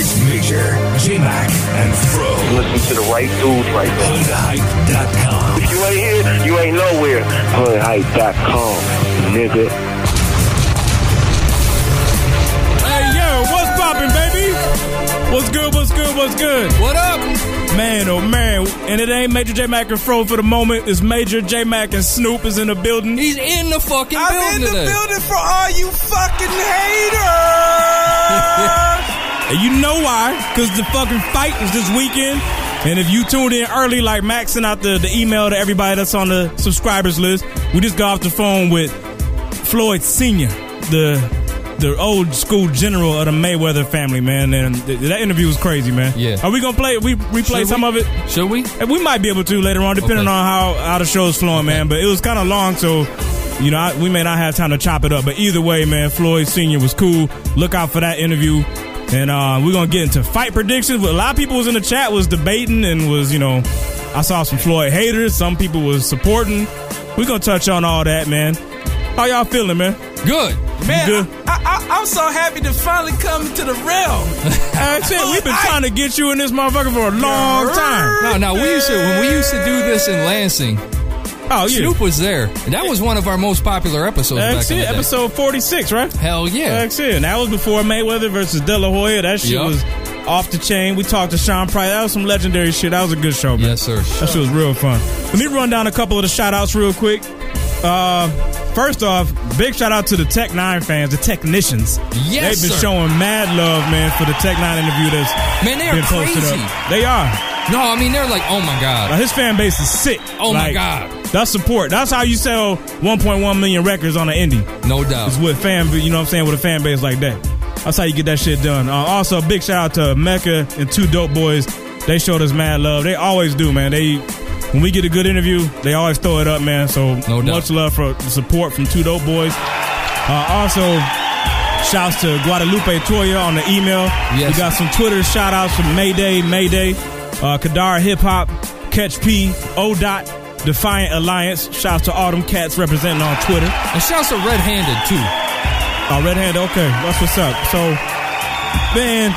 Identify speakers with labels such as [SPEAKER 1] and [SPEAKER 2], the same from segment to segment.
[SPEAKER 1] It's Major, J Mac, and Fro
[SPEAKER 2] Listen to the right dudes right now.
[SPEAKER 1] on hype.com.
[SPEAKER 2] You ain't here, you ain't nowhere. Hoodhype.com, nigga.
[SPEAKER 3] Hey yo, what's poppin', baby? What's good? What's good? What's good?
[SPEAKER 4] What up?
[SPEAKER 3] Man, oh man! And it ain't Major J Mac and Fro for the moment. It's Major J Mac and Snoop is in the building.
[SPEAKER 4] He's in the fucking building
[SPEAKER 5] I'm in the
[SPEAKER 4] today.
[SPEAKER 5] building for all you fucking haters.
[SPEAKER 3] And you know why? Because the fucking fight is this weekend. And if you tuned in early, like Max sent out the, the email to everybody that's on the subscribers list, we just got off the phone with Floyd Sr., the the old school general of the Mayweather family, man. And th- that interview was crazy, man.
[SPEAKER 4] Yeah.
[SPEAKER 3] Are we going to play? We replay
[SPEAKER 4] Should
[SPEAKER 3] some
[SPEAKER 4] we?
[SPEAKER 3] of it?
[SPEAKER 4] Should we?
[SPEAKER 3] And we might be able to later on, depending
[SPEAKER 4] Okay.
[SPEAKER 3] on how, how the show's flowing, man. But it was kind of long, so you know I, we may not have time to chop it up. But either way, man, Floyd Senior was cool. Look out for that interview, and uh, we're gonna get into fight predictions. But a lot of people was in the chat was debating and was you know I saw some Floyd haters. Some people was supporting. We're gonna touch on all that, man. How y'all feeling, man?
[SPEAKER 4] Good.
[SPEAKER 3] Good.
[SPEAKER 5] Man, I, I, I, am so happy to finally come to the realm.
[SPEAKER 3] Uh, shit, we've been trying to get you in this motherfucker for a long time.
[SPEAKER 4] No, no, we used to when we used to do this in Lansing.
[SPEAKER 3] Oh, yeah.
[SPEAKER 4] Snoop was there, and that was one of our most popular episodes
[SPEAKER 3] That's
[SPEAKER 4] back in
[SPEAKER 3] it.
[SPEAKER 4] the day.
[SPEAKER 3] Episode forty-six, right?
[SPEAKER 4] Hell yeah.
[SPEAKER 3] That's it. And that was before Mayweather versus De La Hoya. That shit
[SPEAKER 4] Yup.
[SPEAKER 3] was off the chain. We talked to Sean Price. That was some legendary shit. That was a good show, man.
[SPEAKER 4] Yes, sir.
[SPEAKER 3] That shit was real fun. Let me run down a couple of the shout outs real quick. Uh, first off, big shout out to the Tech Nine fans, the technicians.
[SPEAKER 4] Yes,
[SPEAKER 3] They've been
[SPEAKER 4] sir.
[SPEAKER 3] showing mad love, man, for the Tech Nine interview that's
[SPEAKER 4] Man, they are
[SPEAKER 3] been posted
[SPEAKER 4] crazy.
[SPEAKER 3] up. They are.
[SPEAKER 4] No, I mean they're like, oh my
[SPEAKER 3] Now,
[SPEAKER 4] god.
[SPEAKER 3] his fan base is sick.
[SPEAKER 4] Oh, my God.
[SPEAKER 3] That's support. That's how you sell 1.1 million records on an indie.
[SPEAKER 4] No doubt.
[SPEAKER 3] It's with fan, you know what I'm saying, with a fan base like that. That's how you get that shit done. Uh, also, big shout out to Mecca and Two Dope Boys. They showed us mad love. They always do, man. They when we get a good interview, they always throw it up, man. So
[SPEAKER 4] No doubt.
[SPEAKER 3] much love for the support from Two Dope Boys. Uh, also, shouts to Guadalupe Toya on the email.
[SPEAKER 4] Yes.
[SPEAKER 3] We got some Twitter shout outs from Mayday, Mayday, uh, Kadara Hip Hop, Catch P, O Dot, Defiant Alliance. Shouts to all them cats representing on Twitter.
[SPEAKER 4] And shouts to Red Handed too.
[SPEAKER 3] Oh, red hand. Okay, that's what's up. So, man,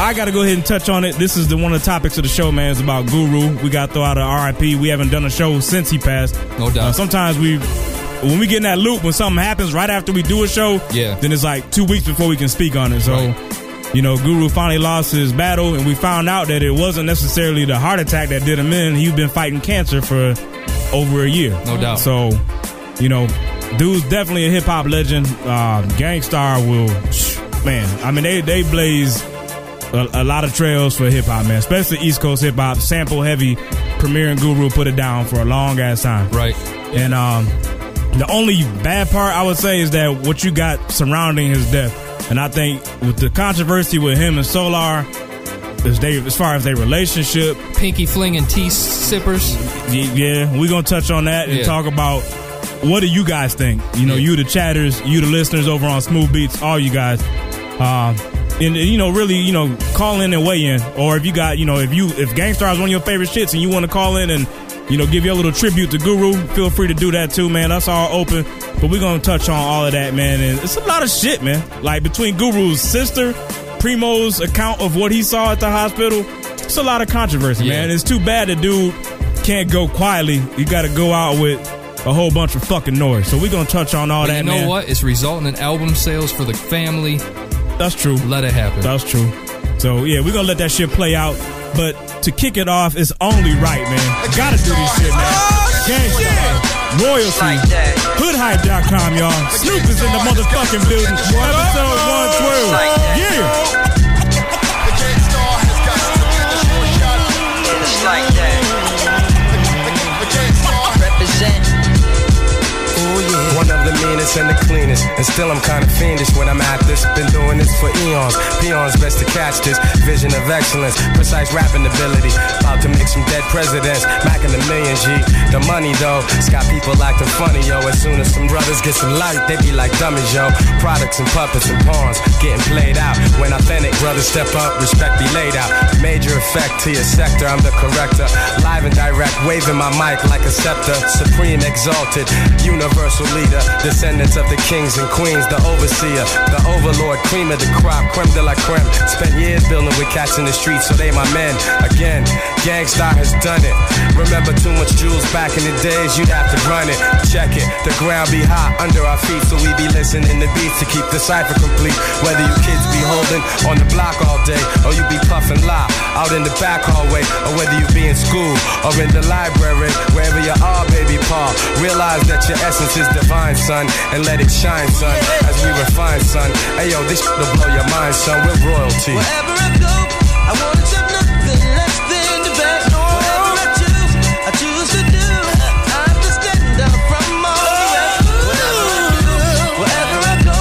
[SPEAKER 3] I got to go ahead and touch on it. This is the one of the topics of the show, man. It's about Guru. We got to throw out an RIP. We haven't done a show since he passed.
[SPEAKER 4] No doubt.
[SPEAKER 3] Uh, sometimes we, when we get in that loop, when something happens right after we do a show,
[SPEAKER 4] Yeah.
[SPEAKER 3] then it's like two weeks before we can speak on it. So.
[SPEAKER 4] Right.
[SPEAKER 3] You know, Guru finally lost his battle, and we found out that it wasn't necessarily the heart attack that did him in. He'd been fighting cancer for over a year.
[SPEAKER 4] No doubt.
[SPEAKER 3] So, you know, dude's definitely a hip hop legend. Uh, Gangstar will, man. I mean, they they blaze a, a lot of trails for hip hop, man. Especially East Coast hip hop, sample heavy. Premier and Guru put it down for a long ass time.
[SPEAKER 4] Right.
[SPEAKER 3] And um, the only bad part I would say is that what you got surrounding his death, and I think with the controversy with him and Solar, as they as far as their relationship,
[SPEAKER 4] Pinky flinging tea sippers.
[SPEAKER 3] Y- Yeah, we're gonna touch on that and
[SPEAKER 4] Yeah.
[SPEAKER 3] talk about what do you guys think? You know,
[SPEAKER 4] Yeah.
[SPEAKER 3] you the chatters, you the listeners over on Smooth Beats, all you guys. Um and you know, really, you know, call in and weigh in. Or if you got, you know, if you if Gangstar is one of your favorite shits and you want to call in and you know give your little tribute to Guru, feel free to do that too, man. That's all open. But we're gonna touch on all of that, man. And it's a lot of shit, man. Like between Guru's sister, Primo's account of what he saw at the hospital, it's a lot of controversy,
[SPEAKER 4] Yeah.
[SPEAKER 3] man. It's too bad the dude can't go quietly. You got to go out with a whole bunch of fucking noise. So we're gonna touch on all
[SPEAKER 4] But
[SPEAKER 3] that.
[SPEAKER 4] you know
[SPEAKER 3] man.
[SPEAKER 4] what? It's resulting in album sales for the family.
[SPEAKER 3] That's true.
[SPEAKER 4] Let it happen.
[SPEAKER 3] That's true. So yeah, we're gonna let that shit play out. But to kick it off, it's only right, man. Gotta do this shit, man.
[SPEAKER 5] Oh,
[SPEAKER 3] Gangstar, royalty, hoodhype.com, y'all. Snoop is in the motherfucking building. Episode 112. uh, Yeah.
[SPEAKER 6] It's like that. Represent.
[SPEAKER 7] One of the meanest and the cleanest, and still I'm kinda fiendish when I'm at this. Been doing this for eons, peons best to catch this. Vision of excellence, precise rapping ability. About to make some dead presidents, back in the million G. The money though, it's got people acting funny, yo. As soon as some brothers get some light, they be like dummies, yo. Products and puppets and pawns getting played out. When authentic brothers step up, respect be laid out. Major effect to your sector, I'm the corrector. Live and direct, waving my mic like a scepter. Supreme exalted, universal leader, descendant remnants of the kings and queens, the overseer, the overlord, cream of the crop, creme de la creme. Spent years building with cats in the streets, so they my men. Again, Gangstar has done it. Remember too much jewels back in the days, you'd have to run it. Check it, the ground be hot under our feet, so we be listening to beats to keep the cipher complete. Whether you kids be holding on the block all day, or you be puffing live out in the back hallway, or whether you be in school or in the library, wherever you are, baby Paul. Realize that your essence is divine, son, and let it shine, son, as we refine, son. Hey yo, this will blow your mind, son. We're royalty.
[SPEAKER 6] Wherever I go, I wanna do nothing less than the best. Whatever I choose, I choose to do. I'm the stand out from all the rest. Whatever I do, wherever I go,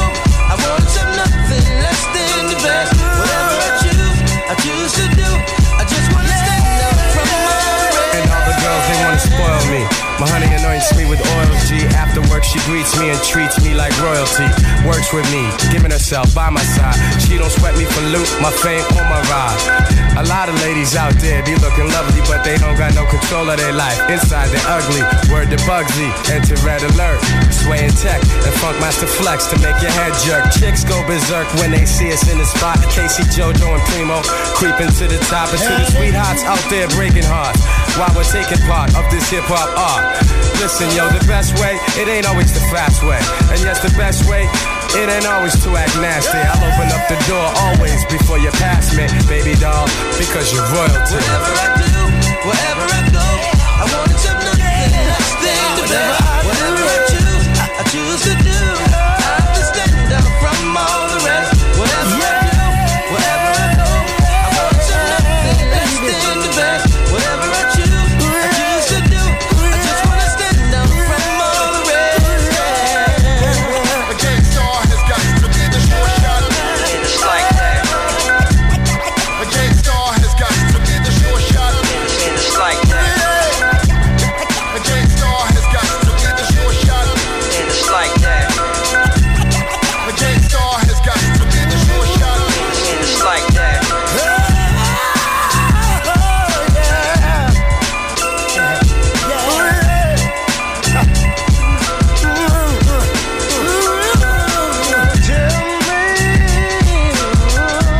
[SPEAKER 6] I wanna do nothing less than the best. Whatever I choose, I choose to do. I just wanna stand out from all the rest.
[SPEAKER 7] And all the girls, they wanna spoil me. My honey anoints me with oil G. After work, she greets me and treats me like royalty. Works with me, giving herself by my side. She don't sweat me for loot, my fame or my ride. A lot of ladies out there be looking lovely, but they don't got no control of their life. Inside they're ugly. Word to Bugsy, enter red alert. Sway and tech, and funk master flex to make your head jerk. Chicks go berserk when they see us in the spot. Casey, JoJo, and Primo creeping to the top. And to the sweethearts out there breaking hearts while we're taking part of this hip hop art. Listen, yo, the best way, it ain't always the fast way. And yes, the best way, it ain't always to act nasty. I'll open up the door always before you pass me, baby doll, because you're royalty.
[SPEAKER 6] Whatever I do, wherever I go, I wanna do nothing less than the best. Whatever I choose, I choose to do. I'm the stand out from all the rest. Whatever I do, wherever I go, I wanna do nothing less than the best. Whatever I choose, I choose to do. I just wanna stand out from all the rest.
[SPEAKER 8] The gangstar has got to be the short shot.
[SPEAKER 6] It's like that.
[SPEAKER 8] The gangstar has got to be the short shot.
[SPEAKER 6] It's like that.
[SPEAKER 8] The gangstar has got to be the short shot.
[SPEAKER 6] It's like that.
[SPEAKER 8] The gangstar has got to be the short shot.
[SPEAKER 6] It's like that.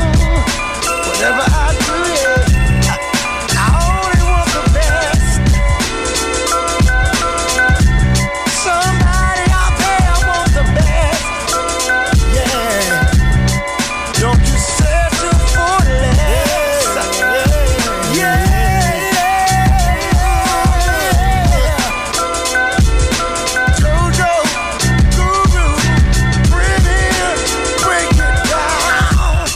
[SPEAKER 6] Whatever I do, yeah, I, I only want the best. Somebody out there want the best, yeah. Don't you settle for less, yeah, yeah. Jojo, Guru, pretty, break it down.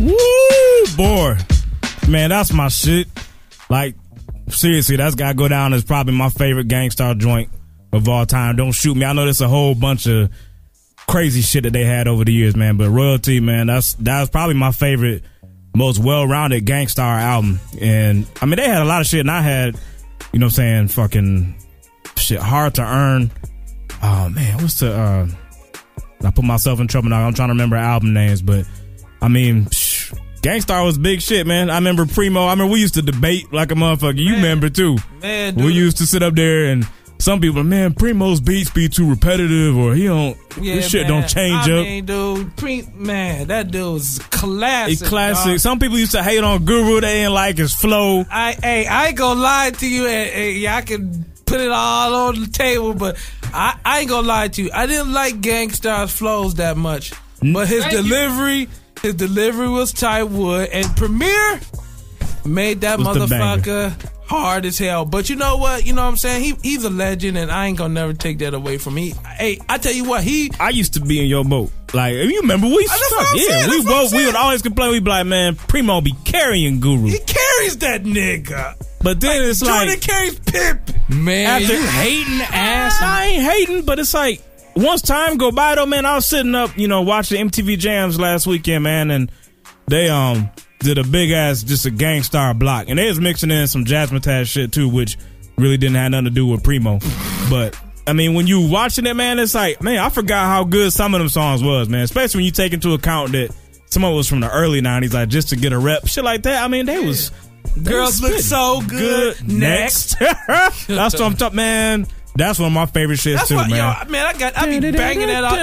[SPEAKER 3] Woo, boy. Man, that's my shit. Like, seriously, that's gotta go down as probably my favorite gangstar joint of all time. Don't shoot me. I know there's a whole bunch of crazy shit that they had over the years, man. But Royalty, man, that's that's probably my favorite, most well rounded gangstar album. And I mean they had a lot of shit and I had, you know what I'm saying, fucking shit, hard to earn. Oh man, what's the uh I put myself in trouble now. I'm trying to remember album names, but I mean, psh, Gangstar was big shit, man. I remember Primo. I remember we used to debate like a motherfucker. You remember too.
[SPEAKER 5] Man,
[SPEAKER 3] we
[SPEAKER 5] dude.
[SPEAKER 3] used to sit up there and some people, man, Primo's beats be too repetitive or he don't,
[SPEAKER 5] Yeah,
[SPEAKER 3] this shit
[SPEAKER 5] man.
[SPEAKER 3] don't change
[SPEAKER 5] I
[SPEAKER 3] up.
[SPEAKER 5] mean, dude, pre- man, that dude was
[SPEAKER 3] He
[SPEAKER 5] classic.
[SPEAKER 3] classic.
[SPEAKER 5] dog.
[SPEAKER 3] Some people used to hate on Guru. They ain't like his flow.
[SPEAKER 5] I hey, I ain't gonna lie to you, and, and yeah, I can put it all on the table, but I, I ain't gonna lie to you. I didn't like Gangstar's flows that much,
[SPEAKER 3] Mm.
[SPEAKER 5] but his
[SPEAKER 4] Thank you.
[SPEAKER 5] delivery, his delivery was tight wood, and Premier made that
[SPEAKER 3] Was the banger.
[SPEAKER 5] motherfucker hard as hell. But you know what? You know what I'm saying? He he's a legend, and I ain't gonna never take that away from me. Hey, I tell you what, he
[SPEAKER 3] I used to be in your boat. Like you remember, we
[SPEAKER 5] That's
[SPEAKER 3] stuck.
[SPEAKER 5] what I'm
[SPEAKER 3] Yeah,
[SPEAKER 5] saying.
[SPEAKER 3] we
[SPEAKER 5] That's what I'm
[SPEAKER 3] both. We would
[SPEAKER 5] saying.
[SPEAKER 3] always complain. We'd be like, man, Primo be carrying Guru.
[SPEAKER 5] he carries that nigga.
[SPEAKER 3] But then it's
[SPEAKER 5] Jordan
[SPEAKER 3] like
[SPEAKER 5] carries Pip.
[SPEAKER 4] Man,
[SPEAKER 3] After-
[SPEAKER 4] you hating ass.
[SPEAKER 3] I ain't hating, but it's like once time go by though, man. I was sitting up, you know, watching MTV Jams last weekend, man, and they um did a big ass just a gangstar block, and they was mixing in some Jasmine Taz shit too, which really didn't have nothing to do with Primo, but. I mean, when you watching it, man, it's like, man, I forgot how good some of them songs was, man. Especially when you take into account that some of it was from the early '90s, like just to get a rep, shit like that. I mean, they was they was
[SPEAKER 5] Girls look
[SPEAKER 3] spitting.
[SPEAKER 5] so good. Next.
[SPEAKER 3] that's what I'm talking, man. That's one of my favorite shits
[SPEAKER 5] That's
[SPEAKER 3] too,
[SPEAKER 5] why,
[SPEAKER 3] man.
[SPEAKER 5] yo, man, I got, I be banging that out.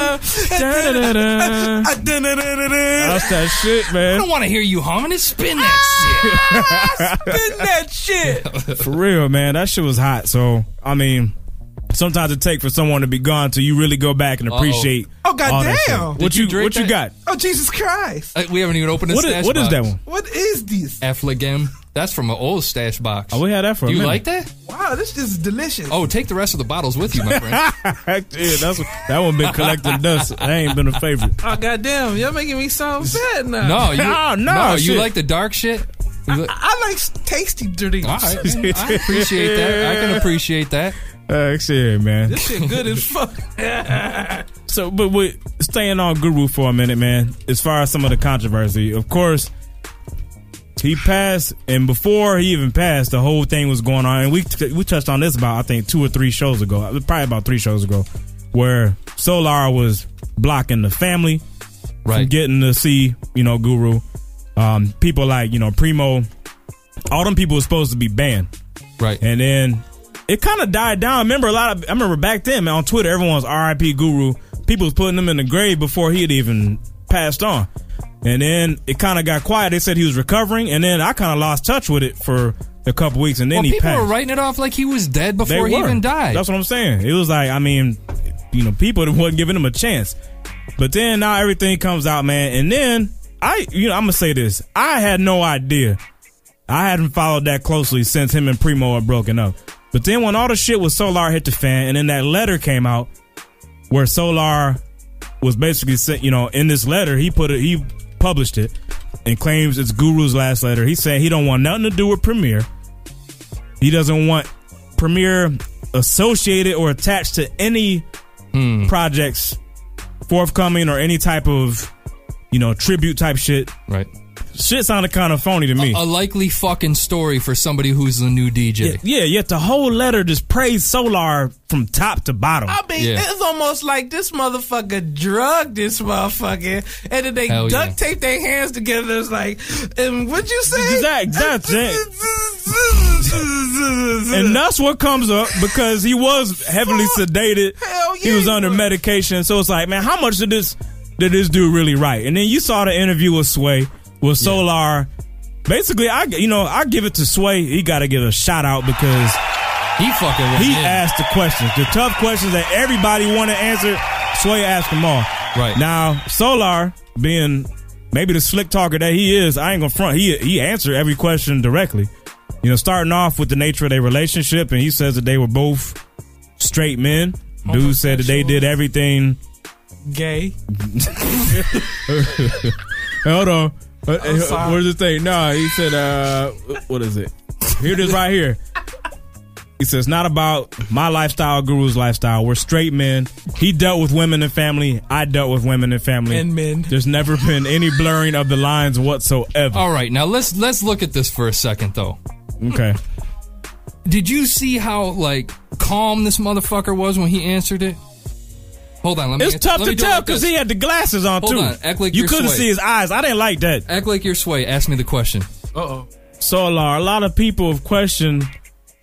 [SPEAKER 3] Da-da-da-da. That's that shit,
[SPEAKER 4] I
[SPEAKER 3] man.
[SPEAKER 4] don't want to hear you humming it. Spin that shit.
[SPEAKER 5] Spin that shit.
[SPEAKER 3] For real, man. That shit was hot. So, I mean, sometimes it take for someone to be gone till you really go back and appreciate.
[SPEAKER 5] Oh, goddamn.
[SPEAKER 3] all that shit.
[SPEAKER 5] Did
[SPEAKER 3] What
[SPEAKER 4] you
[SPEAKER 3] you,
[SPEAKER 4] drink
[SPEAKER 3] what you
[SPEAKER 4] that?
[SPEAKER 3] got?
[SPEAKER 5] Oh, Jesus Christ.
[SPEAKER 4] Uh, we haven't even opened a
[SPEAKER 3] What
[SPEAKER 4] stash
[SPEAKER 3] is, what is
[SPEAKER 4] box.
[SPEAKER 3] that one?
[SPEAKER 5] What is this?
[SPEAKER 4] Affligem. That's from an old stash box.
[SPEAKER 3] Oh, we had that for a
[SPEAKER 4] Do you
[SPEAKER 3] minute.
[SPEAKER 4] like that?
[SPEAKER 5] Wow, this is delicious.
[SPEAKER 4] Oh, take the rest of the bottles with you, my friend.
[SPEAKER 3] yeah, that's what, that one been collecting dust. That ain't been a favorite.
[SPEAKER 5] Oh, goddamn. Y'all making me sound sad now.
[SPEAKER 4] No, you,
[SPEAKER 3] Oh, no,
[SPEAKER 4] you
[SPEAKER 3] shit.
[SPEAKER 4] like the dark shit. You li-
[SPEAKER 5] I like tasty drinks.
[SPEAKER 4] all right, man, I appreciate that. I can appreciate that.
[SPEAKER 3] Uh, shit, man.
[SPEAKER 5] This shit good as fuck.
[SPEAKER 3] So, but with staying on Guru for a minute, man. As far as some of the controversy, of course, he passed, and before he even passed, the whole thing was going on. And we we touched on this about I think two or three shows ago, probably about three shows ago, where Solar was blocking the family from
[SPEAKER 4] Right.
[SPEAKER 3] getting to see you know Guru. Um, people like you know Primo, all them people were supposed to be banned.
[SPEAKER 4] right.
[SPEAKER 3] And then it kind of died down. I remember a lot of I remember back then man, on Twitter, everyone was RIP Guru. People was putting him in the grave before he had even passed on. And then it kind of got quiet. They said he was recovering, and then I kind of lost touch with it for a couple weeks, and then
[SPEAKER 4] well,
[SPEAKER 3] he
[SPEAKER 4] people
[SPEAKER 3] passed.
[SPEAKER 4] were writing it off like he was dead
[SPEAKER 3] They
[SPEAKER 4] before he
[SPEAKER 3] were.
[SPEAKER 4] even died.
[SPEAKER 3] That's what I'm saying. It was like I mean, you know, people that wasn't giving him a chance. But then now everything comes out, man. And then I, you know, I'm gonna say this. I had no idea. I hadn't followed that closely since him and Primo had broken up. But then when all the shit with Solar hit the fan, and then that letter came out where Solar was basically sent, you know, in this letter he put it, he published it and claims it's Guru's last letter. He said he don't want nothing to do with Premier. He doesn't want Premier associated or attached to any
[SPEAKER 4] Hmm.
[SPEAKER 3] projects forthcoming or any type of, you know, tribute type shit.
[SPEAKER 4] right. Uh,
[SPEAKER 3] Shit sounded kind of phony to me.
[SPEAKER 4] A likely fucking story for somebody who's the new DJ.
[SPEAKER 3] yeah, yet the whole letter just praised Solar from top to bottom.
[SPEAKER 5] I mean,
[SPEAKER 4] Yeah.
[SPEAKER 5] it's almost like this motherfucker drugged this motherfucker, and then they
[SPEAKER 4] Hell yeah.
[SPEAKER 5] duct tape their hands together. It's like, and what'd you say?
[SPEAKER 3] Exact- exact- and that's what comes up because he was heavily sedated.
[SPEAKER 5] Hell yeah,
[SPEAKER 3] he was
[SPEAKER 5] he
[SPEAKER 3] under
[SPEAKER 5] was.
[SPEAKER 3] medication, so it's like, man, how much did this did this dude really write? And then you saw the interview with Sway with Solar. Basically, I you know I give it to Sway. He got to give a shout out because
[SPEAKER 4] He fucking went
[SPEAKER 3] he
[SPEAKER 4] in.
[SPEAKER 3] asked the questions, the tough questions that everybody want to answer. Sway asked them all.
[SPEAKER 4] Right.
[SPEAKER 3] now, Solar being maybe the slick talker that he is, I ain't gonna front. He he answered every question directly. You know, starting off with the nature of their relationship, and he says that they were both straight men.
[SPEAKER 4] Oh
[SPEAKER 3] Dude said that they did everything.
[SPEAKER 5] Gay.
[SPEAKER 3] Hold on. Uh, uh,
[SPEAKER 5] sorry.
[SPEAKER 3] Where's the thing? No, he said, uh, what is it? Here it is right here. He says, not about my lifestyle, guru's lifestyle. We're straight men. He dealt with women and family. I dealt with women and family.
[SPEAKER 5] And men.
[SPEAKER 3] There's never been any blurring of the lines whatsoever.
[SPEAKER 4] All right, now let's let's look at this for a second though.
[SPEAKER 3] Okay.
[SPEAKER 4] Did you see how like calm this motherfucker was when he answered it? Hold on, let me.
[SPEAKER 3] It's
[SPEAKER 4] answer-
[SPEAKER 3] tough
[SPEAKER 4] let
[SPEAKER 3] to
[SPEAKER 4] me do it
[SPEAKER 3] tell
[SPEAKER 4] like
[SPEAKER 3] because
[SPEAKER 4] this.
[SPEAKER 3] he had the glasses on,
[SPEAKER 4] Hold
[SPEAKER 3] too.
[SPEAKER 4] on, act like
[SPEAKER 3] you
[SPEAKER 4] you're
[SPEAKER 3] couldn't
[SPEAKER 4] Sway.
[SPEAKER 3] see his eyes. I didn't like that. Oh,
[SPEAKER 4] act like you're sway. Ask me the question.
[SPEAKER 3] Solar, a lot of people have questioned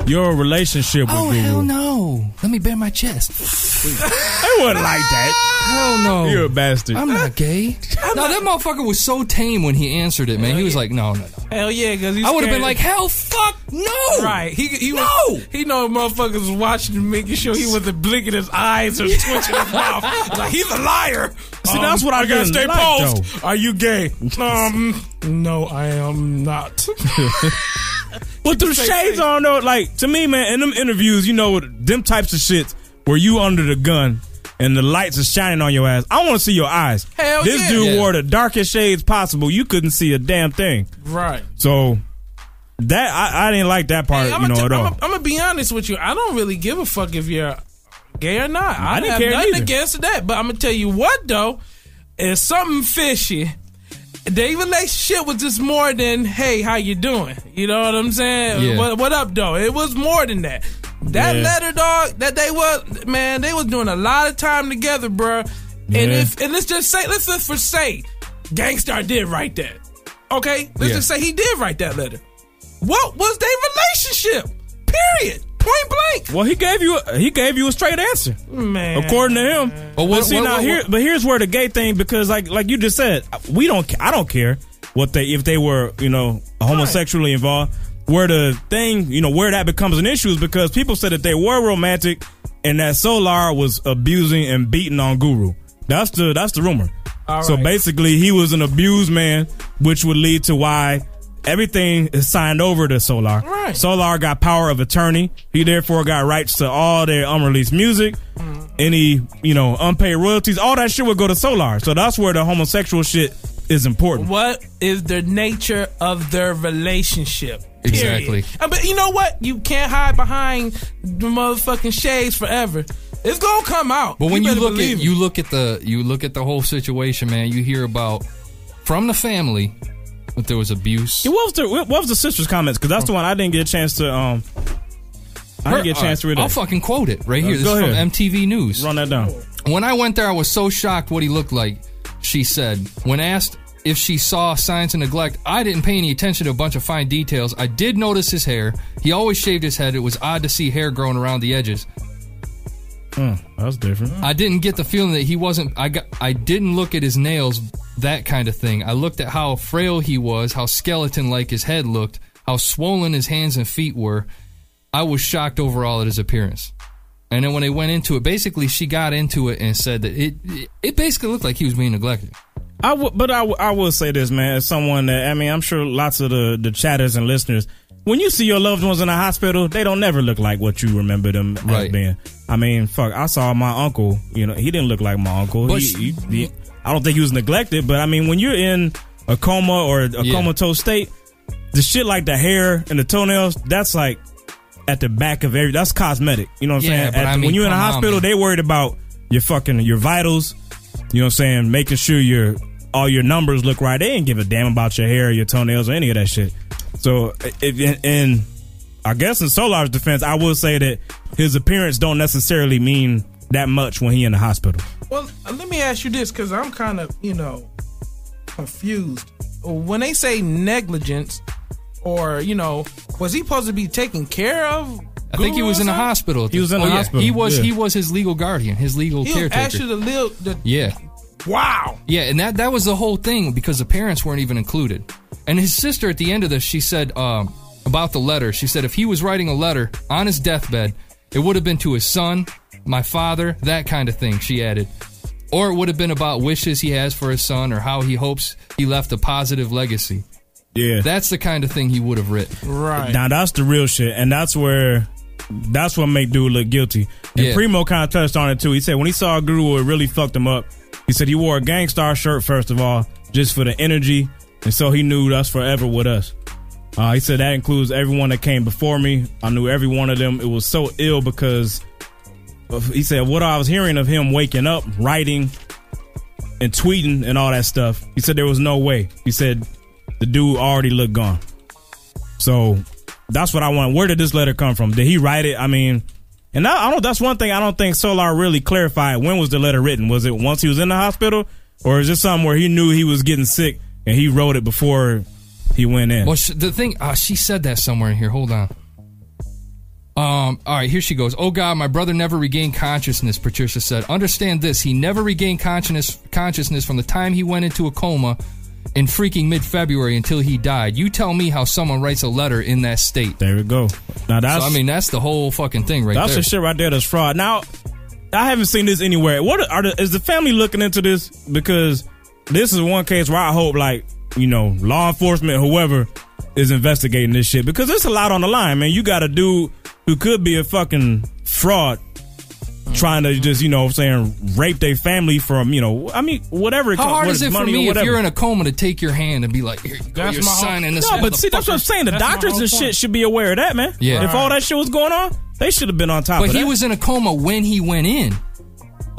[SPEAKER 3] your relationship with Guru.
[SPEAKER 4] Oh, no! Let me bare my chest.
[SPEAKER 3] It wasn't like that.
[SPEAKER 4] Hell no!
[SPEAKER 3] You're a bastard.
[SPEAKER 4] I'm not gay. no, that motherfucker was so tame when he answered it, man. He was like, no, no, no.
[SPEAKER 5] Hell yeah, because
[SPEAKER 4] I would have been like, hell, fuck, no!
[SPEAKER 5] Right, he he
[SPEAKER 4] No!
[SPEAKER 5] was, he know motherfuckers was watching, him, making sure he wasn't blinking his eyes or twitching his mouth. Like he's a liar. Um,
[SPEAKER 3] See, that's what I
[SPEAKER 5] gotta
[SPEAKER 3] didn't
[SPEAKER 5] stay
[SPEAKER 3] like,
[SPEAKER 5] posed. Are you gay? Um, no, I am not.
[SPEAKER 3] But them shades on though, like to me, man, in them interviews, you know, them types of shits where you under the gun and the lights are shining on your ass. I want to see your eyes.
[SPEAKER 5] Hell
[SPEAKER 3] this
[SPEAKER 5] yeah.
[SPEAKER 3] dude
[SPEAKER 4] Yeah.
[SPEAKER 3] wore the darkest shades possible. You couldn't see a damn thing.
[SPEAKER 5] right.
[SPEAKER 3] So that I, I didn't like that part,
[SPEAKER 5] I'm
[SPEAKER 3] you know,
[SPEAKER 5] gonna
[SPEAKER 3] at all.
[SPEAKER 5] I'm gonna be honest with you. I don't really give a fuck if you're gay or not. I,
[SPEAKER 3] didn't
[SPEAKER 5] have
[SPEAKER 3] care
[SPEAKER 5] nothing
[SPEAKER 3] neither.
[SPEAKER 5] against that. But I'm gonna tell you what though, is something fishy. Their relationship was just more than hey, how you doing? You know what I'm saying?
[SPEAKER 4] Yeah.
[SPEAKER 5] What, what up though? It was more than that. That
[SPEAKER 3] Yeah.
[SPEAKER 5] letter dog that they was man, they was doing a lot of time together, bruh. And
[SPEAKER 3] Yeah.
[SPEAKER 5] if and let's just say let's just for say Gangstar did write that. Okay? Let's
[SPEAKER 4] Yeah.
[SPEAKER 5] just say he did write that letter. What was their relationship? Period. Point blank.
[SPEAKER 3] Well, he gave you a, he gave you a straight answer,
[SPEAKER 5] Man.
[SPEAKER 3] according to him.
[SPEAKER 4] But what-
[SPEAKER 3] see
[SPEAKER 4] what-
[SPEAKER 3] now
[SPEAKER 4] what-
[SPEAKER 3] here,
[SPEAKER 4] what-
[SPEAKER 3] but here's where the gay thing because like like you just said, we don't ca- I don't care what they if they were you know homosexually involved. Where the thing you know where that becomes an issue is because people said that they were romantic and that Solar was abusing and beating on Guru. That's the that's the rumor.
[SPEAKER 5] All
[SPEAKER 3] So
[SPEAKER 5] right.
[SPEAKER 3] basically, he was an abused man, which would lead to why everything is signed over to Solar.
[SPEAKER 5] Right.
[SPEAKER 3] Solar got power of attorney. He therefore got rights to all their unreleased music, any you know unpaid royalties, all that shit would go to Solar. So that's where the homosexual shit is important.
[SPEAKER 5] What is the nature of their relationship?
[SPEAKER 4] Exactly.
[SPEAKER 5] Period. Uh, But you know what? You can't hide behind the motherfucking shades forever. It's gonna come out.
[SPEAKER 4] But when you,
[SPEAKER 5] better
[SPEAKER 4] look at
[SPEAKER 5] believe it.
[SPEAKER 4] you look at the you look at the whole situation, man, you hear about from the family that there was abuse.
[SPEAKER 3] What was the what was the sister's comments? Because that's
[SPEAKER 4] Oh
[SPEAKER 3] the one I didn't get a chance to um. I didn't get a chance to read
[SPEAKER 4] I'll
[SPEAKER 3] it.
[SPEAKER 4] fucking quote it right here. This
[SPEAKER 3] go
[SPEAKER 4] is
[SPEAKER 3] ahead.
[SPEAKER 4] from MTV News.
[SPEAKER 3] Run that down.
[SPEAKER 4] When I went there, I was so shocked what he looked like. She said, when asked if she saw signs of neglect, I didn't pay any attention to a bunch of fine details. I did notice his hair. He always shaved his head. It was odd to see hair growing around the edges.
[SPEAKER 3] hmm, That's different.
[SPEAKER 4] I didn't get the feeling that he wasn't. I got. I didn't look at his nails, that kind of thing. I looked at how frail he was, how skeleton-like his head looked, how swollen his hands and feet were. I was shocked overall at his appearance. And then when they went into it, basically she got into it and said that it. It, it basically looked like he was being neglected.
[SPEAKER 3] I w- but I, w- I will say this, man. As someone that I mean, I'm sure lots of the the chatters and listeners. When you see your loved ones in a hospital, they don't never look like what you remember them as
[SPEAKER 4] Right.
[SPEAKER 3] being. I mean, fuck. I saw my uncle. You know, he didn't look like my uncle. He-
[SPEAKER 4] But sh-
[SPEAKER 3] he- he- I don't think he was neglected, but I mean, when you're in a coma or a
[SPEAKER 4] Yeah.
[SPEAKER 3] comatose state, the shit like the hair and the toenails, that's like at the back of every. That's cosmetic. You know what I'm
[SPEAKER 4] Yeah,
[SPEAKER 3] saying?
[SPEAKER 4] but
[SPEAKER 3] At
[SPEAKER 4] I
[SPEAKER 3] the-
[SPEAKER 4] mean,
[SPEAKER 3] when you're in a
[SPEAKER 4] come on,
[SPEAKER 3] hospital,
[SPEAKER 4] man.
[SPEAKER 3] they worried about your fucking your vitals. You know what I'm saying? Making sure your all your numbers look right. They ain't give a damn about your hair, your toenails, or any of that shit. So, if in, in I guess in Solar's defense, I will say that his appearance don't necessarily mean that much when he in the hospital.
[SPEAKER 5] Well, uh, let me ask you this because I'm kind of, you know, confused. When they say negligence, or, you know, was he supposed to be taken care of?
[SPEAKER 4] I think he was in a hospital. at
[SPEAKER 3] He
[SPEAKER 4] the- Oh,
[SPEAKER 3] was in the
[SPEAKER 4] yeah.
[SPEAKER 3] hospital,
[SPEAKER 4] He was.
[SPEAKER 3] yeah.
[SPEAKER 4] He was his legal guardian, his legal
[SPEAKER 5] He was
[SPEAKER 4] caretaker.
[SPEAKER 5] actually the little. The,
[SPEAKER 4] yeah.
[SPEAKER 5] Wow.
[SPEAKER 4] Yeah, and that that was the whole thing because the parents weren't even included. And his sister at the end of this, she said um, about the letter. She said if he was writing a letter on his deathbed, it would have been to his son, my father, that kind of thing. She added, or it would have been about wishes he has for his son or how he hopes he left a positive legacy.
[SPEAKER 3] Yeah,
[SPEAKER 4] That's the kind of thing he would have written.
[SPEAKER 5] Right.
[SPEAKER 3] Now that's the real shit, and that's where that's what make dude look guilty. And
[SPEAKER 4] Yeah.
[SPEAKER 3] Primo kind of touched on it too. He said when he saw Guru, it really fucked him up. He said he wore a gangstar shirt first of all, just for the energy, and so he knew that's forever with us. Uh, he said that includes everyone that came before me. I knew every one of them. It was so ill because of- he said what I was hearing of him waking up, writing, and tweeting and all that stuff. He said there was no way. He said the dude already looked gone. So that's what I want. Where did this letter come from? Did he write it? I mean, and I, I don't. That's one thing I don't think Solar really clarified. When was the letter written? Was it once he was in the hospital, or is this something where he knew he was getting sick and he wrote it before he went in?
[SPEAKER 4] Well, sh the thing, uh, she said that somewhere in here. Hold on. Um, all right, here she goes. Oh God, my brother never regained consciousness. Patricia said, "Understand this: he never regained consciousness consciousness from the time he went into a coma in freaking mid-February until he died. You tell me how someone writes a letter in that state.
[SPEAKER 3] there we go. Now that's
[SPEAKER 4] So, I mean, that's the whole fucking thing, right
[SPEAKER 3] that's
[SPEAKER 4] there.
[SPEAKER 3] the shit right there. That's fraud. Now I haven't seen this anywhere. What are the, is the family looking into this? Because this is one case where I hope, like you know, law enforcement, whoever is investigating this shit, because there's a lot on the line, man. You got a dude who could be a fucking fraud. Trying to just you know what I'm saying rape their family from you know I mean whatever it
[SPEAKER 4] how
[SPEAKER 3] comes-
[SPEAKER 4] hard
[SPEAKER 3] what-
[SPEAKER 4] is it for
[SPEAKER 3] money or
[SPEAKER 4] me if
[SPEAKER 3] whatever.
[SPEAKER 4] you're in a coma to take your hand and be like, "Here you go,
[SPEAKER 5] That's
[SPEAKER 4] you're
[SPEAKER 5] my whole-
[SPEAKER 4] signing this."
[SPEAKER 3] no but see that's what I'm saying the
[SPEAKER 5] That's my
[SPEAKER 3] doctors
[SPEAKER 5] whole
[SPEAKER 3] and
[SPEAKER 5] point.
[SPEAKER 3] shit should be aware of that man
[SPEAKER 4] Yeah.
[SPEAKER 3] if all that shit was going on they should have been on top
[SPEAKER 4] But
[SPEAKER 3] of
[SPEAKER 4] he
[SPEAKER 3] that.
[SPEAKER 4] was in a coma when he went in.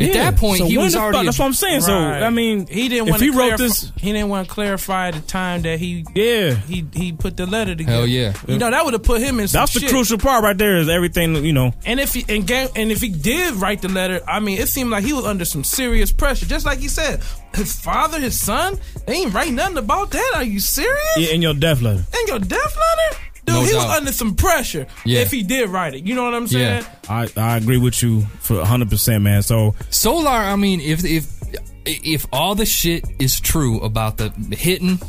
[SPEAKER 4] At
[SPEAKER 3] Yeah.
[SPEAKER 4] that point,
[SPEAKER 3] So
[SPEAKER 4] he
[SPEAKER 3] when
[SPEAKER 4] was
[SPEAKER 3] the fuck-
[SPEAKER 4] already.
[SPEAKER 3] that's what I'm saying. So
[SPEAKER 5] Right.
[SPEAKER 3] I mean,
[SPEAKER 5] he didn't.
[SPEAKER 3] If
[SPEAKER 5] wanna
[SPEAKER 3] he wrote
[SPEAKER 5] clarify-
[SPEAKER 3] this,
[SPEAKER 5] he didn't want to clarify the time that he
[SPEAKER 3] yeah,
[SPEAKER 5] he he put the letter together.
[SPEAKER 4] Hell yeah.
[SPEAKER 5] You know that would have put him in. Some
[SPEAKER 3] that's the
[SPEAKER 5] shit.
[SPEAKER 3] crucial part right there. Is everything you know?
[SPEAKER 5] And if he and game and if he did write the letter, I mean, it seemed like he was under some serious pressure. Just like he said, his father, his son, they ain't write nothing about that. Are you serious?
[SPEAKER 3] Yeah, in your death letter.
[SPEAKER 5] And your death letter, dude,
[SPEAKER 4] No
[SPEAKER 5] he was
[SPEAKER 4] doubt.
[SPEAKER 5] under some pressure.
[SPEAKER 4] Yeah.
[SPEAKER 5] If he did write it, you know what I'm
[SPEAKER 4] Yeah.
[SPEAKER 5] saying?
[SPEAKER 3] I, I agree with you for 100 percent, man. So
[SPEAKER 4] Solar, I mean, if if if all the shit is true about the hitting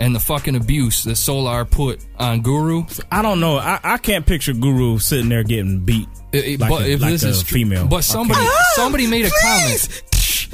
[SPEAKER 4] and the fucking abuse that Solar put on Guru,
[SPEAKER 3] I don't know. I, I can't picture Guru sitting there getting beat.
[SPEAKER 4] it- it-
[SPEAKER 3] like
[SPEAKER 4] but
[SPEAKER 3] a,
[SPEAKER 4] if
[SPEAKER 3] like
[SPEAKER 4] this
[SPEAKER 3] a
[SPEAKER 4] is true-
[SPEAKER 3] female,
[SPEAKER 4] but somebody
[SPEAKER 5] Ah,
[SPEAKER 4] somebody made a comment.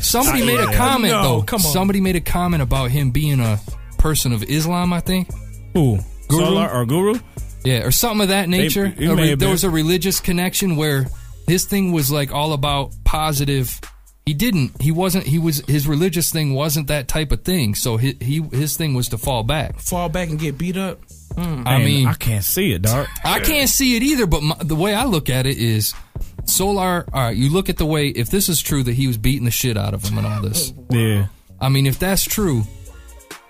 [SPEAKER 4] Somebody
[SPEAKER 3] I-
[SPEAKER 4] made a
[SPEAKER 3] yeah.
[SPEAKER 4] comment
[SPEAKER 3] No,
[SPEAKER 4] though.
[SPEAKER 3] come on.
[SPEAKER 4] Somebody made a comment about him being a person of Islam, I think.
[SPEAKER 3] who
[SPEAKER 4] Guru?
[SPEAKER 3] Solar or Guru?
[SPEAKER 4] Yeah, or something of that nature.
[SPEAKER 3] it
[SPEAKER 4] A
[SPEAKER 3] may
[SPEAKER 4] re-
[SPEAKER 3] have
[SPEAKER 4] there
[SPEAKER 3] been.
[SPEAKER 4] was a religious connection where his thing was like all about positive. He didn't. He wasn't. He was. His religious thing wasn't that type of thing. So he, he his thing was to fall back.
[SPEAKER 5] Fall back and get beat up.
[SPEAKER 4] I
[SPEAKER 3] Man,
[SPEAKER 4] mean,
[SPEAKER 3] Mm. I can't see it, dog.
[SPEAKER 4] I can't see it either, but my, the way I look at it is Solar. All right, you look at the way, if this is true that he was beating the shit out of him and all this,
[SPEAKER 3] Yeah,
[SPEAKER 4] I mean, if that's true,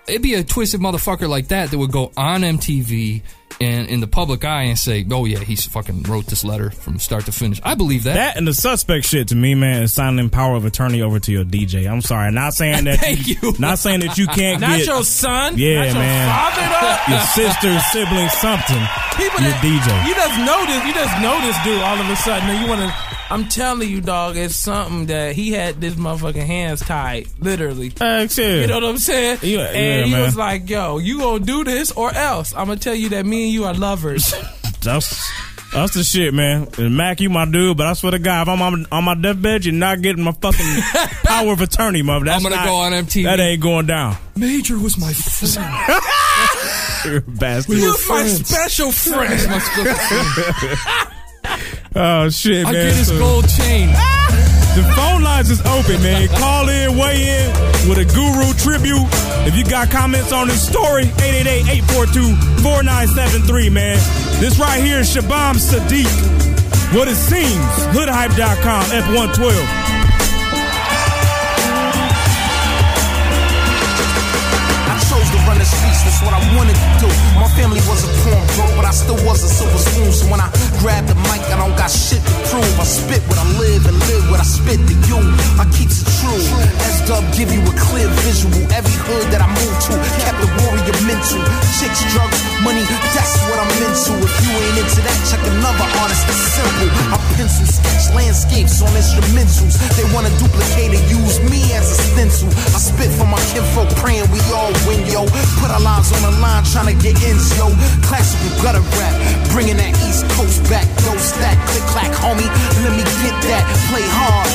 [SPEAKER 4] it'd be a twisted motherfucker like that that would go on MTV and in the public eye and say, oh yeah, he's fucking wrote this letter from start to finish. I believe that.
[SPEAKER 3] that and the suspect shit to me, man, is signing power of attorney over to your DJ. I'm sorry, not saying that.
[SPEAKER 4] Thank you.
[SPEAKER 3] Not saying that you can't
[SPEAKER 5] Not
[SPEAKER 3] get
[SPEAKER 5] your son.
[SPEAKER 3] Yeah,
[SPEAKER 5] not your
[SPEAKER 3] man.
[SPEAKER 5] Father, though.
[SPEAKER 3] your sister, sibling, something.
[SPEAKER 5] People
[SPEAKER 3] your
[SPEAKER 5] that-
[SPEAKER 3] DJ.
[SPEAKER 5] You just know this. You just know this dude all of a sudden. And you want to. I'm telling you, dog, it's something that he had this motherfucking hands tied, literally.
[SPEAKER 3] Uh, shit.
[SPEAKER 5] You know what I'm saying?
[SPEAKER 3] Yeah, yeah,
[SPEAKER 5] and he
[SPEAKER 3] man.
[SPEAKER 5] was like, "Yo, you gonna do this or else? I'm gonna tell you that me and you are lovers."
[SPEAKER 3] That's that's the shit, man. And Mac, you my dude, but I swear to God, if I'm on, on my deathbed, you're not getting my fucking power of attorney, mother. That's
[SPEAKER 4] I'm gonna
[SPEAKER 3] not-
[SPEAKER 4] go on MTV.
[SPEAKER 3] That ain't going down,
[SPEAKER 4] Major was my friend.
[SPEAKER 3] You're a bastard.
[SPEAKER 5] You're my special friend.
[SPEAKER 4] My special friend.
[SPEAKER 3] Oh shit,
[SPEAKER 4] I
[SPEAKER 3] man.
[SPEAKER 4] get his
[SPEAKER 3] So-
[SPEAKER 4] gold chain.
[SPEAKER 3] The phone lines is open, man. Call in, weigh in with a guru tribute. If you got comments on this story, 888-842-4973, man. This right here is Shabam Sadiq. What it seems, hoodhype.com, F112.
[SPEAKER 9] I chose to run the streets, that's what I wanted to do. My family was a corn bro, but I still was a silver spoon. So when I grab the mic, I don't got shit to prove. I spit what I live and live what I spit to you. I keeps it true. S Dub give you a clear visual. Every hood that I move to kept the warrior mental. Chicks, drugs, money, that's what I'm into. If you ain't into that, check another artist. It's simple. I pencil sketch landscapes on instrumentals. They wanna duplicate and use me as a stencil. I spit for my kinfolk, praying we all win, yo. Put our lives on the line, trying to get ends, yo. Classical gutter rap, bringing that East Coast back. Yo, stack, click, clack, homie. Let me get that. Play hard,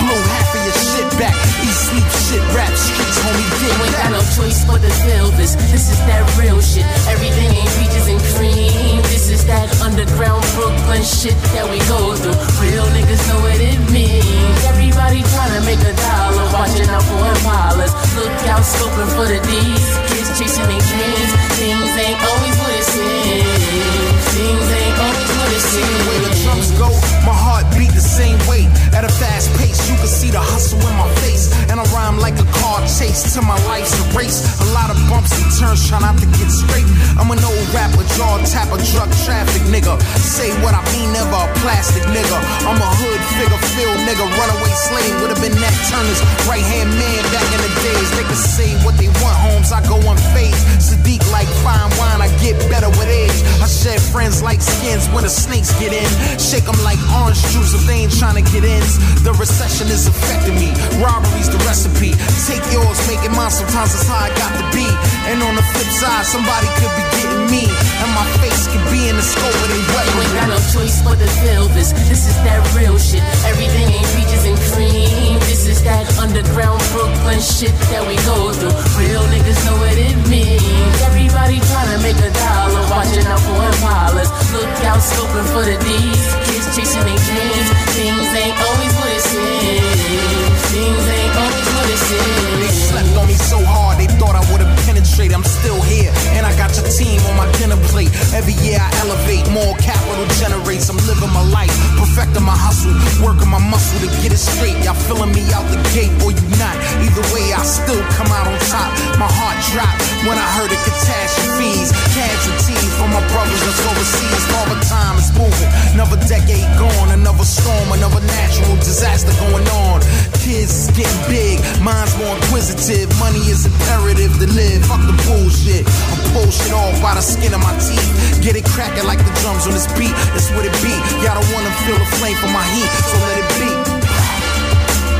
[SPEAKER 9] blow half of your shit back. Eat, sleep, shit, rap, streets, homie. Get
[SPEAKER 10] You ain't
[SPEAKER 9] that.
[SPEAKER 10] got no choice but to feel this. This is that real shit. Everything ain't peaches and cream. This is that underground Brooklyn shit that we go through. Real niggas know what it means. Everybody tryna make a dollar, watching out for impalas. Look out, scoping for the D's. Kids chasing their dreams. Things ain't always what it seems. Things ain't always what it
[SPEAKER 9] Where the
[SPEAKER 10] seems.
[SPEAKER 9] drums go, my heart beat the same way. At a fast pace, you can see the hustle in my face. And I rhyme like a car chase till my life's a race. A lot of bumps and turns, try not to get straight. I'm an old rapper, jaw tapper, drug traffic nigga. Say what I mean, never a plastic nigga. I'm a hood figure, field nigga, runaway slave. Would have been Nat Turner's right hand man back in the days. They could say what they want, homes, I go unfazed. Sadiq like fine wine, I get better with age. I shed friends like skins when the snakes get in. Shake them like orange juice if they ain't tryna get in. The recession is affecting me. Robbery's the recipe. Take yours, make it mine. Sometimes that's how I got to be. And on the flip side, somebody could be getting me. And my face could be in the scope of their
[SPEAKER 10] You ain't got
[SPEAKER 9] weaponry.
[SPEAKER 10] no choice but to feel this. This is that real shit. Everything ain't peaches and cream. This is that underground Brooklyn shit that we go through. Real niggas know what it means. Everybody tryna make a dollar, watching out for impalas. Look out, scoping for the D's. Kids chasing their dreams. Things ain't always what it seems. Things ain't always what it
[SPEAKER 9] They
[SPEAKER 10] seems.
[SPEAKER 9] slept on me so hard they thought I would've penetrated. I'm still here, and I got your team on my dinner plate. Every year I elevate, more capital generates. I'm living my life,
[SPEAKER 11] perfecting my hustle, working my muscle to get it straight. Y'all feeling me out the gate or you not? Either way, I still come out on top. My heart dropped when I heard the catastrophes, casualties for my brothers that's overseas. All the time is moving, another decade gone, another storm, another natural disaster going on. Kids is getting big, minds more inquisitive. Money is imperative to live. Fuck the bullshit. I pull shit off by the skin of my teeth. Get it cracking like the drums on this beat. That's what it be. Y'all don't wanna feel the flame from my heat, so let it be.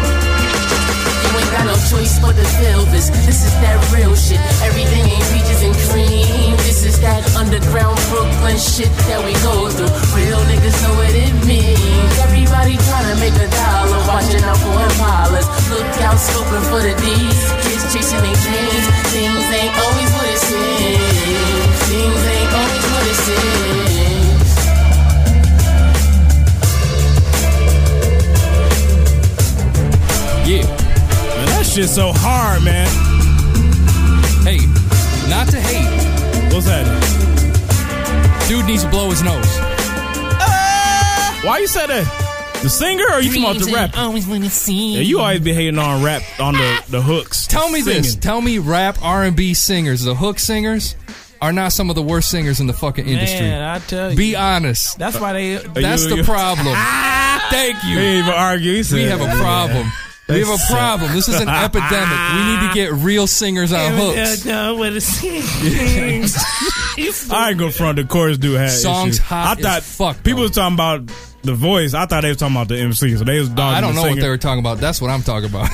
[SPEAKER 10] You ain't got no choice but to feel this. This is that real shit. Everything ain't peaches and cream. This is that underground Brooklyn shit that we go through. Real niggas know what it means. Everybody tryna make a dollar, watching out for impalas. Look out, scoping for the D's. Kids chasing their dreams. Things ain't always what it seems. Things ain't always what it seems.
[SPEAKER 4] Yeah.
[SPEAKER 3] Man, that shit's so hard, man.
[SPEAKER 4] Hey, not to hate.
[SPEAKER 3] What's that?
[SPEAKER 4] Dude needs to blow his nose.
[SPEAKER 3] Uh, Why you said that? The singer or you talking about the rapper?
[SPEAKER 10] always wanna see.
[SPEAKER 3] Yeah, you always be hating on rap on the, the hooks.
[SPEAKER 4] Tell me this.
[SPEAKER 3] Singing.
[SPEAKER 4] Tell me rap R&B singers, the hook singers, are not some of the worst singers in the fucking industry.
[SPEAKER 5] Man, I tell you.
[SPEAKER 4] Be honest.
[SPEAKER 5] that's why they.
[SPEAKER 4] That's
[SPEAKER 3] you-
[SPEAKER 4] the
[SPEAKER 3] you-
[SPEAKER 4] problem. Thank
[SPEAKER 3] He
[SPEAKER 4] you.
[SPEAKER 3] ain't even argue. He said,
[SPEAKER 4] We have a problem. We have a problem. This is an epidemic. We need to get real singers on hooks.
[SPEAKER 5] uh, no, what is
[SPEAKER 3] I ain't gonna front the chorus dude had
[SPEAKER 4] Songs
[SPEAKER 3] issues.
[SPEAKER 4] hot
[SPEAKER 3] I
[SPEAKER 4] as
[SPEAKER 3] thought
[SPEAKER 4] fuck,
[SPEAKER 3] people
[SPEAKER 4] though.
[SPEAKER 3] was talking about the voice. I thought they was talking about the MC. So they was dogging
[SPEAKER 4] I don't
[SPEAKER 3] the
[SPEAKER 4] know what
[SPEAKER 3] singer.
[SPEAKER 4] they were talking about. That's what I'm talking about.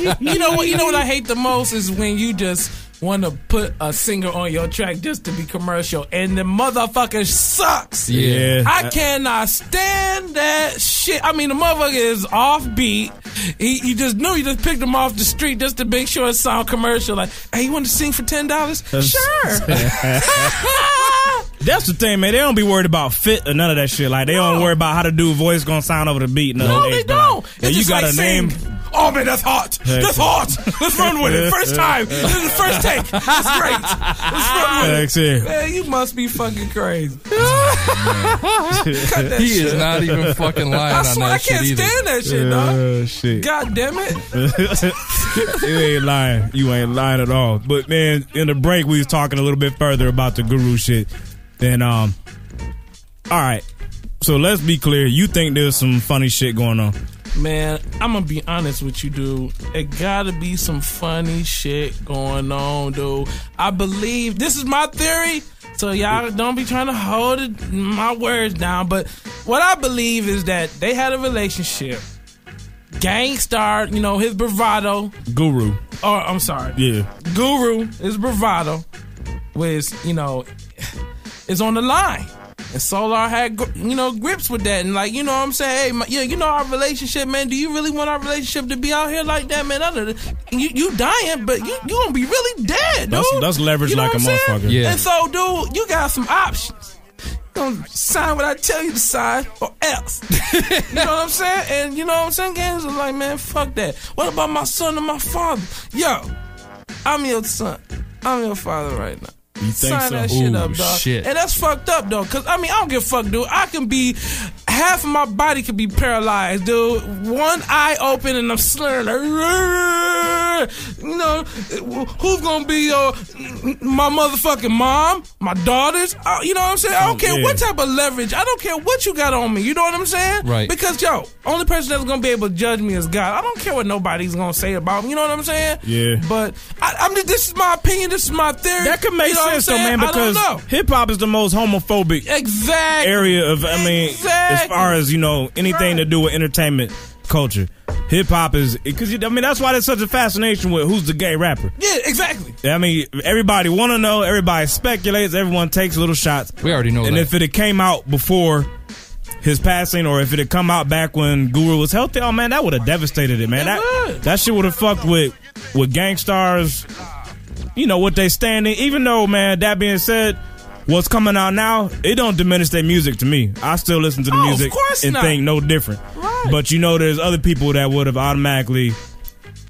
[SPEAKER 5] you know what? You know what I hate the most is when you just want to put a singer on your track just to be commercial, and the motherfucker sucks.
[SPEAKER 4] Yeah.
[SPEAKER 5] I cannot stand that shit. I mean, the motherfucker is offbeat. He, you just know you just picked him off the street just to make sure it sound commercial. Like, hey, you want to sing for ten dollars? Sure.
[SPEAKER 3] That's the thing, man. They don't be worried about fit or none of that shit. Like they don't
[SPEAKER 5] No.
[SPEAKER 3] worry about how the dude voice gonna sound over the beat. None
[SPEAKER 5] no,
[SPEAKER 3] of that
[SPEAKER 5] they
[SPEAKER 3] shit, bro.
[SPEAKER 5] don't.
[SPEAKER 3] Yeah,
[SPEAKER 5] It's
[SPEAKER 3] you
[SPEAKER 5] just
[SPEAKER 3] got
[SPEAKER 5] like
[SPEAKER 3] a name.
[SPEAKER 5] sing, Oh man, that's hot. That's hot. Let's run with it. First time. This is the first take. It's great. Let's run with it.
[SPEAKER 3] That's it.
[SPEAKER 5] Man, you must be fucking crazy.
[SPEAKER 4] He is not even fucking lying
[SPEAKER 5] I
[SPEAKER 4] on
[SPEAKER 5] swear
[SPEAKER 4] that
[SPEAKER 5] I
[SPEAKER 4] shit
[SPEAKER 5] can't
[SPEAKER 4] either.
[SPEAKER 5] stand that shit, dog.
[SPEAKER 3] Uh, shit.
[SPEAKER 5] God damn it.
[SPEAKER 3] you ain't lying. You ain't lying at all. But man, in the break we was talking a little bit further about the guru shit. And um all right. So let's be clear. You think there's some funny shit going on.
[SPEAKER 5] Man, I'm gonna be honest with you, dude. It gotta be some funny shit going on, dude. I believe this is my theory, so y'all don't be trying to hold it, my words down. But what I believe is that they had a relationship. Gangstar, you know, his bravado,
[SPEAKER 3] Guru.
[SPEAKER 5] or I'm sorry,
[SPEAKER 3] Yeah.
[SPEAKER 5] Guru is bravado, was you know, is on the line. And Solar had gr- you know grips with that, and like you know what I'm saying, hey, my, yeah, you know our relationship, man. Do you really want our relationship to be out here like that, man? Other than, you you dying, but you you gonna be really dead, dude.
[SPEAKER 3] That's- that's leverage
[SPEAKER 5] You know
[SPEAKER 3] like
[SPEAKER 5] what
[SPEAKER 3] a
[SPEAKER 5] I'm saying?
[SPEAKER 3] motherfucker.
[SPEAKER 4] Yeah.
[SPEAKER 5] And so, dude, you got some options. You Gonna sign what I tell you to sign, or else. You know what I'm saying? And you know what I'm saying? Gangs are like, man, fuck that. What about my son and my father? Yo, I'm your son. I'm your father right now.
[SPEAKER 3] You think
[SPEAKER 5] Sign
[SPEAKER 3] so?
[SPEAKER 5] that shit
[SPEAKER 4] Ooh,
[SPEAKER 5] up, dog.
[SPEAKER 4] shit.
[SPEAKER 5] And that's fucked up, though. Cause I mean, I don't give a fuck, dude. I can be half of my body could be paralyzed, dude. One eye open and I'm slurring. like, "Rrrr." You know, who's gonna be your my motherfucking mom, my daughters? Uh, you know what I'm saying? I don't care
[SPEAKER 3] Oh, yeah.
[SPEAKER 5] what type of leverage. I don't care what you got on me. You know what I'm saying?
[SPEAKER 4] Right.
[SPEAKER 5] Because yo, only person that's gonna be able to judge me is God. I don't care what nobody's gonna say about me. You know what I'm saying?
[SPEAKER 3] Yeah.
[SPEAKER 5] But I, I'm just. This is my opinion. This is my theory.
[SPEAKER 3] That could make
[SPEAKER 5] You know what I'm
[SPEAKER 3] sense though,
[SPEAKER 5] saying?
[SPEAKER 3] man, because
[SPEAKER 5] I don't know.
[SPEAKER 3] hip hop is the most homophobic
[SPEAKER 5] Exactly.
[SPEAKER 3] area of I mean as far as you know anything to do with entertainment culture. Hip hop is because I mean that's why there's such a fascination with who's the gay rapper.
[SPEAKER 5] yeah, exactly.
[SPEAKER 3] I mean everybody want to know, everybody speculates, everyone takes little shots.
[SPEAKER 4] We already know
[SPEAKER 3] and
[SPEAKER 4] that.
[SPEAKER 3] if it had came out before his passing, or if it had come out back when Guru was healthy, oh man, that would have devastated it, man.
[SPEAKER 5] It
[SPEAKER 3] that
[SPEAKER 5] would.
[SPEAKER 3] that shit would have fucked with with gangstars. You know what they standing. Even though, man, that being said, what's coming out now, it don't diminish their music to me. I still listen to the
[SPEAKER 5] Oh, of
[SPEAKER 3] music
[SPEAKER 5] course
[SPEAKER 3] and
[SPEAKER 5] not.
[SPEAKER 3] think no different.
[SPEAKER 5] Right.
[SPEAKER 3] But you know, there's other people that would have automatically.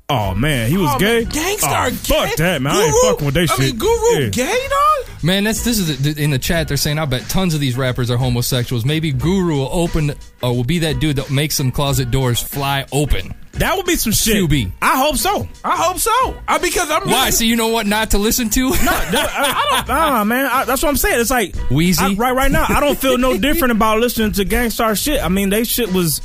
[SPEAKER 3] Oh man, he was
[SPEAKER 5] Oh,
[SPEAKER 3] gay.
[SPEAKER 5] man, Gangstar
[SPEAKER 3] Oh,
[SPEAKER 5] gay.
[SPEAKER 3] Fuck that, man. I ain't
[SPEAKER 5] Guru-
[SPEAKER 3] fucking with that
[SPEAKER 5] I
[SPEAKER 3] shit.
[SPEAKER 5] mean, Guru
[SPEAKER 3] Yeah.
[SPEAKER 5] gay, dog?
[SPEAKER 4] Man, that's this is the, in the chat. They're saying I bet tons of these rappers are homosexuals. Maybe Guru will open or will be that dude that makes some closet doors fly open.
[SPEAKER 3] That would be some shit.
[SPEAKER 4] QB.
[SPEAKER 3] I hope so.
[SPEAKER 5] I hope so. I, because I'm
[SPEAKER 4] Why? So you know what not to listen to?
[SPEAKER 3] I, I don't, nah, man. I, that's what I'm saying. It's like
[SPEAKER 4] Wheezy?
[SPEAKER 3] I- right, right now, I don't feel no different about listening to gangstar shit. I mean, they shit was.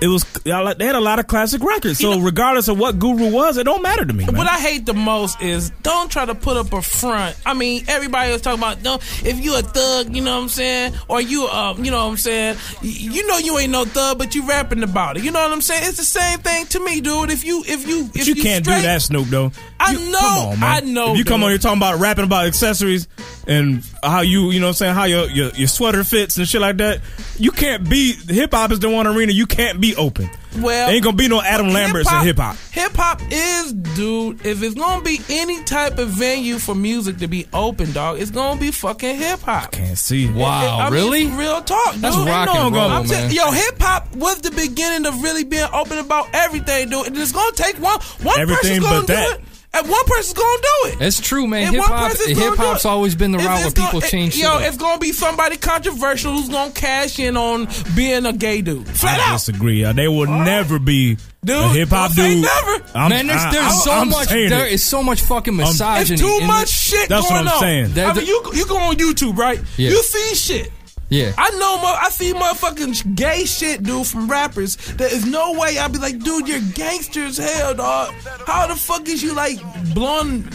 [SPEAKER 3] It was y'all like- they had a lot of classic records. So regardless of what Guru was, it don't matter to me. man.
[SPEAKER 5] What I hate the most is don't try to put up a front. I mean, everybody was talking about don't if you a thug, you know what I'm saying, or you um, you know what I'm saying. y- You know you ain't no thug, but you rapping about it. You know what I'm saying? It's the same thing to me, dude. If you if you if
[SPEAKER 3] But you, can't
[SPEAKER 5] straight-
[SPEAKER 3] do that, Snoop. Though
[SPEAKER 5] I
[SPEAKER 3] You-
[SPEAKER 5] know,
[SPEAKER 3] come on, man.
[SPEAKER 5] I know,
[SPEAKER 3] If you come
[SPEAKER 5] dude.
[SPEAKER 3] on here talking about rapping about accessories and how you, you know, what I'm saying how your, your your sweater fits and shit like that. You can't be hip hop is the one arena. You can't be open.
[SPEAKER 5] Well,
[SPEAKER 3] ain't gonna be no Adam Lambert's in hip hop.
[SPEAKER 5] Hip hop is, dude. If it's gonna be any type of venue for music to be open, dog, it's gonna be fucking hip hop.
[SPEAKER 3] Can't see.
[SPEAKER 4] wow,
[SPEAKER 5] I mean,
[SPEAKER 4] really?
[SPEAKER 5] real talk.
[SPEAKER 4] That's
[SPEAKER 5] dude.
[SPEAKER 4] rock and
[SPEAKER 5] I'm
[SPEAKER 4] roll,
[SPEAKER 5] telling-
[SPEAKER 4] man.
[SPEAKER 5] Yo, hip hop was the beginning of really being open about everything, dude. And it's gonna take one. One
[SPEAKER 3] Everything
[SPEAKER 5] person's gonna
[SPEAKER 3] but
[SPEAKER 5] do
[SPEAKER 3] that.
[SPEAKER 5] it, and one person's gonna do it.
[SPEAKER 4] That's true, man.
[SPEAKER 5] And
[SPEAKER 4] Hip
[SPEAKER 5] one
[SPEAKER 4] hop,
[SPEAKER 5] person's gonna
[SPEAKER 4] hip
[SPEAKER 5] do
[SPEAKER 4] hop's
[SPEAKER 5] it.
[SPEAKER 4] always been the
[SPEAKER 5] It's-
[SPEAKER 4] route where
[SPEAKER 5] it's gonna-
[SPEAKER 4] people
[SPEAKER 5] it-
[SPEAKER 4] change. shit
[SPEAKER 5] Yo,
[SPEAKER 4] up.
[SPEAKER 5] it's gonna be somebody controversial who's gonna cash in on being a gay dude. Flat
[SPEAKER 3] I
[SPEAKER 5] out.
[SPEAKER 3] disagree. Uh, They will never be a
[SPEAKER 5] Dude,
[SPEAKER 3] hip hop
[SPEAKER 5] don't say
[SPEAKER 3] dude.
[SPEAKER 5] never.
[SPEAKER 3] I'm-
[SPEAKER 4] man, there's,
[SPEAKER 3] I-
[SPEAKER 4] there's
[SPEAKER 3] I'm-
[SPEAKER 4] so
[SPEAKER 3] I'm
[SPEAKER 4] much. There
[SPEAKER 3] saying
[SPEAKER 4] is
[SPEAKER 3] it.
[SPEAKER 4] so much fucking misogyny.
[SPEAKER 5] It's too
[SPEAKER 4] in
[SPEAKER 5] much
[SPEAKER 4] the-
[SPEAKER 5] shit
[SPEAKER 3] That's what
[SPEAKER 5] going
[SPEAKER 3] I'm
[SPEAKER 5] on.
[SPEAKER 3] saying.
[SPEAKER 5] I
[SPEAKER 4] That-
[SPEAKER 5] mean, you you go on YouTube, right?
[SPEAKER 4] Yeah.
[SPEAKER 5] You see shit.
[SPEAKER 4] Yeah.
[SPEAKER 5] I know. Mo- I see motherfucking gay shit, dude, from rappers. There is no way I'd be like, dude, you're gangster as hell, dog. How the fuck is you like blowing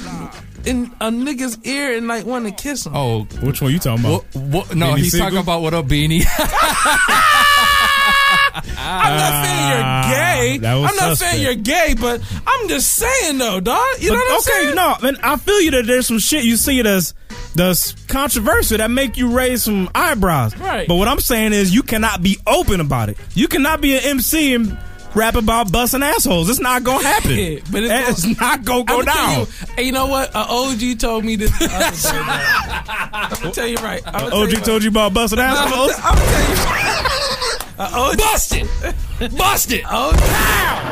[SPEAKER 5] in a nigga's ear and like wanting to kiss him?
[SPEAKER 4] oh,
[SPEAKER 3] Which one you talking about?
[SPEAKER 4] what, what, no,
[SPEAKER 3] Any
[SPEAKER 4] he's talking
[SPEAKER 3] single?
[SPEAKER 4] about what up, Beanie.
[SPEAKER 5] I'm not saying you're gay.
[SPEAKER 3] Ah, that was
[SPEAKER 5] I'm not
[SPEAKER 3] suspect.
[SPEAKER 5] saying you're gay, but I'm just saying though, dog. You know
[SPEAKER 3] But,
[SPEAKER 5] what I'm
[SPEAKER 3] okay,
[SPEAKER 5] saying?
[SPEAKER 3] no, man, I feel you that there's some shit you see that's that's controversial that make you raise some eyebrows.
[SPEAKER 5] Right.
[SPEAKER 3] But what I'm saying is you cannot be open about it. You cannot be an MC and rap about busting assholes. It's not gonna happen.
[SPEAKER 5] Yeah, but it's
[SPEAKER 3] That
[SPEAKER 5] gonna-
[SPEAKER 3] is not gonna go
[SPEAKER 5] I'ma tell
[SPEAKER 3] down.
[SPEAKER 5] You, and you know what? An OG told me this. the other day, man. I'm gonna tell you right. I'm gonna
[SPEAKER 3] OG told you about busting
[SPEAKER 5] I'm
[SPEAKER 3] assholes.
[SPEAKER 5] gonna tell you. An OG,
[SPEAKER 4] Busted, busted.
[SPEAKER 5] Oh,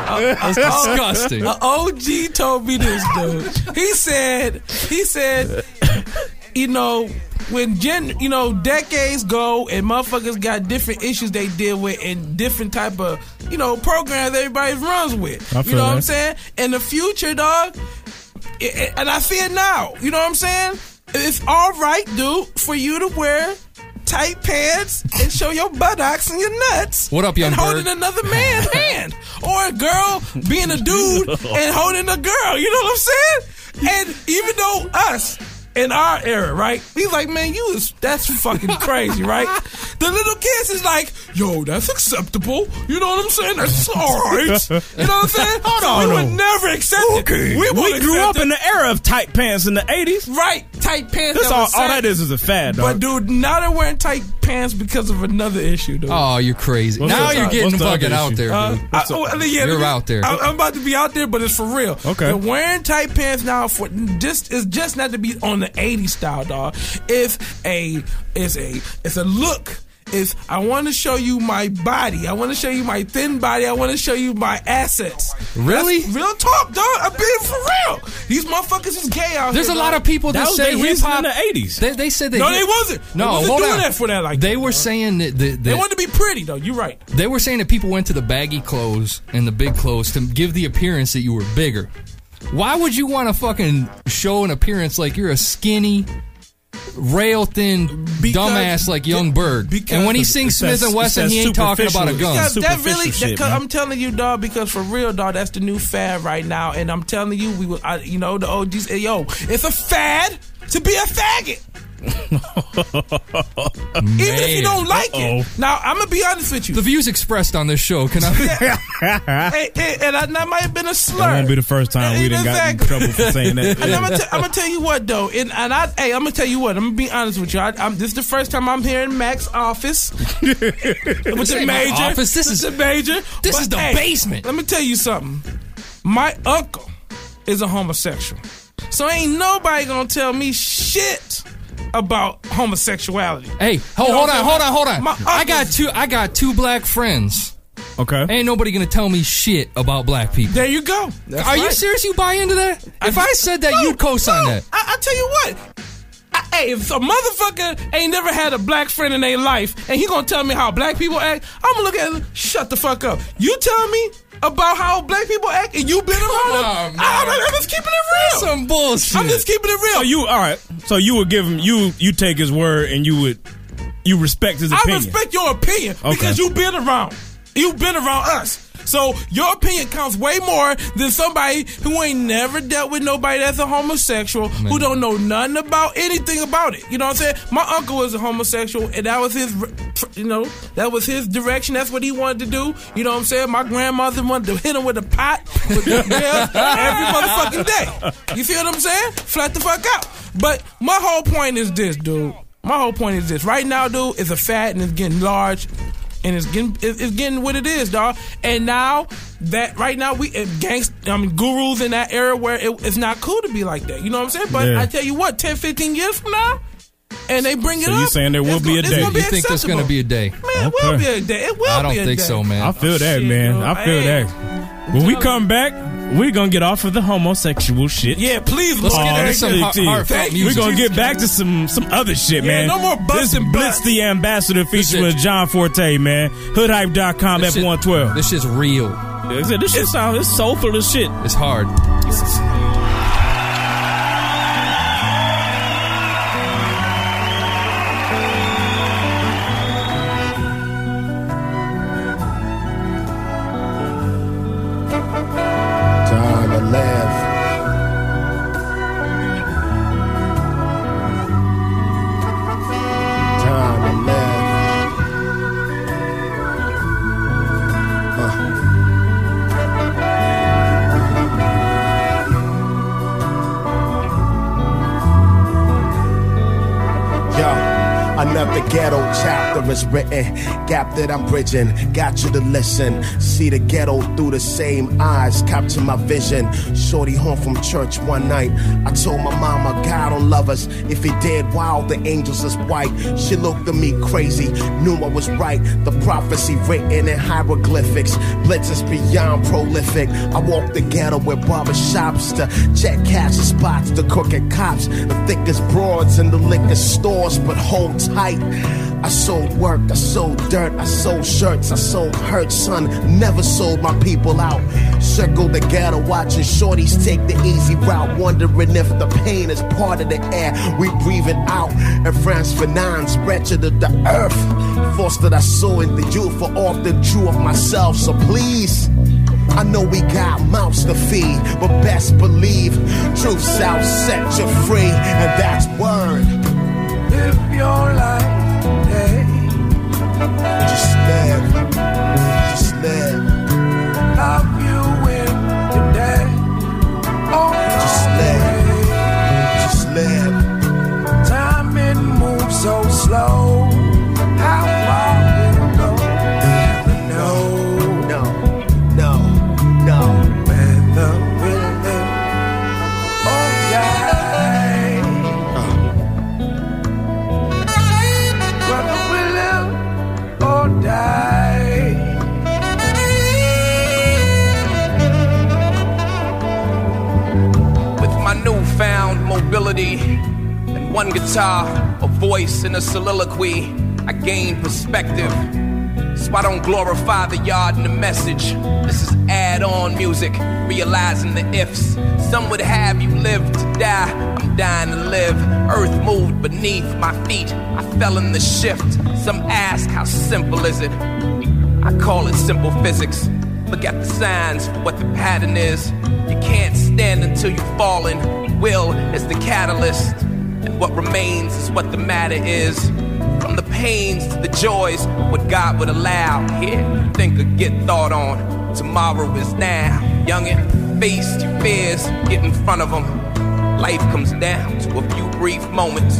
[SPEAKER 5] Uh,
[SPEAKER 4] Disgusting.
[SPEAKER 5] a OG told me this, dude. He said, he said, you know, when gen, you know, decades go and motherfuckers got different issues they deal with and different type of, you know, programs everybody runs with.
[SPEAKER 3] I
[SPEAKER 5] You
[SPEAKER 3] feel
[SPEAKER 5] know what I'm
[SPEAKER 3] that.
[SPEAKER 5] saying? In the future, dog, I- I- and I see it now. You know what I'm saying? It's all right, dude, for you to wear tight pants and show your buttocks and your nuts.
[SPEAKER 4] What up, young
[SPEAKER 5] And holding
[SPEAKER 4] bird?
[SPEAKER 5] another man's hand, or a girl being a dude and holding a girl. You know what I'm saying? And even though us. In our era, right? He's like, man, you is that's fucking crazy, right? The little kids is like, yo, that's acceptable. You know what I'm saying? That's all right. You know what I'm saying? Hold
[SPEAKER 3] on,
[SPEAKER 5] We
[SPEAKER 3] no.
[SPEAKER 5] would never accept it.
[SPEAKER 3] We,
[SPEAKER 5] won't
[SPEAKER 3] grew
[SPEAKER 5] accept
[SPEAKER 3] up
[SPEAKER 5] it.
[SPEAKER 3] in the era of tight pants in the '80s.
[SPEAKER 5] Right, tight pants.
[SPEAKER 3] That's
[SPEAKER 5] that
[SPEAKER 3] all.
[SPEAKER 5] was
[SPEAKER 3] All
[SPEAKER 5] safe.
[SPEAKER 3] that is is a fad.
[SPEAKER 5] But
[SPEAKER 3] Dog.
[SPEAKER 5] dude, now they're wearing tight pants because of another issue, dude.
[SPEAKER 4] Oh, you're crazy.
[SPEAKER 3] What's
[SPEAKER 4] now
[SPEAKER 3] the-
[SPEAKER 4] you're
[SPEAKER 3] what's
[SPEAKER 4] getting
[SPEAKER 3] the
[SPEAKER 4] fucking
[SPEAKER 3] other
[SPEAKER 4] out
[SPEAKER 3] issue?
[SPEAKER 4] there,
[SPEAKER 5] Uh,
[SPEAKER 4] dude.
[SPEAKER 5] I- oh, yeah,
[SPEAKER 4] You're
[SPEAKER 5] let me-
[SPEAKER 4] out there.
[SPEAKER 5] I, am about to be out there, but it's for real.
[SPEAKER 3] Okay.
[SPEAKER 5] They're wearing tight pants now for just it's just not to be on the 80s style, dog. It's a it's a it's a look. It's I want to show you my body. I want to show you my thin body. I want to show you my assets.
[SPEAKER 4] Really?
[SPEAKER 5] That's real talk, dog. I'm being for real. These mmotherfuckers is gay out
[SPEAKER 4] There's
[SPEAKER 5] here.
[SPEAKER 4] a lot
[SPEAKER 5] dog.
[SPEAKER 4] of people that,
[SPEAKER 3] That was
[SPEAKER 4] say
[SPEAKER 3] their
[SPEAKER 4] hip
[SPEAKER 3] reason in
[SPEAKER 4] hop
[SPEAKER 3] the '80s.
[SPEAKER 4] They, they said they
[SPEAKER 5] No, they wasn't. They
[SPEAKER 4] No,
[SPEAKER 5] wasn't
[SPEAKER 4] hold
[SPEAKER 5] doing
[SPEAKER 4] on.
[SPEAKER 5] that for that like
[SPEAKER 4] they
[SPEAKER 5] that,
[SPEAKER 4] were
[SPEAKER 5] dog.
[SPEAKER 4] saying that, that,
[SPEAKER 5] They
[SPEAKER 4] that-
[SPEAKER 5] wanted to be pretty though. You're right.
[SPEAKER 4] they were saying that people went to the baggy clothes and the big clothes to give the appearance that you were bigger. Why would you want to fucking show an appearance like you're a skinny, rail thin
[SPEAKER 5] Because-
[SPEAKER 4] dumbass like Young Berg?
[SPEAKER 5] because-
[SPEAKER 4] and when he sings
[SPEAKER 3] It's
[SPEAKER 4] Smith
[SPEAKER 3] that-
[SPEAKER 4] and Wesson,
[SPEAKER 3] it's that
[SPEAKER 4] he ain't talking about a
[SPEAKER 3] superficial-
[SPEAKER 4] gun.
[SPEAKER 5] Because that
[SPEAKER 3] Superficial
[SPEAKER 5] really,
[SPEAKER 3] shit,
[SPEAKER 5] that- 'cause
[SPEAKER 3] man.
[SPEAKER 5] I'm telling you, dog. Because for real, dog, that's the new fad right now. And I'm telling you, we, will- I, you know, the OGs. eh, Yo, it's a fad to be a faggot. Even if you
[SPEAKER 4] Man.
[SPEAKER 5] don't like
[SPEAKER 3] Uh-oh.
[SPEAKER 5] it. Now I'm gonna be honest with you,
[SPEAKER 4] The views expressed on this show can I,
[SPEAKER 5] and, and- and I, that might have been a slur.
[SPEAKER 3] that won't be the first time we didn't got in
[SPEAKER 5] Exactly.
[SPEAKER 3] trouble for saying that.
[SPEAKER 5] And I'm gonna, t- I'm gonna tell you what though, and, and I, hey, I'm gonna tell you what. I'm gonna be honest with you. I, I'm, this is the first time I'm here in Mac's office. Which
[SPEAKER 4] ain't
[SPEAKER 5] is
[SPEAKER 4] my
[SPEAKER 5] major.
[SPEAKER 4] office. This is-
[SPEAKER 5] a major.
[SPEAKER 4] this is the basement.
[SPEAKER 5] Let me tell you something. My uncle is a homosexual, so ain't nobody gonna tell me shit about homosexuality.
[SPEAKER 4] Hey, ho-
[SPEAKER 5] You know
[SPEAKER 4] Oh, hold
[SPEAKER 5] what
[SPEAKER 4] on,
[SPEAKER 5] I'm
[SPEAKER 4] hold on,
[SPEAKER 5] saying?
[SPEAKER 4] hold on.
[SPEAKER 5] My
[SPEAKER 4] I got
[SPEAKER 5] uncle's-
[SPEAKER 4] two I got two black friends.
[SPEAKER 3] okay.
[SPEAKER 4] Ain't nobody gonna tell me shit about black people.
[SPEAKER 5] There you go.
[SPEAKER 4] Are you serious? You buy into that? If I said that, you'd co-sign
[SPEAKER 5] no.
[SPEAKER 4] that.
[SPEAKER 5] I, I tell you what. I, Hey, if a motherfucker ain't never had a black friend in their life, and he gonna tell me how black people act, I'm gonna look at him. Shut the fuck up. You tell me about how black people act, and you been around them. I'm, I'm just keeping it real.
[SPEAKER 4] Some bullshit.
[SPEAKER 5] I'm just keeping it real.
[SPEAKER 3] So you all right? So you would give him you you take his word and you would you respect his
[SPEAKER 5] I
[SPEAKER 3] opinion.
[SPEAKER 5] respect your opinion
[SPEAKER 3] Okay.
[SPEAKER 5] because you've been around. You've been around us. So your opinion counts way more than somebody who ain't never dealt with nobody that's a homosexual, who don't know nothing about anything about it. You know what I'm saying? My uncle was a homosexual, and that was his, you know, that was his direction. That's what he wanted to do. You know what I'm saying? My grandmother wanted to hit him with a pot with the nails every motherfucking day. You feel what I'm saying? Flat the fuck out. But my whole point is this, dude. My whole point is this: right now, dude, it's a fad and it's getting large, and it's getting it- it's getting what it is, dog. And now that right now we uh, gangst, I mean, gurus in that era where it, it's not cool to be like that. You know what I'm saying? But
[SPEAKER 3] Yeah.
[SPEAKER 5] I tell you what, 10, 15 years from now, and they bring it
[SPEAKER 3] So
[SPEAKER 5] up.
[SPEAKER 3] you saying there will
[SPEAKER 5] it's
[SPEAKER 3] be
[SPEAKER 5] gon-
[SPEAKER 3] a
[SPEAKER 5] it's
[SPEAKER 3] day.
[SPEAKER 5] gonna be
[SPEAKER 4] You think there's gonna
[SPEAKER 5] acceptable.
[SPEAKER 4] be a day?
[SPEAKER 5] Man, it will
[SPEAKER 3] Okay.
[SPEAKER 5] be a day. It will
[SPEAKER 4] I don't
[SPEAKER 5] be a
[SPEAKER 4] think
[SPEAKER 5] day.
[SPEAKER 4] so, man.
[SPEAKER 3] I feel that,
[SPEAKER 5] Shit,
[SPEAKER 3] man.
[SPEAKER 5] bro.
[SPEAKER 3] I feel
[SPEAKER 5] Hey.
[SPEAKER 3] that. When we come back, we're gonna get off of the homosexual shit.
[SPEAKER 5] Yeah, please,
[SPEAKER 4] Let's
[SPEAKER 5] Lord.
[SPEAKER 4] get into some
[SPEAKER 3] Alright,
[SPEAKER 4] heart- heartfelt
[SPEAKER 5] Thank you.
[SPEAKER 3] We're
[SPEAKER 4] music.
[SPEAKER 3] gonna get back to some some other shit, man.
[SPEAKER 5] no more bust
[SPEAKER 3] This
[SPEAKER 5] and
[SPEAKER 3] Blitz
[SPEAKER 5] bust.
[SPEAKER 3] the Ambassador featuring with
[SPEAKER 4] This shit-
[SPEAKER 3] John Forte, man. Hoodhype.com
[SPEAKER 4] This shit-
[SPEAKER 3] F112.
[SPEAKER 4] This shit's real.
[SPEAKER 3] This, this shit sounds it's soulful as shit.
[SPEAKER 4] It's hard.
[SPEAKER 12] Time to laugh. Time to laugh. Yo, another ghetto chapter is written. Gap that I'm bridging. Got you to listen. See the ghetto through the same eyes. Capture my vision. Shorty home from church one night. I told my mama, God don't love us. If he did, wow, the angels is white. She looked at me crazy. Knew I was right. The prophecy written in hieroglyphics. Blitz is beyond prolific. I walk the ghetto with barber shops to check cash spots, the crooked cops, the thickest broads in the liquor stores. But hold tight. I sold work, I sold dirt, I sold shirts, I sold hurt, son. Never sold my people out. Circle the ghetto, watching shorties take the easy route, wondering if the pain is part of the air we breathing out. And France Fanon's wretched of the earth, force that I saw in the youth, for often true of myself. So please. I know we got mouths to feed, but best believe truth shall set you free, and that's word.
[SPEAKER 6] Live your life, hey,
[SPEAKER 12] Just live, just live,
[SPEAKER 6] love you with your dad. Oh,
[SPEAKER 12] Just live. just live.
[SPEAKER 6] Time it moves so slow. How far will it go? Never know
[SPEAKER 12] No, no, no.
[SPEAKER 6] when the will end. Oh, yeah.
[SPEAKER 12] Uh-huh.
[SPEAKER 6] Whether we live or die.
[SPEAKER 13] With my newfound mobility and one guitar, a voice, and a soliloquy, I gain perspective. So I don't glorify the yard and the message. This is add on music, realizing the ifs. Some would have you live to die, I'm dying to live. Earth moved beneath my feet, I fell in the shift. Some ask, how simple is it? I call it simple physics. Look at the signs for what the pattern is. You can't stand until you've fallen. Will is the catalyst, and what remains is what the matter is. From the pains to the joys, what God would allow. Here, you think or get thought on. Tomorrow is now. Youngin', face your fears, get in front of them. Life comes down to a few brief moments.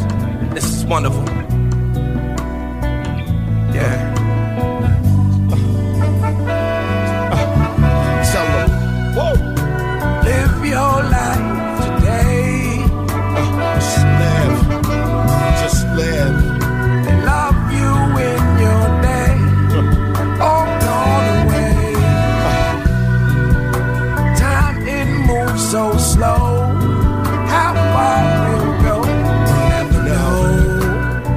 [SPEAKER 13] This is one of them. Yeah.
[SPEAKER 12] Tell them, whoa,
[SPEAKER 6] Live your life today.
[SPEAKER 12] just live, just live.
[SPEAKER 6] They love you in your day. All gone away. Time it moves so slow. How far will it go? Never know.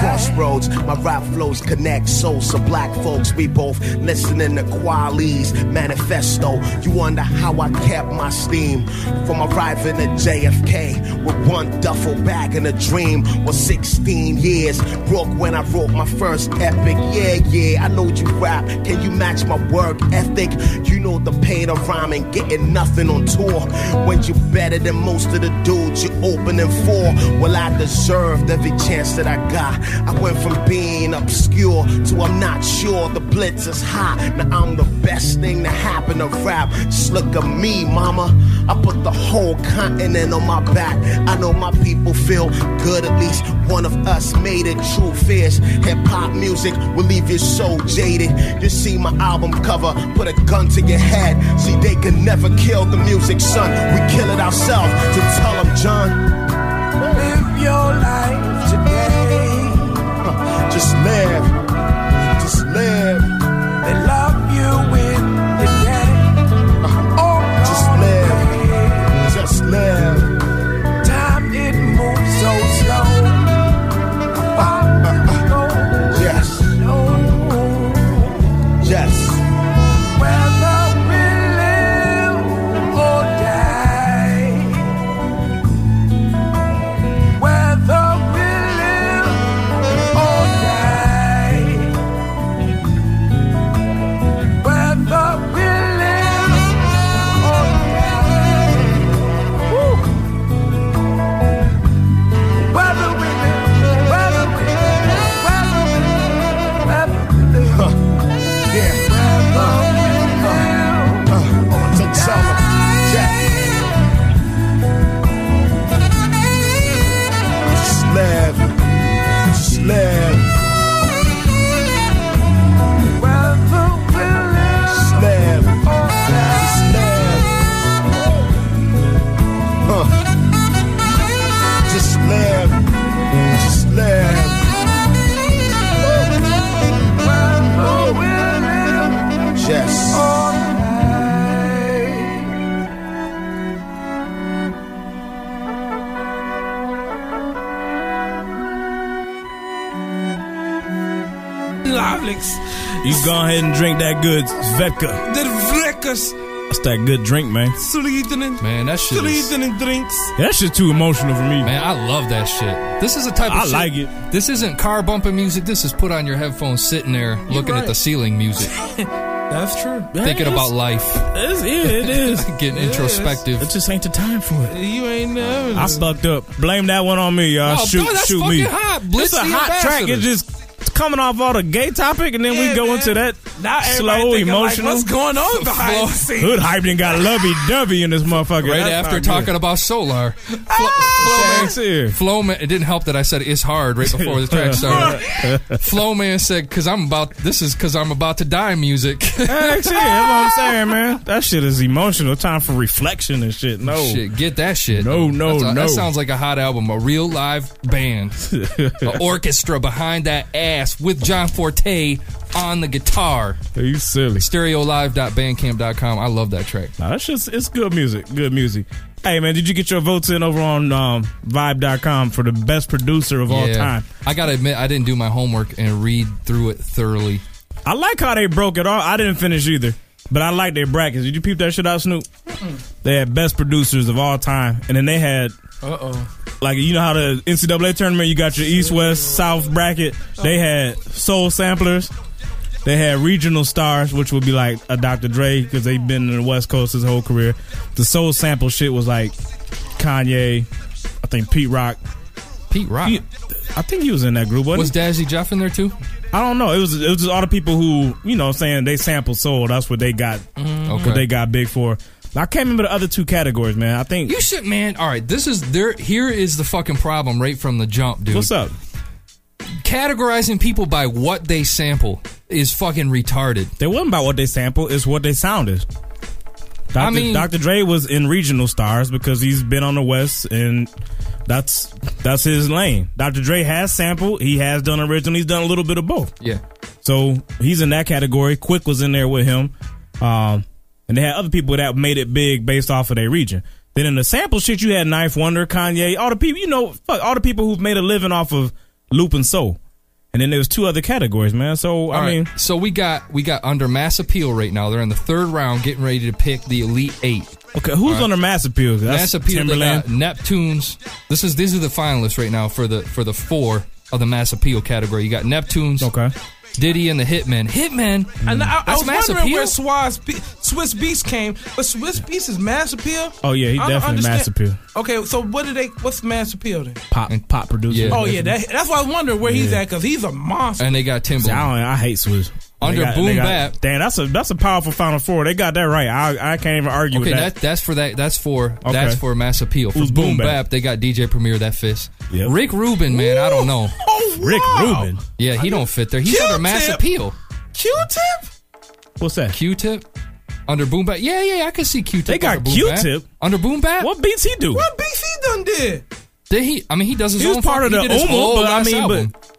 [SPEAKER 12] crossroads. My rap flows connect souls to black folks. We both listening to Quali's manifesto. You wonder how I kept my steam from arriving at JFK with one duffel bag and a dream. Was 16 years broke when I wrote my first epic. Yeah, yeah, I know you rap. Can you match my work ethic? You know the pain of rhyming, getting nothing on tour. When you better than most of the dudes you opening for. Well, I deserved every chance that I got. I went from being obscure to I'm not sure. The blitz is hot. Now I'm the best thing to happen to rap. Just look at me, mama. I put the whole continent on my back. I know my people feel good. At least one of us made it. Truth is, hip hop music will leave you so jaded. You see my album cover, put a gun to your head. See, they can never kill the music, son. We kill it ourselves. To tell 'em, John.
[SPEAKER 6] Live your life today.
[SPEAKER 12] Just live. Just live.
[SPEAKER 6] They love you in the day. Oh, just live.
[SPEAKER 12] Uh-huh. Just live.
[SPEAKER 6] Time it moves so slow. Far ago.
[SPEAKER 12] Yes. Yes.
[SPEAKER 6] Whether we live or die. Whether we live or die. Whether we live or die. Woo. Whether we live, whether we live, whether we live, whether we live.
[SPEAKER 12] Yeah.
[SPEAKER 6] Whether we live or
[SPEAKER 12] to tell 'em. Just live. Just live. Just live. Just live. Huh. Just live. Just live. Yes.
[SPEAKER 5] Lovelace.
[SPEAKER 3] You go ahead and drink that good vodka.
[SPEAKER 5] The Vlekas.
[SPEAKER 3] That's that good drink, man.
[SPEAKER 5] Sleethinin.
[SPEAKER 4] Man, that shit is-
[SPEAKER 5] Sleethinin drinks.
[SPEAKER 3] Yeah, that shit's too emotional for me.
[SPEAKER 4] Man, I love that shit. This is a type of
[SPEAKER 3] I
[SPEAKER 4] shit-
[SPEAKER 3] like it.
[SPEAKER 4] This isn't car bumping music. This is put on your headphones, sitting there looking
[SPEAKER 5] right.
[SPEAKER 4] at the ceiling music,
[SPEAKER 5] That's true.
[SPEAKER 4] thinking about life,
[SPEAKER 3] It's, yeah, it is.
[SPEAKER 4] getting introspective.
[SPEAKER 3] It just ain't the time for it.
[SPEAKER 5] You ain't never.
[SPEAKER 3] I fucked up. Blame that one on me, y'all.
[SPEAKER 4] Oh,
[SPEAKER 3] shoot,
[SPEAKER 4] bro, that's
[SPEAKER 3] shoot
[SPEAKER 4] fucking
[SPEAKER 3] me.
[SPEAKER 4] hot.
[SPEAKER 3] It's
[SPEAKER 4] Blitz
[SPEAKER 3] a
[SPEAKER 4] the
[SPEAKER 3] hot track. It's
[SPEAKER 4] ambassadors.
[SPEAKER 3] just it's coming off all the gay topic, and then
[SPEAKER 5] Yeah,
[SPEAKER 3] we go
[SPEAKER 5] man.
[SPEAKER 3] into that
[SPEAKER 5] Now everybody
[SPEAKER 3] slow,
[SPEAKER 5] thinking, like,
[SPEAKER 3] emotional.
[SPEAKER 5] What's going on behind the scenes?
[SPEAKER 3] Hood hyped and got lovey dovey in this motherfucker.
[SPEAKER 4] Right
[SPEAKER 3] That's
[SPEAKER 4] after
[SPEAKER 3] not
[SPEAKER 4] talking
[SPEAKER 3] good.
[SPEAKER 4] about solar, Flo, Flo,
[SPEAKER 3] Facts here.
[SPEAKER 4] man, Flo man, it didn't help that I said it's hard right before the track started. Flo man said, "Cause I'm about this is cause I'm about to die." Music,
[SPEAKER 3] Facts here. That's what I'm saying, man. That shit is emotional. Time for reflection and shit. No.
[SPEAKER 4] shit, get that shit.
[SPEAKER 3] No, no,
[SPEAKER 4] That's a-
[SPEAKER 3] no.
[SPEAKER 4] That sounds like a hot album. A real live band, an orchestra behind that ass with John Forte on the guitar.
[SPEAKER 3] You silly.
[SPEAKER 4] StereoLive.bandcamp.com. I love that track.
[SPEAKER 3] Nah, that's just it's good music. Good music. Hey man, did you get your votes in over on um, vibe.com for the best producer of all
[SPEAKER 4] Yeah.
[SPEAKER 3] time?
[SPEAKER 4] I gotta admit, I didn't do my homework and read through it thoroughly.
[SPEAKER 3] I like how they broke it off. I didn't finish either, but I like their brackets. Did you peep that shit out, Snoop? They had best producers of all time, and then they had
[SPEAKER 5] Uh oh.
[SPEAKER 3] like you know how the NCAA tournament you got your East West South bracket. They had soul samplers. They had regional stars, which would be like a Dr. Dre because they've been in the West Coast his whole career. The soul sample shit was like Kanye, I think Pete Rock.
[SPEAKER 4] Pete Rock.
[SPEAKER 3] He- I think he was in that group. Wasn't
[SPEAKER 4] was
[SPEAKER 3] he?
[SPEAKER 4] Dazzy Jeff in there too?
[SPEAKER 3] I don't know. It was it was just all the people who you know saying they sample soul. That's what they got.
[SPEAKER 4] Mm-hmm. Okay.
[SPEAKER 3] What they got big for. I can't remember the other two categories, man. I think
[SPEAKER 4] you should, man. All right, this is there. Here is the fucking problem right from the jump, dude.
[SPEAKER 3] what's up?
[SPEAKER 4] Categorizing people by what they sample is fucking retarded.
[SPEAKER 3] They wasn't about what they sample; it's what they sounded. Dr.
[SPEAKER 4] I mean-
[SPEAKER 3] Dr. Dre was in regional stars because he's been on the West, and that's that's his lane. Dr. Dre has sampled; he has done original. He's done a little bit of both,
[SPEAKER 4] Yeah.
[SPEAKER 3] so he's in that category. Quick was in there with him, um, and they had other people that made it big based off of their region. Then in the sample shit, you had Knife Wonder, Kanye, all the people you know, fuck, all the people who've made a living off of loop and soul. And then there was two other categories, man. So I
[SPEAKER 4] All right,
[SPEAKER 3] mean,
[SPEAKER 4] so we got we got under mass appeal right now. They're in the third round, getting ready to pick the elite eight.
[SPEAKER 3] Okay, who's under mass appeal? That's
[SPEAKER 4] mass appeal.
[SPEAKER 3] Timberland.
[SPEAKER 4] They got Neptunes. This is these are the finalists right now for the for the four of the mass appeal category. You got Neptunes.
[SPEAKER 3] Okay.
[SPEAKER 4] Diddy and the Hitman. Hitman.
[SPEAKER 5] And I, I
[SPEAKER 4] That's
[SPEAKER 5] was
[SPEAKER 4] mass
[SPEAKER 5] wondering
[SPEAKER 4] appeal?
[SPEAKER 5] where Swaz, Swiss Beast came, but Swiss Beast is mass appeal.
[SPEAKER 3] oh yeah, he
[SPEAKER 5] I don't
[SPEAKER 3] definitely mass
[SPEAKER 5] understand.
[SPEAKER 3] appeal.
[SPEAKER 5] Okay, so what do they? What's mass appeal then?
[SPEAKER 3] Pop pop producer.
[SPEAKER 5] oh yeah, that, that's why I wonder where he's
[SPEAKER 3] Yeah.
[SPEAKER 5] at because he's a monster.
[SPEAKER 4] And they got Timberland.
[SPEAKER 3] I, don't- I hate Swizz. They
[SPEAKER 4] Under
[SPEAKER 3] got- they
[SPEAKER 4] Boom
[SPEAKER 3] got-
[SPEAKER 4] Bap.
[SPEAKER 3] Damn, that's a that's a powerful final four. They got that right. I I can't even argue
[SPEAKER 4] Okay,
[SPEAKER 3] with
[SPEAKER 4] that.
[SPEAKER 3] that.
[SPEAKER 4] that's for that. That's for
[SPEAKER 3] Okay.
[SPEAKER 4] that's for mass appeal. For
[SPEAKER 3] Who's Boom
[SPEAKER 4] Boom
[SPEAKER 3] Bap?
[SPEAKER 4] Bap, they got DJ Premier. That fits. Rick Rubin, man, I don't know.
[SPEAKER 3] Rick Rubin.
[SPEAKER 4] Yeah, he don't fit there. He's
[SPEAKER 5] Q-tip.
[SPEAKER 4] under mass appeal.
[SPEAKER 5] Q-tip.
[SPEAKER 3] What's that?
[SPEAKER 4] Q-tip. Under Boom Bap. Yeah, yeah, I can see Q-tip.
[SPEAKER 3] They got
[SPEAKER 4] under Boom Bap.
[SPEAKER 3] Q-tip?
[SPEAKER 4] under Boom Bap.
[SPEAKER 3] What beats he do?
[SPEAKER 5] What beats he done did?
[SPEAKER 4] Did he? I mean, he does his
[SPEAKER 3] He was
[SPEAKER 4] own
[SPEAKER 3] part of
[SPEAKER 4] fucking-
[SPEAKER 3] the
[SPEAKER 4] he did his
[SPEAKER 3] Uma,
[SPEAKER 4] whole
[SPEAKER 3] but I
[SPEAKER 4] last
[SPEAKER 3] mean,
[SPEAKER 4] album.
[SPEAKER 3] but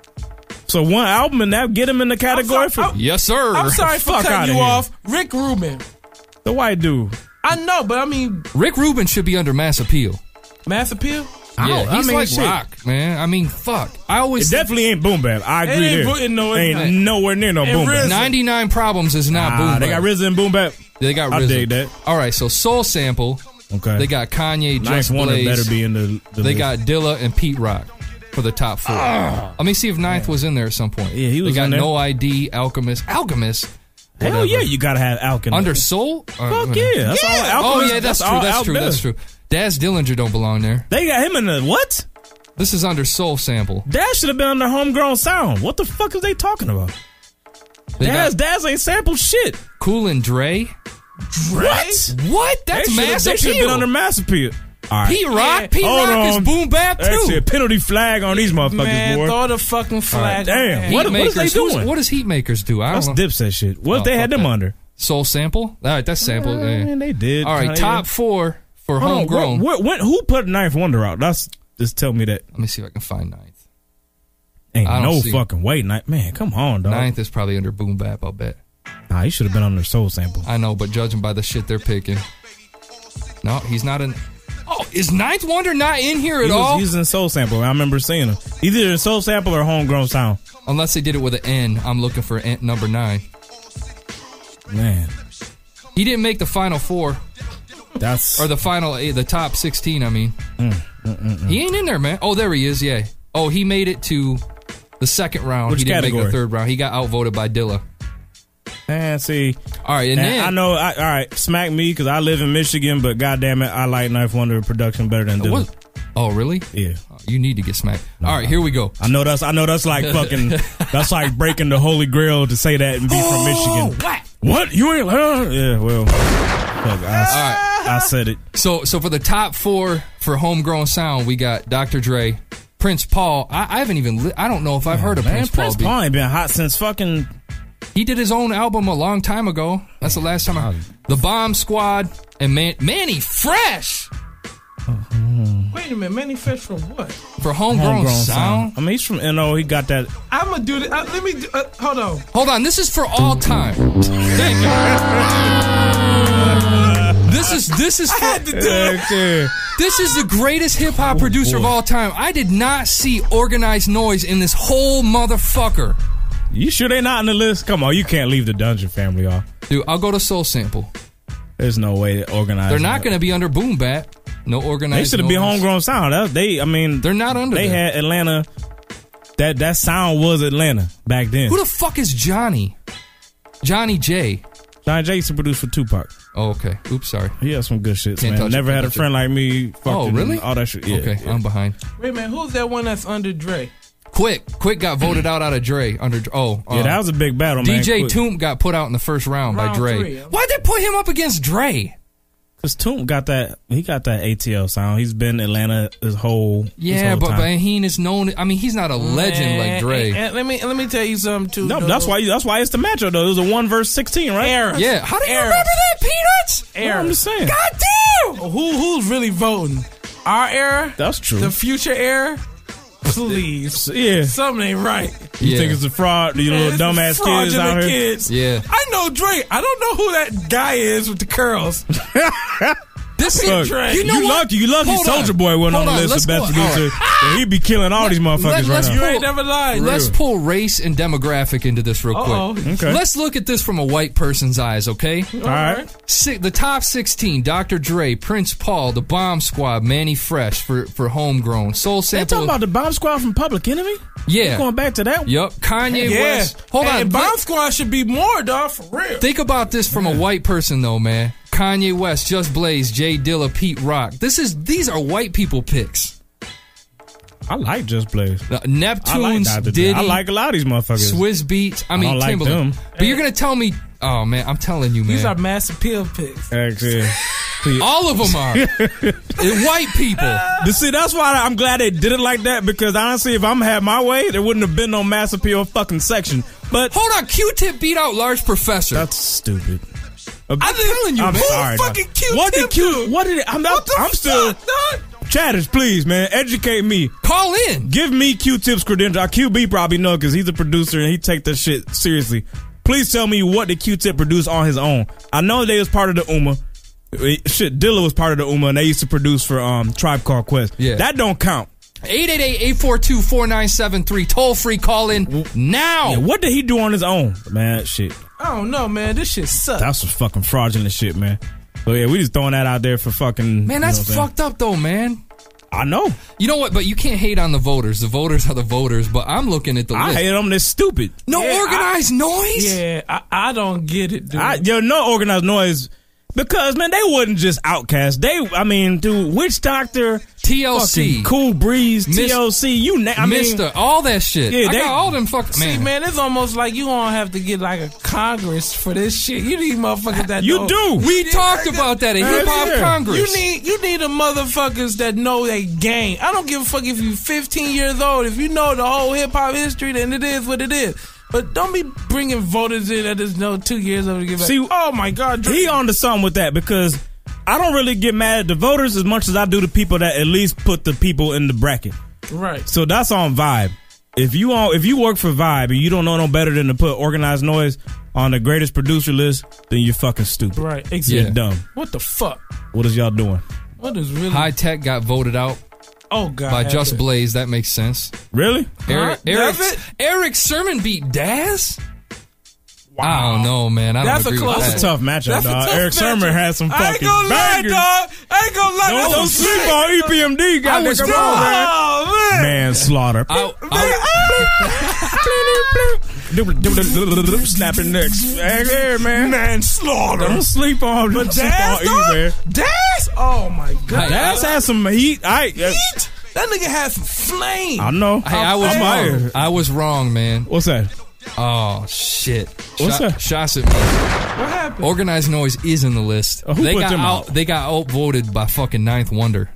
[SPEAKER 3] so one album and that get him in the category for
[SPEAKER 4] yes, sir.
[SPEAKER 5] I'm sorry for
[SPEAKER 3] Fuck outta
[SPEAKER 5] cutting you
[SPEAKER 3] here.
[SPEAKER 5] off, Rick Rubin.
[SPEAKER 3] the white dude.
[SPEAKER 5] I know, but I mean
[SPEAKER 4] Rick Rubin should be under mass appeal.
[SPEAKER 5] mass appeal.
[SPEAKER 3] I
[SPEAKER 4] yeah,
[SPEAKER 3] don't- Oh, I
[SPEAKER 4] he's
[SPEAKER 3] mean,
[SPEAKER 4] like
[SPEAKER 3] shit.
[SPEAKER 4] rock, man. I mean, fuck. I
[SPEAKER 3] It
[SPEAKER 4] always
[SPEAKER 3] definitely ain't Boom Bap. I
[SPEAKER 5] It
[SPEAKER 3] agree
[SPEAKER 5] ain't
[SPEAKER 3] there.
[SPEAKER 5] Bo- no, it's
[SPEAKER 3] ain't
[SPEAKER 5] not.
[SPEAKER 3] nowhere near no
[SPEAKER 5] And
[SPEAKER 3] Boom Bap.
[SPEAKER 5] RZA.
[SPEAKER 4] 99 problems is not
[SPEAKER 3] Nah,
[SPEAKER 4] Boom
[SPEAKER 3] they
[SPEAKER 4] Bap.
[SPEAKER 3] got RZA and Boom Bap.
[SPEAKER 4] They got
[SPEAKER 3] I
[SPEAKER 4] RZA.
[SPEAKER 3] dig that.
[SPEAKER 4] All right, so Soul Sample.
[SPEAKER 3] Okay.
[SPEAKER 4] They got Kanye,
[SPEAKER 3] Nice
[SPEAKER 4] Just
[SPEAKER 3] one that
[SPEAKER 4] Blaze.
[SPEAKER 3] better be in the. the
[SPEAKER 4] they
[SPEAKER 3] list. Ah.
[SPEAKER 4] got Dilla and Pete Rock for the top four. Let me see if Ninth was in there at some point.
[SPEAKER 3] Yeah, he was
[SPEAKER 4] They got
[SPEAKER 3] in there.
[SPEAKER 4] No ID, Alchemist, Alchemist.
[SPEAKER 3] Hell
[SPEAKER 4] whatever.
[SPEAKER 3] yeah, you gotta have Alchemist.
[SPEAKER 4] Under Soul.
[SPEAKER 3] Fuck yeah, that's all
[SPEAKER 4] oh
[SPEAKER 3] Alchemist-
[SPEAKER 4] yeah,
[SPEAKER 3] that's
[SPEAKER 4] that's, true.
[SPEAKER 3] all
[SPEAKER 4] That's true. That's
[SPEAKER 3] Alchemist.
[SPEAKER 4] true. Daz Dillinger don't belong there.
[SPEAKER 3] They got him in the what?
[SPEAKER 4] This is under Soul Sample.
[SPEAKER 3] That should have been under homegrown sound. What the fuck is they talking about?
[SPEAKER 4] They
[SPEAKER 3] Daz,
[SPEAKER 4] got
[SPEAKER 3] Daz ain't sample shit.
[SPEAKER 4] Cool and Dre.
[SPEAKER 3] What?
[SPEAKER 4] What? That's
[SPEAKER 3] they
[SPEAKER 4] mass
[SPEAKER 3] They should have
[SPEAKER 4] appeal.
[SPEAKER 3] been under mass appeal. All right.
[SPEAKER 4] Pete Rock.
[SPEAKER 5] Yeah.
[SPEAKER 4] Pete
[SPEAKER 3] Hold
[SPEAKER 4] Rock is
[SPEAKER 3] on.
[SPEAKER 4] Boom Bap too.
[SPEAKER 3] That's it. Penalty flag on these motherfuckers,
[SPEAKER 5] Man,
[SPEAKER 3] boy.
[SPEAKER 5] throw the fucking flag.
[SPEAKER 3] Damn,
[SPEAKER 5] man.
[SPEAKER 3] what- is they
[SPEAKER 4] Heatmakers. Who's-
[SPEAKER 3] doing?
[SPEAKER 4] What does Heatmakers do? I
[SPEAKER 3] That's
[SPEAKER 4] don't know.
[SPEAKER 3] dipset shit. What if
[SPEAKER 4] Oh,
[SPEAKER 3] they had
[SPEAKER 4] fuck
[SPEAKER 3] them
[SPEAKER 4] that.
[SPEAKER 3] under?
[SPEAKER 4] Soul Sample. All right, that's Sample. yeah.
[SPEAKER 3] Man, they did.
[SPEAKER 4] eh. All right,
[SPEAKER 3] Kanye.
[SPEAKER 4] top four for
[SPEAKER 3] Hold on,
[SPEAKER 4] homegrown.
[SPEAKER 3] what- what- what- who put Ninth Wonder out? That's just tell me that.
[SPEAKER 4] Let me see if I can find ninth.
[SPEAKER 3] Ain't
[SPEAKER 4] I don't
[SPEAKER 3] no
[SPEAKER 4] see.
[SPEAKER 3] fucking way. Ninth, man, come on, dog.
[SPEAKER 4] Ninth is probably under Boom Bap. I'll bet.
[SPEAKER 3] Nah, he should have been under Soul Sample.
[SPEAKER 4] I know, but judging by the shit they're picking, no, he's not in. Oh, is Ninth Wonder not in here at
[SPEAKER 3] He was
[SPEAKER 4] all?
[SPEAKER 3] using Soul Sample. I remember seeing him. Either in Soul Sample or Homegrown Sound.
[SPEAKER 4] Unless they did it with an N. I'm looking for N number nine.
[SPEAKER 3] Man,
[SPEAKER 4] He didn't make the final four
[SPEAKER 3] that's
[SPEAKER 4] or the final eight, the top sixteen. I mean, he ain't in there, man. Oh, there he is. Yeah. Oh, he made it to the second round.
[SPEAKER 3] Which
[SPEAKER 4] he didn't make
[SPEAKER 3] category?
[SPEAKER 4] the third round. He got outvoted by Dilla.
[SPEAKER 3] man. See,
[SPEAKER 4] All right, and
[SPEAKER 3] Now,
[SPEAKER 4] then
[SPEAKER 3] I know. I, all right, smack me because I live in Michigan, but goddamn it, I like Knife Wonder production better than Dilla.
[SPEAKER 4] What? Oh, really?
[SPEAKER 3] Yeah,
[SPEAKER 4] You need to get smacked. All right, here we go.
[SPEAKER 3] I know that's. I know that's like fucking. that's like breaking the holy grail to say that and be from Michigan.
[SPEAKER 4] whack.
[SPEAKER 3] What? You ain't? Huh? Yeah. Well, fuck, I, I said it.
[SPEAKER 4] So, so for the top four for homegrown sound, we got Dr. Dre, Prince Paul. I, I haven't even. Li- I don't know if I've heard of
[SPEAKER 3] Man,
[SPEAKER 4] Prince,
[SPEAKER 3] Prince
[SPEAKER 4] Paul.
[SPEAKER 3] Paul ain't been hot since fucking.
[SPEAKER 4] He did his own album a long time ago. That's the last time. I, the Bomb Squad and Man- Manny Fresh
[SPEAKER 5] Wait a minute, Manny Fish from what?
[SPEAKER 4] for homegrown,
[SPEAKER 3] homegrown
[SPEAKER 4] sound.
[SPEAKER 3] I mean, he's from NO. He got that.
[SPEAKER 5] I'm gonna do this. Uh, let me do, uh, hold on.
[SPEAKER 4] Hold on, this is for all time. Thank you. This is this is for,
[SPEAKER 3] Heck yeah.
[SPEAKER 4] This is the greatest hip hop producer of all time. I did not see organized noise in this whole motherfucker.
[SPEAKER 3] You sure they not on the list? Come on, you can't leave the Dungeon family off.
[SPEAKER 4] Dude, I'll go to Soul Sample.
[SPEAKER 3] There's no way to organize.
[SPEAKER 4] They're not going to be under Boom Bat. No organized.
[SPEAKER 3] They should have been
[SPEAKER 4] noise.
[SPEAKER 3] homegrown sound. That, they, I mean,
[SPEAKER 4] They're not under.
[SPEAKER 3] they
[SPEAKER 4] that.
[SPEAKER 3] had Atlanta. That that sound was Atlanta back then.
[SPEAKER 4] Who the fuck is Johnny? Johnny J.
[SPEAKER 3] John Jay used to produce for Tupac.
[SPEAKER 4] Oh, okay. Oops, sorry.
[SPEAKER 3] He had some good shits,
[SPEAKER 4] Can't
[SPEAKER 3] man.
[SPEAKER 4] touch it,
[SPEAKER 3] Never
[SPEAKER 4] can't
[SPEAKER 3] had a
[SPEAKER 4] touch
[SPEAKER 3] friend like me.
[SPEAKER 4] Oh,
[SPEAKER 3] fucking
[SPEAKER 4] really?
[SPEAKER 3] All that shit. Yeah,
[SPEAKER 4] okay,
[SPEAKER 3] yeah.
[SPEAKER 4] I'm behind.
[SPEAKER 5] Wait a minute, who's that one that's under Dre?
[SPEAKER 4] Quick, quick got voted out out of Dre under. Oh,
[SPEAKER 3] Yeah,
[SPEAKER 4] uh,
[SPEAKER 3] that was a big battle, man.
[SPEAKER 4] DJ
[SPEAKER 3] Quick.
[SPEAKER 4] Toomp got put out in the first round, by
[SPEAKER 5] Round
[SPEAKER 4] Dre.
[SPEAKER 5] three.
[SPEAKER 4] Why'd they put him up against Dre?
[SPEAKER 3] Cause Toom got that. He got that ATL sound. He's been in Atlanta his whole. his
[SPEAKER 4] Yeah,
[SPEAKER 3] whole
[SPEAKER 4] but,
[SPEAKER 3] time.
[SPEAKER 4] but he ain't is known. I mean, he's not a legend like
[SPEAKER 5] Man,
[SPEAKER 4] Dre.
[SPEAKER 3] eh,
[SPEAKER 5] and- and let me let me tell you something too.
[SPEAKER 3] no,
[SPEAKER 5] though.
[SPEAKER 3] that's why. That's why it's the matchup though. It was a one verse sixteen, right?
[SPEAKER 5] Errors.
[SPEAKER 4] Yeah, how do you
[SPEAKER 5] Errors.
[SPEAKER 4] remember that, Peanuts?
[SPEAKER 3] No, I'm
[SPEAKER 5] Errors.
[SPEAKER 3] just saying.
[SPEAKER 4] God damn!
[SPEAKER 5] Who who's really voting? Our era,
[SPEAKER 3] That's true.
[SPEAKER 5] the future era. Please,
[SPEAKER 3] yeah.
[SPEAKER 5] something ain't right.
[SPEAKER 3] You
[SPEAKER 4] Yeah.
[SPEAKER 3] think it's a fraud? These
[SPEAKER 5] Yeah,
[SPEAKER 3] little
[SPEAKER 5] it's
[SPEAKER 3] dumbass kids
[SPEAKER 5] fraudulent
[SPEAKER 3] out here.
[SPEAKER 5] kids.
[SPEAKER 4] Yeah.
[SPEAKER 5] I know Drake. I don't know who that guy is with the curls.
[SPEAKER 4] This is
[SPEAKER 3] Look,
[SPEAKER 4] you know
[SPEAKER 3] you
[SPEAKER 4] what?
[SPEAKER 3] lucky, you lucky.
[SPEAKER 4] Hold on.
[SPEAKER 3] Soldier Boy wasn't on
[SPEAKER 4] Hold
[SPEAKER 3] the list
[SPEAKER 4] let's
[SPEAKER 3] of best
[SPEAKER 4] go- all right.
[SPEAKER 3] producer. And he'd be killing all these motherfuckers right
[SPEAKER 4] let's
[SPEAKER 3] now.
[SPEAKER 4] Pull, Let's pull race and demographic into this real
[SPEAKER 3] Uh-oh.
[SPEAKER 4] quick.
[SPEAKER 3] Okay.
[SPEAKER 4] Let's look at this from a white person's eyes, okay? All
[SPEAKER 3] right.
[SPEAKER 4] Si- the top 16, Dr. Dre, Prince Paul, The Bomb Squad, Manny Fresh for, for Homegrown, Soul
[SPEAKER 5] They
[SPEAKER 4] Sample.
[SPEAKER 5] talking about the Bomb Squad from Public Enemy?
[SPEAKER 4] Yeah.
[SPEAKER 5] You going back to that one?
[SPEAKER 4] Yep, Kanye
[SPEAKER 5] Yeah.
[SPEAKER 4] West. Hold
[SPEAKER 5] And
[SPEAKER 4] on,
[SPEAKER 5] Bomb
[SPEAKER 4] let-
[SPEAKER 5] Squad should be more, dog, for real.
[SPEAKER 4] Think about this from a white person though, man. Kanye West, Just Blaze, Jay Dilla, Pete Rock. This is these are white people picks. Uh,
[SPEAKER 3] I like Just Blaze. I like
[SPEAKER 4] Neptune's
[SPEAKER 3] Dr. Dre.
[SPEAKER 4] Diddy.
[SPEAKER 3] I like a lot of these motherfuckers.
[SPEAKER 4] Swiss Beats. I
[SPEAKER 3] I
[SPEAKER 4] mean,
[SPEAKER 3] don't like
[SPEAKER 4] Timberland.
[SPEAKER 3] them.
[SPEAKER 4] But you're gonna tell me, oh man, I'm telling you, man.
[SPEAKER 5] These are mass appeal picks.
[SPEAKER 3] Actually,
[SPEAKER 4] All of them are. It- white people.
[SPEAKER 3] see, that's why I'm glad they did it like that because honestly, if I'm had my way, there wouldn't have been no mass appeal fucking section. But
[SPEAKER 4] hold on, Q-Tip beat out Large Professor.
[SPEAKER 3] That's stupid. I'm
[SPEAKER 4] telling you,
[SPEAKER 3] I'm
[SPEAKER 4] man.
[SPEAKER 3] sorry,
[SPEAKER 4] Who
[SPEAKER 3] dog.
[SPEAKER 4] fucking Q-Tip
[SPEAKER 3] What did Q? What did it, I'm not? I'm still. Chatters, please, man, educate me.
[SPEAKER 4] Call in.
[SPEAKER 3] Give me Q-Tip's credential. Our QB probably know because he's a producer and he take this shit seriously. Please tell me what did Q-Tip produce on his own? I know they was part of the UMA. It- Shit, Dilla was part of the UMA and they used to produce for um Tribe Called Quest. Yeah, that don't count.
[SPEAKER 4] 888-842-4973. Toll free call in now.
[SPEAKER 3] Yeah, what did he do on his own, man? Shit,
[SPEAKER 5] I don't know, man. This shit sucks.
[SPEAKER 3] that's some fucking fraudulent shit, man. So yeah, we just throwing that out there for fucking.
[SPEAKER 4] Man, that's fucked up though, man.
[SPEAKER 3] I know.
[SPEAKER 4] You know what? But you can't hate on the voters. The voters are the voters. But I'm looking at the
[SPEAKER 3] I
[SPEAKER 4] list.
[SPEAKER 3] hate them. They're stupid.
[SPEAKER 4] No
[SPEAKER 5] Yeah,
[SPEAKER 4] organized noise.
[SPEAKER 5] Yeah, I, I don't get it, dude.
[SPEAKER 3] I, yo, no organized noise. Because man, they wouldn't just outcast. They, I mean, dude, Witch Doctor,
[SPEAKER 4] TLC.
[SPEAKER 3] fucking Cool Breeze,
[SPEAKER 4] Mis-
[SPEAKER 3] TLC, you, na- I mean,
[SPEAKER 4] Mister, all that shit.
[SPEAKER 3] Yeah,
[SPEAKER 4] I
[SPEAKER 3] they-
[SPEAKER 4] got all them fuck.
[SPEAKER 5] See,
[SPEAKER 4] man,
[SPEAKER 5] man, it's almost like you gonna have to get like a Congress for this shit. You need motherfuckers that
[SPEAKER 3] You
[SPEAKER 5] know-
[SPEAKER 3] do.
[SPEAKER 4] we talked about that at
[SPEAKER 5] Right
[SPEAKER 4] Hip Hop
[SPEAKER 5] here.
[SPEAKER 4] Congress.
[SPEAKER 5] You need you need the motherfuckers that know they game. I don't give a fuck if you 15 years old. If you know the whole hip hop history, then it is what it is. But don't be bringing voters in that is no two years old to give back.
[SPEAKER 3] See-
[SPEAKER 5] oh my god, Drake.
[SPEAKER 3] he on to something with that because I don't really get mad at the voters as much as I do the people that at least put the people in the bracket.
[SPEAKER 5] right?
[SPEAKER 3] So that's on Vibe. If you on, if you work for Vibe and you don't know no better than to put organized noise on the greatest producer list, then you're fucking stupid.
[SPEAKER 5] Right,
[SPEAKER 3] You're
[SPEAKER 5] exactly.
[SPEAKER 3] dumb.
[SPEAKER 5] What the fuck?
[SPEAKER 3] What is y'all doing?
[SPEAKER 5] What is really?
[SPEAKER 4] High Tech got voted out
[SPEAKER 5] oh god,
[SPEAKER 4] by Just
[SPEAKER 5] Epic.
[SPEAKER 4] Blaze. That makes sense.
[SPEAKER 3] Really?
[SPEAKER 4] Eric, Eric,
[SPEAKER 5] Does it?
[SPEAKER 4] Eric Sermon beat Daz. I don't know, man. I don't
[SPEAKER 5] That's a
[SPEAKER 4] agree with
[SPEAKER 5] close
[SPEAKER 4] that.
[SPEAKER 3] That's a tough matchup,
[SPEAKER 5] That's a
[SPEAKER 3] dog.
[SPEAKER 5] tough
[SPEAKER 3] Eric Sermon
[SPEAKER 5] matchup.
[SPEAKER 3] had some
[SPEAKER 5] I ain't
[SPEAKER 3] fucking
[SPEAKER 5] gonna lie,
[SPEAKER 3] bangers.
[SPEAKER 5] dog. I ain't gonna lie.
[SPEAKER 3] Don't,
[SPEAKER 5] That's
[SPEAKER 3] don't
[SPEAKER 5] some
[SPEAKER 3] sleep
[SPEAKER 5] shit.
[SPEAKER 3] on E EPMD,
[SPEAKER 4] I was
[SPEAKER 3] goddamn. Come on, man.
[SPEAKER 5] Oh man.
[SPEAKER 3] Manslaughter.
[SPEAKER 4] I- I-
[SPEAKER 6] ah!
[SPEAKER 3] Snapping next. Hey, there, man.
[SPEAKER 5] Manslaughter.
[SPEAKER 3] Don't sleep on But
[SPEAKER 5] Daz, dog? Daz? Oh my god.
[SPEAKER 3] Daz has some heat. I,
[SPEAKER 5] Heat? That nigga has some flame.
[SPEAKER 3] I know.
[SPEAKER 4] Hey, I was
[SPEAKER 3] I'm
[SPEAKER 4] wrong.
[SPEAKER 3] fired.
[SPEAKER 4] I was wrong, man.
[SPEAKER 3] What's that?
[SPEAKER 4] Oh shit!
[SPEAKER 3] What's that?
[SPEAKER 4] Shots at me.
[SPEAKER 5] what happened?
[SPEAKER 4] Organized noise is in the list.
[SPEAKER 3] Uh, who
[SPEAKER 4] they
[SPEAKER 3] put
[SPEAKER 4] got
[SPEAKER 3] them
[SPEAKER 4] out,
[SPEAKER 3] out?
[SPEAKER 4] They got outvoted by fucking Ninth Wonder.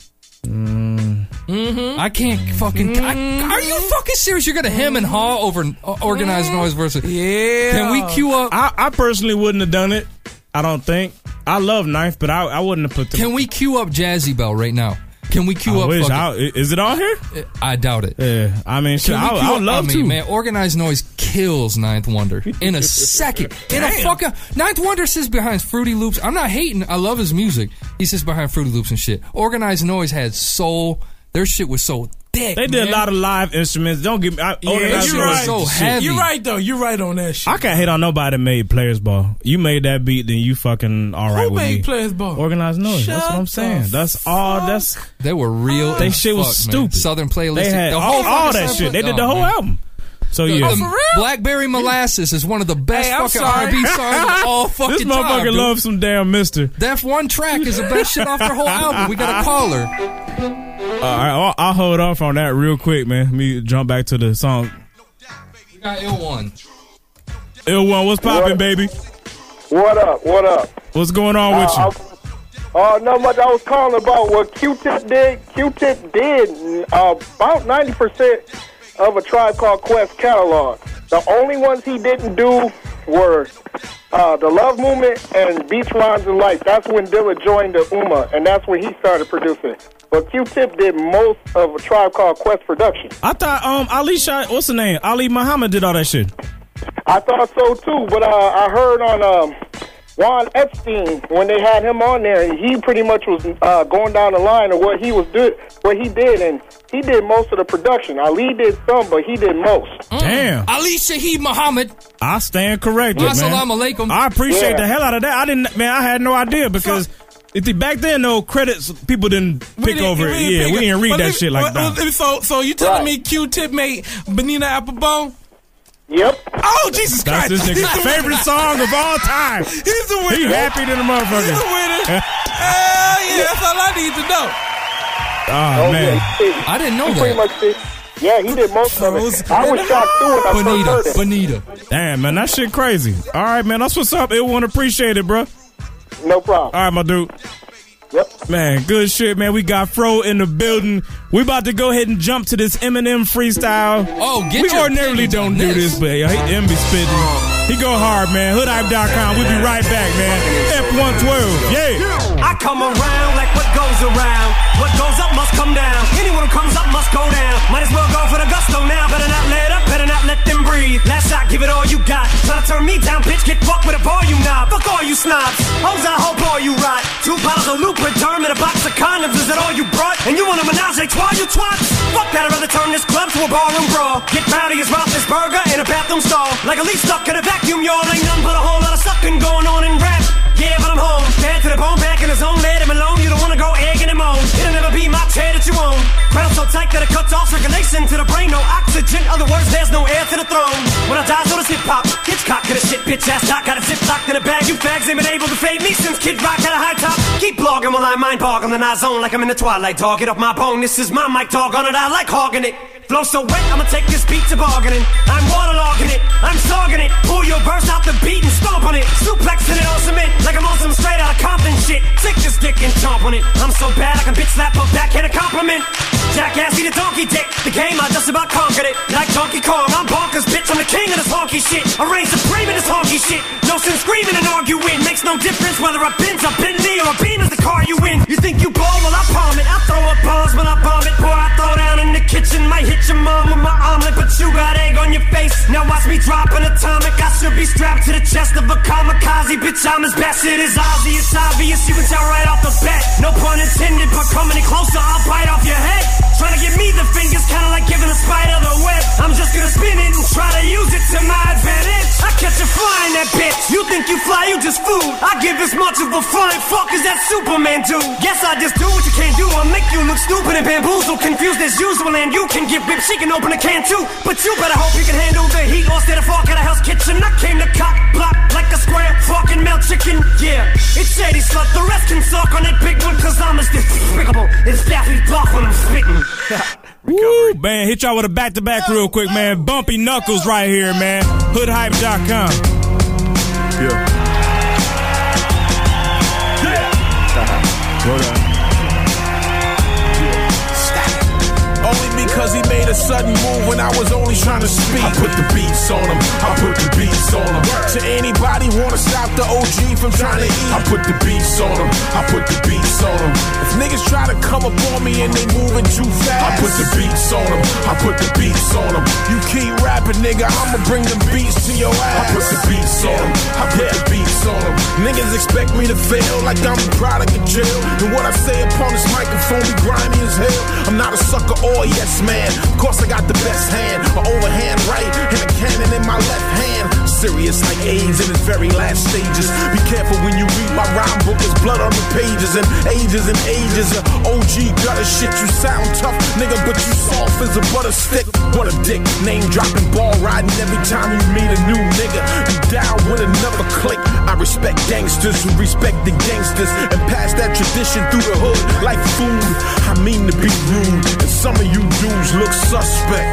[SPEAKER 5] Mm-hmm.
[SPEAKER 4] Mm. I can't fucking. I, are you fucking serious? You're gonna hem and haw over uh, organized noise versus?
[SPEAKER 5] Mm-hmm. Yeah.
[SPEAKER 4] Can we queue up?
[SPEAKER 3] I, I personally wouldn't have done it. I don't think. I love Ninth, but I, I wouldn't have put the.
[SPEAKER 4] Can we queue up Jazzy Bell right now? Can we queue
[SPEAKER 3] I
[SPEAKER 4] up?
[SPEAKER 3] wish.
[SPEAKER 4] fucking-
[SPEAKER 3] I, is it on here?
[SPEAKER 4] I doubt it.
[SPEAKER 3] Yeah. I mean, shit,
[SPEAKER 4] Can we
[SPEAKER 3] I,
[SPEAKER 4] queue
[SPEAKER 3] I
[SPEAKER 4] up-
[SPEAKER 3] would love
[SPEAKER 4] I mean,
[SPEAKER 3] to.
[SPEAKER 4] Man, organized noise kills Ninth Wonder in a second. in a fucking Ninth Wonder sits behind Fruity Loops. I'm not hating. I love his music. He sits behind Fruity Loops and shit. Organized noise had soul. Their shit was so thick.
[SPEAKER 3] They did
[SPEAKER 4] man.
[SPEAKER 3] a lot of live instruments. Don't get me. I, oh,
[SPEAKER 5] Yeah,
[SPEAKER 3] Organized
[SPEAKER 5] you're
[SPEAKER 4] shit was
[SPEAKER 3] Noise
[SPEAKER 5] right.
[SPEAKER 3] is
[SPEAKER 4] so
[SPEAKER 3] shit.
[SPEAKER 4] heavy.
[SPEAKER 5] You're right though. You're right on that shit.
[SPEAKER 3] I can't hate on nobody that made Players Ball. You made that beat, then you fucking all right
[SPEAKER 5] Who
[SPEAKER 3] with
[SPEAKER 5] made
[SPEAKER 3] me.
[SPEAKER 5] players ball?
[SPEAKER 3] Organized noise. that's
[SPEAKER 5] Shut
[SPEAKER 3] what I'm saying.
[SPEAKER 5] the
[SPEAKER 3] That's all. That's
[SPEAKER 4] They were real.
[SPEAKER 3] they
[SPEAKER 4] as
[SPEAKER 3] shit was
[SPEAKER 4] fuck, man.
[SPEAKER 3] stupid.
[SPEAKER 4] Southern playlist.
[SPEAKER 3] They had
[SPEAKER 4] the
[SPEAKER 3] all,
[SPEAKER 4] whole
[SPEAKER 3] all
[SPEAKER 4] fucking
[SPEAKER 3] that
[SPEAKER 4] Southern
[SPEAKER 3] shit. They
[SPEAKER 4] play-
[SPEAKER 3] did the
[SPEAKER 4] Oh,
[SPEAKER 3] whole
[SPEAKER 4] man.
[SPEAKER 3] album. So
[SPEAKER 4] The-
[SPEAKER 3] yeah, Oh,
[SPEAKER 4] the Blackberry Molasses is one of the best
[SPEAKER 5] Hey, I'm
[SPEAKER 4] fucking
[SPEAKER 5] sorry.
[SPEAKER 4] R&B songs of all fucking
[SPEAKER 3] this
[SPEAKER 4] time.
[SPEAKER 3] motherfucker
[SPEAKER 4] dude.
[SPEAKER 3] loves some damn Mister.
[SPEAKER 4] That one track is the best shit off their whole album. We got a caller.
[SPEAKER 3] All right, I'll, I'll hold off on that real quick, man. Let me jump back to the song.
[SPEAKER 4] We got ill one.
[SPEAKER 3] Ill one, what's popping,
[SPEAKER 2] What?
[SPEAKER 3] baby?
[SPEAKER 2] What up? What up?
[SPEAKER 3] What's going on with you?
[SPEAKER 2] Uh, I- uh, not much. I was calling about what Q-Tip did. Q-Tip did uh, about 90% of a Tribe Called Quest catalog. The only ones he didn't do were uh, The Love Movement and Beach Rhymes and Life. That's when Dilla joined the UMA, and that's when he started producing. But Q-Tip did most of a Tribe Called Quest production.
[SPEAKER 3] I thought um Ali shot. What's the name? Ali Muhammad did all that shit.
[SPEAKER 2] I thought so too, but uh, I heard on um, Juan Epstein when they had him on there. He pretty much was uh, going down the line of what he was do, what he did, and he did most of the production. Ali did some, but he did most.
[SPEAKER 3] Damn.
[SPEAKER 4] Ali Shaheed Muhammad.
[SPEAKER 3] I stand corrected, man.
[SPEAKER 4] Wassalamu alaikum.
[SPEAKER 3] I appreciate
[SPEAKER 4] Yeah.
[SPEAKER 3] the hell out of that. I didn't, man. I had no idea because if the, back then, though, credits people didn't pick over it. Yeah, we didn't read that shit like that.
[SPEAKER 5] So, so you telling me Q-Tip made Benina Applebone?
[SPEAKER 2] Yep.
[SPEAKER 5] Oh Jesus
[SPEAKER 3] That's
[SPEAKER 5] Christ!
[SPEAKER 3] this
[SPEAKER 5] He's the
[SPEAKER 3] nigga's favorite
[SPEAKER 5] winner.
[SPEAKER 3] song of all time.
[SPEAKER 5] He's the winner.
[SPEAKER 3] He happy than a motherfucker.
[SPEAKER 5] He's the winner. Hell Oh, yeah, that's all I need to know.
[SPEAKER 3] Oh, man.
[SPEAKER 4] I didn't know
[SPEAKER 2] he
[SPEAKER 4] that.
[SPEAKER 2] Pretty much did, yeah, he did most of it. I was shocked too when I first heard it.
[SPEAKER 4] Bonita.
[SPEAKER 3] Damn, man, that shit crazy. All right, man, that's what's up. It won't appreciate it, bro.
[SPEAKER 2] No problem.
[SPEAKER 3] All right, my dude.
[SPEAKER 2] Yep.
[SPEAKER 3] Man, good shit, man. We got Fro in the building. We about to go ahead and jump to this Eminem freestyle.
[SPEAKER 4] Oh, get
[SPEAKER 3] We
[SPEAKER 4] your
[SPEAKER 3] ordinarily
[SPEAKER 4] opinions
[SPEAKER 3] don't
[SPEAKER 4] on
[SPEAKER 3] do this,
[SPEAKER 4] this.
[SPEAKER 3] but yo, he M be spitting. He go hard, man. Hoodhype.com. We'll be right back, man. F112. Yeah.
[SPEAKER 14] I come around like what goes around. What goes up must come down. Anyone who comes up must go down. Might as well go for the gusto now. Better not let up, better not let them breathe. Last shot, give it all you got. Try to turn me down, bitch. Get fucked with a ball you knob. Fuck all you snobs. Hoes, I hope all you rot. Two bottles of Lupin turned and a box of condoms. Is that all you brought? And you want a menage a trois, you twat? Fuck that, I'd rather turn this club to a barroom brawl. Get rowdy as Roethlisberger in a bathroom stall. Like a leaf stuck in a vacuum, y'all. Ain't nothing but a whole lot of sucking going on in rap. Yeah, but I'm home. Bad to the bone, back in his own. Let him alone. You don't wanna go egging him on. It'll never be my chair that you own. Crown so tight that it cuts off circulation to the brain. No oxygen. Other words, there's no air to the throne. When I die, so does hip hop. Hitchcock could a shit, bitch ass doc. Got a zip locked in a bag. You fags ain't been able to fade me since Kid Rock had a high top. Keep blogging while I mind bog on the I zone like I'm in the twilight. Dog, get off my bone. This is my mic, dog. On it, I like hogging it. Flow so wet, I'ma take this beat to bargaining. I'm waterlogging it, I'm sogging it. Pull your verse out the beat and stomp on it. Suplexing it on cement, like I'm on some straight out of Compton shit. Stick this dick and chomp on it. I'm so bad I can bitch slap a backhand a compliment. Jackass, eat a donkey dick. The game, I just about conquered it. Like Donkey Kong, I'm bonkers, bitch. I'm the king of this honky shit. I reign supreme in this honky shit. No sense screaming and arguing. Makes no difference whether I bins, I bend knee, or a beam is the car you in. You think you ball, well I palm it. I throw up bombs when I bomb it. Boy, I throw down in the kitchen. Might hit your mom with my omelet, but you got egg on your face. Now watch me drop an atomic. I should be strapped to the chest of a kamikaze. Bitch, I'm as bastard as Ozzy. It's obvious you can tell right off the bat. No pun intended, but coming in closer, I'll bite off your head. Trying to give me the fingers, kinda like giving a spider the web. I'm just gonna spin it and try to use it to my advantage. I catch you flying that bitch. You think you fly, you just fool. I give as much of a flying fuck as that Superman do. Guess I just do what you can't do. I'll make you look stupid and bamboozled, confused as usual. And you can get whipped, she can open a can too. But you better hope you can handle the heat or stay the fuck out of hell's kitchen. I came to cock block like a square fucking melt chicken. Yeah, it's shady slut. The rest can suck on that big one, cause I'm as despicable as Daffy Block when I'm spitting.
[SPEAKER 3] Woo, man. Hit y'all with a back to back real quick, man. Bumpy Knuckles right here, man. Hoodhype.com.
[SPEAKER 15] Only because he made a sudden move when I was only trying to speak. I put the beats on him. I put the beats on him. To anybody wanna stop the OG from trying to eat? I put the beats on him. I put the beats on him. If niggas try to come up on me and they moving too fast, I put the beats on him. I put the beats on him. You keep rapping, nigga, I'ma bring them beats to your ass. I put the beats on him. I put the beats on him. Niggas expect me to fail like I'm a product of jail. And what I say upon this microphone be grimy as hell. I'm not a sucker or a yes man. Of course I got the best hand, an overhand right, and a cannon in my left hand. Serious like AIDS in its very last stages. Be careful when you read my rhyme book. There's blood on the pages and ages and ages of OG gutter shit. You sound tough, nigga, but you soft as a butter stick. What a dick, name dropping, ball riding every time you meet a new nigga. You down with another clique. I respect gangsters who respect the gangsters and pass that tradition through the hood like food. I mean to be rude, and some of you dudes look suspect.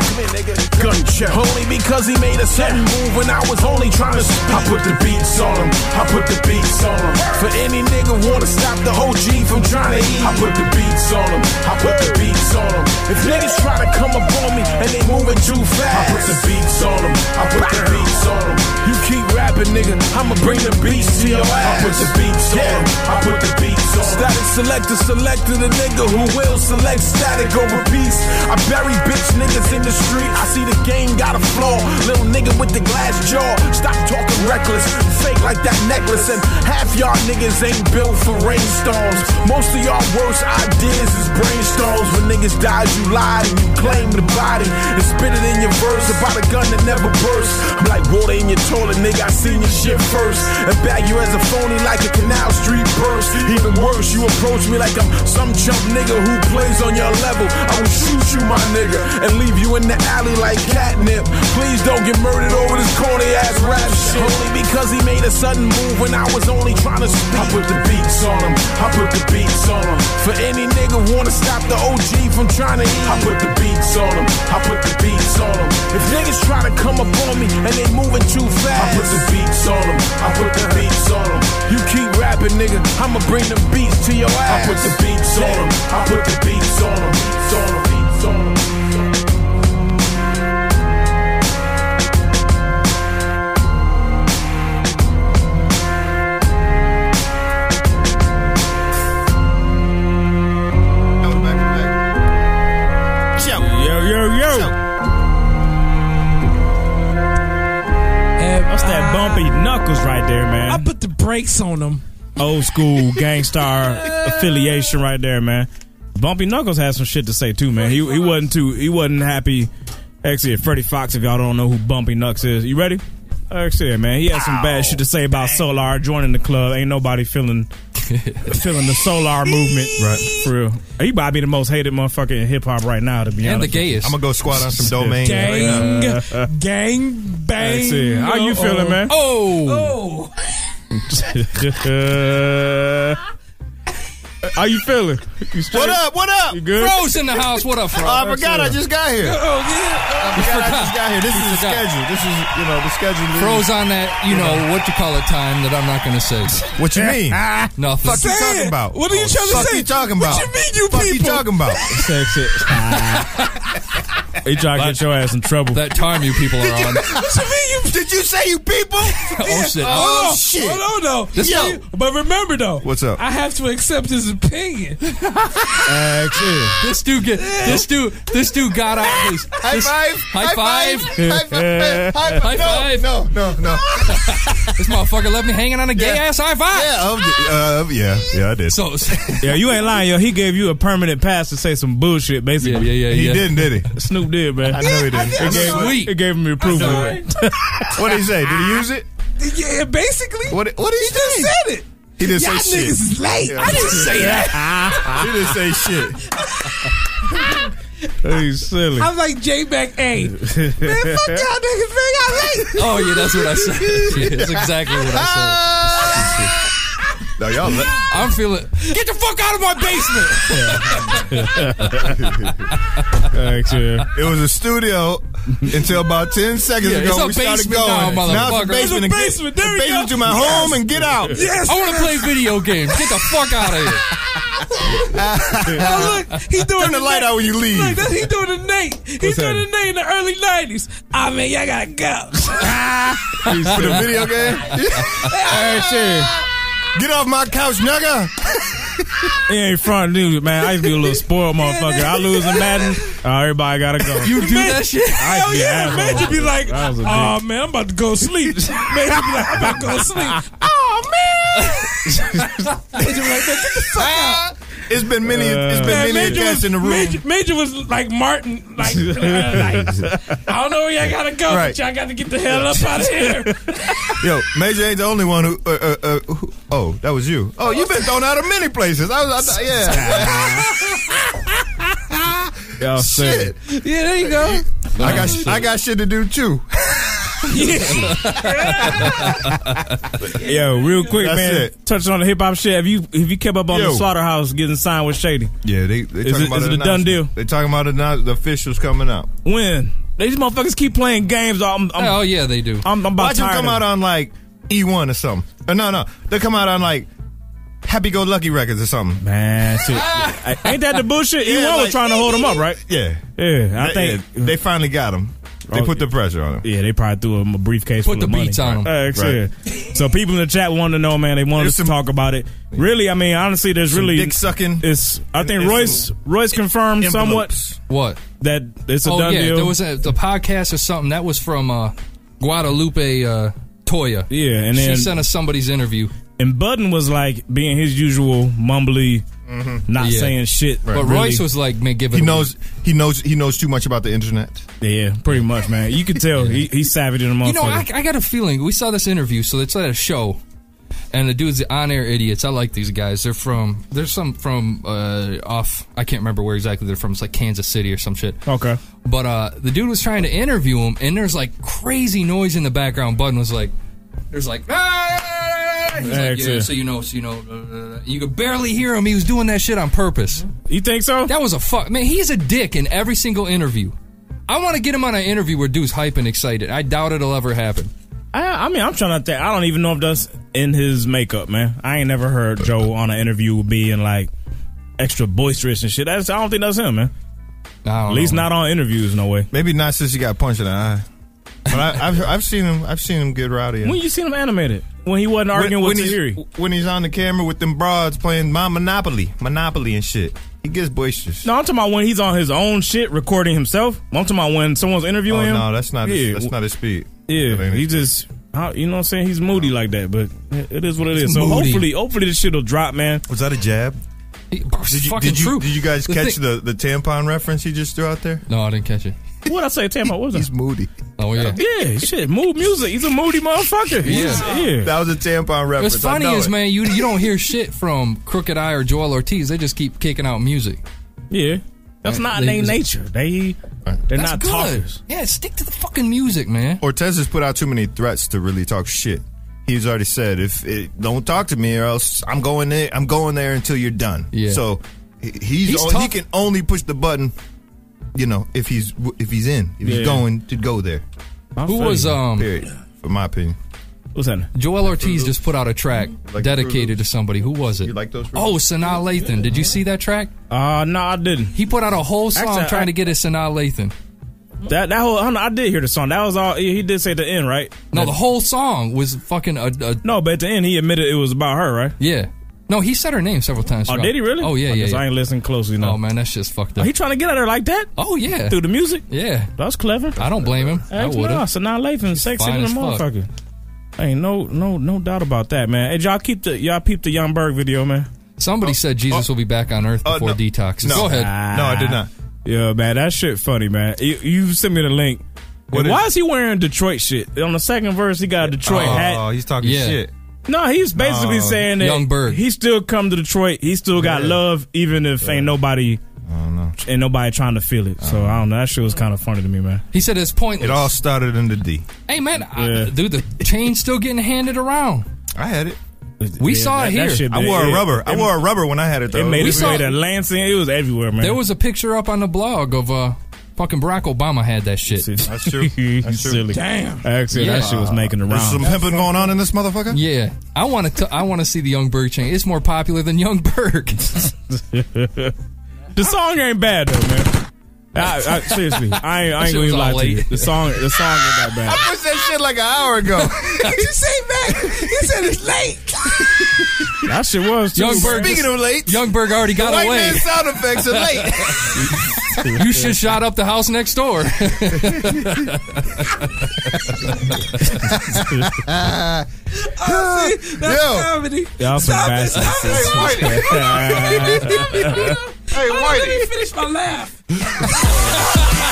[SPEAKER 15] Gun check. Only because he made a sudden move when I was only trying to speak. I put the beats on him. I put the beats on him. For any nigga wanna stop the OG from trying to eat. I put the beats on him. I put the beats on him. If niggas try to come up on me and they moving too fast, I put the beats on him. I put the beats on him. You keep rapping, nigga. I'ma bring the beats to your ass. I put the beats on him. I put the beats on him. Static selector selected a nigga who will select static over peace. I bury bitch niggas in the street. I see the game system got a flaw. Little nigga with the glass jaw. Stop talking reckless. Fake like that necklace. And half y'all niggas ain't built for rainstorms. Most of y'all worst ideas is brainstorms. When niggas died, you lied and you claim the body. And spit it in your verse about a gun that never burst. I'm like water in your toilet, nigga. I seen your shit first. And bag you as a phony like a Canal Street burst. Even worse, you approach me like I'm some jump nigga who plays on your level. I will shoot you, my nigga, and leave you in the alley like catnip. Please don't get murdered over this corny ass rap shit. Only because he made a sudden move when I was only trying to speak. I put the beats on him. I put the beats on him. For any nigga wanna stop the OG from trying to eat. I put the beats on him. I put the beats on him. If niggas try to come up on me and they moving too fast, I put the beats on him. I put the beats on him. You keep rapping, nigga. I'ma bring the beats to your ass. I put the beats on him. I put the beats on him. Beats on 'em, Beats on 'em.
[SPEAKER 3] Yo, yo, yo. That's that bumpy knuckles right there, man. I
[SPEAKER 5] put the brakes on them.
[SPEAKER 3] Old school gangstar affiliation right there, man. Bumpy Knuckles had some shit to say too, man. He he wasn't too he wasn't happy. Actually, Freddie Fox, if y'all don't know who Bumpy Knucks is, you ready? Actually, man, he had some bad shit to say about Solar joining the club. Ain't nobody feeling feeling the Solar movement, right? For real, he might be the most hated motherfucker in hip hop right now. To be
[SPEAKER 4] And
[SPEAKER 3] honest,
[SPEAKER 4] the gayest. I'ma
[SPEAKER 3] go squat
[SPEAKER 4] on some domain.
[SPEAKER 3] Gang, gang bang. How you feeling, man?
[SPEAKER 4] Oh.
[SPEAKER 3] How you feeling? You straight?
[SPEAKER 6] What up? What up? Oh,
[SPEAKER 3] You good?
[SPEAKER 4] Froze in the house. What up, Fro?
[SPEAKER 6] I forgot I just got here.
[SPEAKER 4] Oh,
[SPEAKER 6] I forgot I just got here. This is the schedule. This is, you know, the schedule.
[SPEAKER 4] Froze on that, you know, what you call it time that I'm not going to say.
[SPEAKER 6] What you mean?
[SPEAKER 4] Nothing.
[SPEAKER 6] Fuck you talking about?
[SPEAKER 4] Oh, fuck
[SPEAKER 6] Fuck you talking about? Fuck you talking about?
[SPEAKER 3] Sex it. He trying to get your ass in trouble.
[SPEAKER 4] That time you people are on.
[SPEAKER 6] What you mean? You, did you say you people?
[SPEAKER 4] Oh, shit.
[SPEAKER 6] Oh,
[SPEAKER 5] on,
[SPEAKER 6] shit.
[SPEAKER 5] Hold on, though.
[SPEAKER 6] This-
[SPEAKER 5] Yo.
[SPEAKER 6] Yo.
[SPEAKER 5] But remember, though.
[SPEAKER 6] What's up?
[SPEAKER 5] I have to accept his opinion.
[SPEAKER 4] This dude get this dude this dude got out his
[SPEAKER 6] High
[SPEAKER 4] this-
[SPEAKER 6] five!
[SPEAKER 4] high five
[SPEAKER 6] High five! High
[SPEAKER 4] High
[SPEAKER 6] five!
[SPEAKER 4] five.
[SPEAKER 6] No, no, no.
[SPEAKER 4] this motherfucker left me hanging on a gay ass high five
[SPEAKER 6] Yeah, uh, yeah, yeah, I did.
[SPEAKER 4] so
[SPEAKER 3] Yeah, you ain't lying, yo. He gave you a permanent pass to say some bullshit, basically.
[SPEAKER 4] Yeah, yeah, yeah,
[SPEAKER 6] He
[SPEAKER 4] yeah.
[SPEAKER 6] didn't, did he?
[SPEAKER 3] Snoop did, man.
[SPEAKER 6] I know he didn't.
[SPEAKER 3] It gave,
[SPEAKER 4] Sweet.
[SPEAKER 3] it gave him approval.
[SPEAKER 6] What did he say? Did he use it?
[SPEAKER 5] yeah, basically.
[SPEAKER 6] What? What did he,
[SPEAKER 5] just
[SPEAKER 6] say?
[SPEAKER 5] said it.
[SPEAKER 6] He didn't
[SPEAKER 5] Y'all
[SPEAKER 6] say shit.
[SPEAKER 5] niggas is late.
[SPEAKER 6] Yeah.
[SPEAKER 5] I didn't say that.
[SPEAKER 6] He didn't say shit.
[SPEAKER 3] He's silly.
[SPEAKER 5] I'm like J Mac A. Man, fuck y'all niggas, man. Y'all late.
[SPEAKER 4] Oh yeah, that's what I said. Yeah, that's exactly what I
[SPEAKER 6] No, y'all. Let,
[SPEAKER 4] said. I'm feeling Get the fuck out of my basement.
[SPEAKER 3] Thanks, yeah.
[SPEAKER 6] it was a studio until about ten seconds
[SPEAKER 4] Yeah, it's
[SPEAKER 6] ago.
[SPEAKER 4] a
[SPEAKER 6] We started
[SPEAKER 4] basement now,
[SPEAKER 6] going. now it's
[SPEAKER 4] motherfucker.
[SPEAKER 6] a basement.
[SPEAKER 5] It's a
[SPEAKER 6] and
[SPEAKER 5] basement.
[SPEAKER 6] Get,
[SPEAKER 5] There we
[SPEAKER 6] a
[SPEAKER 5] go.
[SPEAKER 6] basement to my home and get out.
[SPEAKER 5] Yes.
[SPEAKER 4] I want to play video games. Get the fuck out of here.
[SPEAKER 5] Oh, look, he doing
[SPEAKER 6] Turn the light
[SPEAKER 5] Nate.
[SPEAKER 6] out when you leave.
[SPEAKER 5] Look, that, he doing the Nate. He doing
[SPEAKER 3] happening?
[SPEAKER 5] the Nate in the early nineties. I mean, y'all gotta go.
[SPEAKER 6] For the video game.
[SPEAKER 3] Thanks, yeah.
[SPEAKER 6] Get off my couch, nigga.
[SPEAKER 3] He ain't front news, man. I used to be a little spoiled motherfucker. I lose in Madden. Oh, everybody gotta go.
[SPEAKER 4] You do that shit.
[SPEAKER 3] I
[SPEAKER 5] Hell
[SPEAKER 3] be
[SPEAKER 5] yeah,
[SPEAKER 3] an
[SPEAKER 5] man!
[SPEAKER 3] asshole.
[SPEAKER 5] You be like,
[SPEAKER 3] That was a
[SPEAKER 5] oh
[SPEAKER 6] um,
[SPEAKER 5] man, I'm about to go sleep. Man, you be like, I'm about to go sleep. Oh man! Major be like, man, get the fuck out.
[SPEAKER 6] Ah, It's been many. It's been
[SPEAKER 5] Man,
[SPEAKER 6] many a
[SPEAKER 5] Major
[SPEAKER 6] cats
[SPEAKER 5] was,
[SPEAKER 6] in the room.
[SPEAKER 5] Major, Major was like Martin, like, uh, like, I don't know where y'all gotta go,
[SPEAKER 6] Right.
[SPEAKER 5] but y'all gotta get the hell up out of here.
[SPEAKER 6] Yo, Major ain't the only one who. Uh, uh, uh, who oh, that was you. Oh, you've been thrown out of many places. I was. I, thought- yeah.
[SPEAKER 3] Y'all silly.
[SPEAKER 6] Shit. Yeah, there you go. I got. I got shit to do too.
[SPEAKER 3] Yo, real quick,
[SPEAKER 6] That's
[SPEAKER 3] man.
[SPEAKER 6] it.
[SPEAKER 3] Touching on the hip hop shit. Have you have you kept up on the
[SPEAKER 6] Yo.
[SPEAKER 3] slaughterhouse getting signed with Shady?
[SPEAKER 6] Yeah, they. they
[SPEAKER 3] Is
[SPEAKER 6] talking
[SPEAKER 3] it-
[SPEAKER 6] about
[SPEAKER 3] is
[SPEAKER 6] an
[SPEAKER 3] it a done
[SPEAKER 6] announcement.
[SPEAKER 3] deal?
[SPEAKER 6] They talking about annou- the officials coming out.
[SPEAKER 3] When these motherfuckers keep playing games, I'm I'm,
[SPEAKER 4] Oh yeah, they do.
[SPEAKER 3] I'm, I'm about
[SPEAKER 6] Watch them
[SPEAKER 3] tired
[SPEAKER 6] come
[SPEAKER 3] of it.
[SPEAKER 6] out on like
[SPEAKER 16] E
[SPEAKER 6] E1 or something.
[SPEAKER 16] Uh,
[SPEAKER 6] Or no, no, they come out on like Happy Go Lucky records or something.
[SPEAKER 3] Man, shit. Ay, Ain't that the bullshit?
[SPEAKER 6] Yeah,
[SPEAKER 3] E1 was
[SPEAKER 6] like-
[SPEAKER 3] trying to hold him up, right?
[SPEAKER 6] Yeah,
[SPEAKER 3] Yeah, I
[SPEAKER 6] They-
[SPEAKER 3] think.
[SPEAKER 6] yeah, they finally got him.
[SPEAKER 16] They
[SPEAKER 3] Oh,
[SPEAKER 16] put the pressure on him.
[SPEAKER 3] Yeah, they probably threw him a briefcase. full
[SPEAKER 16] Put the
[SPEAKER 3] of money.
[SPEAKER 16] beats on 'em.
[SPEAKER 3] Uh, it's
[SPEAKER 16] Right.
[SPEAKER 3] it. So people in the chat want to know, man. They want us to talk about it. Really, I mean, honestly, there's
[SPEAKER 16] some
[SPEAKER 3] really
[SPEAKER 16] dick sucking.
[SPEAKER 3] It's I think
[SPEAKER 16] and
[SPEAKER 3] Royce
[SPEAKER 16] some
[SPEAKER 3] Royce confirmed
[SPEAKER 16] envelopes.
[SPEAKER 3] somewhat
[SPEAKER 4] what
[SPEAKER 3] that it's a
[SPEAKER 4] oh
[SPEAKER 3] done
[SPEAKER 4] yeah,
[SPEAKER 3] deal.
[SPEAKER 4] there was a, the podcast or something that was from uh, Guadalupe uh, Toya.
[SPEAKER 3] Yeah, and then
[SPEAKER 4] she sent us somebody's interview.
[SPEAKER 3] and Budden was like being his usual mumbly, not
[SPEAKER 4] Yeah.
[SPEAKER 3] saying shit.
[SPEAKER 4] But
[SPEAKER 3] really.
[SPEAKER 4] Royce was like, man, give it.
[SPEAKER 16] Mm-hmm. He
[SPEAKER 4] a
[SPEAKER 16] knows. He knows. He knows too much about the internet.
[SPEAKER 3] Yeah, pretty much, man. You can tell he, he's savage in a
[SPEAKER 4] You know, I, I got a feeling we saw this interview, so it's at a show, and the dudes, the on-air idiots. I like these guys. They're from there's some from uh, off. I can't remember where exactly they're from. It's like Kansas City or some shit.
[SPEAKER 3] Okay.
[SPEAKER 4] But uh, the dude was trying to interview him, and there's like crazy noise in the background. Button was like, there's like. "Ah!" He's like,
[SPEAKER 3] Excellent.
[SPEAKER 4] yeah, so you know, so you know, uh, you could barely hear him. He was doing that shit on purpose.
[SPEAKER 3] You think so?
[SPEAKER 4] That was a fuck. Man, he's a dick in every single interview. I want to get him on an interview where dude's hype and excited. I doubt it'll ever happen.
[SPEAKER 3] I, I mean, I'm trying to think. I don't even know if that's in his makeup, man. I ain't never heard Joe on an interview being like extra boisterous and shit. That's I don't think that's him, man.
[SPEAKER 4] At
[SPEAKER 3] least not on interviews, no way.
[SPEAKER 16] Maybe not since he got punched in the eye. But I, I've I've seen him. I've seen him get rowdy.
[SPEAKER 3] When you seen him animated? When he wasn't arguing with Tahiri.
[SPEAKER 16] he's, when he's on the camera with them broads playing my Monopoly, Monopoly and shit. He gets boisterous.
[SPEAKER 3] No, I'm talking about when he's on his own shit recording himself. I'm talking about when someone's interviewing
[SPEAKER 16] Oh,
[SPEAKER 3] him.
[SPEAKER 16] no, that's not his-
[SPEAKER 3] Yeah,
[SPEAKER 16] that's not his speed.
[SPEAKER 3] Yeah, he just how- you know what I'm saying. He's moody like that, but it- it is what it is. So
[SPEAKER 16] Moody.
[SPEAKER 3] hopefully, hopefully this shit will drop, man.
[SPEAKER 16] Was that a jab? Did you, did you, did you guys
[SPEAKER 3] The
[SPEAKER 16] catch
[SPEAKER 3] thing-
[SPEAKER 16] the, the tampon reference he just threw out there?
[SPEAKER 4] No, I didn't catch it.
[SPEAKER 3] What I say, Tam? What was that? He's
[SPEAKER 16] moody.
[SPEAKER 4] Oh yeah,
[SPEAKER 3] yeah, shit, mood music. He's a moody motherfucker. He's-
[SPEAKER 4] Yeah.
[SPEAKER 3] yeah.
[SPEAKER 16] That was a tampon reference.
[SPEAKER 4] What's funny
[SPEAKER 16] I know
[SPEAKER 4] is,
[SPEAKER 16] it.
[SPEAKER 4] man, you you don't hear shit from Crooked Eye or Joel Ortiz. They just keep kicking out music.
[SPEAKER 3] Yeah, that's
[SPEAKER 4] Right,
[SPEAKER 3] not
[SPEAKER 4] they
[SPEAKER 3] their
[SPEAKER 4] just-
[SPEAKER 3] nature. They they're
[SPEAKER 4] That's
[SPEAKER 3] not
[SPEAKER 4] good.
[SPEAKER 3] talkers.
[SPEAKER 4] Yeah, stick to the fucking music, man.
[SPEAKER 16] Ortez has put out too many threats to really talk shit. He's already said, if it, don't talk to me, or else I'm going there. I'm going there until you're done.
[SPEAKER 4] Yeah.
[SPEAKER 16] So he- he's,
[SPEAKER 4] He's
[SPEAKER 16] on- he
[SPEAKER 4] tough.
[SPEAKER 16] can only push the button, you know, if he's if he's in, if
[SPEAKER 4] Yeah.
[SPEAKER 16] he's going to go there.
[SPEAKER 4] I Who feel was, you. um,
[SPEAKER 16] Period. For my opinion.
[SPEAKER 3] What's that?
[SPEAKER 4] Joel Ortiz just put out a track dedicated to somebody. Who was it? You
[SPEAKER 16] like those?
[SPEAKER 4] Oh, Sanaa Lathan. Did you see that track?
[SPEAKER 3] Uh, no, I didn't.
[SPEAKER 4] He put out a whole song
[SPEAKER 3] Actually, I-
[SPEAKER 4] trying to get at Sanaa Lathan.
[SPEAKER 3] That that whole I, don't know, I did hear the song. That was all. He did say the end, right?
[SPEAKER 4] No, the whole song was fucking. A, a,
[SPEAKER 3] no, but at the end he admitted it was about her, right?
[SPEAKER 4] Yeah. No, he said her name several times.
[SPEAKER 3] Oh,
[SPEAKER 4] throughout.
[SPEAKER 3] did he really?
[SPEAKER 4] Oh yeah,
[SPEAKER 3] I
[SPEAKER 4] yeah.
[SPEAKER 3] guess
[SPEAKER 4] yeah.
[SPEAKER 3] I ain't listened closely enough.
[SPEAKER 4] Oh man, that's just fucked up.
[SPEAKER 3] He trying to get at her like that?
[SPEAKER 4] Oh yeah,
[SPEAKER 3] through the music.
[SPEAKER 4] Yeah,
[SPEAKER 3] that's clever.
[SPEAKER 4] I don't blame him. I
[SPEAKER 3] Heck
[SPEAKER 4] would
[SPEAKER 3] no,
[SPEAKER 4] have.
[SPEAKER 3] Sanaa Lathan, sexy than
[SPEAKER 4] fine
[SPEAKER 3] a
[SPEAKER 4] as fuck.
[SPEAKER 3] motherfucker. Ain't no no no doubt about that, man. Hey, y'all keep the y'all peep the Young Berg video, man.
[SPEAKER 4] Somebody
[SPEAKER 16] Oh.
[SPEAKER 4] said Jesus will be back on Earth before detox. Go ahead.
[SPEAKER 3] Yeah, man, that shit funny, man. Ah. You, you sent me the link.
[SPEAKER 16] What
[SPEAKER 3] And why
[SPEAKER 16] is-
[SPEAKER 3] is, he wearing Detroit shit? On the second verse, he got a Detroit
[SPEAKER 16] Oh,
[SPEAKER 3] hat.
[SPEAKER 16] he's talking Yeah. shit. Oh,
[SPEAKER 3] No, he's basically
[SPEAKER 16] No.
[SPEAKER 3] saying that
[SPEAKER 16] Young Berg.
[SPEAKER 3] he still come to Detroit. He still got love, even if ain't nobody, ain't nobody trying to feel it. So I don't know. That shit was kind of funny to me, man.
[SPEAKER 4] He said it's pointless.
[SPEAKER 16] Oh. It all started in the D.
[SPEAKER 4] Hey man, I, dude, the chain's still getting handed around.
[SPEAKER 16] I had it.
[SPEAKER 4] We saw it here.
[SPEAKER 16] I wore a rubber. I wore a rubber when I had it. Though.
[SPEAKER 4] it made We its way saw- to
[SPEAKER 3] Lansing. It was everywhere, man.
[SPEAKER 4] There was a picture up on the blog of uh, fucking Barack Obama had that shit.
[SPEAKER 16] That's true.
[SPEAKER 3] That's true. Silly. Damn. Actually, that shit was making the rounds.
[SPEAKER 16] pimping going on in this motherfucker.
[SPEAKER 4] Yeah, I want to. I want to see the Young Berg chain. It's more popular than Young Berg.
[SPEAKER 3] the song ain't bad though, man. I, I, seriously, I ain't, I ain't gonna even lie to you. The song, the song ain't that bad.
[SPEAKER 16] I pushed that shit like an hour ago.
[SPEAKER 6] he said back. He said it's late.
[SPEAKER 3] That shit was too.
[SPEAKER 4] Young Berg.
[SPEAKER 6] Speaking
[SPEAKER 4] just-
[SPEAKER 6] of late,
[SPEAKER 4] Young Berg already got
[SPEAKER 6] white
[SPEAKER 4] away.
[SPEAKER 6] man sound effects are late.
[SPEAKER 4] you should shot up the house next door.
[SPEAKER 6] Oh, see, that's
[SPEAKER 16] Yo.
[SPEAKER 6] comedy.
[SPEAKER 3] Y'all some
[SPEAKER 6] Stop it,
[SPEAKER 3] bastards.
[SPEAKER 6] stop it, stop it. Hey, Whitey. Let me finish my laugh.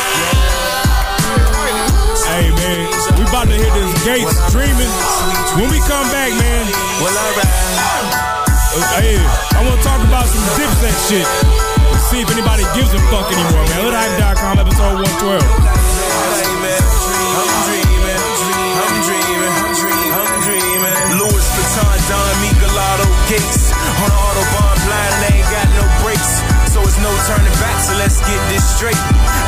[SPEAKER 3] Hey man, we about to hit this gates streaming. When we come back, man. Well, Hey, I want to talk about some Dipset shit. See if anybody gives a fuck anymore, man. Hoodhype.com, episode 112.
[SPEAKER 17] Louis Vuitton, Don Michelotto, Gates on an autobahn blind and they ain't got no brakes. So it's no turning back, so let's get this straight.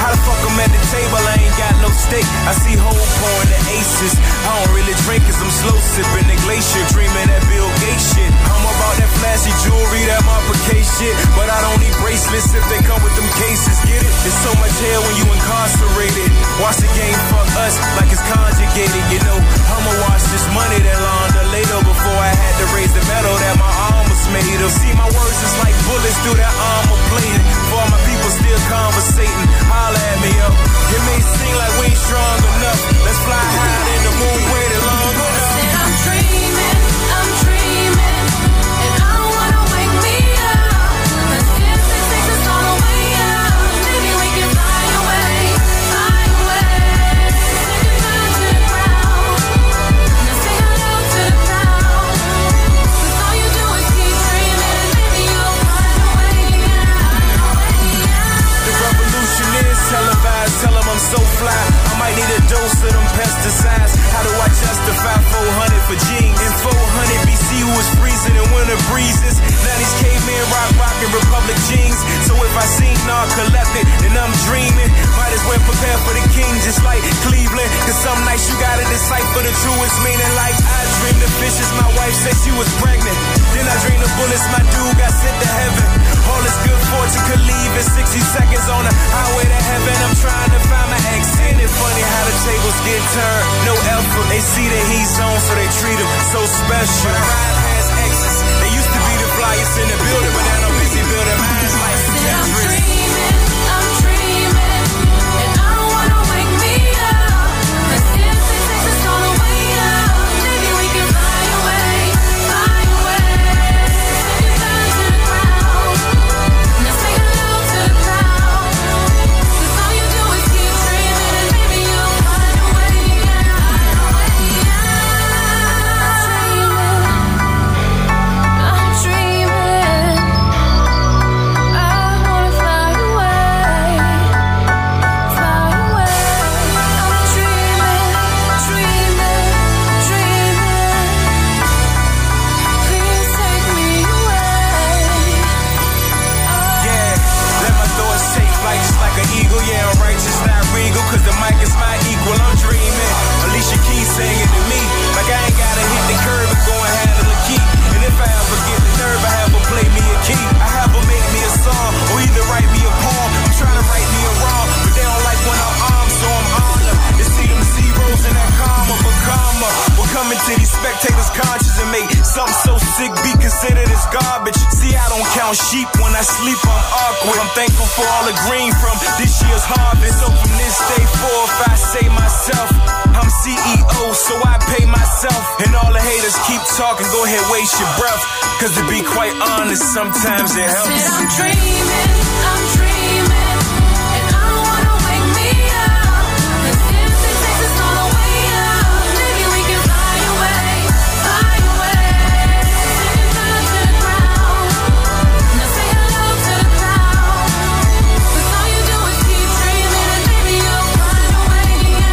[SPEAKER 17] How the fuck I'm at the table, I ain't got no steak. I see whole pouring the aces. I don't really drink cause I'm slow sipping the glacier, dreaming that Bill Gates shit. I'm about that flashy jewelry, that Marpa K shit. But I don't need bracelets if they come with them cases, get it? There's so much hell when you incarcerated. Watch the game fuck us like it's conjugated, you know. I'ma wash this money that launder later before I had to raise the metal that my arm was made of. See, my words is like bullets through that armor plate. For all my people still conversating, holla at me up. It may seem like we ain't strong enough. Let's fly high in the moon, waited long enough.
[SPEAKER 6] I'm dreaming, I'm dreaming, and I don't wanna wake me up. 'Cause if this takes us all the way up, maybe we can fly away, fly away. Take a turn to the ground. Now say hello to the crowd. 'Cause all you do is keep dreaming, and maybe you'll find a way
[SPEAKER 17] The revolution is televised. Tell 'em I'm so fly. I might need a dose of them pesticides. How do I justify 400 for jeans? In 400 BC, it was freezing and winter breezes. Now these cavemen rock rocking Republic jeans. So if I seem narcoleptic, then I'm dreaming. Might as well prepare for the king, just like Cleveland. Cause some nights you gotta decipher the truest meaning. Like I dreamed of fishes, my wife said she was pregnant. Then I dreamed of bullets, my dude got sent to heaven. All this good fortune could leave in 60 seconds on the highway to heaven. I'm trying to find my exit. It funny how the tables get turned. No effort. They see that he's on, so they treat him so special. But I ride past exits. They used to be the flyest in the building, but now I'm busy building mines like Tetris.
[SPEAKER 6] I'm dreaming, and I don't wanna wake me up. 'Cause if it takes us all the way up, maybe we can fly away, fly away. Take a turn to the ground. Now say hello to the crowd. 'Cause all you do is keep dreaming, and maybe you'll find a way out. I'm dreaming. I wanna fly away, fly away. I'm dreaming, dreaming, dreaming. Please take me away.
[SPEAKER 17] Yeah, let my thoughts take flight just like an eagle. Yeah, I'm righteous, not regal, cause the mic is my equal. I'm dreaming. Alicia Keys singing to me. Like I ain't gotta hit the curb and go and handle the key. And if I ever get the nerve, I have her play me a key. I have her make me a song, or either write me a poem. I'm trying to write me a wrong, but they don't like when I'm armed, so I'm on them. It's them zeros in that comma, but comma. We're coming to these spectators' conscious and make something so sick be considered as garbage. See, I don't count sheep when I sleep, I'm awkward. I'm thankful for all the green from this year's harvest. So from this day forth, I say myself, I'm CEO, so I pay myself. And all the haters keep talking, go ahead, waste your breath. Cause to be quite honest, sometimes it helps.
[SPEAKER 6] Said I'm dreaming, I'm dreaming, and I don't wanna wake me up. 'Cause if it takes us all the way up, maybe we can fly away, fly away. Take a turn to the ground. Now say hello to the crowd. 'Cause all you do is keep dreaming, and maybe you'll find a way out.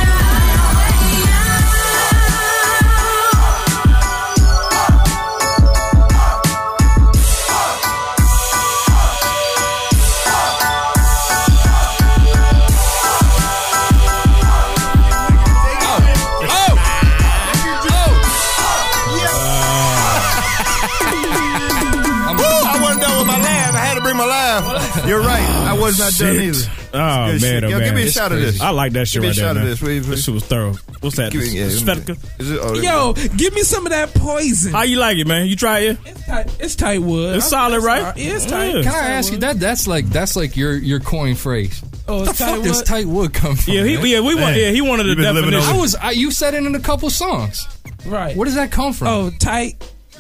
[SPEAKER 16] Woo, I wasn't done with my laugh. I had to bring my laugh. You're right. I was not done
[SPEAKER 3] Shit.
[SPEAKER 16] either.
[SPEAKER 3] Oh
[SPEAKER 16] That's
[SPEAKER 3] man,
[SPEAKER 16] good shit.
[SPEAKER 3] oh
[SPEAKER 16] Yo,
[SPEAKER 3] man.
[SPEAKER 16] give me a shot of this.
[SPEAKER 3] I like that shit
[SPEAKER 16] Give me
[SPEAKER 3] right
[SPEAKER 16] a
[SPEAKER 3] there.
[SPEAKER 16] shot
[SPEAKER 3] man.
[SPEAKER 16] of this. What do you-
[SPEAKER 3] This shit was thorough. What's that?
[SPEAKER 16] Give me- yeah, give me-
[SPEAKER 3] Svetka?
[SPEAKER 16] Is it, oh, there
[SPEAKER 5] Yo, give me some of that poison.
[SPEAKER 3] How you like it, man? You try it?
[SPEAKER 5] It's tight, it's tight wood.
[SPEAKER 3] It's solid, right?
[SPEAKER 5] Yeah, it's tight.
[SPEAKER 4] Can I ask you that? That's like that's like your your coin phrase. Oh, the fuck does tight wood come from?
[SPEAKER 3] Yeah, he-
[SPEAKER 4] man?
[SPEAKER 3] yeah, we want- Man, yeah, he wanted a you been living definition.
[SPEAKER 4] I
[SPEAKER 3] over-
[SPEAKER 4] was I, you said it in a couple songs.
[SPEAKER 5] Right.
[SPEAKER 4] Where does that come from?
[SPEAKER 5] Oh, tight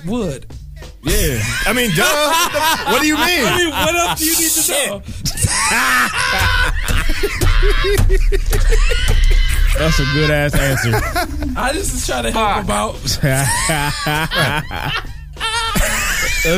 [SPEAKER 5] wood.
[SPEAKER 3] Yeah.
[SPEAKER 16] I mean, duh. what do you mean?
[SPEAKER 5] I mean, what else do you need to
[SPEAKER 16] Shit.
[SPEAKER 5] know?
[SPEAKER 3] That's a good ass answer.
[SPEAKER 5] I just was trying to help
[SPEAKER 3] Ah.
[SPEAKER 5] about.
[SPEAKER 3] that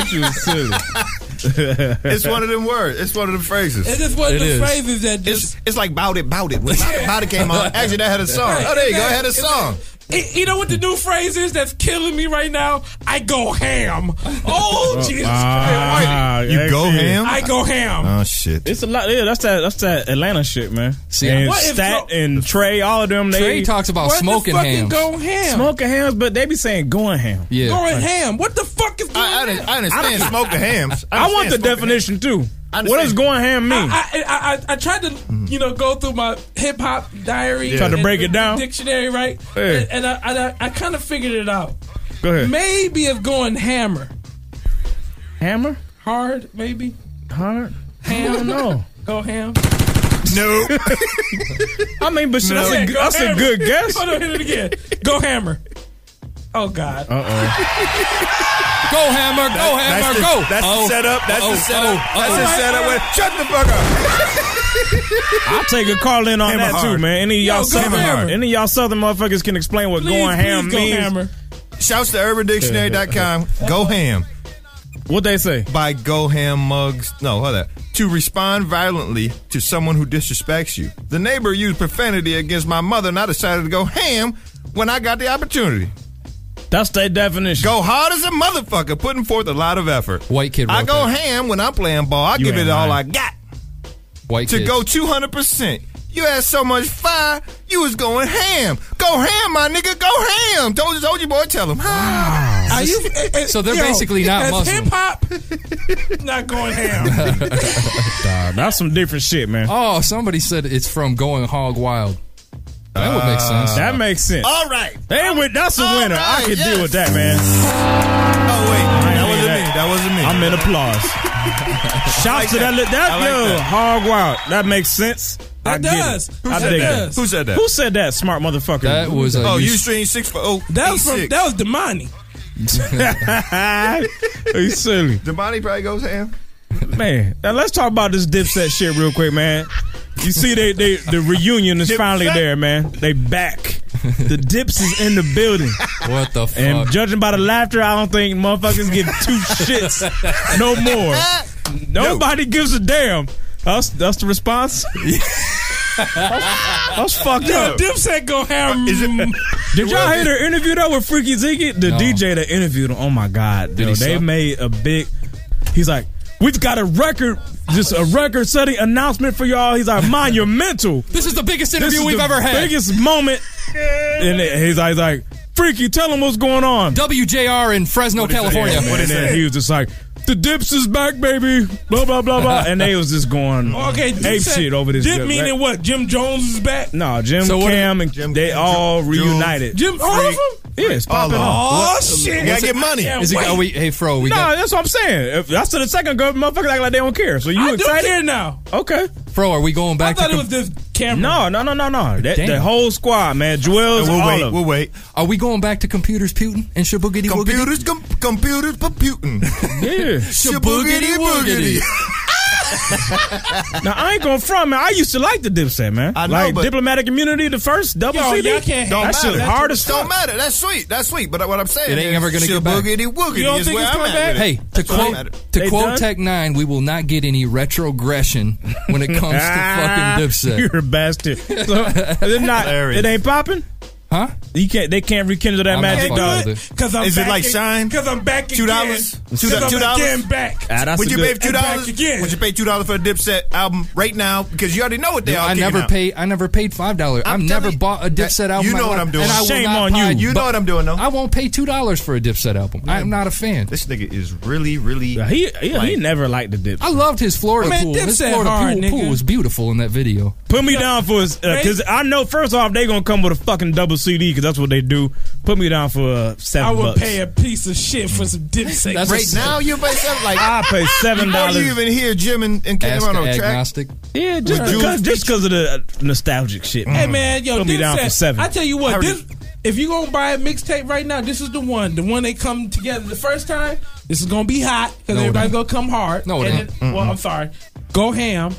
[SPEAKER 3] shit was silly.
[SPEAKER 16] It's one of them words. It's one of them phrases.
[SPEAKER 5] It is one of It them is. phrases that just.
[SPEAKER 16] It's, it's like bout it, bout it. When bout it, bout it came out, actually that had a song.
[SPEAKER 5] Right.
[SPEAKER 16] Oh, there you go. It had a
[SPEAKER 5] It's
[SPEAKER 16] song.
[SPEAKER 5] like- you know what the new phrase is that's killing me right now? I go ham. Oh, Jesus Christ.
[SPEAKER 16] Uh, you go ham.
[SPEAKER 5] I go ham.
[SPEAKER 16] Oh shit.
[SPEAKER 3] Ah, It's a lot. Yeah, that's that. That's that Atlanta shit, man.
[SPEAKER 4] See,
[SPEAKER 3] and
[SPEAKER 4] what if
[SPEAKER 3] Stat and Trey, all of them. They,
[SPEAKER 4] Trey talks about
[SPEAKER 3] What the
[SPEAKER 4] smoking
[SPEAKER 3] fuck
[SPEAKER 4] hams.
[SPEAKER 3] is Going ham. Smoking hams, but they be saying going ham.
[SPEAKER 4] Yeah.
[SPEAKER 5] Going ham. What the fuck is going
[SPEAKER 16] I, I, didn't- I understand smoking hams.
[SPEAKER 3] I, want the
[SPEAKER 16] understand Mm-hmm. smoking
[SPEAKER 3] definition too. What does going ham mean?
[SPEAKER 5] I, I, I, I tried to, you know, go through my hip hop diary.
[SPEAKER 3] Yeah. Tried to
[SPEAKER 5] and
[SPEAKER 3] break it
[SPEAKER 5] the
[SPEAKER 3] down?
[SPEAKER 5] Dictionary, right?
[SPEAKER 3] Yeah.
[SPEAKER 5] And, and I, and I, I kind of figured it out.
[SPEAKER 3] Go ahead.
[SPEAKER 5] Maybe if going hammer.
[SPEAKER 3] Hammer?
[SPEAKER 5] Hard, maybe?
[SPEAKER 3] Hard?
[SPEAKER 5] Ham?
[SPEAKER 3] I don't know.
[SPEAKER 5] Go ham.
[SPEAKER 3] No. I mean, but shit, that's, a,
[SPEAKER 5] Go
[SPEAKER 3] that's a
[SPEAKER 5] hammer.
[SPEAKER 3] good guess.
[SPEAKER 5] Hold on, hit it again. Go hammer. Oh, God.
[SPEAKER 3] Uh oh.
[SPEAKER 5] Go hammer, go
[SPEAKER 16] that's
[SPEAKER 5] hammer,
[SPEAKER 16] the,
[SPEAKER 5] go. Oh.
[SPEAKER 16] That's
[SPEAKER 5] Uh-oh,
[SPEAKER 16] the setup. That's
[SPEAKER 5] uh-oh,
[SPEAKER 16] the setup.
[SPEAKER 5] uh-oh,
[SPEAKER 16] that's
[SPEAKER 5] uh-oh.
[SPEAKER 16] the setup. With, shut the fuck up.
[SPEAKER 3] I'll take a call in on
[SPEAKER 16] Hammer
[SPEAKER 3] that
[SPEAKER 16] hard.
[SPEAKER 3] too, man. Any of
[SPEAKER 16] Yo,
[SPEAKER 3] y'all
[SPEAKER 16] go
[SPEAKER 3] southern,
[SPEAKER 16] hammer.
[SPEAKER 3] any of y'all southern motherfuckers can explain what going ham means.
[SPEAKER 16] Shouts to UrbanDictionary.com. Go ham.
[SPEAKER 3] What they say?
[SPEAKER 16] By go ham mugs. No, hold that. To respond violently to someone who disrespects you. The neighbor used profanity against my mother, and I decided to go ham when I got the opportunity.
[SPEAKER 3] That's their definition.
[SPEAKER 16] Go hard as a motherfucker, putting forth a lot of effort.
[SPEAKER 4] White kid.
[SPEAKER 16] I
[SPEAKER 4] wrote
[SPEAKER 16] go
[SPEAKER 4] that.
[SPEAKER 16] ham when I'm playing ball. I
[SPEAKER 4] You
[SPEAKER 16] give
[SPEAKER 4] ain't
[SPEAKER 16] it all I
[SPEAKER 4] lying.
[SPEAKER 16] got.
[SPEAKER 4] White
[SPEAKER 16] to
[SPEAKER 4] kids.
[SPEAKER 16] go 200%. You had so much fire, you was going ham. Go ham, my nigga, go ham. Told, told your boy, tell him.
[SPEAKER 5] Are you, eh, eh,
[SPEAKER 4] So they're basically not
[SPEAKER 5] that's
[SPEAKER 4] Muslim.
[SPEAKER 5] hip hop not going ham.
[SPEAKER 3] Nah, that's some different shit, man.
[SPEAKER 4] Oh, somebody said it's from Going Hog Wild. That would make sense.
[SPEAKER 3] Ah. That makes sense.
[SPEAKER 16] All right.
[SPEAKER 3] Hey, wait, that's a winner. I
[SPEAKER 16] right,
[SPEAKER 3] can
[SPEAKER 16] yes.
[SPEAKER 3] deal with that, man.
[SPEAKER 16] Oh, wait. That
[SPEAKER 3] mean
[SPEAKER 16] wasn't
[SPEAKER 3] that.
[SPEAKER 16] me. That wasn't me.
[SPEAKER 3] I'm in applause. Shouts to that. li- That
[SPEAKER 16] I like
[SPEAKER 3] yo,
[SPEAKER 16] that.
[SPEAKER 3] hog wild. That makes sense.
[SPEAKER 5] That
[SPEAKER 3] I get it.
[SPEAKER 5] does. Who
[SPEAKER 3] I
[SPEAKER 5] said
[SPEAKER 3] dig
[SPEAKER 5] that?
[SPEAKER 3] it.
[SPEAKER 5] Who said that?
[SPEAKER 3] Who said that? Smart motherfucker.
[SPEAKER 4] That was a
[SPEAKER 16] oh,
[SPEAKER 4] you-
[SPEAKER 16] you stream six for oh.
[SPEAKER 5] That was from
[SPEAKER 16] E6.
[SPEAKER 5] that was Damani.
[SPEAKER 3] you silly.
[SPEAKER 16] The body probably goes ham.
[SPEAKER 3] Man, now let's talk about this Dipset shit real quick, man. You see, they, they the reunion is finally there, man. They back. The Dips is in the building,
[SPEAKER 4] What the fuck?
[SPEAKER 3] and judging by the laughter, I don't think motherfuckers give two shits no more. Nobody gives a damn. That's that's the response. That's fucked
[SPEAKER 5] Yo,
[SPEAKER 3] up. Uh,
[SPEAKER 5] Dipset go ham.
[SPEAKER 16] Is it,
[SPEAKER 3] Did y'all hear the interview that with Freaky Ziggy? The
[SPEAKER 4] No.
[SPEAKER 3] DJ that interviewed him. Oh my god,
[SPEAKER 4] Did
[SPEAKER 3] yo,
[SPEAKER 4] he
[SPEAKER 3] they
[SPEAKER 4] suck?
[SPEAKER 3] made a big. He's like, we've got a record, just a record-setting announcement for y'all. He's like, monumental.
[SPEAKER 4] This is the biggest
[SPEAKER 3] This
[SPEAKER 4] interview
[SPEAKER 3] is
[SPEAKER 4] we've
[SPEAKER 3] the
[SPEAKER 4] ever had.
[SPEAKER 3] Biggest moment. And it- he's like, he's like, Freaky, tell him what's going on.
[SPEAKER 4] WJR in Fresno, California.
[SPEAKER 3] And then he was just like, the dips is back, baby. Blah blah blah blah. And they was just going
[SPEAKER 5] Okay,
[SPEAKER 3] ape
[SPEAKER 5] Dipset-
[SPEAKER 3] shit over this.
[SPEAKER 5] Dip
[SPEAKER 3] dip,
[SPEAKER 5] meaning
[SPEAKER 3] right?
[SPEAKER 5] what? Jim Jones is back.
[SPEAKER 3] No, Jim
[SPEAKER 4] So what-
[SPEAKER 3] Cam and they all reunited.
[SPEAKER 5] Jim, all of them.
[SPEAKER 3] yeah, it's popping
[SPEAKER 16] of 'em.
[SPEAKER 3] off.
[SPEAKER 5] Oh shit!
[SPEAKER 16] You gotta get money.
[SPEAKER 5] Yeah,
[SPEAKER 4] Is it,
[SPEAKER 5] wait.
[SPEAKER 4] are we, hey, Fro, we
[SPEAKER 3] No,
[SPEAKER 4] got
[SPEAKER 3] that's what I'm saying. If that's to the second girl, motherfuckers act like they don't care. So you
[SPEAKER 5] I do
[SPEAKER 3] excited?
[SPEAKER 5] care now.
[SPEAKER 3] Okay.
[SPEAKER 4] Fro. Are we going
[SPEAKER 5] I
[SPEAKER 4] back?
[SPEAKER 5] thought
[SPEAKER 4] to
[SPEAKER 5] it was the camera.
[SPEAKER 3] No, no, no, no, no. That,
[SPEAKER 4] Damn.
[SPEAKER 3] the whole squad, man. Joel's
[SPEAKER 16] We'll
[SPEAKER 3] all
[SPEAKER 16] wait.
[SPEAKER 3] of
[SPEAKER 16] We'll wait.
[SPEAKER 4] Are we going back to computers, Putin and shaboogity woogity?
[SPEAKER 16] Computers, com- computers, computing.
[SPEAKER 3] Yeah.
[SPEAKER 16] Shaboogity woogity.
[SPEAKER 3] now I ain't gonna front, man. I used to like the Dipset, man.
[SPEAKER 16] I know,
[SPEAKER 3] like
[SPEAKER 16] but-
[SPEAKER 3] diplomatic immunity, the first double
[SPEAKER 5] Yo,
[SPEAKER 3] CD.
[SPEAKER 5] y'all can't
[SPEAKER 3] that
[SPEAKER 5] hate
[SPEAKER 3] shit
[SPEAKER 5] that.
[SPEAKER 3] hard as
[SPEAKER 16] Don't
[SPEAKER 3] fuck.
[SPEAKER 16] matter. That's sweet. That's sweet. But what I'm saying,
[SPEAKER 4] It ain't
[SPEAKER 16] is
[SPEAKER 4] ever gonna get back.
[SPEAKER 16] shaboogity woogity
[SPEAKER 5] You don't
[SPEAKER 16] is
[SPEAKER 5] think
[SPEAKER 16] where
[SPEAKER 5] it's
[SPEAKER 16] I'm
[SPEAKER 5] coming
[SPEAKER 16] at
[SPEAKER 5] back?
[SPEAKER 16] with it.
[SPEAKER 4] Hey, to
[SPEAKER 16] That's what I'm
[SPEAKER 4] quote
[SPEAKER 16] at.
[SPEAKER 4] to
[SPEAKER 3] They
[SPEAKER 4] quote
[SPEAKER 3] done?
[SPEAKER 4] Tech Nine, we will not get any retrogression when it comes to
[SPEAKER 3] Ah,
[SPEAKER 4] fucking Dipset,
[SPEAKER 3] You're a bastard. So, they're not,
[SPEAKER 16] Hilarious.
[SPEAKER 3] it ain't popping.
[SPEAKER 4] huh?
[SPEAKER 3] You can't. They can't rekindle that
[SPEAKER 4] I'm not
[SPEAKER 3] magic,
[SPEAKER 4] fucking
[SPEAKER 3] dog.
[SPEAKER 4] with it.
[SPEAKER 5] Cause I'm
[SPEAKER 16] Is it
[SPEAKER 5] back
[SPEAKER 16] like Shine?
[SPEAKER 5] Cause I'm back again.
[SPEAKER 16] Two dollars? Two-
[SPEAKER 5] Cause
[SPEAKER 16] two
[SPEAKER 5] I'm
[SPEAKER 16] dollars?
[SPEAKER 5] again back.
[SPEAKER 3] Ah, that's
[SPEAKER 16] Would
[SPEAKER 3] a
[SPEAKER 16] you
[SPEAKER 3] good-
[SPEAKER 16] pay two
[SPEAKER 5] And back
[SPEAKER 16] dollars?
[SPEAKER 5] again.
[SPEAKER 16] Would you pay two dollars for a Dipset album right now? Because you already know what they are.
[SPEAKER 4] I
[SPEAKER 16] kicking
[SPEAKER 4] never
[SPEAKER 16] out.
[SPEAKER 4] paid. I never paid five dollars. I've
[SPEAKER 16] I'm
[SPEAKER 4] never
[SPEAKER 16] telling you-
[SPEAKER 4] bought a Dipset album.
[SPEAKER 16] You
[SPEAKER 4] in my
[SPEAKER 16] know what
[SPEAKER 4] life,
[SPEAKER 16] I'm doing.
[SPEAKER 4] and I will
[SPEAKER 3] Shame
[SPEAKER 4] not
[SPEAKER 3] on you.
[SPEAKER 4] buy-
[SPEAKER 16] You know what I'm doing though.
[SPEAKER 4] I won't pay two dollars for a Dipset album. I'm not a fan.
[SPEAKER 16] This nigga is really, really.
[SPEAKER 3] He he, he
[SPEAKER 16] Like-
[SPEAKER 3] never liked the Dipset.
[SPEAKER 4] I loved his Florida
[SPEAKER 5] Man,
[SPEAKER 4] pool. His
[SPEAKER 5] Dipset
[SPEAKER 4] Florida
[SPEAKER 5] hard,
[SPEAKER 4] pool, pool
[SPEAKER 5] nigga.
[SPEAKER 4] was beautiful in that video.
[SPEAKER 3] Put me down for because I know first off they gonna come with a fucking double CD because that's what they do. Put me down for uh, seven
[SPEAKER 5] I would
[SPEAKER 3] bucks.
[SPEAKER 5] pay a piece of shit for some Dipset.
[SPEAKER 4] That's
[SPEAKER 16] right
[SPEAKER 4] a-
[SPEAKER 16] now, you pay something like.
[SPEAKER 3] I pay seven
[SPEAKER 16] Before you
[SPEAKER 3] dollars.
[SPEAKER 16] even hear Jim and, and Kim
[SPEAKER 4] Ask
[SPEAKER 16] on
[SPEAKER 4] the
[SPEAKER 16] a track,
[SPEAKER 4] agnostic.
[SPEAKER 3] Yeah, just
[SPEAKER 16] With
[SPEAKER 3] because
[SPEAKER 16] Jules
[SPEAKER 3] just because of the uh, nostalgic shit.
[SPEAKER 5] Hey man, yo,
[SPEAKER 3] put me down for
[SPEAKER 5] Dipset.
[SPEAKER 3] seven.
[SPEAKER 5] I tell you what,
[SPEAKER 16] Hurry.
[SPEAKER 5] this, if you gonna buy a mixtape right now, this is the one. The one they come together the first time. This is gonna be hot because
[SPEAKER 4] No, it
[SPEAKER 5] everybody's
[SPEAKER 4] ain't.
[SPEAKER 5] gonna come hard.
[SPEAKER 4] No, it
[SPEAKER 5] And
[SPEAKER 4] ain't.
[SPEAKER 5] then- Well, I'm sorry. Go ham.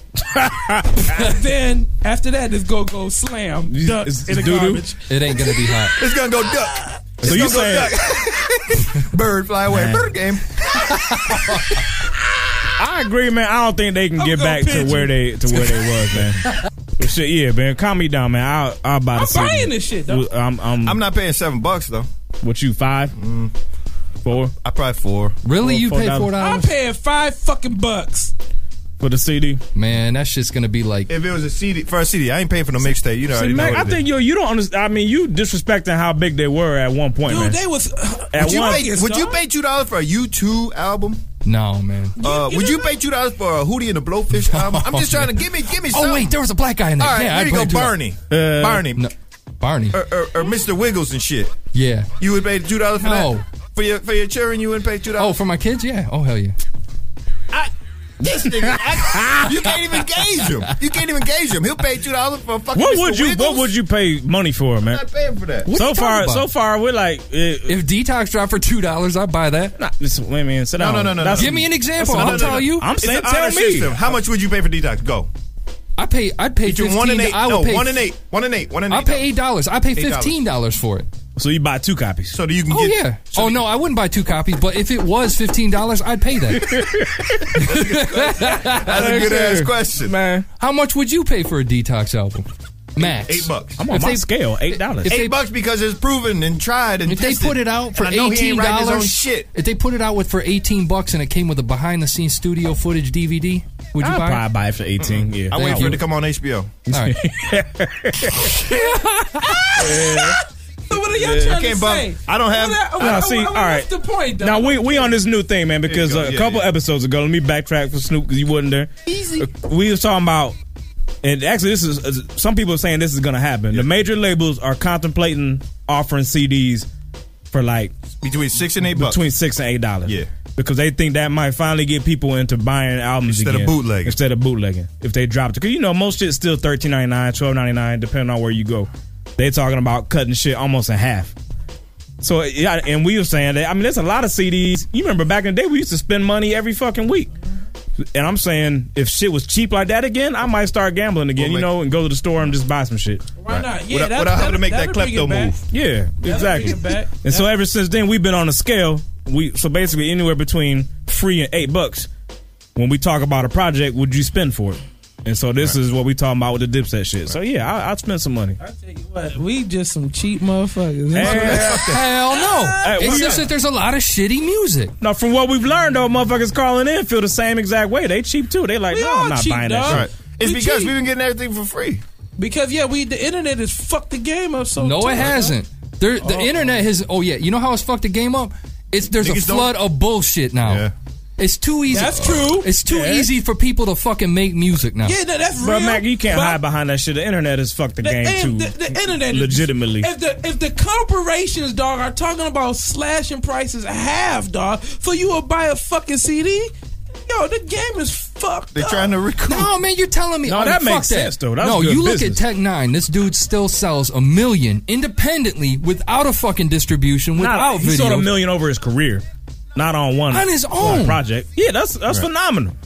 [SPEAKER 5] And then after that, just go go slam
[SPEAKER 3] You-
[SPEAKER 5] duck
[SPEAKER 3] it's-
[SPEAKER 5] in the
[SPEAKER 3] it's doo-doo?
[SPEAKER 5] garbage.
[SPEAKER 4] It ain't gonna be hot.
[SPEAKER 16] it's gonna go duck.
[SPEAKER 3] so you
[SPEAKER 16] It's gonna
[SPEAKER 3] saying
[SPEAKER 16] go duck. bird fly away? Bird game.
[SPEAKER 3] I agree, man. I don't think they can
[SPEAKER 5] I'm
[SPEAKER 3] get
[SPEAKER 5] gonna
[SPEAKER 3] back to
[SPEAKER 5] pitch
[SPEAKER 3] where they to where they was, man. But shit, yeah, man. Calm me down, man. I'll, I'll buy the
[SPEAKER 5] I'm
[SPEAKER 3] CD.
[SPEAKER 5] buying this shit, though.
[SPEAKER 3] I'm, I'm,
[SPEAKER 16] I'm not paying seven bucks though. Mm-hmm.
[SPEAKER 3] What you five, four
[SPEAKER 16] I probably four.
[SPEAKER 4] Really,
[SPEAKER 3] Four-
[SPEAKER 4] you
[SPEAKER 3] four
[SPEAKER 4] pay
[SPEAKER 3] dollars.
[SPEAKER 4] four
[SPEAKER 5] I'm
[SPEAKER 4] dollars?
[SPEAKER 5] paying five fucking bucks.
[SPEAKER 3] for the CD?
[SPEAKER 4] Man, that shit's gonna be like.
[SPEAKER 16] If it was a CD for a CD, I ain't paying for no mixtape. You know,
[SPEAKER 3] See,
[SPEAKER 16] already know
[SPEAKER 3] Mac,
[SPEAKER 16] what
[SPEAKER 3] I
[SPEAKER 16] it
[SPEAKER 3] think yo, you don't understand. I mean, you disrespecting how big they were at one point,
[SPEAKER 5] Dude,
[SPEAKER 3] man.
[SPEAKER 5] they was
[SPEAKER 3] At
[SPEAKER 16] is. uh, Would you
[SPEAKER 3] one-
[SPEAKER 16] pay- Would you
[SPEAKER 5] dog.
[SPEAKER 16] pay two dollars for a U two album?
[SPEAKER 4] No, man.
[SPEAKER 16] Uh, would you pay two dollars for a Hootie and the Blowfish album? I'm just trying to give me, give me.
[SPEAKER 4] Oh,
[SPEAKER 16] Something.
[SPEAKER 4] wait, there was a black guy in there.
[SPEAKER 16] All right,
[SPEAKER 4] Yeah, I'd
[SPEAKER 16] there you
[SPEAKER 4] pay
[SPEAKER 16] go,
[SPEAKER 4] two dollars. Uh,
[SPEAKER 16] Barney, Barney, Uh,
[SPEAKER 4] Barney,
[SPEAKER 16] or, or, or Mr. Wiggles and shit.
[SPEAKER 4] Yeah.
[SPEAKER 16] You would pay two dollars for
[SPEAKER 4] No.
[SPEAKER 16] that for your for your children. You wouldn't pay two
[SPEAKER 4] Oh,
[SPEAKER 16] dollars.
[SPEAKER 4] for my kids, yeah. Oh hell yeah.
[SPEAKER 16] This nigga, I- you can't even gauge him. You can't even gauge him. He'll pay two dollars for a fucking.
[SPEAKER 3] What
[SPEAKER 16] Mr.
[SPEAKER 3] would you?
[SPEAKER 16] Wiggles.
[SPEAKER 3] What would you pay money for, man?
[SPEAKER 16] I'm not paying for that.
[SPEAKER 3] so far, so far, we're like.
[SPEAKER 4] if detox dropped for two dollars, I'd buy that.
[SPEAKER 3] Nah, this, wait a minute, sit
[SPEAKER 16] No,
[SPEAKER 3] down.
[SPEAKER 16] no, no, no, no.
[SPEAKER 3] That's-
[SPEAKER 4] Give me an example.
[SPEAKER 3] that's
[SPEAKER 4] I'll
[SPEAKER 3] another-
[SPEAKER 4] tell you.
[SPEAKER 3] I'm
[SPEAKER 16] It's an
[SPEAKER 3] saying, tell
[SPEAKER 16] honor
[SPEAKER 3] me.
[SPEAKER 16] system. How much would you pay for detox? Go.
[SPEAKER 4] I pay. I'd pay
[SPEAKER 16] Between
[SPEAKER 4] fifteen.
[SPEAKER 16] one and eight.
[SPEAKER 4] I would
[SPEAKER 16] No,
[SPEAKER 4] pay
[SPEAKER 16] one and eight. One and eight. One and
[SPEAKER 4] I
[SPEAKER 16] eight.
[SPEAKER 4] pay eight dollars. I pay
[SPEAKER 16] $8.
[SPEAKER 4] fifteen dollars for it.
[SPEAKER 3] So you buy two copies. So
[SPEAKER 16] do you
[SPEAKER 4] Oh yeah. oh no, I wouldn't buy two copies. But if it was fifteen dollars, I'd pay that.
[SPEAKER 16] That's a good ass question,
[SPEAKER 3] man.
[SPEAKER 4] How much would you pay for a detox album? Max.
[SPEAKER 16] Eight bucks.
[SPEAKER 4] If they- if
[SPEAKER 16] Eight
[SPEAKER 4] they-
[SPEAKER 16] bucks because it's proven and tried and
[SPEAKER 4] If they
[SPEAKER 16] tested.
[SPEAKER 4] put it out for
[SPEAKER 16] And I know he
[SPEAKER 4] eighteen
[SPEAKER 16] ain't writing his own
[SPEAKER 4] dollars,
[SPEAKER 16] shit.
[SPEAKER 4] If they put it out with for eighteen bucks and it came with a behind the scenes studio footage DVD, would you
[SPEAKER 3] I'd
[SPEAKER 4] buy?
[SPEAKER 3] probably buy it for
[SPEAKER 16] Mm-hmm.
[SPEAKER 3] 18, yeah. I wait for it to
[SPEAKER 16] come on HBO.
[SPEAKER 4] All right.
[SPEAKER 5] So what are y'all
[SPEAKER 3] Yeah.
[SPEAKER 5] trying
[SPEAKER 3] Can't
[SPEAKER 5] to
[SPEAKER 3] bump.
[SPEAKER 5] say?
[SPEAKER 3] I don't have.
[SPEAKER 5] What I-
[SPEAKER 3] Nah,
[SPEAKER 5] I-
[SPEAKER 3] see,
[SPEAKER 5] I- I-
[SPEAKER 3] all right.
[SPEAKER 5] What's the point, though?
[SPEAKER 3] Now we we on this new thing, man, because uh,
[SPEAKER 5] There you go.
[SPEAKER 3] a
[SPEAKER 5] Yeah,
[SPEAKER 3] couple episodes ago, let me backtrack for Snoop because you wasn't there.
[SPEAKER 5] Easy.
[SPEAKER 3] Uh, We was talking about, and actually, this is uh, some people are saying this is going to happen. The major labels are contemplating offering CDs for like
[SPEAKER 16] between six and eight bucks.
[SPEAKER 3] between six and eight dollars.
[SPEAKER 16] Yeah.
[SPEAKER 3] Because they think that might finally get people into buying albums
[SPEAKER 16] Instead of
[SPEAKER 3] again.
[SPEAKER 16] bootlegging.
[SPEAKER 3] Instead of bootlegging, if they dropped it, because you know most shit's still thirteen ninety nine, twelve ninety nine, depending on where you go. They talking about cutting shit almost in half. So yeah, and we were saying that. I mean, there's a lot of CDs. You remember back in the day, we used to spend money every fucking week. And I'm saying, if shit was cheap like that again, I might start gambling again, you know, and go to the store and just buy some shit.
[SPEAKER 5] Why not? Yeah,
[SPEAKER 16] Without-
[SPEAKER 5] that-
[SPEAKER 16] without having to make
[SPEAKER 5] that'll-
[SPEAKER 16] that
[SPEAKER 5] that'll bring it back.
[SPEAKER 16] klepto move.
[SPEAKER 3] Yeah,
[SPEAKER 5] That'll
[SPEAKER 3] exactly.
[SPEAKER 5] bring it back.
[SPEAKER 3] And so ever since then, we've been on a scale. We so basically anywhere between three and eight bucks. When we talk about a project, would you spend for it? And so this is what we talking about with the Dipset shit. So yeah, I, I'd spend some money.
[SPEAKER 5] What, we just some cheap motherfuckers.
[SPEAKER 4] Hell no. it's just that there's a lot of shitty music.
[SPEAKER 3] Now, from what we've learned, though, motherfuckers calling in feel the same exact way. They cheap too. They like,
[SPEAKER 5] We
[SPEAKER 3] no,
[SPEAKER 5] all
[SPEAKER 3] I'm not
[SPEAKER 5] cheap,
[SPEAKER 3] buying
[SPEAKER 5] dog.
[SPEAKER 3] that shit.
[SPEAKER 16] It's
[SPEAKER 5] We
[SPEAKER 16] because
[SPEAKER 5] cheap.
[SPEAKER 16] we've been getting everything for free.
[SPEAKER 5] Because yeah, we the internet has fucked the game up so.
[SPEAKER 4] No,
[SPEAKER 5] tough,
[SPEAKER 4] it hasn't. There, the internet has. Oh yeah, you know how it's fucked the game up. It's there's a
[SPEAKER 5] Niggas don't-
[SPEAKER 4] flood of bullshit now. It's too easy.
[SPEAKER 5] That's true.
[SPEAKER 4] It's too
[SPEAKER 5] Yeah.
[SPEAKER 4] easy for people to fucking make music now.
[SPEAKER 5] Yeah, no, that's
[SPEAKER 3] Bro,
[SPEAKER 5] real.
[SPEAKER 3] Mac, you can't
[SPEAKER 5] but-
[SPEAKER 3] hide behind that shit. The internet has fucked the,
[SPEAKER 5] The,
[SPEAKER 3] game too. mm,
[SPEAKER 5] and the, the internet is-
[SPEAKER 3] legitimately.
[SPEAKER 5] If the if the corporations, dog, are talking about slashing prices half, dog, for you to buy a fucking CD, yo, the game is fucked.
[SPEAKER 16] They're trying to recoup.
[SPEAKER 4] No, man, you're telling me.
[SPEAKER 3] No,
[SPEAKER 4] oh,
[SPEAKER 3] that
[SPEAKER 4] fuck
[SPEAKER 3] makes sense, though. That's
[SPEAKER 4] no,
[SPEAKER 3] good
[SPEAKER 4] you look at
[SPEAKER 3] business.
[SPEAKER 4] Tech Nine. This dude still sells a million independently without a fucking distribution, without
[SPEAKER 3] Not, he sold
[SPEAKER 4] video.
[SPEAKER 3] a million over his career, not on one
[SPEAKER 4] On his
[SPEAKER 3] one
[SPEAKER 4] own.
[SPEAKER 3] project. Yeah, that's that's
[SPEAKER 4] Right.
[SPEAKER 3] phenomenal.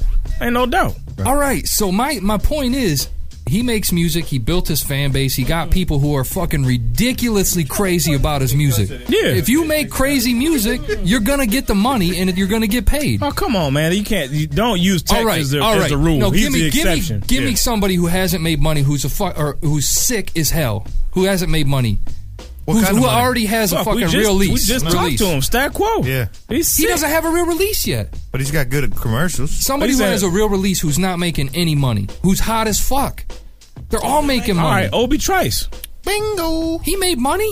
[SPEAKER 3] Ain't no doubt.
[SPEAKER 4] All right. So my my point is, he makes music. He built his fan base. He got people who are fucking ridiculously crazy about his music.
[SPEAKER 3] Yeah.
[SPEAKER 4] If you make crazy music, you're gonna get the money and you're gonna get paid.
[SPEAKER 3] Oh come on, man! You can't. You don't use tech
[SPEAKER 4] all right.
[SPEAKER 3] as, the,
[SPEAKER 4] all
[SPEAKER 3] as
[SPEAKER 4] right.
[SPEAKER 3] the rule.
[SPEAKER 4] No,
[SPEAKER 3] He's
[SPEAKER 4] give me,
[SPEAKER 3] the
[SPEAKER 4] give me-
[SPEAKER 3] exception.
[SPEAKER 4] Give me,
[SPEAKER 3] Yeah.
[SPEAKER 4] somebody who hasn't made money, who's a fuck, or who's sick as hell, who hasn't made money, who's,
[SPEAKER 3] kind of
[SPEAKER 4] who
[SPEAKER 3] money?
[SPEAKER 4] already has
[SPEAKER 3] Fuck,
[SPEAKER 4] a
[SPEAKER 3] we
[SPEAKER 4] fucking
[SPEAKER 3] just-
[SPEAKER 4] real
[SPEAKER 3] We
[SPEAKER 4] lease.
[SPEAKER 3] just talked
[SPEAKER 4] release.
[SPEAKER 3] to him. Stat quo.
[SPEAKER 16] Yeah,
[SPEAKER 3] He's
[SPEAKER 4] He
[SPEAKER 3] sick.
[SPEAKER 4] doesn't have a real release yet.
[SPEAKER 16] but he's got good commercials.
[SPEAKER 4] Somebody who has a real release who's not making any money, who's hot as fuck. They're all making
[SPEAKER 3] All
[SPEAKER 4] money.
[SPEAKER 3] right, Obi Trice.
[SPEAKER 4] Bingo. He made money.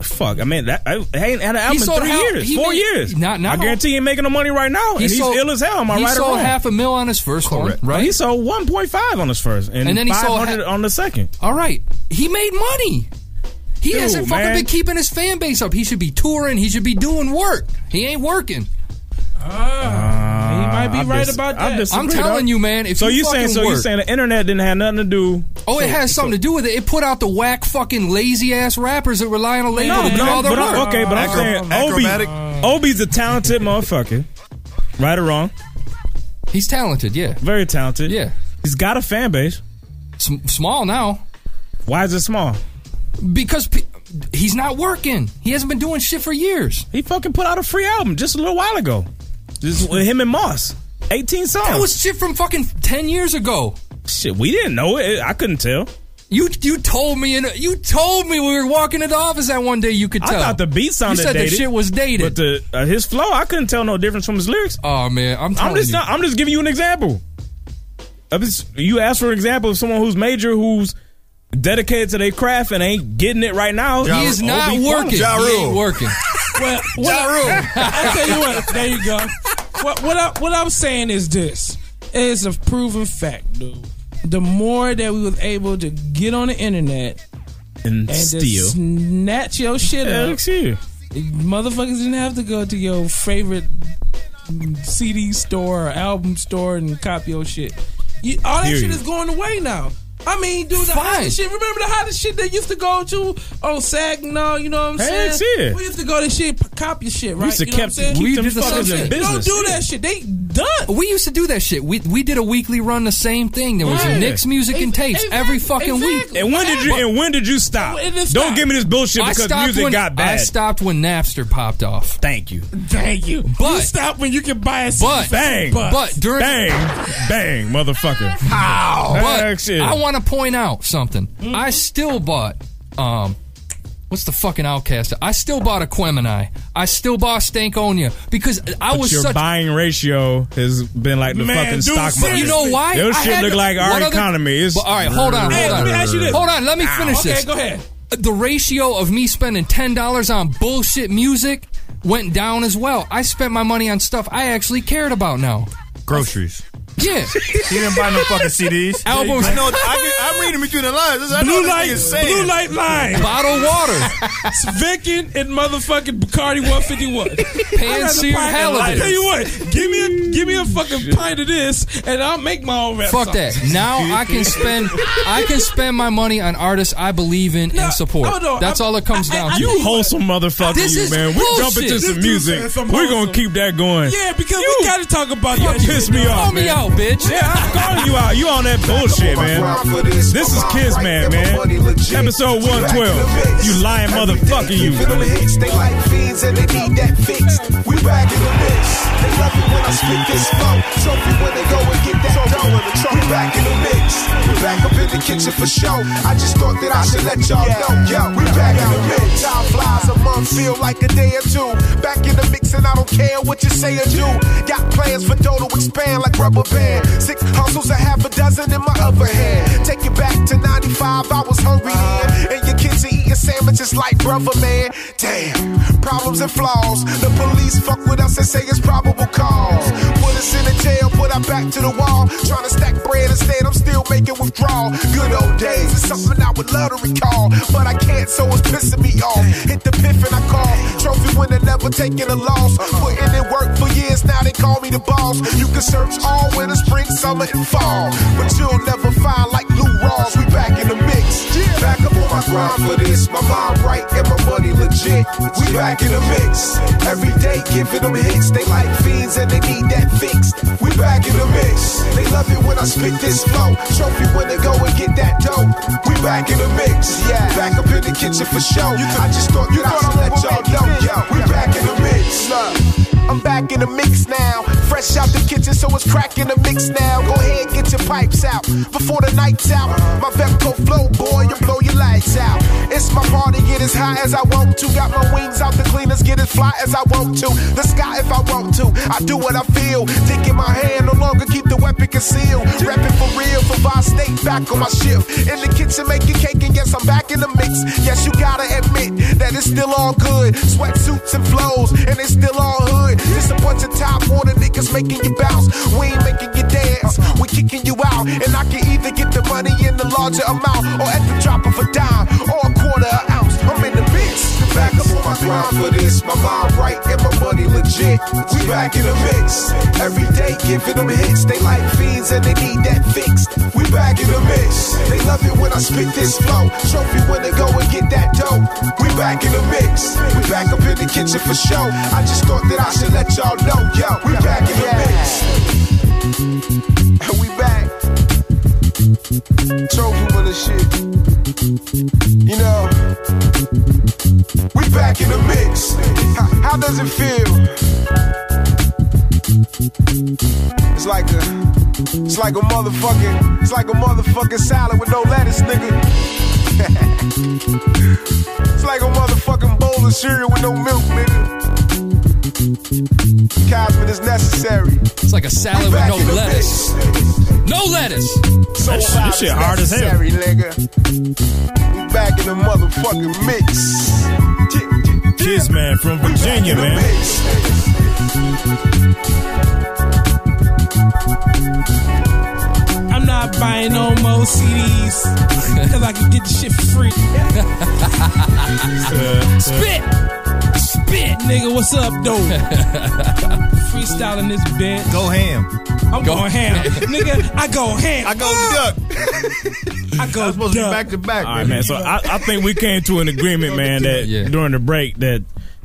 [SPEAKER 3] Fuck, I mean that. I I ain't had an album in
[SPEAKER 4] sold
[SPEAKER 3] three
[SPEAKER 4] hal-
[SPEAKER 3] years,
[SPEAKER 4] he
[SPEAKER 3] four
[SPEAKER 4] made-
[SPEAKER 3] years.
[SPEAKER 4] not now.
[SPEAKER 3] I guarantee he ain't making no money right now, and he's
[SPEAKER 4] sold-
[SPEAKER 3] ill as hell. Am I
[SPEAKER 4] he
[SPEAKER 3] right or
[SPEAKER 4] sold
[SPEAKER 3] wrong?
[SPEAKER 4] half a mil on his first one, right?
[SPEAKER 3] He sold one point five on his first, and,
[SPEAKER 4] And then he sold
[SPEAKER 3] 500 on the second.
[SPEAKER 4] all right. He made money. He
[SPEAKER 3] Dude,
[SPEAKER 4] hasn't fucking
[SPEAKER 3] man.
[SPEAKER 4] been keeping his fan base up. He should be touring. He should be doing work. He ain't working.
[SPEAKER 3] Uh,
[SPEAKER 5] Ah, he might be
[SPEAKER 3] I
[SPEAKER 5] right
[SPEAKER 3] dis-
[SPEAKER 5] about
[SPEAKER 3] I
[SPEAKER 5] that.
[SPEAKER 3] disagree,
[SPEAKER 4] I'm telling
[SPEAKER 3] dog.
[SPEAKER 4] you, man, if
[SPEAKER 3] so
[SPEAKER 4] you
[SPEAKER 3] saying
[SPEAKER 4] fucking
[SPEAKER 3] so you
[SPEAKER 4] work-
[SPEAKER 3] saying the internet didn't have nothing to do?
[SPEAKER 4] Oh, it has something to do with it. It put out the whack fucking lazy ass rappers that rely on a label to do all their
[SPEAKER 3] but I'm-
[SPEAKER 4] work.
[SPEAKER 3] okay, but I'm saying Obi, Obi's a talented motherfucker. Right or wrong?
[SPEAKER 4] He's talented, yeah.
[SPEAKER 3] Very talented.
[SPEAKER 4] Yeah.
[SPEAKER 3] He's got a fan base.
[SPEAKER 4] small now.
[SPEAKER 3] Why is it small?
[SPEAKER 4] Because pe- he's not working. He hasn't been doing shit for years.
[SPEAKER 3] He fucking put out a free album just a little while ago. Just with him and Moss. 18 songs.
[SPEAKER 4] That was shit from fucking 10 years ago.
[SPEAKER 3] Shit, we didn't know it. I couldn't tell.
[SPEAKER 4] You you told me in a, you told me we were walking into the office that one day you could
[SPEAKER 3] I
[SPEAKER 4] tell.
[SPEAKER 3] thought the beat sounded
[SPEAKER 4] You said
[SPEAKER 3] dated,
[SPEAKER 4] the shit was
[SPEAKER 3] But
[SPEAKER 4] dated.
[SPEAKER 3] the uh, his flow, I couldn't tell no difference from his lyrics.
[SPEAKER 4] oh man, I'm telling
[SPEAKER 3] I'm just
[SPEAKER 4] you.
[SPEAKER 3] not, I'm just giving you an example. I'm just- you asked for an example of someone who's major, who's dedicated to their craft and ain't getting it right now.
[SPEAKER 4] he is not working. He ain't working.
[SPEAKER 5] Well, well, I tell you what. There you go. what what I, what I'm saying is this: it is a proven fact, dude. The more that we was able to get on the internet
[SPEAKER 18] and,
[SPEAKER 5] and
[SPEAKER 18] steal.
[SPEAKER 5] just snatch your shit
[SPEAKER 18] Yeah,
[SPEAKER 5] up,
[SPEAKER 18] look here.
[SPEAKER 5] motherfuckers didn't have to go to your favorite CD store or album store and copy your shit. You, all that shit
[SPEAKER 18] Period.
[SPEAKER 5] is going away now. I mean, dude, the
[SPEAKER 18] Fine.
[SPEAKER 5] hottest shit. Remember the hottest shit they used to go to on SAG and all. You know what I'm saying?
[SPEAKER 18] Heck, yeah.
[SPEAKER 5] We used to go to shit, copy your shit,
[SPEAKER 4] We
[SPEAKER 5] right?
[SPEAKER 4] used to
[SPEAKER 5] you know
[SPEAKER 4] kept-
[SPEAKER 5] what I'm saying?
[SPEAKER 4] keep We them did the fuckers same in shit. business.
[SPEAKER 5] Don't do that shit. They done.
[SPEAKER 4] We used to do that shit. We we did a weekly run, the same thing. There was
[SPEAKER 5] Right.
[SPEAKER 4] Nick's music and tapes every fucking week.
[SPEAKER 3] And when did you? And when did you stop?
[SPEAKER 4] When
[SPEAKER 3] Don't
[SPEAKER 4] did it stop?
[SPEAKER 3] give me this bullshit
[SPEAKER 4] I
[SPEAKER 3] because
[SPEAKER 4] stopped
[SPEAKER 3] music
[SPEAKER 4] when-
[SPEAKER 3] got bad.
[SPEAKER 4] I stopped when Napster popped off.
[SPEAKER 18] Thank you.
[SPEAKER 5] Thank you.
[SPEAKER 4] But
[SPEAKER 5] you stop when you can buy a CD
[SPEAKER 4] but
[SPEAKER 5] for
[SPEAKER 3] bang,
[SPEAKER 5] two bucks.
[SPEAKER 4] but during
[SPEAKER 3] bang, bang, motherfucker.
[SPEAKER 4] Ow.
[SPEAKER 3] Heck,
[SPEAKER 4] But
[SPEAKER 3] shit.
[SPEAKER 4] I want to point out something.
[SPEAKER 5] Mm-hmm.
[SPEAKER 4] I still bought um what's the fucking outcast? I still bought a Quemini. I still bought Stankonia because I
[SPEAKER 3] But
[SPEAKER 4] was
[SPEAKER 3] your
[SPEAKER 4] such
[SPEAKER 3] buying ratio has been like the
[SPEAKER 4] Man,
[SPEAKER 3] fucking
[SPEAKER 4] dude,
[SPEAKER 3] stock market.
[SPEAKER 4] You know why?
[SPEAKER 3] Those
[SPEAKER 4] I
[SPEAKER 3] shit
[SPEAKER 4] had
[SPEAKER 3] look
[SPEAKER 4] to-
[SPEAKER 3] like
[SPEAKER 4] one
[SPEAKER 3] our
[SPEAKER 4] other-
[SPEAKER 3] economy. It's-
[SPEAKER 4] But, all right, hold on, hold
[SPEAKER 3] Hey,
[SPEAKER 4] on.
[SPEAKER 3] let me ask you this.
[SPEAKER 4] Hold on, let me
[SPEAKER 3] Ow.
[SPEAKER 4] finish
[SPEAKER 3] Okay,
[SPEAKER 4] this.
[SPEAKER 3] go ahead.
[SPEAKER 4] The ratio of me spending ten dollars on bullshit music went down as well. I spent my money on stuff I actually cared about now.
[SPEAKER 18] Groceries.
[SPEAKER 4] Yeah.
[SPEAKER 18] You didn't buy no fucking CDs.
[SPEAKER 4] Albums.
[SPEAKER 16] I know. I can, I'm reading between the lines. I know
[SPEAKER 5] Blue
[SPEAKER 16] this
[SPEAKER 5] light,
[SPEAKER 16] nigga's saying.
[SPEAKER 5] blue light line,
[SPEAKER 4] bottled water,
[SPEAKER 5] it's Vickin and motherfucking Bacardi 151,
[SPEAKER 4] Pan-seared halibut.
[SPEAKER 5] I tell you what, give me a give me a fucking pint of this, and I'll make my own rap.
[SPEAKER 4] Fuck
[SPEAKER 5] song.
[SPEAKER 4] that. Now I can spend I can spend my money on artists I believe in and support.
[SPEAKER 5] hold on.
[SPEAKER 4] That's all it comes down to.
[SPEAKER 3] You wholesome motherfucker,
[SPEAKER 4] This
[SPEAKER 3] you
[SPEAKER 4] is
[SPEAKER 3] man. We
[SPEAKER 4] bullshit.
[SPEAKER 3] jump into
[SPEAKER 4] This
[SPEAKER 3] some
[SPEAKER 4] dude
[SPEAKER 3] music.
[SPEAKER 4] said some
[SPEAKER 3] We're
[SPEAKER 4] wholesome.
[SPEAKER 3] gonna keep that going.
[SPEAKER 5] Yeah, because we gotta talk about
[SPEAKER 3] You
[SPEAKER 5] that. shit.
[SPEAKER 3] piss me off,
[SPEAKER 5] Call me
[SPEAKER 3] man.
[SPEAKER 5] out, bitch.
[SPEAKER 3] Yeah, I'm calling you out. You on that bullshit, man. This is Kids Man, man. Episode 112. You lying motherfucker, you.
[SPEAKER 8] They like fiends and they need that fix. We back in the mix. They love it when I spit this flow. Trophy when they go and get that dough in the trunk. We back in the mix. We back up in the kitchen for show. I just thought that I should let y'all know. Yo, we back in the mix. Time flies a month, feel like a day or two. Back in the mix and I don't care what you say or do. Got plans for dough to expand like rubber band. Six hustles, a half a dozen in my other hand. Take it back to 95, I was hungry then. And your kids are eating sandwiches like brother, man. Damn, problems and flaws. The police fuck with us and say it's probable cause. Put us in a jail, put our back to the wall. Trying to stack bread instead, I'm still making withdrawal. Good old days, it's something I would love to recall. But I can't, so it's pissing me off. Hit the piff and I call. Trophy winner, never taking a loss. Putting in work for years, now they call me the boss. You can search all winter, spring, summer, and fall. But you'll never find like Lou Rawls, we back in the mix. Back up on my grind for this. My mind right and my money legit. We back in the mix. Every day giving them hits. They like fiends and they need that fixed. We back in the mix. They love it when I spit this flow. Trophy when they go and get that dough. We back in the mix. Yeah. Back up in the kitchen for show. I just thought that I should let y'all know. Yo, we back in the mix. Look. I'm back in the mix now. Fresh out the kitchen, so it's cracking the mix now. Go ahead, get your pipes out before the night's out. My Vepco flow, boy, you blow your lights out. It's my party, get as high as I want to. Got my wings out the cleaners, get as fly as I want to. The sky if I want to. I do what I feel. Dick in my hand, no longer keep the weapon concealed. Reppin' for real, for Vi State, back on my shift. In the kitchen, making cake, and yes, I'm back in the mix. Yes, you gotta admit that it's still all good. Sweatsuits and flows, and it's still all hood. Just a bunch of top order niggas making you bounce. We ain't making you dance, we kicking you out. And I can either get the money in the larger amount, or at the drop of a dime, or a quarter of ounce. I'm in the mix. Back up on my grind for this. My mind right and my money legit. We back in the mix. Every day giving them hits. They like fiends and they need that fixed. We back in the mix. They love it when I spit this flow. Trophy when they go and get that dough. We back in the mix. We back up in the kitchen for show. I just thought that I should let y'all know, yo. We back in the mix. We back. Trophy when the shit. You know. We back in the mix. How, how does it feel? It's like a, it's like a motherfucking, it's like a motherfucking salad with no lettuce, nigga. it's like a motherfucking bowl of cereal with no milk, nigga. Cosmin is necessary.
[SPEAKER 4] It's like a salad with no lettuce. No lettuce.
[SPEAKER 8] So
[SPEAKER 4] That shit- that shit hard as hell.
[SPEAKER 8] necessary,
[SPEAKER 12] nigga.
[SPEAKER 8] We back in the motherfucking mix.
[SPEAKER 3] Kids Man from Virginia, man.
[SPEAKER 5] I'm not buying no more CDs because I can get the shit for free. Spit! Spit! Nigga, what's up, though? Freestyling this bitch.
[SPEAKER 16] Go ham.
[SPEAKER 5] I'm
[SPEAKER 16] Go-
[SPEAKER 5] going ham. Nigga, I go ham. I
[SPEAKER 16] go duck.
[SPEAKER 5] I go supposed
[SPEAKER 16] to be back to back.
[SPEAKER 3] All right, man. So I, I think we came to an agreement, man, that during the break that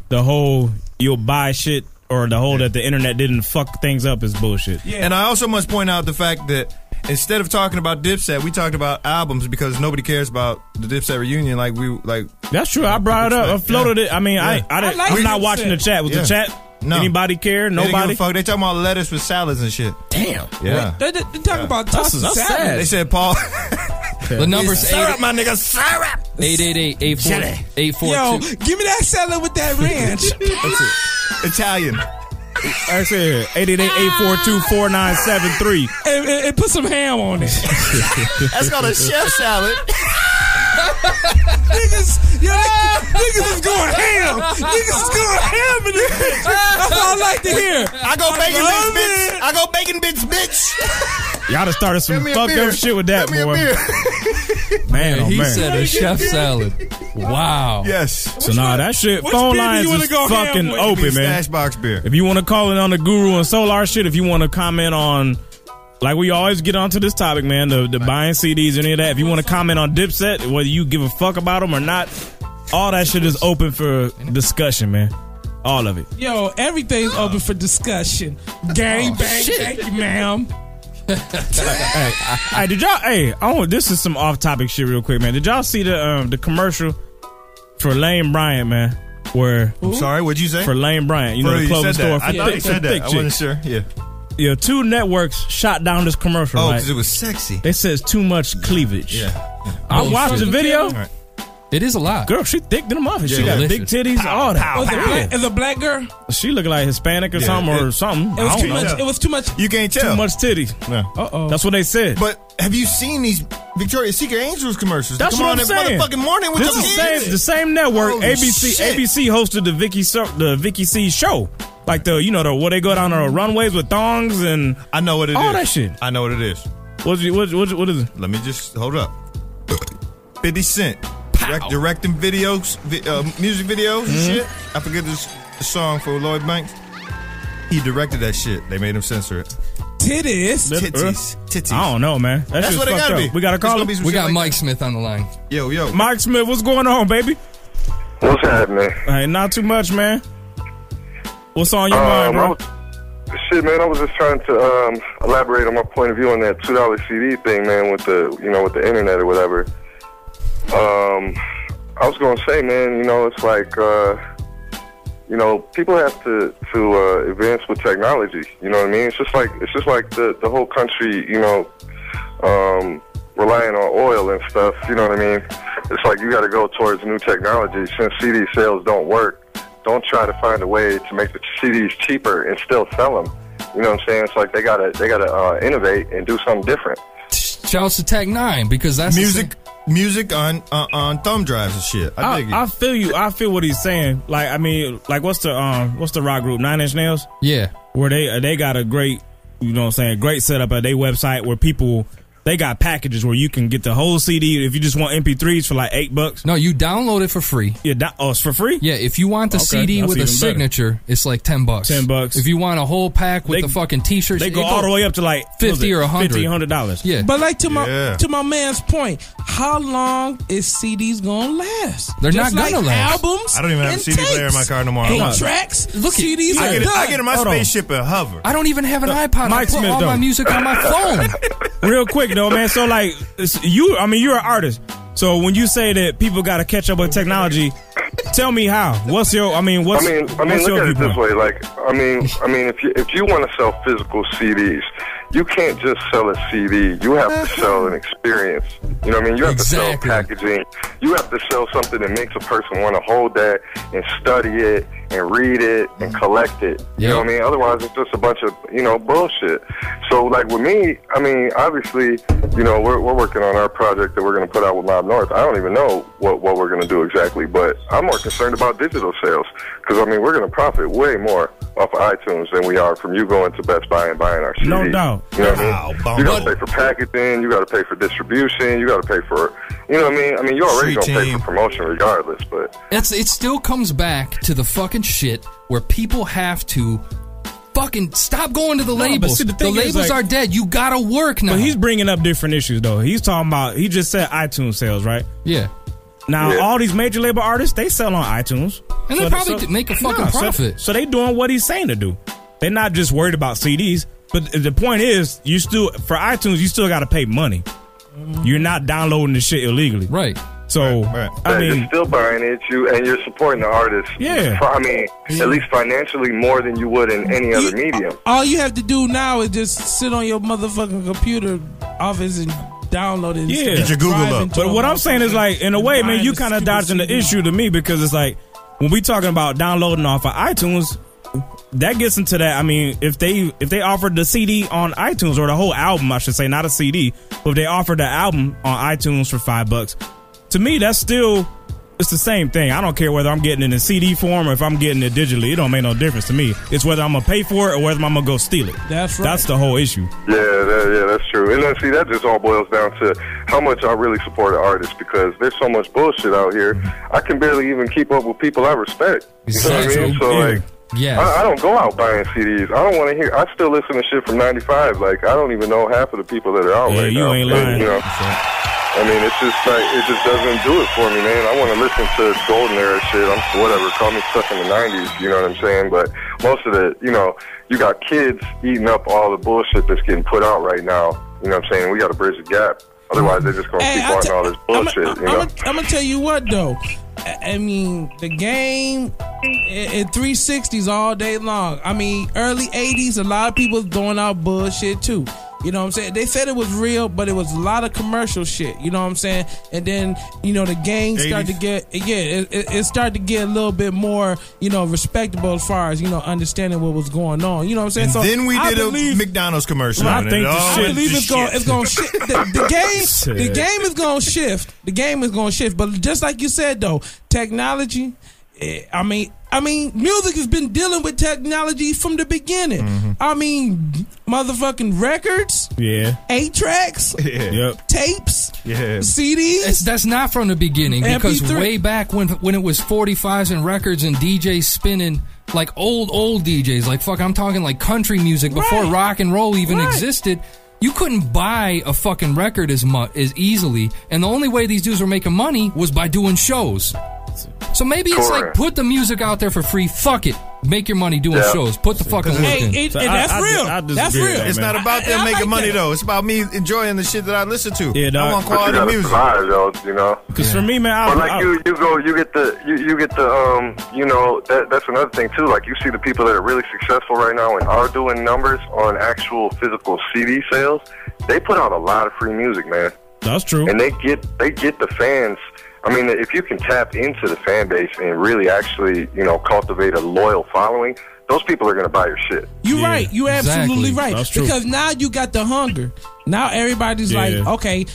[SPEAKER 3] the whole you'll buy shit or the whole that the internet didn't fuck things up is bullshit.
[SPEAKER 16] And I also must point out the fact that instead of talking about Dipset, we talked about albums because nobody cares about the Dipset reunion. Like we like.
[SPEAKER 3] That's true. I brought it up. I floated it. I mean, I, I, didn't,
[SPEAKER 16] like
[SPEAKER 3] I'm not
[SPEAKER 16] Dipset.
[SPEAKER 3] watching the chat. Was
[SPEAKER 16] Yeah.
[SPEAKER 3] the chat?
[SPEAKER 16] No.
[SPEAKER 3] Anybody care?
[SPEAKER 16] They didn't give a
[SPEAKER 3] Nobody.
[SPEAKER 16] fuck. They talking about lettuce with salads and shit.
[SPEAKER 3] Damn.
[SPEAKER 16] Yeah.
[SPEAKER 5] They, they, they talking about
[SPEAKER 16] That's-
[SPEAKER 5] tossing
[SPEAKER 16] that's
[SPEAKER 5] salad.
[SPEAKER 16] sad. They said Paul.
[SPEAKER 4] The number's
[SPEAKER 5] Syrup,
[SPEAKER 4] eight-
[SPEAKER 5] my nigga, syrup.
[SPEAKER 4] 888
[SPEAKER 5] Yo, give me that salad with that ranch.
[SPEAKER 16] Italian.
[SPEAKER 3] I said 888-842-4973.
[SPEAKER 5] and, and- and put some ham on it.
[SPEAKER 16] That's called a chef salad.
[SPEAKER 5] niggas, yo, niggas, niggas is going ham. Niggas is going ham in this bitch. That's what I like to hear.
[SPEAKER 16] I go bacon
[SPEAKER 5] love
[SPEAKER 16] bits,
[SPEAKER 5] it.
[SPEAKER 16] bitch. I go bacon bits, bitch.
[SPEAKER 3] Y'all done started some
[SPEAKER 16] Get me a
[SPEAKER 3] fucked
[SPEAKER 16] beer.
[SPEAKER 3] up shit with that,
[SPEAKER 16] Get me a
[SPEAKER 3] boy.
[SPEAKER 16] beer.
[SPEAKER 3] Man,
[SPEAKER 4] Yeah,
[SPEAKER 3] oh,
[SPEAKER 4] he
[SPEAKER 3] man.
[SPEAKER 4] said a chef salad. Wow.
[SPEAKER 16] Yes.
[SPEAKER 3] So nah, that shit
[SPEAKER 4] which
[SPEAKER 3] phone
[SPEAKER 4] beer do
[SPEAKER 3] lines
[SPEAKER 4] you wanna
[SPEAKER 3] is
[SPEAKER 4] go ham
[SPEAKER 3] fucking
[SPEAKER 4] with?
[SPEAKER 3] open,
[SPEAKER 4] Give me
[SPEAKER 3] man.
[SPEAKER 4] Stash
[SPEAKER 16] box beer.
[SPEAKER 3] If you want to call in on the Guru and Solar shit, if you want to comment on, like we always get onto this topic, man, the, the buying CDs and any of that. If you want to comment on Dipset, whether you give a fuck about them or not, all that shit is open for discussion, man. All of it.
[SPEAKER 5] Yo, everything's open for discussion. Gang bang, thank you, ma'am.
[SPEAKER 3] hey, hey, did y'all? Hey, I want this is some off topic shit, real quick, man. Did y'all see the um the commercial for Lane Bryant, man? Where
[SPEAKER 16] I'm sorry, what'd you say?
[SPEAKER 3] for Lane Bryant? You
[SPEAKER 16] Bro,
[SPEAKER 3] know the
[SPEAKER 16] you
[SPEAKER 3] clothing
[SPEAKER 16] said that.
[SPEAKER 3] store.
[SPEAKER 16] I
[SPEAKER 3] for
[SPEAKER 16] thought
[SPEAKER 3] thick,
[SPEAKER 16] you said
[SPEAKER 3] for
[SPEAKER 16] that.
[SPEAKER 3] thick
[SPEAKER 16] I wasn't
[SPEAKER 3] chicks.
[SPEAKER 16] sure. Yeah.
[SPEAKER 3] Yeah, two networks shot down this commercial.
[SPEAKER 16] Oh,
[SPEAKER 3] like,
[SPEAKER 16] 'cause it was sexy.
[SPEAKER 3] They said it's too much cleavage.
[SPEAKER 16] Yeah.
[SPEAKER 3] I
[SPEAKER 16] Oh,
[SPEAKER 3] watched
[SPEAKER 16] shit.
[SPEAKER 3] the video.
[SPEAKER 16] All right.
[SPEAKER 4] It is a lot.
[SPEAKER 3] Girl, she thick than a muffin. she
[SPEAKER 5] Yeah.
[SPEAKER 3] got
[SPEAKER 5] Delicious.
[SPEAKER 3] big titties, all that.
[SPEAKER 5] Oh, is, it black, is it black girl?
[SPEAKER 3] She looked like Hispanic or
[SPEAKER 5] Yeah,
[SPEAKER 3] something or
[SPEAKER 5] it-
[SPEAKER 3] something.
[SPEAKER 5] It was
[SPEAKER 3] I don't
[SPEAKER 5] too
[SPEAKER 3] know.
[SPEAKER 5] much. It was too much.
[SPEAKER 16] You can't
[SPEAKER 3] Too
[SPEAKER 16] tell.
[SPEAKER 3] much titties.
[SPEAKER 16] Uh
[SPEAKER 3] oh. That's what they said.
[SPEAKER 16] But have you seen these Victoria's Secret Angels commercials? They
[SPEAKER 3] That's
[SPEAKER 16] come
[SPEAKER 3] what
[SPEAKER 16] on
[SPEAKER 3] I'm
[SPEAKER 16] every
[SPEAKER 3] saying.
[SPEAKER 16] motherfucking morning with
[SPEAKER 3] this
[SPEAKER 16] your
[SPEAKER 3] is
[SPEAKER 16] kids.
[SPEAKER 3] same, the same network.
[SPEAKER 16] Holy
[SPEAKER 3] ABC
[SPEAKER 16] shit.
[SPEAKER 3] ABC hosted the Vicky so, the Vicky C show, like the you know the where they go down the runways with thongs and
[SPEAKER 16] I know what it is.
[SPEAKER 3] all that shit.
[SPEAKER 16] I know what it is.
[SPEAKER 3] What's, what's, what's, what is it?
[SPEAKER 16] Let me just hold up. 50 Cent. Direct, directing videos, vi- uh, music videos and
[SPEAKER 3] Mm-hmm.
[SPEAKER 16] shit. I forget this the song for Lloyd Banks. He directed that shit. They made him censor it.
[SPEAKER 5] Titties.
[SPEAKER 16] Titties. Titties.
[SPEAKER 3] uh, I don't know, man. That
[SPEAKER 16] That's
[SPEAKER 3] shit's
[SPEAKER 16] what it
[SPEAKER 3] fucked
[SPEAKER 16] gotta
[SPEAKER 3] up.
[SPEAKER 16] be.
[SPEAKER 3] We gotta
[SPEAKER 16] It's
[SPEAKER 3] call
[SPEAKER 16] gonna
[SPEAKER 3] him.
[SPEAKER 16] be some
[SPEAKER 4] We
[SPEAKER 16] shit
[SPEAKER 4] got
[SPEAKER 16] like
[SPEAKER 4] Mike Smith on the line.
[SPEAKER 16] Yo, yo.
[SPEAKER 3] Mike Smith, what's going on, baby?
[SPEAKER 19] What's happening?
[SPEAKER 3] Hey, not too much, man. What's on your
[SPEAKER 19] Um,
[SPEAKER 3] mind,
[SPEAKER 19] I
[SPEAKER 3] bro?
[SPEAKER 19] was, shit, man, I was just trying to um, elaborate on my point of view on that two dollar CD thing, man, with the you know with the internet or whatever. Um, I was gonna say, man, you know, it's like uh, you know people have to to uh, advance with technology. You know what I mean? It's just like it's just like the the whole country, you know, um, relying on oil and stuff. You know what I mean? It's like you got to go towards new technology since CD sales don't work don't try to find a way to make the CDs cheaper and still sell them. You know what I'm saying? It's like they gotta they gotta uh, innovate and do something different.
[SPEAKER 4] Shouts to Tech Nine because that's the
[SPEAKER 16] music music on uh, on thumb drives and shit. I, dig it.
[SPEAKER 3] I, I feel you. I feel what he's saying. Like, I mean, like what's the um, what's the rock group Nine Inch Nails?
[SPEAKER 4] Yeah,
[SPEAKER 3] where they uh, they got a great, you know, what I'm saying great setup at their website where people they got packages where you can get the whole CD if you just want MP3s for like eight bucks.
[SPEAKER 4] No, you download it for free.
[SPEAKER 3] Yeah, da- oh, it's for free.
[SPEAKER 4] Yeah, if you want the
[SPEAKER 3] Okay,
[SPEAKER 4] CD
[SPEAKER 3] that's
[SPEAKER 4] with a
[SPEAKER 3] even better.
[SPEAKER 4] signature, it's like ten bucks. Ten
[SPEAKER 3] bucks.
[SPEAKER 4] If you want a whole pack with the fucking T-shirts,
[SPEAKER 3] they
[SPEAKER 4] it
[SPEAKER 3] go all the way up to like what was
[SPEAKER 4] fifty
[SPEAKER 3] it,
[SPEAKER 4] or hundred.
[SPEAKER 3] fifty, hundred dollars.
[SPEAKER 4] Yeah,
[SPEAKER 5] But like to my
[SPEAKER 3] Yeah.
[SPEAKER 5] to my man's point, how long is CDs gonna last?
[SPEAKER 3] They're
[SPEAKER 5] Just
[SPEAKER 3] not gonna
[SPEAKER 5] like
[SPEAKER 3] last.
[SPEAKER 5] Albums.
[SPEAKER 16] I don't even have a
[SPEAKER 5] and
[SPEAKER 16] CD player in my
[SPEAKER 5] tapes.
[SPEAKER 16] car no more.
[SPEAKER 5] Eight
[SPEAKER 16] Hold on.
[SPEAKER 5] tracks. Look, CDs
[SPEAKER 16] I
[SPEAKER 5] are
[SPEAKER 16] get, it-
[SPEAKER 5] done.
[SPEAKER 16] I get in my
[SPEAKER 3] Hold on.
[SPEAKER 16] spaceship uh, and hover.
[SPEAKER 4] I don't even have
[SPEAKER 5] Uh,
[SPEAKER 4] an iPod.
[SPEAKER 3] Uh, Mike
[SPEAKER 4] I put
[SPEAKER 3] Smith,
[SPEAKER 4] all
[SPEAKER 3] though.
[SPEAKER 4] my music on my phone.
[SPEAKER 3] Real quick though, man. So like it's- you, I mean, you're an artist. So when you say that people got to catch up with technology, tell me how. What's your? I mean, what's
[SPEAKER 19] I mean, I mean,
[SPEAKER 3] what's
[SPEAKER 19] look
[SPEAKER 3] your
[SPEAKER 19] at it
[SPEAKER 3] viewpoint?
[SPEAKER 19] this way. Like, I mean, I mean, if you if you want to sell physical CDs, you can't just sell a CD. You have to sell an experience. You know what I mean? You have to sell packaging. You have to sell something that makes a person want to hold that and study it and read it and collect it. You know what I mean? Otherwise, it's just a bunch of you know bullshit. So like with me, I mean, obviously, you know, we're, we're working on our project that we're going to put out with Mob North. I don't even know what what we're going to do exactly, but I'm more concerned about digital sales because I mean, we're going to profit way more off of iTunes than we are from you going to Best Buy and buying our CD.
[SPEAKER 3] No doubt.
[SPEAKER 19] You know what I mean? You got to pay for packaging. You got to pay for distribution. You got to pay for, you know what I mean? I mean, you're already
[SPEAKER 4] Sweet
[SPEAKER 19] going to pay
[SPEAKER 4] team.
[SPEAKER 19] for promotion regardless, but
[SPEAKER 4] That's it. Still comes back to the fucking shit where people have to fucking stop going to the
[SPEAKER 3] No, but
[SPEAKER 4] labels.
[SPEAKER 3] see, the
[SPEAKER 4] the
[SPEAKER 3] thing is,
[SPEAKER 4] labels
[SPEAKER 3] like-
[SPEAKER 4] are dead. You gotta work now.
[SPEAKER 3] But he's bringing up different issues though. He's talking about he just said iTunes sales, right?
[SPEAKER 4] Yeah.
[SPEAKER 3] Now
[SPEAKER 4] Yeah.
[SPEAKER 3] all these major label artists they sell on iTunes,
[SPEAKER 4] And they probably make a fucking
[SPEAKER 3] so-
[SPEAKER 4] profit.
[SPEAKER 3] So, they doing what he's saying to do. They're not just worried about CDs. But th- the point is, you still for iTunes, you still got to pay money. You're not downloading the shit illegally,
[SPEAKER 4] Mm-hmm. right?
[SPEAKER 3] So I
[SPEAKER 19] that
[SPEAKER 3] mean,
[SPEAKER 19] you're still buying it, you and you're supporting the artist.
[SPEAKER 3] Yeah. E-
[SPEAKER 19] fi- I mean, at least financially more than you would in any other medium.
[SPEAKER 5] All you have to do now is just sit on your motherfucking computer office and download it.
[SPEAKER 3] Yeah,
[SPEAKER 5] instead of driving to
[SPEAKER 3] But
[SPEAKER 5] a
[SPEAKER 3] what I'm saying is like, in a way, man, you kind of dodging the issue to me because it's like when we talking about downloading off of iTunes, that gets into that. I mean, if they if they offered the CD on iTunes or the whole album, I should say, not a CD, but if they offered the album on iTunes for five bucks, to me that's still it's the same thing. I don't care whether I'm getting it in CD form or if I'm getting it digitally. It don't make no difference to me. It's whether I'm gonna pay for it or whether I'm gonna go steal it.
[SPEAKER 5] That's
[SPEAKER 3] right. That's the whole issue.
[SPEAKER 19] Yeah, that, yeah, that's true. And then see, that just all boils down to how much I really support an artist because there's so much bullshit out here. I can barely even keep up with people I respect. You know what I mean? So
[SPEAKER 4] Yeah.
[SPEAKER 19] like.
[SPEAKER 4] Yeah.
[SPEAKER 3] Uh,
[SPEAKER 19] I, I don't go out buying CDs. I don't want to hear. I still listen to shit from '95. Like I don't even know half of the people that are out
[SPEAKER 3] uh, Yeah,
[SPEAKER 19] right
[SPEAKER 3] you
[SPEAKER 19] now.
[SPEAKER 3] ain't
[SPEAKER 19] And,
[SPEAKER 3] lying.
[SPEAKER 19] you know, I mean, it's just like it just doesn't do it for me, man. I want to listen to golden era shit. I'm whatever. Call me stuck in the '90s. You know what I'm saying? But most of the, you know, you got kids eating up all the bullshit that's getting put out right now. You know what I'm saying? We got to bridge the gap. Otherwise, they're just gonna
[SPEAKER 5] Hey,
[SPEAKER 19] keep
[SPEAKER 5] I
[SPEAKER 19] wanting
[SPEAKER 5] tell-
[SPEAKER 19] all this bullshit. you know?
[SPEAKER 5] I'm gonna tell you what though. I I mean, the game in 360s all day long. I mean, early 80s, a lot of people throwing out bullshit too. You know what I'm saying? They said it was real, but it was a lot of commercial shit. You know what I'm saying? And then you know the game started to get yeah, it, it, it started to get a little bit more you know respectable as far as you know understanding what was going on. You know what I'm saying?
[SPEAKER 16] And then we
[SPEAKER 5] I
[SPEAKER 16] did a
[SPEAKER 5] believe-
[SPEAKER 16] McDonald's commercial.
[SPEAKER 5] I
[SPEAKER 16] on it.
[SPEAKER 5] think the
[SPEAKER 16] Oh,
[SPEAKER 5] shit- I believe
[SPEAKER 16] the
[SPEAKER 5] it's gonna- it's gonna shit. The game, the
[SPEAKER 16] Shit.
[SPEAKER 5] game is gonna shift. The game is gonna shift. But just like you said, though, technology. eh, I mean, I mean, music has been dealing with technology from the beginning. I mean, motherfucking records,
[SPEAKER 3] Yeah.
[SPEAKER 5] eight tracks,
[SPEAKER 3] Yep.
[SPEAKER 5] tapes.
[SPEAKER 3] Yeah.
[SPEAKER 5] CDs.
[SPEAKER 4] that's not from the beginning because
[SPEAKER 5] MP3.
[SPEAKER 4] way back when when it was 45s and records and DJs spinning like old old DJs like fuck I'm talking like country music before rock and roll even existed. You couldn't buy a fucking record as much as easily, and the only way these dudes were making money was by doing shows. So maybe it's like
[SPEAKER 5] Correct.
[SPEAKER 4] put the music out there for free. Fuck it, make your money doing
[SPEAKER 16] Yeah.
[SPEAKER 4] shows. Put the fucking work
[SPEAKER 16] Hey,
[SPEAKER 4] in.
[SPEAKER 16] it- So and I- that's I- real. I disagree That's with real. that,
[SPEAKER 4] It's
[SPEAKER 16] It's
[SPEAKER 4] not
[SPEAKER 16] not about them making money though. It's about me enjoying the shit that I listen to. Yeah, I want
[SPEAKER 19] But you
[SPEAKER 16] quality
[SPEAKER 19] gotta
[SPEAKER 16] music.
[SPEAKER 19] survive, though, you know.
[SPEAKER 3] 'Cause for me, man, I-
[SPEAKER 19] But like
[SPEAKER 3] I-
[SPEAKER 19] you, you go, you get the, you, you get the, um, you know, that, that's another thing too. Like you see the people that are really successful right now and are doing numbers on actual physical CD sales. They put out a lot of free music, man.
[SPEAKER 3] That's true.
[SPEAKER 19] And they get they get the fans. I mean, if you can tap into the fan base and really actually, you know, cultivate a loyal following, those people are going to buy your shit.
[SPEAKER 5] You're right. You're absolutely right.
[SPEAKER 19] That's true.
[SPEAKER 5] Because now you got the hunger. Now everybody's
[SPEAKER 19] Yeah.
[SPEAKER 5] like, okay,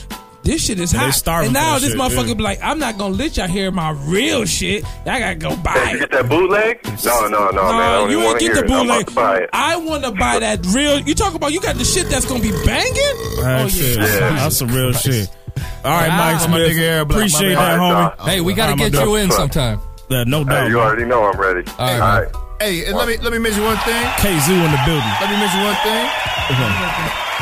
[SPEAKER 5] this shit is
[SPEAKER 19] And they
[SPEAKER 5] hot.
[SPEAKER 19] starving
[SPEAKER 5] and
[SPEAKER 19] for
[SPEAKER 5] now
[SPEAKER 19] that
[SPEAKER 5] this
[SPEAKER 19] shit,
[SPEAKER 5] motherfucker
[SPEAKER 19] yeah.
[SPEAKER 5] be like, I'm not gonna let y'all hear my real shit. I gotta go buy
[SPEAKER 19] Hey, you get that bootleg? No, no, no, man. I don't
[SPEAKER 5] you
[SPEAKER 19] even
[SPEAKER 5] ain't
[SPEAKER 19] want to
[SPEAKER 5] get
[SPEAKER 19] hear
[SPEAKER 5] the
[SPEAKER 19] it. I'm about
[SPEAKER 5] bootleg.
[SPEAKER 19] to buy it.
[SPEAKER 5] I want to buy that real. You talk about you got the shit that's gonna be banging.
[SPEAKER 3] That shit. Oh, That's some real shit. All right,
[SPEAKER 5] Wow.
[SPEAKER 3] Mike
[SPEAKER 5] I'm a
[SPEAKER 3] Smith.
[SPEAKER 5] nigga, Arab Black, my
[SPEAKER 3] Appreciate that,
[SPEAKER 5] bad. All
[SPEAKER 3] homie.
[SPEAKER 5] right, dog. Hey, we gotta
[SPEAKER 3] All right, my
[SPEAKER 5] get
[SPEAKER 3] dog.
[SPEAKER 5] you in sometime.
[SPEAKER 3] Yeah, no doubt.
[SPEAKER 19] Hey, you already know I'm ready. All
[SPEAKER 16] right.
[SPEAKER 19] right.
[SPEAKER 16] Hey, and let me let me mention one thing.
[SPEAKER 3] KZ in the building.
[SPEAKER 16] Let me mention one thing.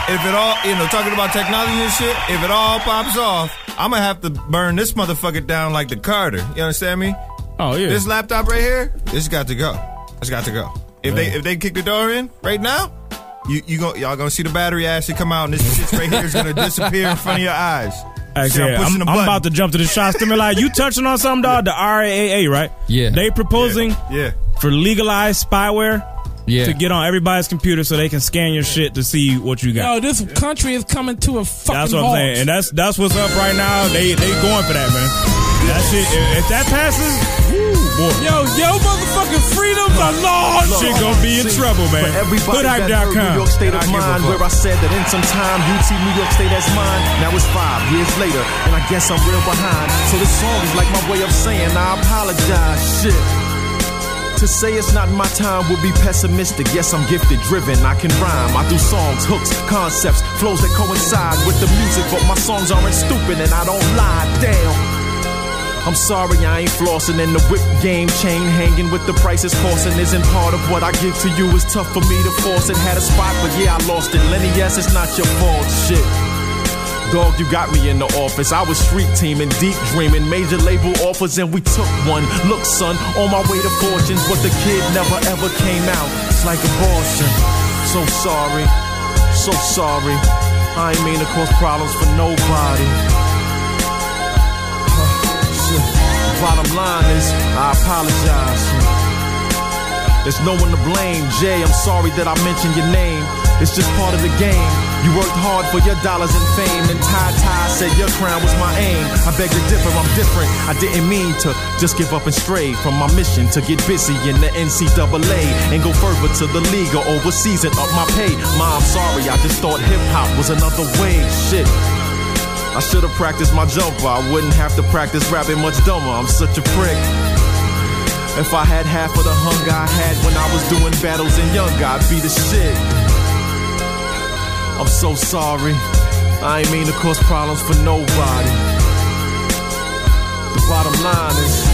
[SPEAKER 16] If it all, you know, talking about technology and shit, if it all pops off, I'm gonna have to burn this motherfucker down like the Carter. You understand me?
[SPEAKER 3] Oh yeah.
[SPEAKER 16] This laptop right here, this got to go. It's got to go. If they
[SPEAKER 3] Yeah.
[SPEAKER 16] if they kick the door in right now, you you go y'all gonna see the battery actually come out and this shit right here is gonna disappear in front of your eyes. See,
[SPEAKER 3] Actually,
[SPEAKER 16] I'm
[SPEAKER 3] I'm,
[SPEAKER 16] pushing
[SPEAKER 3] I'm
[SPEAKER 16] the button.
[SPEAKER 3] about to jump to the shot. Stimuli, you touching on something, dog? The RAAA, right?
[SPEAKER 4] Yeah.
[SPEAKER 3] They proposing
[SPEAKER 16] Yeah.
[SPEAKER 3] for legalized spyware
[SPEAKER 4] Yeah.
[SPEAKER 3] to get on everybody's computer so they can scan your shit to see what you got.
[SPEAKER 5] Yo, this country is coming to a fucking.
[SPEAKER 3] that's what I'm
[SPEAKER 5] halt.
[SPEAKER 3] saying, and that's that's what's up right now. They they going for that, man. That shit, if, if that passes, woo, boy.
[SPEAKER 5] Yo, yo, motherfucking freedom's a law.
[SPEAKER 3] Shit gonna be in trouble, man.
[SPEAKER 5] For everybody
[SPEAKER 3] Hoodhype.com.
[SPEAKER 5] that
[SPEAKER 3] New
[SPEAKER 5] heard New
[SPEAKER 3] York
[SPEAKER 5] York
[SPEAKER 3] State
[SPEAKER 5] State
[SPEAKER 3] of I
[SPEAKER 5] of
[SPEAKER 3] give a
[SPEAKER 11] mind
[SPEAKER 3] fuck.
[SPEAKER 11] where I said that in some time UT New York State that's mine. Now it's five years later, and I guess I'm real behind. So this song is like my way of saying I apologize. Shit. To say it's not my time would be pessimistic. Yes, I'm gifted, driven, I can rhyme. I do songs, hooks, concepts, flows that coincide with the music, but my songs aren't stupid and I don't lie. Damn. I'm sorry I ain't flossing in the whip game chain hanging with the prices costing isn't part of what I give to you. It's tough for me to force it. Had a spot, but yeah, I lost it. Lenny, yes, it's not your fault. Shit. Dog, you got me in the office. I was street teaming, deep dreaming, major label offers, and we took one. Look, son, on my way to fortunes, but the kid never ever came out. It's like abortion. So sorry, so sorry. I ain't mean to cause problems for nobody. Bottom line is, I apologize. There's no one to blame. Jay, I'm sorry that I mentioned your name. It's just part of the game. You worked hard for your dollars and fame, and Ty Ty said your crown was my aim. I beg to differ, I'm different. I didn't mean to just give up and stray from my mission to get busy in the NCAA and go further to the league or overseas and up my pay. Ma, I'm sorry, I just thought hip hop was another way. Shit. I should've practiced my jumper. I wouldn't have to practice rapping much dumber. I'm such a prick. If I had half of the hunger I had when I was doing battles in young, I'd be the shit. I'm so sorry. I ain't mean to cause problems for nobody. The bottom line is,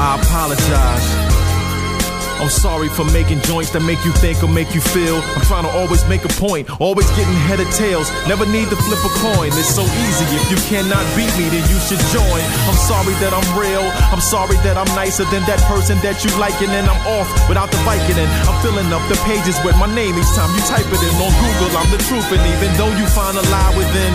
[SPEAKER 11] I apologize. I'm sorry for making joints that make you think or make you feel. I'm trying to always make a point, always getting head of tails. Never need to flip a coin, it's so easy. If you cannot beat me, then you should join. I'm sorry that I'm real, I'm sorry that I'm nicer than that person that you like, and then I'm off without the Viking. And I'm filling up the pages with my name each time you type it in on Google. I'm the truth, and even though you find a lie within,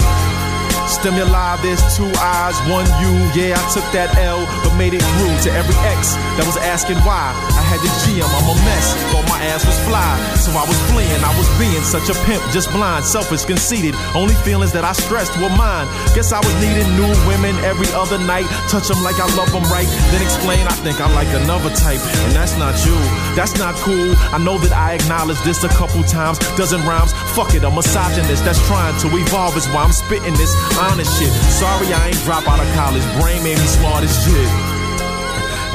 [SPEAKER 11] Stimuli, there's two eyes, one you. Yeah, I took that L, but made it through to every ex that was asking why. I had to GM, I'm a mess. Thought my ass was fly, so I was fleeing. I was being such a pimp, just blind, selfish, conceited. Only feelings that I stressed were mine. Guess I was needing new women every other night. Touch them like I love them right, then explain I think I like another type, and that's not you. That's not cool. I know that I acknowledged this a couple times. Doesn't rhymes. Fuck it, a misogynist that's trying to evolve is why I'm spitting this honest shit. Sorry I ain't drop out of college. Brain made me smart as shit.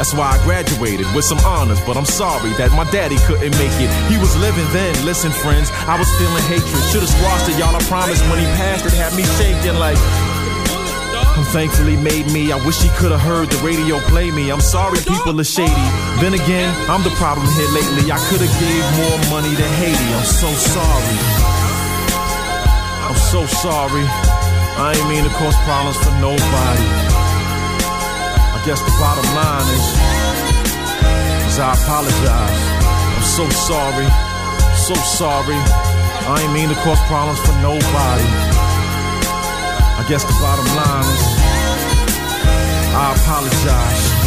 [SPEAKER 11] That's why I graduated with some honors, but I'm sorry that my daddy couldn't make it. He was living then. Listen, friends, I was feeling hatred. Should've squashed it, y'all. I promise. When he passed, it had me shaking like. I'm thankfully made me. I wish he could have heard the radio play me. I'm sorry people are shady. Then again, I'm the problem here lately. I could have gave more money to Haiti. I'm so sorry. I'm so sorry. I ain't mean to cause problems for nobody. I guess the bottom line is, is I apologize. I'm so sorry. So sorry. I ain't mean to cause problems for nobody. I guess the bottom line is I apologize.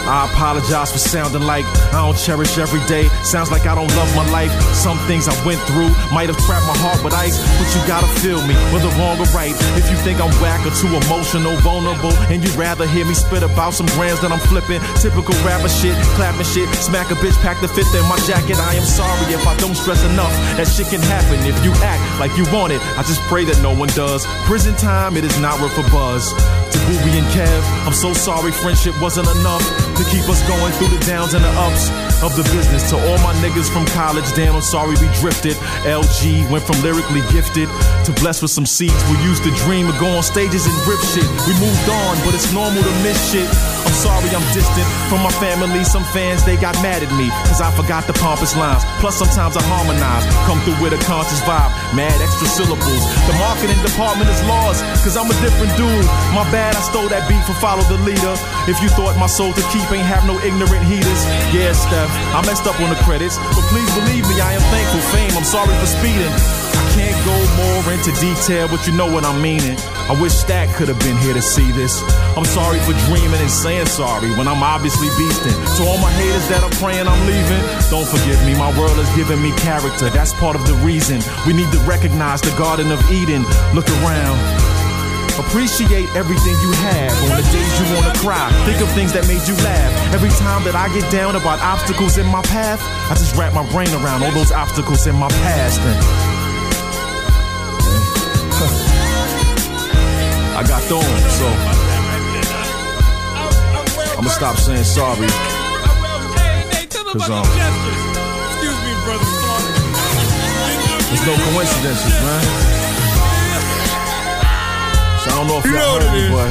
[SPEAKER 11] I apologize for sounding like I don't cherish every day. Sounds like I don't love my life. Some things I went through might have trapped my heart with ice, but you gotta feel me, whether wrong or right. If you think I'm whack or too emotional, vulnerable, and you'd rather hear me spit about some brands that I'm flipping, typical rapper shit, clapping shit, smack a bitch, pack the fifth in my jacket. I am sorry if I don't stress enough. That shit can happen if you act like you want it. I just pray that no one does. Prison time, it is not worth a buzz. To Booby and Kev, I'm so sorry friendship wasn't enough to keep us going through the downs and the ups of the business. To all my niggas from college, damn, I'm sorry we drifted. LG went from lyrically gifted to blessed with some seeds. We used to dream of going on stages and rip shit. We moved on, but it's normal to miss shit. I'm sorry I'm distant from my family. Some fans, they got mad at me because I forgot the pompous lines. Plus, sometimes I harmonize, come through with a conscious vibe, mad extra syllables. The marketing department is lost because I'm a different dude. My bad, I stole that beat for Follow the Leader. If you thought my soul to keep ain't have no ignorant heaters, yeah, Steph, I messed up on the credits. But please believe me, I am thankful. Fame, I'm sorry for speeding. I can't go more into detail, but you know what I'm meaning. I wish Stack could have been here to see this. I'm sorry for dreaming and saying sorry when I'm obviously beasting. To all my haters that are praying I'm leaving, don't forgive me. My world has given me character. That's part of the reason. We need to recognize the Garden of Eden. Look around.
[SPEAKER 20] Appreciate everything you have on the days you wanna cry. Think of things that made you laugh. Every time that I get down about obstacles in my path, I just wrap my brain around all those obstacles in my past and I got through 'em, so I'ma stop saying sorry. Cause um,
[SPEAKER 3] Excuse me, brother.
[SPEAKER 20] there's no coincidences, man. So I don't know if
[SPEAKER 3] You
[SPEAKER 20] y'all
[SPEAKER 3] know what
[SPEAKER 20] heard me,
[SPEAKER 3] it is.
[SPEAKER 20] but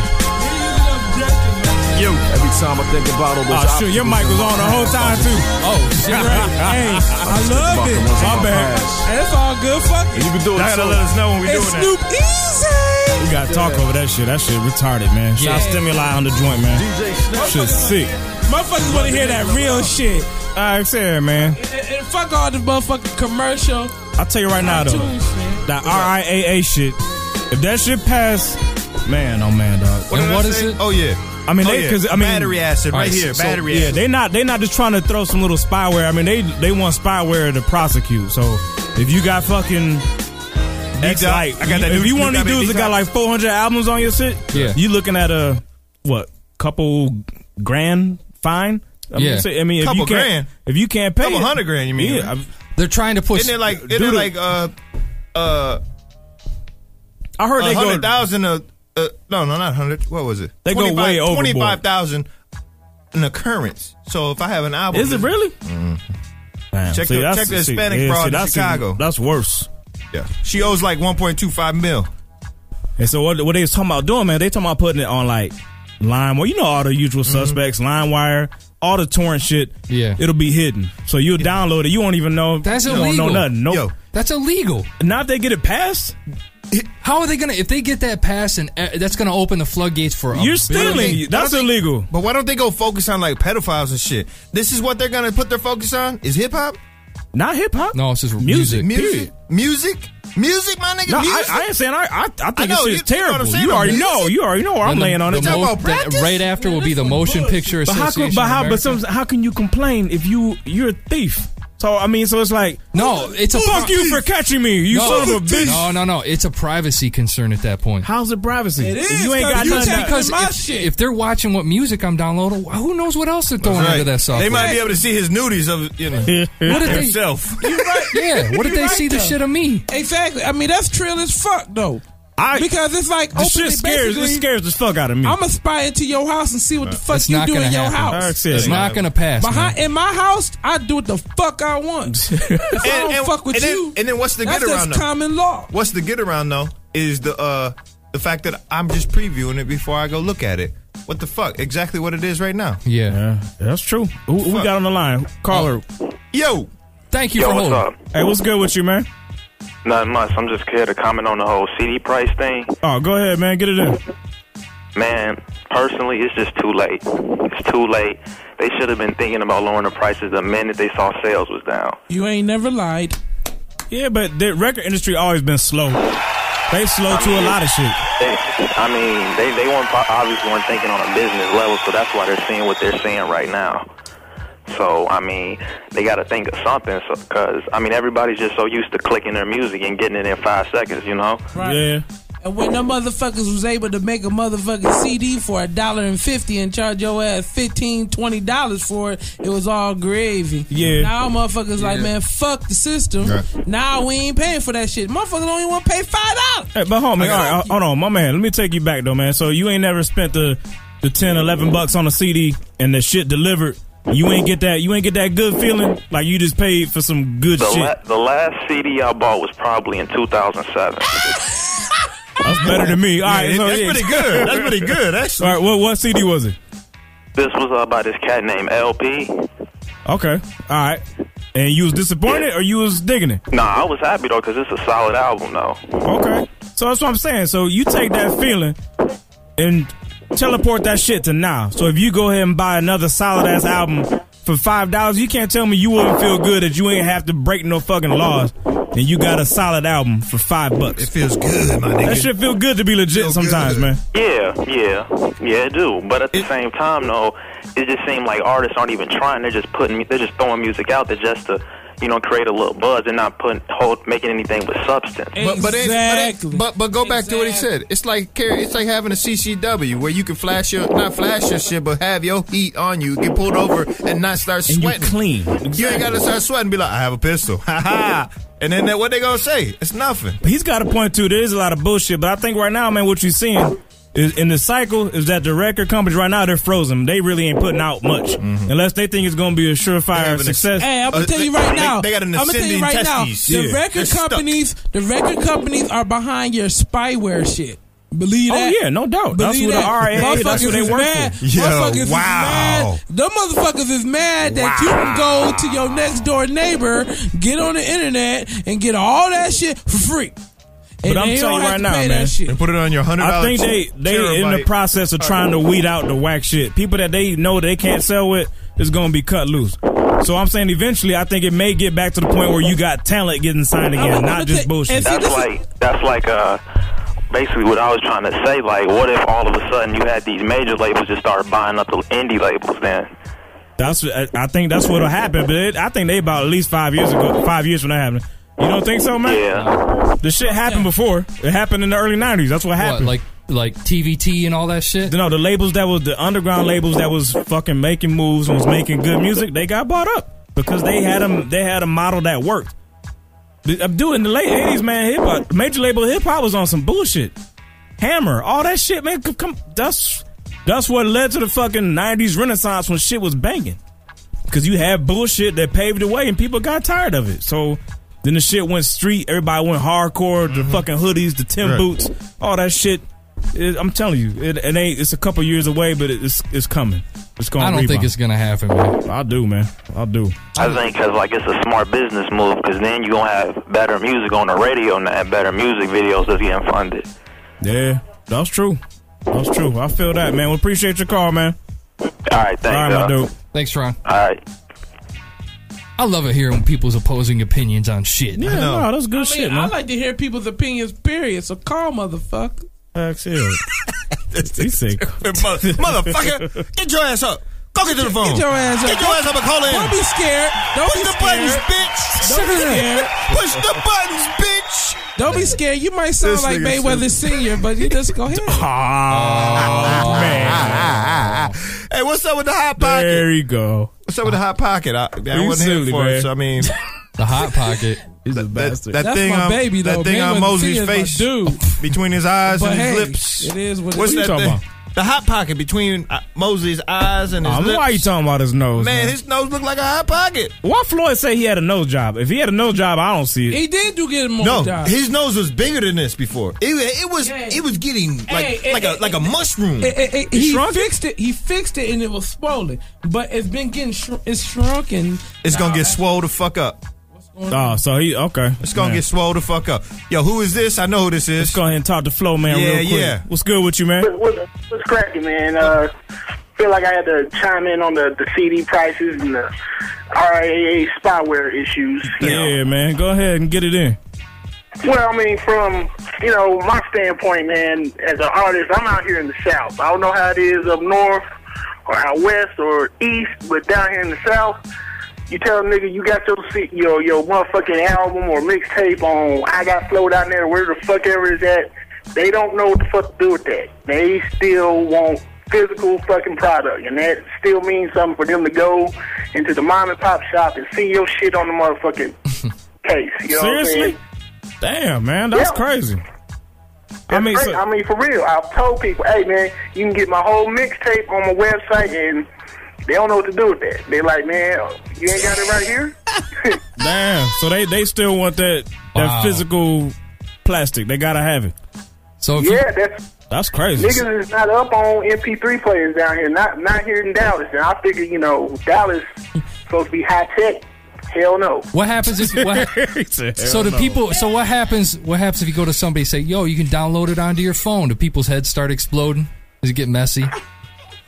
[SPEAKER 20] yo, every time I think about all those,
[SPEAKER 3] Oh, shoot, your mic was on the whole time, too.
[SPEAKER 4] Oh, shit.
[SPEAKER 3] hey, I love it. My bad.
[SPEAKER 5] That's all good. Fuck it.
[SPEAKER 20] You can do
[SPEAKER 3] it, Y'all gotta so- let us know when we
[SPEAKER 5] and
[SPEAKER 3] doing that.
[SPEAKER 5] Snoop Easy.
[SPEAKER 3] We gotta talk over that shit. That shit retarded, man. Shout
[SPEAKER 5] Yeah.
[SPEAKER 3] stimuli on the joint, man. Shit sick.
[SPEAKER 5] Motherfuckers want to hear that real shit.
[SPEAKER 3] All right, fair, man.
[SPEAKER 5] And, and fuck all the motherfucking commercial.
[SPEAKER 3] I'll tell you right now, though.
[SPEAKER 5] iTunes, man.
[SPEAKER 3] That RIAA shit. If that shit pass, man, oh man, dog.
[SPEAKER 16] What And did I what is say? it? Oh, yeah.
[SPEAKER 3] I mean,
[SPEAKER 16] Oh,
[SPEAKER 3] they
[SPEAKER 16] yeah.
[SPEAKER 3] because I mean
[SPEAKER 16] Battery acid right Alright, here, so- battery
[SPEAKER 3] yeah,
[SPEAKER 16] acid.
[SPEAKER 3] they not they not just trying to throw some little spyware. I mean, they they want spyware to prosecute. So if you got fucking X,
[SPEAKER 16] Doc,
[SPEAKER 3] like
[SPEAKER 16] I got that
[SPEAKER 3] if
[SPEAKER 16] new-
[SPEAKER 3] you one
[SPEAKER 16] new
[SPEAKER 3] of these
[SPEAKER 16] copy of
[SPEAKER 3] dudes that got
[SPEAKER 16] D-Doc.
[SPEAKER 3] like four hundred albums on your shit,
[SPEAKER 16] Yeah.
[SPEAKER 3] you looking at a what couple grand fine. I mean,
[SPEAKER 16] Yeah.
[SPEAKER 3] say- I mean, if
[SPEAKER 16] Couple
[SPEAKER 3] you can't,
[SPEAKER 16] grand.
[SPEAKER 3] if you can't pay,
[SPEAKER 16] Couple
[SPEAKER 3] it-
[SPEAKER 16] hundred grand, you mean,
[SPEAKER 3] Yeah,
[SPEAKER 16] right?
[SPEAKER 3] I-
[SPEAKER 4] They're trying to
[SPEAKER 16] Isn't it like, isn't it
[SPEAKER 3] Dude,
[SPEAKER 16] like, uh, uh,
[SPEAKER 3] I heard they go-
[SPEAKER 16] 100,000 uh, uh, no, no, not 100. What was it?
[SPEAKER 3] They go
[SPEAKER 16] 25
[SPEAKER 3] way overboard.
[SPEAKER 16] 25,000 an occurrence. So if I have an album.
[SPEAKER 3] Is it really? Damn.
[SPEAKER 16] Check,
[SPEAKER 3] See,
[SPEAKER 16] the,
[SPEAKER 3] that's-
[SPEAKER 16] check the
[SPEAKER 3] see,
[SPEAKER 16] Hispanic
[SPEAKER 3] yeah, see,
[SPEAKER 16] broad in
[SPEAKER 3] that's even-
[SPEAKER 16] Chicago.
[SPEAKER 3] that's worse.
[SPEAKER 16] Yeah. She owes like 1.25 mil.
[SPEAKER 3] And so what, what they was talking about doing, man, they talking about putting it on like LimeWire. You know all the usual
[SPEAKER 16] Mm-hmm.
[SPEAKER 3] suspects, LimeWire, all the torrent shit.
[SPEAKER 4] Yeah.
[SPEAKER 3] It'll be hidden. So you'll download it. You won't even know.
[SPEAKER 4] That's
[SPEAKER 3] you
[SPEAKER 4] illegal.
[SPEAKER 3] don't know nothing. Nope.
[SPEAKER 4] That's illegal.
[SPEAKER 3] Now if they get it passed,
[SPEAKER 4] how are they gonna? If they get that pass, and uh, that's gonna open the floodgates for a
[SPEAKER 16] Why don't
[SPEAKER 4] billion-
[SPEAKER 16] they- why don't they- But why don't they go focus on like pedophiles and shit? This is what they're gonna put their focus on? Is hip hop?
[SPEAKER 3] Not hip hop.
[SPEAKER 4] No, it's just
[SPEAKER 16] Music.
[SPEAKER 4] music.
[SPEAKER 16] Music. Music. Music, my nigga.
[SPEAKER 3] No, I-
[SPEAKER 16] music.
[SPEAKER 3] I ain't saying I. I, I think it's
[SPEAKER 16] know,
[SPEAKER 3] just
[SPEAKER 16] you- you know what
[SPEAKER 3] terrible.
[SPEAKER 16] I'm saying,
[SPEAKER 3] You
[SPEAKER 16] though.
[SPEAKER 3] already
[SPEAKER 16] Music.
[SPEAKER 3] know. You already know where I'm
[SPEAKER 4] Then the-
[SPEAKER 3] laying on
[SPEAKER 4] the
[SPEAKER 3] it.
[SPEAKER 4] mo- that right after will be the motion picture
[SPEAKER 3] But how,
[SPEAKER 4] association.
[SPEAKER 3] could- but
[SPEAKER 4] of
[SPEAKER 3] how? But
[SPEAKER 4] America.
[SPEAKER 3] some, how can you complain if you you're a thief? So I mean, so it's like
[SPEAKER 4] no, it's a
[SPEAKER 3] fuck you for catching me. You
[SPEAKER 4] no,
[SPEAKER 3] son of a bitch.
[SPEAKER 4] No, no, no. It's a privacy concern at that point.
[SPEAKER 3] How's it privacy?
[SPEAKER 4] It
[SPEAKER 3] If you ain't got
[SPEAKER 4] because,
[SPEAKER 3] nothing.
[SPEAKER 4] because if, if they're watching what music I'm downloading, wh- who knows what else they're throwing
[SPEAKER 16] Right.
[SPEAKER 4] into that software?
[SPEAKER 16] They might be able to see his nudies of you know
[SPEAKER 4] What if they-
[SPEAKER 16] himself.
[SPEAKER 4] Yeah, what if they see the shit of me?
[SPEAKER 5] Exactly. I mean, that's trill as fuck, though.
[SPEAKER 3] I,
[SPEAKER 5] because it's like
[SPEAKER 3] This shit
[SPEAKER 5] openly,
[SPEAKER 3] scares. This
[SPEAKER 5] basically,
[SPEAKER 3] scares the fuck out of me.
[SPEAKER 5] I'm gonna spy into your house and see what the fuck
[SPEAKER 3] It's
[SPEAKER 5] you
[SPEAKER 3] not
[SPEAKER 5] do in
[SPEAKER 3] gonna
[SPEAKER 5] your
[SPEAKER 3] happen. Eric
[SPEAKER 5] house.
[SPEAKER 3] said It's it. not gonna pass,
[SPEAKER 5] Behind in my house, I do what the fuck I want. If I don't fuck with
[SPEAKER 16] and then,
[SPEAKER 5] you.
[SPEAKER 16] and then what's the
[SPEAKER 5] that's
[SPEAKER 16] get around?
[SPEAKER 5] just common law.
[SPEAKER 16] What's the get around though? Is the uh the fact that I'm just previewing it before I go look at it. What the fuck? Exactly what it is right now.
[SPEAKER 4] Yeah,
[SPEAKER 3] that's true. Who, who we got on the line? Caller.
[SPEAKER 16] Yo.
[SPEAKER 4] Thank
[SPEAKER 21] you Yo, for what's holding. up?
[SPEAKER 3] Hey, what's good with you, man?
[SPEAKER 21] Not much. I'm just here to comment on the whole CD price thing.
[SPEAKER 3] Oh, go ahead, man. Get it in.
[SPEAKER 21] Man, personally, it's just too late. It's too late. They should have been thinking about lowering the prices the minute they saw sales was down.
[SPEAKER 5] You ain't never lied.
[SPEAKER 3] Yeah, but the record industry always been slow. They slow to a lot of shit.
[SPEAKER 21] They, I mean, they they weren't pro- obviously weren't thinking on a business level, so that's why they're seeing what they're seeing right now. So I mean, they got to think of something, because I mean, everybody's just so used to clicking their music and getting it in five seconds, you know.
[SPEAKER 3] Yeah.
[SPEAKER 5] And when them motherfuckers was able to make a motherfucking CD for a dollar and fifty and charge your ass $15, 20 dollars for it, it was all gravy.
[SPEAKER 3] Yeah.
[SPEAKER 5] Now motherfuckers like,
[SPEAKER 3] Yeah.
[SPEAKER 5] man, fuck the system.
[SPEAKER 3] Right.
[SPEAKER 5] Now we ain't paying for that shit. Motherfuckers don't even want to pay five dollars.
[SPEAKER 3] Hey, but homie, all right, hold on, my man. Let me take you back though, man. So you ain't never spent the the 10, 11 bucks on a CD and the shit delivered. You ain't get that. You ain't get that good feeling like you just paid for some good
[SPEAKER 21] the,
[SPEAKER 3] shit.
[SPEAKER 21] la- the last CD I bought was probably in 2007.
[SPEAKER 3] That's better than me. All right,
[SPEAKER 21] Yeah,
[SPEAKER 3] so,
[SPEAKER 21] that's
[SPEAKER 3] yeah.
[SPEAKER 21] pretty good. That's pretty good, actually.
[SPEAKER 3] All right, what what CD was it?
[SPEAKER 21] This was uh, by this cat named LP.
[SPEAKER 3] Okay, all right. And you was disappointed or you was digging it?
[SPEAKER 21] Nah, I was happy though because it's a solid album though.
[SPEAKER 3] Okay. So that's what I'm saying. So you take that feeling and teleport that shit to now. So if you go ahead and buy another solid ass album for five dollars, you can't tell me you wouldn't feel good that you ain't have to break no fucking laws and you got a solid album for five bucks. It
[SPEAKER 16] feels good, my nigga.
[SPEAKER 3] That shit feel good to be legit sometimes, man.
[SPEAKER 21] Yeah, yeah, yeah, it do. But at the same time though, it just seemed like artists aren't even trying. They're just putting, they're just throwing music out there just to, you know, create a little buzz and not put hold making anything with substance.
[SPEAKER 22] But but, it- but, it- but but go back to what he said. It's like carry- it's like having a CCW where you can flash your not flash your shit, but have your heat on you, get pulled over, and not start sweating.
[SPEAKER 3] clean.
[SPEAKER 22] You ain't got to start sweating. Be like, I have a pistol. Ha ha. And then that, what they gonna say? It's nothing.
[SPEAKER 3] But he's got a point too. There is a lot of bullshit, but I think right now, man, what you're seeing is in the cycle is that the record companies right now they're frozen. They really ain't putting out much
[SPEAKER 22] Mm-hmm.
[SPEAKER 3] unless they think it's going to be a surefire success.
[SPEAKER 5] Hey,
[SPEAKER 22] Uh,
[SPEAKER 5] I'm gonna tell you right now. I'm gonna tell you right now. The record companies, the record companies are behind your spyware shit. Believe
[SPEAKER 3] Oh,
[SPEAKER 5] that?
[SPEAKER 3] yeah, no doubt.
[SPEAKER 5] Believe
[SPEAKER 3] That's what the
[SPEAKER 5] that.
[SPEAKER 3] RIA, that's what
[SPEAKER 5] Motherfuckers
[SPEAKER 3] they
[SPEAKER 5] is
[SPEAKER 3] work
[SPEAKER 5] mad.
[SPEAKER 3] for. Yo,
[SPEAKER 5] motherfuckers is
[SPEAKER 3] wow.
[SPEAKER 5] mad. Them motherfuckers is mad that you can go to your next door neighbor, get on the internet, and get all that shit for free.
[SPEAKER 3] But
[SPEAKER 5] And
[SPEAKER 3] I'm
[SPEAKER 5] they
[SPEAKER 3] telling you
[SPEAKER 5] don't have
[SPEAKER 3] right
[SPEAKER 5] to
[SPEAKER 3] now,
[SPEAKER 5] pay that
[SPEAKER 3] man.
[SPEAKER 5] shit.
[SPEAKER 3] And put
[SPEAKER 22] it on your
[SPEAKER 3] I think they they in the process of trying to weed out the whack shit. People that they know they can't sell with is going to be cut loose. So I'm saying eventually, I think it may get back to the point where you got talent getting signed again, not just bullshit.
[SPEAKER 21] That's like that's like uh basically what I was trying to say. Like, what if all of a sudden you had these major labels just start buying up the indie labels? Then
[SPEAKER 3] That's I I think that's what'll happen. But it, I think they about at least five years ago, five years from that happening. You don't think so, man?
[SPEAKER 21] Yeah.
[SPEAKER 3] The shit happened before. It happened in the early '90s. That's what happened.
[SPEAKER 4] like like TVT and all that shit.
[SPEAKER 3] No, the labels that was the underground labels that was fucking making moves and was making good music, they got bought up because they had them. They had a model that worked. I'm doing the late '80s, man. Hip hop, major label hip hop was on some bullshit. Hammer, all that shit, man. c- Come, that's that's what led to the fucking '90s renaissance when shit was banging. Because you had bullshit that paved the way, and people got tired of it. So then the shit went street. Everybody went hardcore. The
[SPEAKER 4] Mm-hmm.
[SPEAKER 3] fucking hoodies, the Tim
[SPEAKER 16] Right.
[SPEAKER 3] boots, all that shit. It- I'm telling you, it, it ain't. It's a couple years away, but it, it's it's coming. It's going.
[SPEAKER 4] I don't think it's gonna happen, man.
[SPEAKER 3] I do, man. I do.
[SPEAKER 21] I think because like it's a smart business move because then you're gonna have better music on the radio now and better music videos that's getting funded.
[SPEAKER 3] Yeah, that's true. That's true. I feel that, man. We appreciate your call, man.
[SPEAKER 21] All right, thanks.
[SPEAKER 3] All right, my dude.
[SPEAKER 4] Thanks, Ron.
[SPEAKER 21] All right.
[SPEAKER 4] I love it hearing people's opposing opinions on shit.
[SPEAKER 5] Yeah, I know. no,
[SPEAKER 3] that's
[SPEAKER 5] I mean, I like to hear people's opinions. Period. So call, motherfucker.
[SPEAKER 3] That's it. He said,
[SPEAKER 5] Motherfucker,
[SPEAKER 22] get your ass up. Go get to the phone.
[SPEAKER 5] Get your ass up.
[SPEAKER 22] Get your ass up and call in.
[SPEAKER 5] Don't be scared. Don't
[SPEAKER 22] Push
[SPEAKER 5] be
[SPEAKER 22] the
[SPEAKER 5] scared.
[SPEAKER 22] buttons, bitch.
[SPEAKER 5] Don't be scared.
[SPEAKER 22] Push the buttons, bitch.
[SPEAKER 5] Don't be scared. You might sound
[SPEAKER 22] This
[SPEAKER 5] like
[SPEAKER 22] nigga
[SPEAKER 5] Mayweather Senior, but you just go ahead.
[SPEAKER 22] Oh, man. hey, what's up with the hot Ah, pocket? There
[SPEAKER 3] you go.
[SPEAKER 22] What's up with the hot pocket? I, I
[SPEAKER 3] You
[SPEAKER 22] wasn't
[SPEAKER 3] silly,
[SPEAKER 22] here for
[SPEAKER 3] man.
[SPEAKER 22] it, so I mean.
[SPEAKER 4] the hot pocket.
[SPEAKER 3] He's a
[SPEAKER 22] bastard.
[SPEAKER 5] That's my baby,
[SPEAKER 22] that
[SPEAKER 5] though.
[SPEAKER 22] thing on
[SPEAKER 5] Mayweather
[SPEAKER 22] Mosey's
[SPEAKER 5] Senior's my
[SPEAKER 22] face, between his eyes
[SPEAKER 5] But
[SPEAKER 22] and his
[SPEAKER 5] hey,
[SPEAKER 22] lips.
[SPEAKER 5] it is what it
[SPEAKER 22] What's
[SPEAKER 5] is.
[SPEAKER 22] that
[SPEAKER 5] What you
[SPEAKER 22] thing?
[SPEAKER 5] talking
[SPEAKER 22] The hot pocket between uh, Mosey's eyes and his
[SPEAKER 3] Um,
[SPEAKER 22] lips.
[SPEAKER 3] why you talking about his nose, man?
[SPEAKER 22] man, his nose looked like a hot pocket.
[SPEAKER 3] why Floyd say he had a nose job? If he had a nose job, I don't see it.
[SPEAKER 5] He did do get a nose
[SPEAKER 22] No,
[SPEAKER 5] job.
[SPEAKER 22] his nose was bigger than this before. It, it was it was getting like
[SPEAKER 5] Hey,
[SPEAKER 22] like
[SPEAKER 5] hey,
[SPEAKER 22] a like a mushroom.
[SPEAKER 5] Hey, hey, hey,
[SPEAKER 22] It
[SPEAKER 5] Eh, he
[SPEAKER 22] shrunk it?
[SPEAKER 5] fixed it. He fixed it, and it was swollen. But it's been getting shr- it's shrunken.
[SPEAKER 22] It's gonna get swole the fuck up.
[SPEAKER 3] Oh, so he okay.
[SPEAKER 22] It's gonna
[SPEAKER 3] Man.
[SPEAKER 22] get swole the fuck up. Yo, who is this? I know who this is. Let's
[SPEAKER 3] go ahead and talk to Flow Man
[SPEAKER 22] yeah,
[SPEAKER 3] real quick.
[SPEAKER 22] Yeah,
[SPEAKER 3] What's good with you, man?
[SPEAKER 23] What, what's cracking, man? Uh, feel like I had to chime in on the, the CD prices and the RIAA spyware issues.
[SPEAKER 3] Yeah, man. Go ahead and get it in.
[SPEAKER 23] Well, I mean, from you know my standpoint, man, as an artist, I'm out here in the South. I don't know how it is up north or out west or east, but down here in the South, you tell a nigga you got your se- your your motherfucking album or mixtape on. I got flow down there, where the fuck ever is at. They don't know what the fuck to do with that. They still want physical fucking product, and that still means something for them to go into the mom and pop shop and see your shit on the motherfucking case. You know what I'm saying?
[SPEAKER 3] Seriously? Damn, man. That's
[SPEAKER 23] Yeah.
[SPEAKER 3] crazy.
[SPEAKER 23] I mean, I mean, for real. I've told people, hey man, you can get my whole mixtape on my website, and they don't know what to do with that. They like, man, you ain't got it right here.
[SPEAKER 3] Damn. So they, they still want that that
[SPEAKER 23] Wow.
[SPEAKER 3] physical plastic. They gotta have it.
[SPEAKER 4] So
[SPEAKER 23] yeah, that's
[SPEAKER 3] that's crazy.
[SPEAKER 23] niggas is not up on MP3 players down here. Not not here in Dallas. And I figure, you know, Dallas supposed to be high tech. Hell no.
[SPEAKER 4] What happens if what so the people so what happens what happens if you go to somebody and say yo you can download it onto your phone do people's heads start exploding does it get messy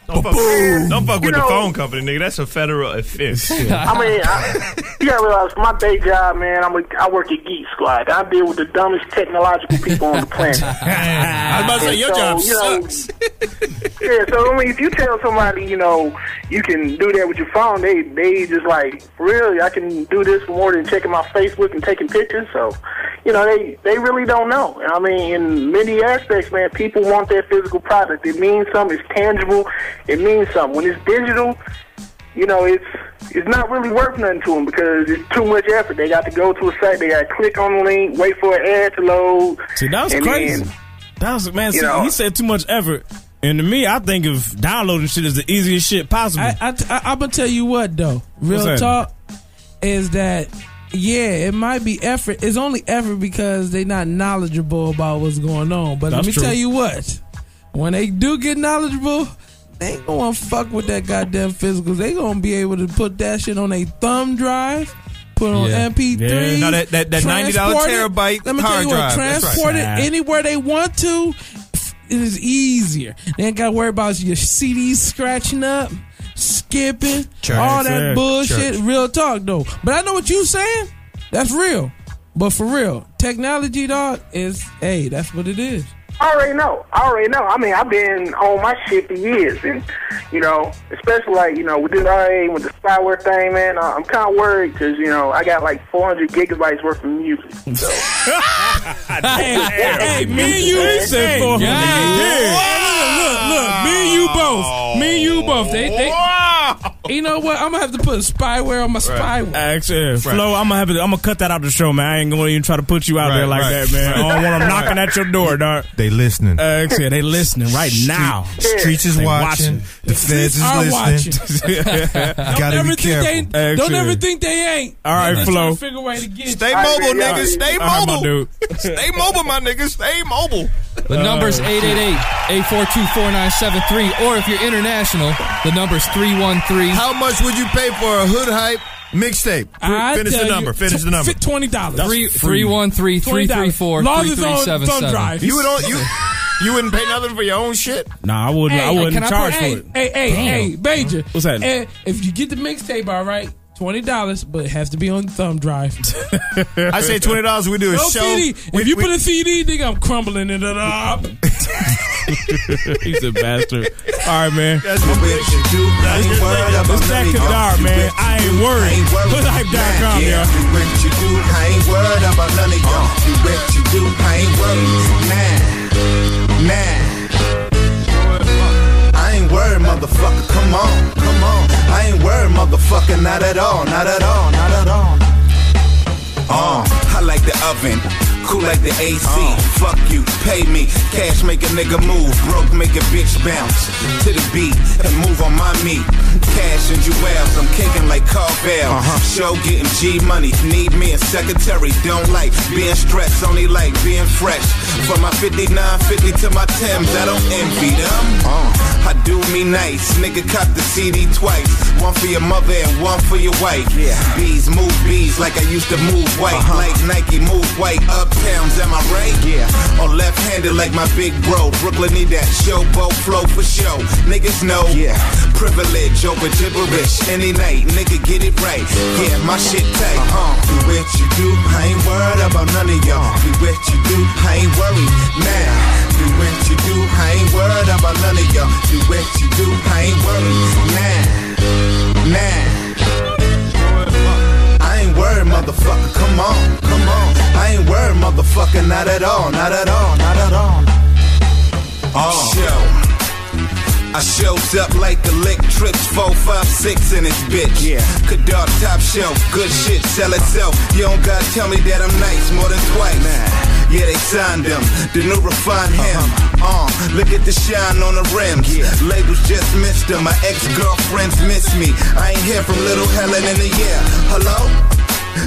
[SPEAKER 18] Don't fuck,
[SPEAKER 23] Boom.
[SPEAKER 18] don't fuck with
[SPEAKER 23] You
[SPEAKER 18] the
[SPEAKER 23] know-
[SPEAKER 18] phone company, nigga. That's a federal offense.
[SPEAKER 23] I mean, I, you gotta realize my day job, man. I'm a, I work at Geek Squad. I deal with the dumbest technological people on the planet.
[SPEAKER 18] I was about to say your
[SPEAKER 23] And so,
[SPEAKER 18] job
[SPEAKER 23] you know,
[SPEAKER 18] sucks.
[SPEAKER 23] yeah, so I mean, if you tell somebody, you know, you can do that with your phone, they they just like, really, I can do this more than checking my Facebook and taking pictures. So, you know, they they really don't know. And I mean, in many aspects, man, people want that physical product. It means something. It's tangible. It means something. When it's digital, you know, it's it's not really worth nothing to them because it's too much effort. They got to go to a site, they got to click on the link, wait for an ad to load.
[SPEAKER 3] See, that was
[SPEAKER 23] and
[SPEAKER 3] crazy.
[SPEAKER 23] then-
[SPEAKER 3] that was man.
[SPEAKER 23] you
[SPEAKER 3] see,
[SPEAKER 23] know-
[SPEAKER 3] he said too much effort. And to me, I think of downloading shit is the easiest shit possible.
[SPEAKER 5] I, I, I, am gonna tell you what though. Real
[SPEAKER 3] What's that?
[SPEAKER 5] talk is that yeah, it might be effort. It's only effort because they not knowledgeable about what's going on. But let
[SPEAKER 17] That's
[SPEAKER 5] me
[SPEAKER 17] true.
[SPEAKER 5] tell you what, when they do get knowledgeable, they ain't gonna fuck with that goddamn physicals. They gonna be able to put that shit on a thumb drive. Put it on
[SPEAKER 16] Yeah.
[SPEAKER 5] MP3.
[SPEAKER 16] Yeah. Now that- that- that $90 terabyte
[SPEAKER 5] Let me tell
[SPEAKER 16] hard
[SPEAKER 5] you what,
[SPEAKER 16] drive. That's right.
[SPEAKER 5] transport
[SPEAKER 16] Nah.
[SPEAKER 5] it anywhere they want to. It is easier. They ain't got to worry about your CDs scratching up, skipping,
[SPEAKER 17] Church.
[SPEAKER 5] all that
[SPEAKER 17] Church.
[SPEAKER 5] bullshit.
[SPEAKER 17] Church.
[SPEAKER 5] Real talk though. But I know what you saying. That's real. But for real, technology dog is hey, that's what it is.
[SPEAKER 23] I already know. I already know. I mean, I've been on my shit for years, and you know, especially like you know with this RA with the spyware thing, man. I- I'm kind of worried because you know I got like 400 gigabytes worth of music. So.
[SPEAKER 3] hey, me and you said for
[SPEAKER 6] God.
[SPEAKER 5] Look, look, me and you both. Me and you both. They, they, You know what? I'm gonna have to put spyware on my spyware.
[SPEAKER 3] Actually, Flo, I'm gonna have to, I'm gonna cut that out the show, man. I ain't gonna even try to put you out
[SPEAKER 16] Right,
[SPEAKER 3] there like
[SPEAKER 16] right,
[SPEAKER 3] that, man. I don't
[SPEAKER 16] right.
[SPEAKER 3] want them knocking at your door, dog.
[SPEAKER 16] They listening.
[SPEAKER 3] Uh, yeah, they listening right
[SPEAKER 16] Street-
[SPEAKER 3] now.
[SPEAKER 16] streets is
[SPEAKER 3] They
[SPEAKER 16] watching. The feds is
[SPEAKER 5] are
[SPEAKER 16] listening.
[SPEAKER 5] watching.
[SPEAKER 16] Gotta
[SPEAKER 5] don't
[SPEAKER 16] be
[SPEAKER 5] ever think they,
[SPEAKER 16] careful.
[SPEAKER 5] don't ever think they ain't.
[SPEAKER 16] All right,
[SPEAKER 5] They just
[SPEAKER 16] Flo.
[SPEAKER 5] trying to Figure a way to get
[SPEAKER 16] Stay
[SPEAKER 5] you.
[SPEAKER 16] mobile, nigga. Stay
[SPEAKER 3] All right, my
[SPEAKER 16] mobile.
[SPEAKER 3] dude.
[SPEAKER 16] Stay mobile, my nigga. Stay mobile.
[SPEAKER 4] The number's 888-842-4973, or if you're international, the number's 313.
[SPEAKER 16] How much would you pay for a hood hype mixtape?
[SPEAKER 4] I
[SPEAKER 16] Finish
[SPEAKER 4] tell
[SPEAKER 16] the
[SPEAKER 4] you,
[SPEAKER 16] number. Finish
[SPEAKER 4] tw-
[SPEAKER 16] the number.
[SPEAKER 4] fi- $20. Three- Free. 313-334-3377. Long as it's on thumb drive.
[SPEAKER 16] You would all, you you wouldn't pay nothing for your own shit.
[SPEAKER 3] Nah, I wouldn't. I wouldn't charge
[SPEAKER 5] hey,
[SPEAKER 3] for it.
[SPEAKER 5] Hey, hey, hey, Major.
[SPEAKER 3] What's that?
[SPEAKER 5] And if you get the mixtape, all right, twenty dollars, but it has to be on thumb drive.
[SPEAKER 16] I say $20, we do a
[SPEAKER 5] no
[SPEAKER 16] show.
[SPEAKER 5] CD. If you put a CD, nigga, I'm crumbling it up.
[SPEAKER 3] He's a bastard. All right, man.
[SPEAKER 16] That's what
[SPEAKER 3] we
[SPEAKER 16] should do.
[SPEAKER 3] That's it's that Kadar, man. I ain't worried. Hoodhype.com, y'all.
[SPEAKER 15] Do what you do, I ain't worried about none of y'all.
[SPEAKER 3] Uh.
[SPEAKER 15] Do what you do, I ain't worried. Nah, nah. I ain't worried, motherfucker. Come on, come on. I ain't worried, motherfucker. Not at all, not at all, not at all.
[SPEAKER 1] Uh, I like the oven. Cool like the AC. Fuck you, pay me. Cash make a nigga move. Broke make a bitch bounce. To the beat and move on my meat. Cash and jewels, I'm kicking like Carvel.
[SPEAKER 15] Uh-huh.
[SPEAKER 1] Show getting G money. Need me a secretary. Don't like being stressed, only like being fresh. From my 59, 50 to my Timbs, I don't envy them. I do me nice. Nigga cop the CD twice. One for your mother and one for your wife. Yeah. Bees move bees like I used to move white.
[SPEAKER 15] Uh-huh.
[SPEAKER 1] Like Nike move white. Uptowns, am I right? Yeah. Or left handed like my big bro. Brooklyn need that showboat flow for show. Niggas know. Yeah. Privilege over gibberish. Any night, nigga get it right. Yeah, my shit tight. Uh,
[SPEAKER 15] Uh-huh. Do what you do, I ain't worried about none of y'all.
[SPEAKER 1] Uh-huh.
[SPEAKER 15] Do what you do, I ain't worried. Nah, do what you do, I ain't worried about none of y'all. Do what you do, I ain't worried. Nah, nah. I ain't worried, motherfucker. Come on, come on. I ain't worried, motherfucker. Not at all, not at all, not at all.
[SPEAKER 1] Oh. Show. I shows up like electrics, four, five, six in this bitch. Yeah. Kadar top shelf, good shit, sell itself. You don't gotta tell me that I'm nice more than twice. Yeah, they signed him, the new refined him. uh look at the shine on the rims. Labels just missed him, my ex-girlfriends miss me. I ain't hear from little Helen in a year. Hello?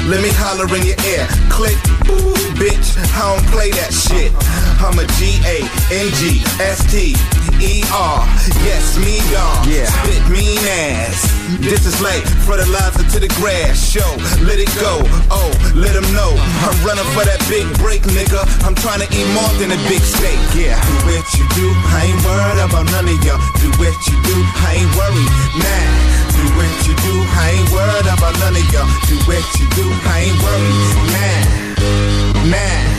[SPEAKER 1] Let me holler in your ear. Click, ooh, bitch. I don't play that shit. I'm a G A N G S T E R. Yes, me dog. Yeah. Spit mean ass. This is like fertilizer to the grass. Show, let it go. Oh, let 'em know. I'm running for that big break, nigga. I'm trying to eat more than a big steak. Yeah.
[SPEAKER 15] Do what you do, I ain't worried about none of y'all. Do what you do, I ain't worried. Nah, do what you do, I ain't worried about none of y'all. Do what you do, I ain't worried. Nah, nah.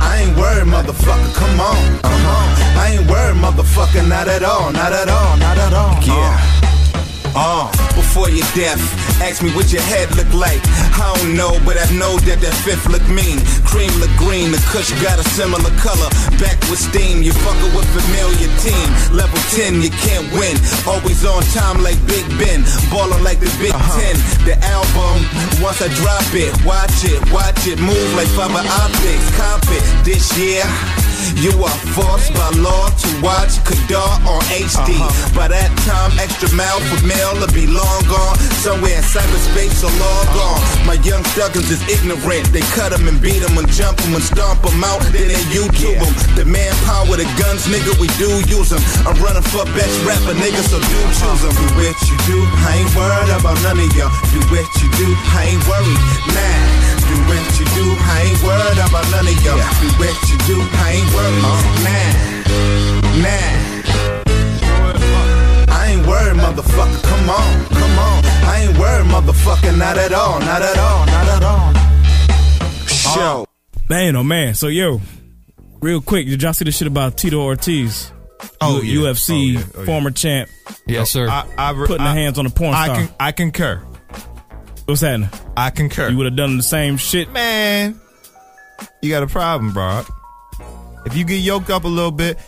[SPEAKER 15] I ain't worried, motherfucker.
[SPEAKER 1] motherfucker, come on. Uh-huh. I ain't worried, motherfucker, not at all, not at all, not at all. Yeah. Uh, before your death, ask me what your head look like. I don't know, but I know that that fifth look mean. Cream look green, the cush got a similar color. Back with steam, you fucker with familiar team. Level 10, you can't win. Always on time like Big Ben. Ballin' like the Big Ten. The album, once I drop it, watch it, watch it. Move like fiber optics, cop it. This year, you are forced by law to watch Kadar on HD. By that time, extra mile for mail will be long gone. Somewhere in cyberspace or long gone. My young thuggins is ignorant. They cut 'em and beat 'em and jump 'em and stomp 'em out. Then they YouTube 'em. The manpower, the guns, nigga, we do use 'em. I'm running for best rapper, nigga, so do choose 'em. Do what you do, I ain't worried about none of y'all. Do what you do, I ain't worried. Nah. Do what you do, I ain't worried about none of y'all. Do what you do, I ain't worried. Nah, nah. I ain't worried, motherfucker. Come on, come on. I ain't worried, motherfucker. Not at all, not at all, not at all. Show.
[SPEAKER 3] Man, oh man. So yo, real quick, did y'all see the shit about Tito Ortiz?
[SPEAKER 16] Oh, yeah.
[SPEAKER 3] UFC
[SPEAKER 16] Oh, yeah. Oh, yeah.
[SPEAKER 3] former champ.
[SPEAKER 16] Yes, sir. I- I re-
[SPEAKER 3] putting the
[SPEAKER 16] I-
[SPEAKER 3] hands on the porn
[SPEAKER 16] I
[SPEAKER 3] star.
[SPEAKER 16] con- I concur.
[SPEAKER 3] What's happening?
[SPEAKER 16] I concur.
[SPEAKER 3] You would have done the same shit,
[SPEAKER 16] man. You got a problem, bro. If you get yoked up a little bit,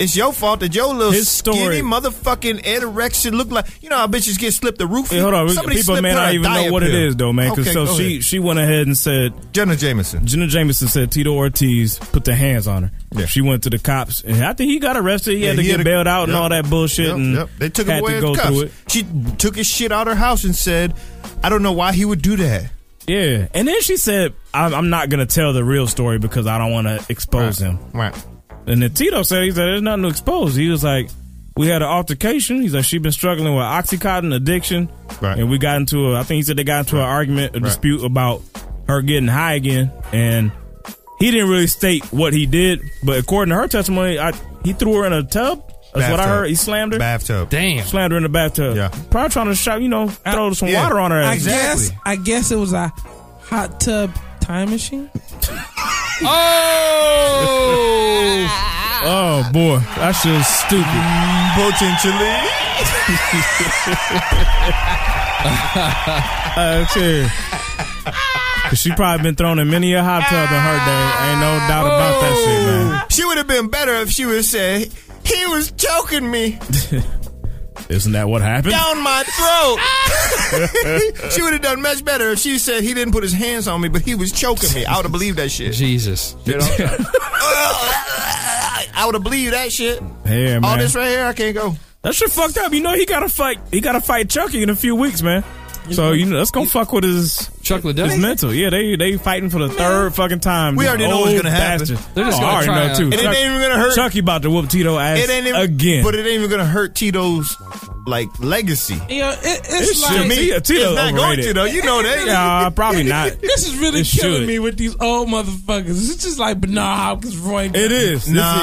[SPEAKER 16] it's your fault that your little
[SPEAKER 3] His story-
[SPEAKER 16] skinny motherfucking erection look like you know how bitches get slipped a roof.
[SPEAKER 3] Hey, hold on, people, man, I don't even know what it is though, man. Because so she she went ahead and said
[SPEAKER 16] Jenna Jameson.
[SPEAKER 3] Jenna Jameson said Tito Ortiz put their hands on her. She went to the cops, and I think he got arrested. He
[SPEAKER 16] Yeah,
[SPEAKER 3] had to
[SPEAKER 16] he
[SPEAKER 3] get
[SPEAKER 16] had a-
[SPEAKER 3] bailed out and
[SPEAKER 16] yep,
[SPEAKER 3] all that bullshit.
[SPEAKER 16] yep,
[SPEAKER 3] and
[SPEAKER 16] yep. They took him
[SPEAKER 3] had
[SPEAKER 16] away
[SPEAKER 3] to
[SPEAKER 16] in
[SPEAKER 3] go
[SPEAKER 16] cuffs.
[SPEAKER 3] through it.
[SPEAKER 16] She took his shit out her house and said, "I don't know why he would do that."
[SPEAKER 3] Yeah, and then she said, "I'm, I'm not gonna tell the real story because I don't want to expose him."
[SPEAKER 16] Right.
[SPEAKER 3] And then Tito said, "He said there's nothing to expose." He was like, "We had an altercation." He's like, "She's been struggling with oxycontin addiction." Right. And we got into a. I think he said they got into an argument, a dispute about her getting high again, and he didn't really state what he did, but according to her testimony, I, he threw her in a tub. That's what I
[SPEAKER 16] Bathtub.
[SPEAKER 3] heard. He slammed her.
[SPEAKER 16] Bathtub.
[SPEAKER 3] Damn. Slammed her in the bathtub. Yeah. Probably trying to shout, you know, throw some
[SPEAKER 5] Yeah.
[SPEAKER 3] water on her
[SPEAKER 5] I
[SPEAKER 3] ass.
[SPEAKER 5] guess. I guess it was a hot tub time machine.
[SPEAKER 4] oh.
[SPEAKER 3] Oh boy, that's just stupid.
[SPEAKER 16] Potentially.
[SPEAKER 3] That's it. Uh, 'Cause she probably been thrown in many a hot tub in her day. Ain't no doubt about that shit, man.
[SPEAKER 16] Oh. She would have been better if she would have said, "He was choking me
[SPEAKER 3] Isn't that what happened?
[SPEAKER 16] down my throat." she would have done much better if she said, "He didn't put his hands on me, but he was choking me." I would have believed that shit.
[SPEAKER 4] Jesus.
[SPEAKER 16] You know? I would have believed that shit.
[SPEAKER 3] Yeah, man.
[SPEAKER 16] All this right here, I can't go.
[SPEAKER 3] That shit fucked up. You know he gotta fight. He gotta fight Chucky in a few weeks, man. So you know that's gonna fuck with his
[SPEAKER 4] Chuck
[SPEAKER 3] his mental. Yeah, they they fighting for the third fucking time.
[SPEAKER 16] We
[SPEAKER 3] These
[SPEAKER 16] already know what's
[SPEAKER 3] old
[SPEAKER 16] gonna happen.
[SPEAKER 3] bastards.
[SPEAKER 16] They're just
[SPEAKER 3] Oh, I
[SPEAKER 16] gonna
[SPEAKER 3] already
[SPEAKER 16] try
[SPEAKER 3] know
[SPEAKER 16] out.
[SPEAKER 3] too.
[SPEAKER 16] It ain't
[SPEAKER 3] Chuck-
[SPEAKER 16] even gonna hurt.
[SPEAKER 3] Chucky about to whoop Tito ass
[SPEAKER 16] It ain't even,
[SPEAKER 3] again.
[SPEAKER 16] but it ain't even gonna hurt Tito's like legacy.
[SPEAKER 5] Yeah, it, it's,
[SPEAKER 3] It's
[SPEAKER 5] like
[SPEAKER 16] to me,
[SPEAKER 3] Tito
[SPEAKER 16] it's not going
[SPEAKER 3] overrated.
[SPEAKER 16] to though. You know that.
[SPEAKER 3] Nah, probably not.
[SPEAKER 5] This is really
[SPEAKER 3] It
[SPEAKER 5] killing
[SPEAKER 3] should.
[SPEAKER 5] me with these old motherfuckers. It's just like Bernard Hopkins, Roy.
[SPEAKER 3] It is. This is exact,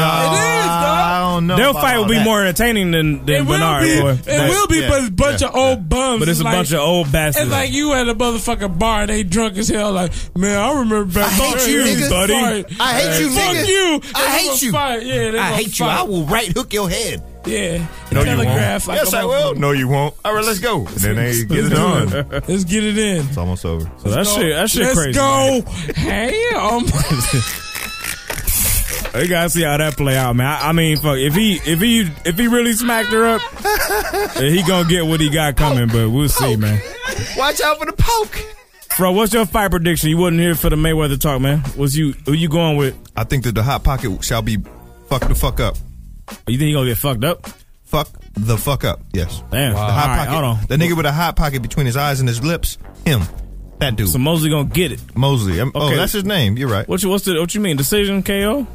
[SPEAKER 3] dog.
[SPEAKER 5] It is, dog.
[SPEAKER 16] I don't know.
[SPEAKER 3] Their
[SPEAKER 16] about
[SPEAKER 3] fight will
[SPEAKER 16] all
[SPEAKER 3] be
[SPEAKER 16] that.
[SPEAKER 3] more entertaining than than
[SPEAKER 5] It will
[SPEAKER 3] Bernard.
[SPEAKER 5] be.
[SPEAKER 3] boy.
[SPEAKER 5] It will be, but it's a bunch of old bums.
[SPEAKER 3] But it's a
[SPEAKER 5] like-
[SPEAKER 3] bunch of old bastards.
[SPEAKER 5] It's like you at a motherfucking bar and they drunk as hell. Like, man, I remember back.
[SPEAKER 3] I hate
[SPEAKER 5] then,
[SPEAKER 3] you,
[SPEAKER 5] they was
[SPEAKER 3] buddy.
[SPEAKER 5] fighting.
[SPEAKER 3] I hate
[SPEAKER 5] Hey,
[SPEAKER 3] you,
[SPEAKER 5] Fuck
[SPEAKER 3] nigga.
[SPEAKER 5] you.
[SPEAKER 3] I
[SPEAKER 5] They
[SPEAKER 3] hate
[SPEAKER 5] was
[SPEAKER 3] you.
[SPEAKER 5] fight. Yeah, they
[SPEAKER 16] I
[SPEAKER 5] was
[SPEAKER 16] hate you.
[SPEAKER 5] fight.
[SPEAKER 16] I will right hook your head.
[SPEAKER 5] Yeah.
[SPEAKER 16] No,
[SPEAKER 5] Telegraph like
[SPEAKER 16] yes,
[SPEAKER 5] a
[SPEAKER 16] I will. No, you won't. All right, let's go. And then they get it on.
[SPEAKER 5] Let's get it in.
[SPEAKER 16] It's almost over.
[SPEAKER 3] So that shit, that shit
[SPEAKER 5] Let's
[SPEAKER 3] crazy.
[SPEAKER 5] go. Ham.
[SPEAKER 3] You gotta see how that play out, man. I, I mean, fuck, if he if he if he really smacked her up, eh, he gonna get what he got coming. But we'll see, man.
[SPEAKER 16] Watch out for the poke.
[SPEAKER 3] Bro, what's your fight prediction? You wasn't here for the Mayweather talk, man. What's you who you going with?
[SPEAKER 16] I think that the hot pocket shall be fucked the fuck up.
[SPEAKER 3] Oh, You think he gonna get fucked up?
[SPEAKER 16] Fuck the fuck up. Yes.
[SPEAKER 3] Damn.
[SPEAKER 16] The
[SPEAKER 3] Wow.
[SPEAKER 16] hot
[SPEAKER 3] All right,
[SPEAKER 16] pocket.
[SPEAKER 3] hold on.
[SPEAKER 16] The nigga with a hot pocket between his eyes and his lips. Him. That dude. So
[SPEAKER 3] Mosley gonna get it.
[SPEAKER 16] Mosley. I'm- Oh, that's his name. You're right.
[SPEAKER 3] What you what's the what you mean? Decision KO?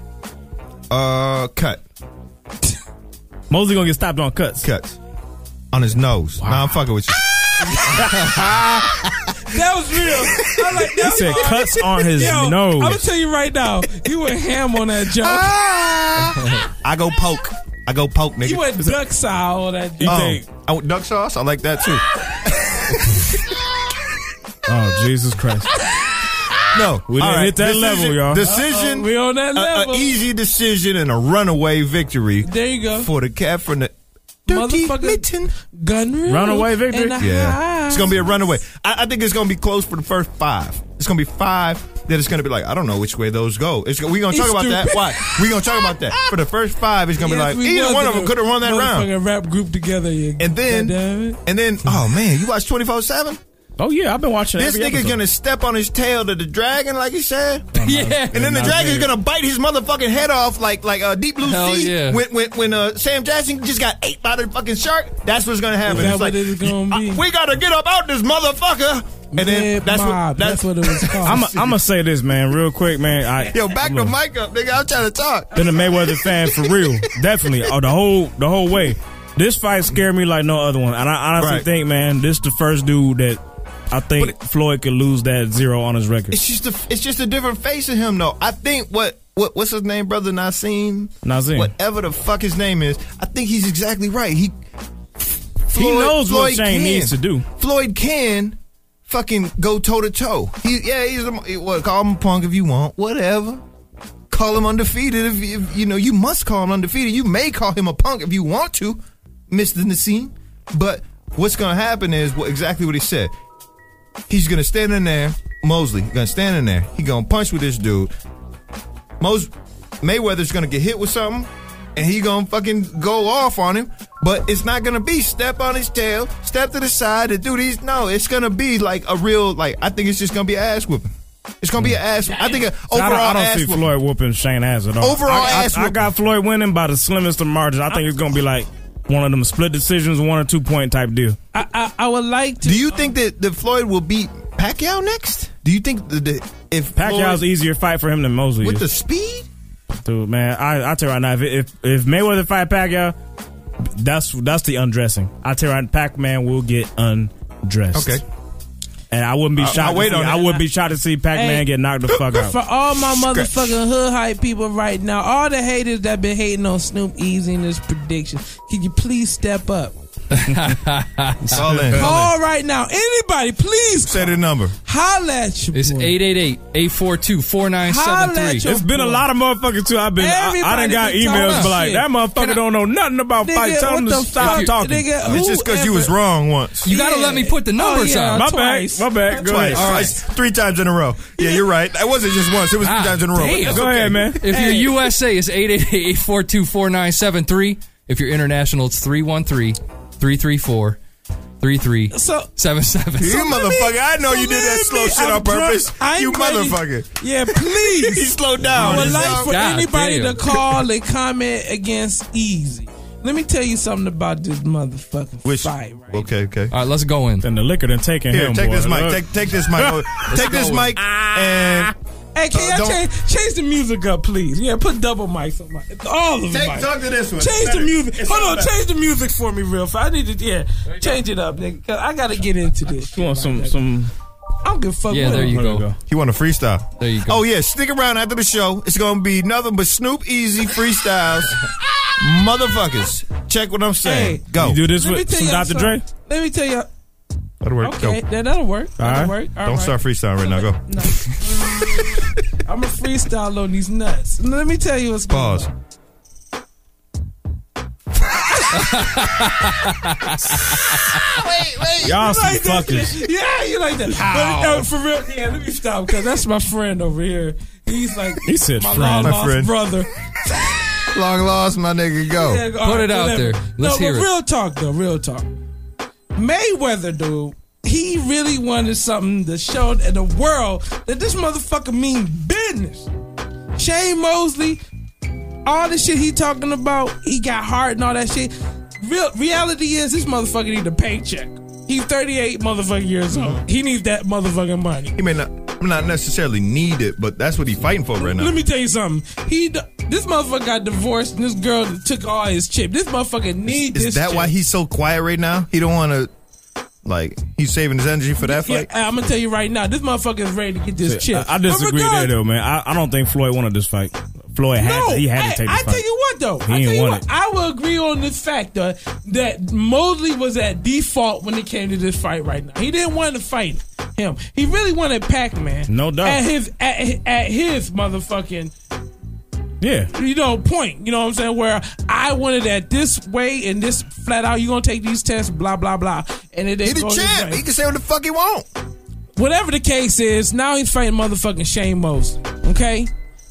[SPEAKER 16] Uh, cut.
[SPEAKER 3] Mosley gonna get stopped on cuts.
[SPEAKER 16] Cuts. On his nose. Nah, I'm fucking with you.
[SPEAKER 5] That was real. I like that.
[SPEAKER 3] said
[SPEAKER 5] was-
[SPEAKER 3] cuts on his
[SPEAKER 5] Yo,
[SPEAKER 3] nose.
[SPEAKER 5] I'm gonna tell you right now, you went ham on that joke.
[SPEAKER 16] I go poke. I go poke, nigga.
[SPEAKER 5] you went duck style on that.
[SPEAKER 16] Oh,
[SPEAKER 5] joke.
[SPEAKER 16] I want duck sauce? I like that too.
[SPEAKER 3] Oh Jesus Christ.
[SPEAKER 16] No,
[SPEAKER 3] We didn't
[SPEAKER 16] All right.
[SPEAKER 3] hit that level, y'all. Uh-oh,
[SPEAKER 16] Decision.
[SPEAKER 3] Uh, we on that
[SPEAKER 16] a-
[SPEAKER 3] level.
[SPEAKER 16] A, easy decision and a runaway victory.
[SPEAKER 5] There you go.
[SPEAKER 16] For the cat from the
[SPEAKER 5] Dirty mitten. Gun
[SPEAKER 16] runaway victory. Yeah,
[SPEAKER 5] Yeah.
[SPEAKER 16] it's gonna be a runaway. I, I think it's gonna be close for the first five. It's gonna be five. That it's gonna be like I don't know which way those go. It's we're gonna talk
[SPEAKER 5] It's
[SPEAKER 16] about that.
[SPEAKER 5] stupid.
[SPEAKER 16] Why? We're gonna talk about that for the first five. It's gonna be like either one of them could have run that round.
[SPEAKER 5] rap group together. You
[SPEAKER 16] And then, and then, oh man, you watch 24 7?
[SPEAKER 3] Oh, yeah, I've been watching
[SPEAKER 16] This
[SPEAKER 3] every
[SPEAKER 16] nigga's
[SPEAKER 3] episode. Oh,
[SPEAKER 16] gonna step on his tail to the dragon, like he said. yeah. And then the
[SPEAKER 3] Not
[SPEAKER 16] dragon's
[SPEAKER 3] good.
[SPEAKER 16] gonna bite his motherfucking head off, like like uh, Deep Blue
[SPEAKER 3] Hell
[SPEAKER 16] Sea.
[SPEAKER 3] yeah.
[SPEAKER 16] When, when, when uh, Sam Jackson just got ate by the fucking shark, that's what's gonna happen.
[SPEAKER 5] Is that
[SPEAKER 16] it's
[SPEAKER 5] what
[SPEAKER 16] like,
[SPEAKER 5] it's gonna
[SPEAKER 16] "Uh, we gotta get up out this motherfucker. And then that's what, that's,
[SPEAKER 5] what it was called.
[SPEAKER 3] I'm going to say this, man, real quick, man. I,
[SPEAKER 16] Yo, back
[SPEAKER 3] look.
[SPEAKER 16] the mic up, nigga. I'm trying to talk.
[SPEAKER 3] been a Mayweather fan for real, definitely. Oh, the whole the whole way. This fight scared me like no other one, and I honestly
[SPEAKER 16] Right.
[SPEAKER 3] think, man, this is the first dude that I think Floyd could lose that zero on his record.
[SPEAKER 16] It's just a, it's just a different face of him, though. I think what what what's his name, brother Nassim?
[SPEAKER 3] Nassim.
[SPEAKER 16] Whatever the fuck his name is, I think he's exactly right. He
[SPEAKER 3] He knows what Shane needs to do.
[SPEAKER 16] Floyd can fucking go toe to toe. He yeah, he's a, what call him a punk if you want, whatever. Call him undefeated if, if you know you must call him undefeated. You may call him a punk if you want to, Mister Nassim. But what's gonna happen is what, exactly what he said. He's gonna stand in there. Mosley gonna stand in there. He gonna punch with this dude. Mos Mayweather's gonna get hit with something, and he gonna fucking go off on him. But it's not gonna be step on his tail, step to the side, and do these. No, it's gonna be like a real like. I think it's just gonna be an ass whooping. It's gonna be an ass. I think an
[SPEAKER 3] So I
[SPEAKER 16] overall
[SPEAKER 3] don't, I don't
[SPEAKER 16] ass
[SPEAKER 3] see
[SPEAKER 16] whooping.
[SPEAKER 3] Floyd whooping Shane ass at all.
[SPEAKER 16] Overall
[SPEAKER 3] I, I-
[SPEAKER 16] ass
[SPEAKER 3] I, got Floyd winning by the slimmest of margins. I think it's gonna be like one of them split decisions, one or two point type deal.
[SPEAKER 5] I, I, I would like to.
[SPEAKER 16] Do you think that, that Floyd will beat Pacquiao next? Do you think that, that if
[SPEAKER 3] Pacquiao's
[SPEAKER 16] Floyd,
[SPEAKER 3] easier fight for him than Mosley.
[SPEAKER 16] with the
[SPEAKER 3] is.
[SPEAKER 16] speed?
[SPEAKER 3] dude, man, I, I tell you right now, if if, if Mayweather fight Pacquiao, that's that's the undressing. I tell you right, Pac Man will get undressed.
[SPEAKER 16] Okay.
[SPEAKER 3] And I wouldn't be
[SPEAKER 16] I-
[SPEAKER 3] shocked.
[SPEAKER 16] I'll wait
[SPEAKER 3] to see,
[SPEAKER 16] on
[SPEAKER 3] I
[SPEAKER 16] it.
[SPEAKER 3] would be shocked to see Pac Man
[SPEAKER 5] Hey,
[SPEAKER 3] get knocked the fuck out.
[SPEAKER 5] For all my motherfucking hood hype people right now, all the haters that been hating on Snoop Easy and his prediction, can you please step up?
[SPEAKER 16] Call in.
[SPEAKER 5] Call right now. Anybody, please.
[SPEAKER 16] Say the number.
[SPEAKER 5] Holla at you.
[SPEAKER 4] It's 888 842 4973.
[SPEAKER 3] It's been a lot of motherfuckers too. I've been, I, I done
[SPEAKER 4] Everybody
[SPEAKER 3] got
[SPEAKER 4] been
[SPEAKER 3] emails,
[SPEAKER 4] talking
[SPEAKER 3] but like
[SPEAKER 4] shit.
[SPEAKER 3] that motherfucker
[SPEAKER 4] Can I-
[SPEAKER 3] don't know nothing about
[SPEAKER 4] Nigga,
[SPEAKER 3] fight. Tell him
[SPEAKER 4] what
[SPEAKER 3] to
[SPEAKER 4] the
[SPEAKER 3] stop
[SPEAKER 4] fuck?
[SPEAKER 3] talking. Oh,
[SPEAKER 4] Nigga,
[SPEAKER 16] It's just because you was wrong once.
[SPEAKER 4] You gotta let me put the numbers
[SPEAKER 5] yeah,
[SPEAKER 4] up.
[SPEAKER 16] My
[SPEAKER 5] twice.
[SPEAKER 16] bad.
[SPEAKER 3] My bad. Go
[SPEAKER 16] Twice.
[SPEAKER 3] ahead. All right.
[SPEAKER 16] Three times in a row. Yeah, you're right. It wasn't just once. It was three
[SPEAKER 4] Ah,
[SPEAKER 16] times in a row.
[SPEAKER 4] damn.
[SPEAKER 16] That's
[SPEAKER 4] Go
[SPEAKER 16] okay.
[SPEAKER 4] ahead, If your USA is 888 842 4973, if your international, it's 313 334 3377.
[SPEAKER 16] You motherfucker. I know you did that slow shit on purpose.
[SPEAKER 5] I ain't
[SPEAKER 16] You
[SPEAKER 5] ready.
[SPEAKER 16] motherfucker.
[SPEAKER 5] Yeah, please.
[SPEAKER 16] He slowed down.
[SPEAKER 5] I would like for
[SPEAKER 16] God
[SPEAKER 5] anybody
[SPEAKER 16] damn.
[SPEAKER 5] to call and comment against Easy. Let me tell you something about this motherfucking fight. Right?
[SPEAKER 16] Okay, okay.
[SPEAKER 4] All right, let's go in.
[SPEAKER 3] And the liquor done taking
[SPEAKER 16] Here,
[SPEAKER 3] him.
[SPEAKER 16] take
[SPEAKER 3] boy.
[SPEAKER 16] this mic.
[SPEAKER 3] Look.
[SPEAKER 16] Take take this mic. over. take this mic and
[SPEAKER 5] Ah. Hey, can y'all
[SPEAKER 16] Uh, don't-
[SPEAKER 5] change, change the music up, please? Yeah, put double mics on my all of them.
[SPEAKER 16] Take-
[SPEAKER 5] mics.
[SPEAKER 16] talk to this one.
[SPEAKER 5] Change
[SPEAKER 16] Better.
[SPEAKER 5] the music.
[SPEAKER 16] It's all
[SPEAKER 5] Hold on,
[SPEAKER 16] better.
[SPEAKER 5] change the music for me, real fast. I need to yeah, change it up, nigga. 'cause I gotta get into this.
[SPEAKER 3] You want some some?
[SPEAKER 5] I'm good. Fuck with it.
[SPEAKER 16] He want a freestyle. There
[SPEAKER 4] you
[SPEAKER 16] go. Oh yeah, stick around after the show. It's gonna be nothing but Snoop Easy freestyles. Motherfuckers, check what I'm saying. go.
[SPEAKER 3] You do this
[SPEAKER 5] Let me
[SPEAKER 3] with
[SPEAKER 5] tell
[SPEAKER 3] some
[SPEAKER 5] y'all
[SPEAKER 3] Dr. Dre.
[SPEAKER 5] something. Let me tell you.
[SPEAKER 16] That'll work.
[SPEAKER 5] Okay, that, that'll work.
[SPEAKER 16] All
[SPEAKER 5] That'll work.
[SPEAKER 16] right.
[SPEAKER 5] All
[SPEAKER 16] Don't
[SPEAKER 5] right.
[SPEAKER 16] start freestyling right now. Go.
[SPEAKER 5] I'm a freestyle on these nuts. Let me tell you what's
[SPEAKER 16] Pause.
[SPEAKER 5] wait, wait.
[SPEAKER 3] Y'all
[SPEAKER 5] You
[SPEAKER 3] some
[SPEAKER 5] like that?
[SPEAKER 3] fuckers.
[SPEAKER 5] Yeah, you like that.
[SPEAKER 3] How?
[SPEAKER 6] uh,
[SPEAKER 5] No, no, for real. Yeah, let me stop because that's my friend over here. He's like
[SPEAKER 3] He said
[SPEAKER 5] my
[SPEAKER 3] friend.
[SPEAKER 5] long
[SPEAKER 16] My
[SPEAKER 5] lost
[SPEAKER 16] friend.
[SPEAKER 5] brother.
[SPEAKER 16] Long lost, my nigga. Go.
[SPEAKER 5] Yeah, all right, whatever. no, but real talk though, real talk. Mayweather, dude, he really wanted something to show the world that this motherfucker mean business. Shane Mosley, all the shit he talking about, he got hard and all that shit. Real reality is this motherfucker need a paycheck. He's 38 motherfucking years old. He needs that motherfucking money.
[SPEAKER 16] He may not not necessarily need it, but that's what he's fighting for right now.
[SPEAKER 5] Let me tell you something. He d- this motherfucker got divorced and this girl took all his chip. This motherfucker need
[SPEAKER 16] Is
[SPEAKER 5] this
[SPEAKER 16] that
[SPEAKER 5] chip.
[SPEAKER 16] why he's so quiet right now? He don't want to, like, he's saving his energy for that fight.
[SPEAKER 5] I'm gonna uh, tell you right now, this motherfucker is ready to get this
[SPEAKER 3] I,
[SPEAKER 5] chip.
[SPEAKER 3] I disagree there though, man. I, I don't think Floyd wanted this fight. Floyd had
[SPEAKER 5] No,
[SPEAKER 3] to, he had
[SPEAKER 5] I,
[SPEAKER 3] to take
[SPEAKER 5] I
[SPEAKER 3] this fight.
[SPEAKER 5] tell you what though,
[SPEAKER 3] He
[SPEAKER 5] I
[SPEAKER 3] ain't
[SPEAKER 5] tell you
[SPEAKER 3] want
[SPEAKER 5] what,
[SPEAKER 3] it.
[SPEAKER 5] I will agree on this fact uh, that Mosley was at default when it came to this fight right now. He didn't want to fight. him. He really wanted Pac Man.
[SPEAKER 3] No doubt.
[SPEAKER 5] At his at, at his motherfucking
[SPEAKER 3] yeah.
[SPEAKER 5] you know, point. You know what I'm saying? Where I wanted that this way and this flat out. You gonna take these tests, blah blah blah. And it
[SPEAKER 16] He
[SPEAKER 5] ain't
[SPEAKER 16] the
[SPEAKER 5] going
[SPEAKER 16] champ. He can say what the fuck he want.
[SPEAKER 5] Whatever the case is, now he's fighting motherfucking Shane Mosley. Okay,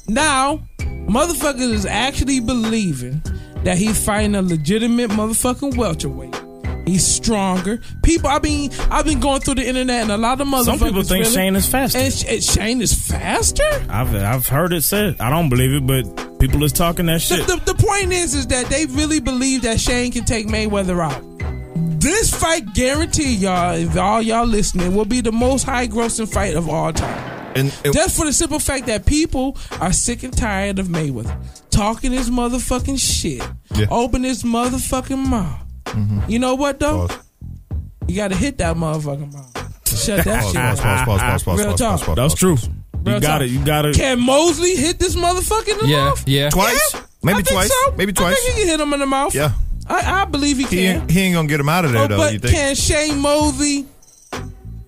[SPEAKER 5] now motherfuckers is actually believing that he's fighting a legitimate motherfucking welterweight. He's stronger. People, I mean, I've been going through the internet and a lot of motherfuckers.
[SPEAKER 3] Some people think
[SPEAKER 5] really-
[SPEAKER 3] Shane is faster.
[SPEAKER 5] And, Sh- and Shane is faster.
[SPEAKER 3] I've I've heard it said. I don't believe it, but people is talking that shit.
[SPEAKER 5] The, the point is, is that they really believe that Shane can take Mayweather out. This fight, guarantee y'all, if all y'all listening, will be the most high grossing fight of all time.
[SPEAKER 16] And
[SPEAKER 5] Just for the simple fact that people are sick and tired of Mayweather talking his motherfucking shit,
[SPEAKER 16] Yeah. Mm-hmm.
[SPEAKER 5] open his motherfucking mouth. You know what though? You got to hit that motherfucking mouth. Shut that
[SPEAKER 16] Pause,
[SPEAKER 5] shit.
[SPEAKER 16] pause, pause,
[SPEAKER 5] up.
[SPEAKER 16] pause, pause, pause,
[SPEAKER 5] Real
[SPEAKER 16] pause,
[SPEAKER 5] talk.
[SPEAKER 16] pause, pause,
[SPEAKER 3] That's true.
[SPEAKER 5] Real
[SPEAKER 3] you got
[SPEAKER 5] talk.
[SPEAKER 3] it. You got it.
[SPEAKER 5] Can Mosley hit this motherfucker in the
[SPEAKER 3] Yeah,
[SPEAKER 5] mouth?
[SPEAKER 3] yeah. Twice?
[SPEAKER 5] I
[SPEAKER 16] Maybe
[SPEAKER 5] think
[SPEAKER 16] twice.
[SPEAKER 5] so.
[SPEAKER 16] Maybe
[SPEAKER 5] I
[SPEAKER 16] twice.
[SPEAKER 5] think he can hit him in the mouth.
[SPEAKER 16] Yeah.
[SPEAKER 5] I, I believe he
[SPEAKER 16] He
[SPEAKER 5] can.
[SPEAKER 16] ain't, he ain't gonna get him out of there
[SPEAKER 5] Oh,
[SPEAKER 16] though.
[SPEAKER 5] but
[SPEAKER 16] you think?
[SPEAKER 5] can Shane Mosley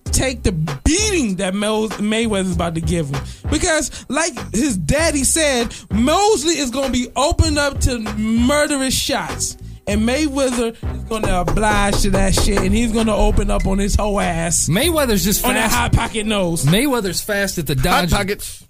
[SPEAKER 5] take the beating that Mel- Mayweather's about to give him? Because, like his daddy said, Mosley is going to be open up to murderous shots. And Mayweather is going to oblige to that shit, and he's going to open up on his whole ass.
[SPEAKER 4] Mayweather's just
[SPEAKER 5] on
[SPEAKER 4] fast.
[SPEAKER 5] that hot pocket nose.
[SPEAKER 4] Mayweather's fast at the dodge.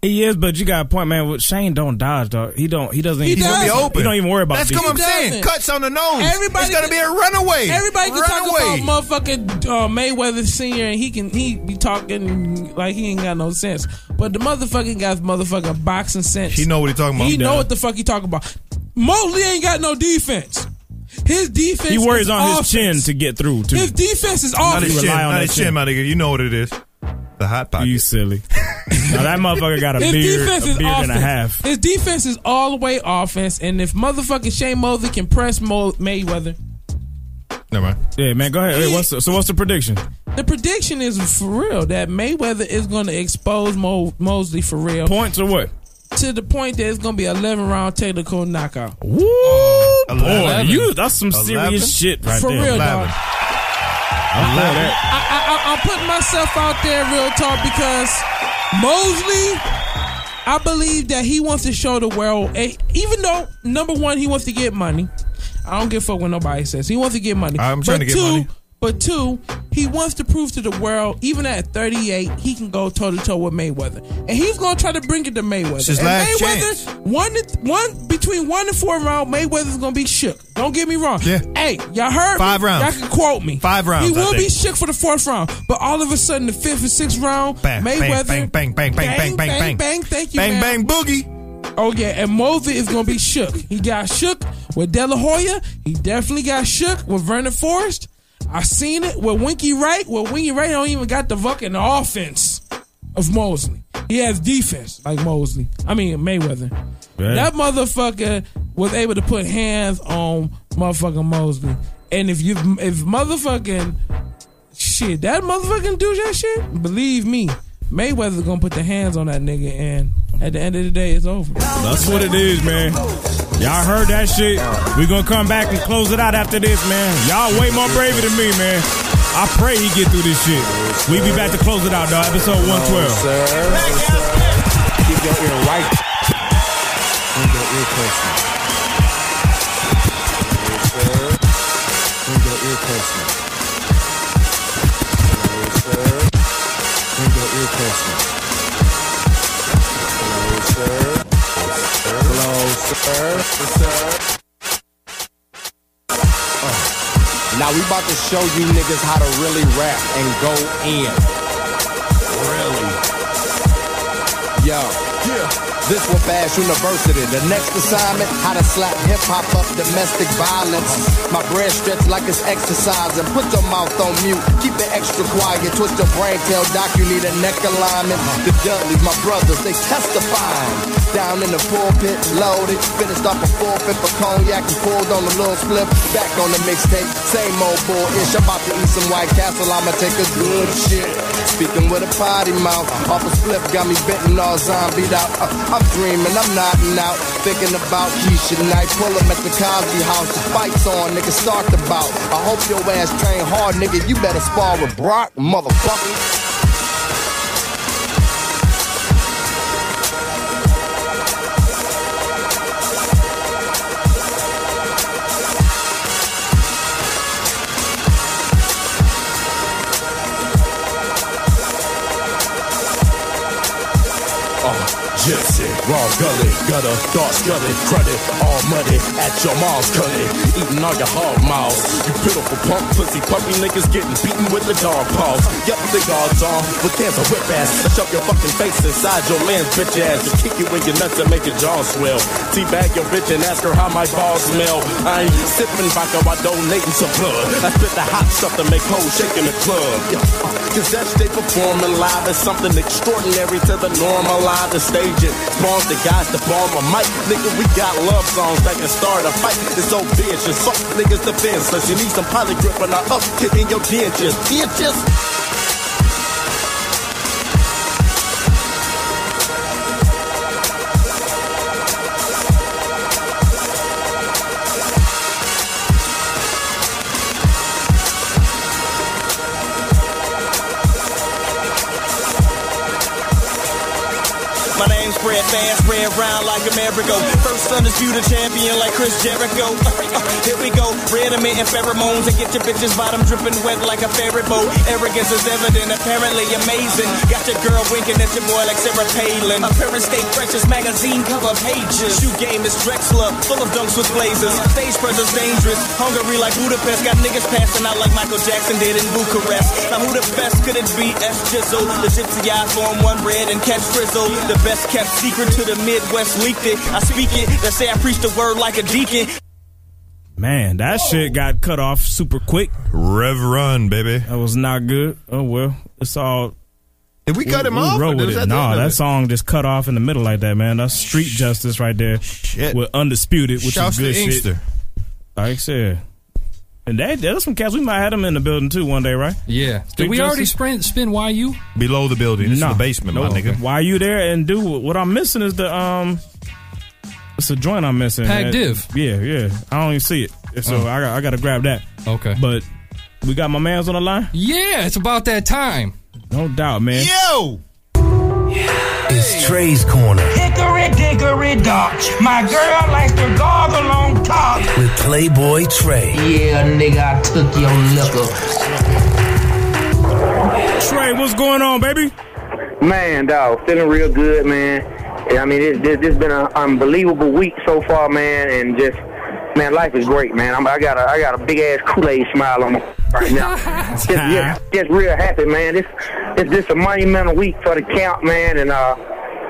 [SPEAKER 3] He is, but you got a point, man. With Shane don't dodge, dog. He don't. He doesn't.
[SPEAKER 5] He
[SPEAKER 3] he
[SPEAKER 5] doesn't.
[SPEAKER 3] don't- He don't even worry about.
[SPEAKER 16] That's
[SPEAKER 3] defense.
[SPEAKER 16] what I'm saying. Cuts on the nose.
[SPEAKER 5] Everybody
[SPEAKER 16] it's gonna
[SPEAKER 5] can-
[SPEAKER 16] be a runaway.
[SPEAKER 5] Everybody can
[SPEAKER 16] runaway.
[SPEAKER 5] talk about motherfucking uh, Mayweather Senior, and he can he be talking like he ain't got no sense. But the motherfucking guy's motherfucking boxing sense.
[SPEAKER 16] He know what he talking about.
[SPEAKER 5] He
[SPEAKER 16] He
[SPEAKER 5] know
[SPEAKER 16] does.
[SPEAKER 5] what the fuck he talking about. Mosley ain't got no defense. His defense.
[SPEAKER 3] He worries
[SPEAKER 5] is
[SPEAKER 3] on his
[SPEAKER 5] offense.
[SPEAKER 3] chin to get through. Too.
[SPEAKER 5] His defense is
[SPEAKER 16] Not
[SPEAKER 5] offense.
[SPEAKER 16] his chin, not his chin, my nigga. You know what it is. The hot pocket. You
[SPEAKER 3] silly. now that motherfucker got a
[SPEAKER 5] His
[SPEAKER 3] beard,
[SPEAKER 5] defense
[SPEAKER 3] a
[SPEAKER 5] is
[SPEAKER 3] beard and a
[SPEAKER 5] offense.
[SPEAKER 3] half.
[SPEAKER 5] His defense is all the way offense, and if motherfucking Shane Mosley can press Mo- Mayweather,
[SPEAKER 16] Never mind.
[SPEAKER 3] Yeah, man. Go ahead. Hey, what's the, so? What's the prediction?
[SPEAKER 5] The prediction is for real that Mayweather is going to expose Mo- Mosley for real.
[SPEAKER 3] Points or what?
[SPEAKER 5] To the point that it's going to be eleven round technical knockout.
[SPEAKER 3] Woo, boy, you that's some serious shit right
[SPEAKER 5] for
[SPEAKER 3] there.
[SPEAKER 5] real, dog.
[SPEAKER 3] I'm for that.
[SPEAKER 5] I, I, I, I'm putting myself out there, real talk, because Mosley, I believe that he wants to show the world. eh, Even though number one, he wants to get money. I don't give a fuck what nobody says. He wants to get money.
[SPEAKER 16] I'm
[SPEAKER 5] But
[SPEAKER 16] trying to get
[SPEAKER 5] two,
[SPEAKER 16] money.
[SPEAKER 5] But two, he wants to prove to the world, even at 38, he can go toe to toe with Mayweather, and he's gonna try to bring it to Mayweather.
[SPEAKER 16] It's his
[SPEAKER 5] and
[SPEAKER 16] last
[SPEAKER 5] Mayweather, one to- one between one and four round, Mayweather's gonna be shook. Don't get me wrong.
[SPEAKER 16] Yeah.
[SPEAKER 5] Hey, y'all heard
[SPEAKER 16] Five
[SPEAKER 5] me?
[SPEAKER 16] rounds.
[SPEAKER 5] Y'all can quote me.
[SPEAKER 16] Five rounds,
[SPEAKER 5] He
[SPEAKER 16] I
[SPEAKER 5] will be
[SPEAKER 16] think.
[SPEAKER 5] shook for the fourth round, but all of a sudden, the fifth and sixth round,
[SPEAKER 16] Bang, bang,
[SPEAKER 5] Mayweather,
[SPEAKER 16] bang, bang, bang, bang, bang, bang,
[SPEAKER 5] bang,
[SPEAKER 16] bang.
[SPEAKER 5] bang. Thank you,
[SPEAKER 16] Bang,
[SPEAKER 5] ma'am.
[SPEAKER 16] bang, boogie.
[SPEAKER 5] Oh yeah, and Mosley is gonna be shook. He got shook with De La Hoya. He definitely got shook with Vernon Forrest. I seen it with Winky Wright. Well, Winky Wright don't even got the fucking offense of Mosley. He has defense like Mosley. I mean Mayweather.
[SPEAKER 3] Yeah.
[SPEAKER 5] That motherfucker was able to put hands on motherfucking Mosley. And if you if motherfucking shit, that motherfucking do that shit, believe me, Mayweather's gonna put the hands on that nigga and at the end of the day it's over.
[SPEAKER 3] That's what it is, man. Y'all heard that shit. We gonna come back and close it out after this, man. Y'all way more braver than me, man. I pray he get through this shit. We be back to close it out, dog. Episode one twelve.
[SPEAKER 24] Keep your ear right. Bring your ear closer. Yes, sir. Bring your ear closer. Yes, sir. Bring your ear closer. Closer. Closer. Closer. Uh, Now we about to show you niggas how to really rap and go in. Really. Yo. Yeah. This was Bash University. The next assignment, how to slap hip hop up domestic violence. My bread stretched like it's exercise and put your mouth on mute. Keep it extra quiet. Twist your brain, tell Doc you need a neck alignment. The Dudleys, my brothers, they testifying. Down in the pulpit, loaded. Finished off a full fifth of cognac and pulled on the little split. Back on the mixtape, same old bull-ish. I'm about to eat some White Castle, I'ma take a good shit. Speaking with a potty mouth, off a split got me bitten all zombied out. Uh, I'm dreaming, I'm nodding out, thinking about Keisha Knight. Pull him at the Cosby house, the fight's on, nigga, start the bout. I hope your ass train hard, nigga, you better spar with Brock, motherfucker.
[SPEAKER 15] gypsy, Uh, raw gully, gutter, dark scully, cruddy, all muddy, at your mom's cully, eating all your hog mouths. You pitiful punk pussy, puppy niggas getting beaten with the dog paws. Yup, the guard's on with cans of whip ass. I shove your fucking face inside your man's bitch ass. To kick you in your nuts and make your jaw swell. Teabag your bitch and ask her how my balls smell. I ain't sipping vodka, I donating some blood. I spit the hot stuff to make hoes shake in the club. Yo, uh, Cause that they performing live is something extraordinary to the normal live. The stage it spawns the guys to bomb a mic. Nigga, we got love songs that can start a fight. It's so vicious. Fuck niggas defenseless. You need some poly grip when I up kick in your dentures. Dentures?
[SPEAKER 25] My name spread fast, spread round like Amerigo. First undisputed champion like Chris Jericho. Uh, Here we go, rediment and pheromones and get your bitches bottom dripping wet like a ferry boat. Arrogance is evident, apparently amazing. Got your girl winking at your boy like Sarah Palin. Appearance stay precious, magazine cover pages. Shoe game is Drexler, full of dunks with blazers. Stage presence dangerous, hungry like Budapest. Got niggas passing out like Michael Jackson did in Bucharest. Now who the best could it be? S. Jizzle, the gypsy eye form one red and catch frizzle. The best kept secret to the Midwest leaked it. I speak it, they say I preach the word like a deacon.
[SPEAKER 3] Man, that shit got cut off super quick.
[SPEAKER 16] Rev run, baby.
[SPEAKER 3] That was not good. Oh well, it's all.
[SPEAKER 16] Did we cut him off,
[SPEAKER 3] roll
[SPEAKER 16] or
[SPEAKER 3] with
[SPEAKER 16] was
[SPEAKER 3] it.
[SPEAKER 16] that the
[SPEAKER 3] Nah,
[SPEAKER 16] end of
[SPEAKER 3] that
[SPEAKER 16] it?
[SPEAKER 3] song just cut off in the middle like that, man. That's street justice right there. Shit. With undisputed, which
[SPEAKER 16] Shouts to
[SPEAKER 3] is good shit.
[SPEAKER 16] Inkster.
[SPEAKER 3] Like I said, and that that's some cats. We might have them in the building too one day, right?
[SPEAKER 4] Yeah.
[SPEAKER 3] Street
[SPEAKER 4] Did we already
[SPEAKER 3] justice?
[SPEAKER 4] spin, spin YU?
[SPEAKER 16] Below the building. This
[SPEAKER 3] Nah.
[SPEAKER 16] is the basement,
[SPEAKER 3] Nope.
[SPEAKER 16] my nigga.
[SPEAKER 3] Why are you there and do what I'm missing is the um it's a joint I'm missing.
[SPEAKER 4] Pac
[SPEAKER 3] That-
[SPEAKER 4] Div.
[SPEAKER 3] Yeah, yeah. I don't even see it. So
[SPEAKER 4] Oh.
[SPEAKER 3] I got I gotta grab that.
[SPEAKER 4] Okay.
[SPEAKER 3] But we got my man's on the line?
[SPEAKER 4] Yeah, it's about that time.
[SPEAKER 3] No doubt, man.
[SPEAKER 16] Yo!
[SPEAKER 6] It's Trey's Corner
[SPEAKER 26] Hickory dickory dock. My girl likes to goggle on top.
[SPEAKER 6] with Playboy Trey.
[SPEAKER 26] Yeah, nigga, I took your liquor.
[SPEAKER 3] Trey, what's going on, baby?
[SPEAKER 26] Man, dog, feeling real good, man. And I mean, it, this this been an unbelievable week so far, man, and just man, life is great, man. I'm, I got a I got a big ass Kool Aid smile on my right now. just,
[SPEAKER 3] Uh-huh.
[SPEAKER 26] just, just real happy, man. This it's just a monumental week for the count, man, and uh.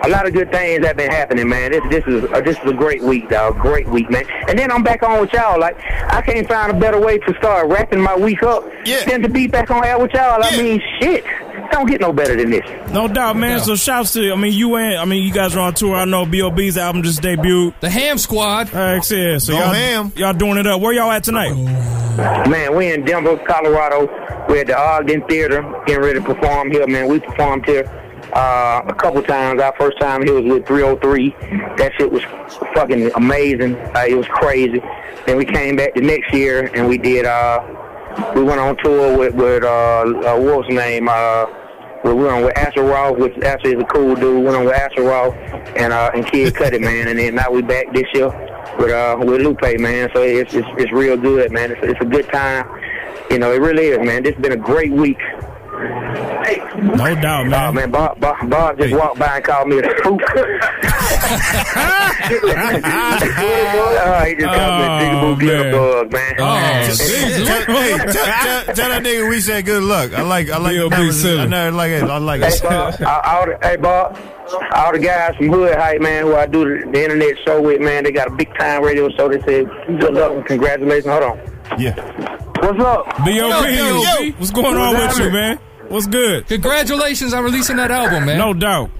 [SPEAKER 26] A lot of good things have been happening, man. This this is uh, this is a great week, dog. Great week, man. And then I'm back on with y'all. Like I can't find a better way to start wrapping my week up than to be back on air with y'all. I mean, shit, don't get no better than this.
[SPEAKER 3] No doubt, man. So shouts to I mean you and I mean you guys are on tour. I know B.O.B.'s album just debuted.
[SPEAKER 4] The Ham Squad.
[SPEAKER 3] Thanks, yeah. So
[SPEAKER 26] Go
[SPEAKER 3] y'all
[SPEAKER 26] Ham.
[SPEAKER 3] y'all doing it up. Where y'all at tonight?
[SPEAKER 26] Man, we in Denver, Colorado. We're at the Ogden Theater, getting ready to perform here, man. We performed here uh, a couple times. Our first time here was with 303. That shit was fucking amazing. Uh, it was crazy. Then we came back the next year and we did. Uh, we went on tour with with uh, uh, what's his name? Uh, we went on with Asher Roth, which Asher is a cool dude. Went on with Asher Roth and uh, and Kid Cudi, man. And then now we back this year with uh with Lupe, man. So it's it's, it's real good, man. It's, it's a good time. You know, it really is, man. This has been a great week.
[SPEAKER 3] No doubt, man.
[SPEAKER 26] Oh man, Bob, Bob, Bob just walked by and called me a spook. oh, he just called me a
[SPEAKER 3] Oh,
[SPEAKER 26] jigaboo glitter bug, man.
[SPEAKER 16] tell, Oh, hey, tell, tell, tell that nigga we said good luck. I like, I like, the numbers. I know, I like it. I like
[SPEAKER 26] Hey,
[SPEAKER 16] it.
[SPEAKER 26] Bob, all, all the, hey, Bob, all the guys from Hood Hype, man, who I do the, the internet show with, man, they got a big time radio show. They said, good luck and congratulations. Hold on.
[SPEAKER 16] Yeah.
[SPEAKER 26] What's up?
[SPEAKER 3] B.O.B. What's going on with you, man? What's good?
[SPEAKER 4] Congratulations on releasing that album, man.
[SPEAKER 3] No doubt.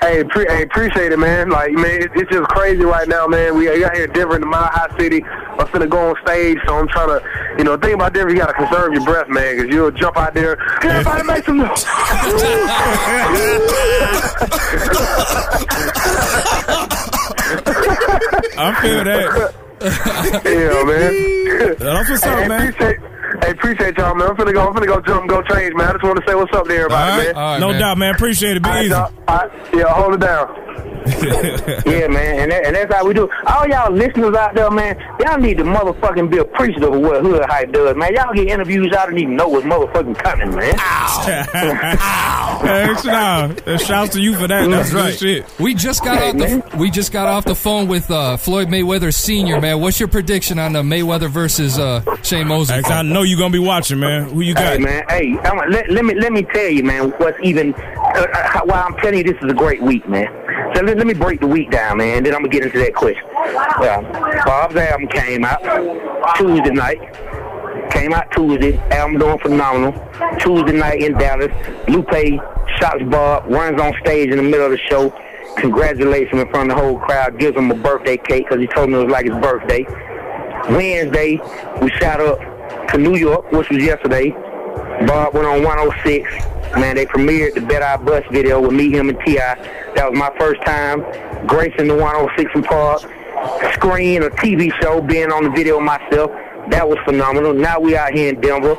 [SPEAKER 26] Hey,
[SPEAKER 23] pre- hey, appreciate it, man. Like, man, it, it's just crazy right now, man. We got here in Denver, in the Mile High City. I'm finna go on stage, so I'm trying to, you know, thing about Denver, you gotta conserve your breath, man, because you'll jump out there. Can everybody make some noise?
[SPEAKER 3] I feel that.
[SPEAKER 23] yeah, man.
[SPEAKER 3] That's what's up, man.
[SPEAKER 23] Appreciate, hey, appreciate y'all, man. I'm finna go. I'm finna go jump, and go change, man. I just want to say what's up to everybody, man.
[SPEAKER 3] no doubt, man. Appreciate it. Be easy.
[SPEAKER 23] All right, yeah, hold it down.
[SPEAKER 26] yeah, man, and, that, and that's how we do. it. All y'all listeners out there, man, y'all need to motherfucking be appreciative of what hood hype does, man. Y'all get interviews, y'all don't even know what's motherfucking coming, man.
[SPEAKER 3] Thanks, nah. Shouts to you for that. That's right. Shit.
[SPEAKER 4] We just got
[SPEAKER 3] Hey,
[SPEAKER 4] off the we just got off the phone with uh, Floyd Mayweather Senior. Man, what's your prediction on the Mayweather versus uh, Shane Mosley?
[SPEAKER 3] I know you're gonna be watching, man. Who you
[SPEAKER 26] Hey man, hey, I'm, let, let me let me tell you, man, what's even uh, uh, how- why I'm telling you this is a great week, man. So let, let me break the week down, man, and then I'm gonna get into that question. Well, Bob's album came out Tuesday night. Came out Tuesday. Album doing phenomenal. Tuesday night in Dallas, Lupe shots Bob, runs on stage in the middle of the show, congratulates him in front of the whole crowd, gives him a birthday cake because he told me it was like his birthday. Wednesday, we shot up to New York, which was yesterday. Bob went on 106. Man, they premiered the Bet I Bus video with me, him, and T.I. That was my first time gracing the 106 and Park screen or TV show, being on the video myself. That was phenomenal. Now we out here in Denver,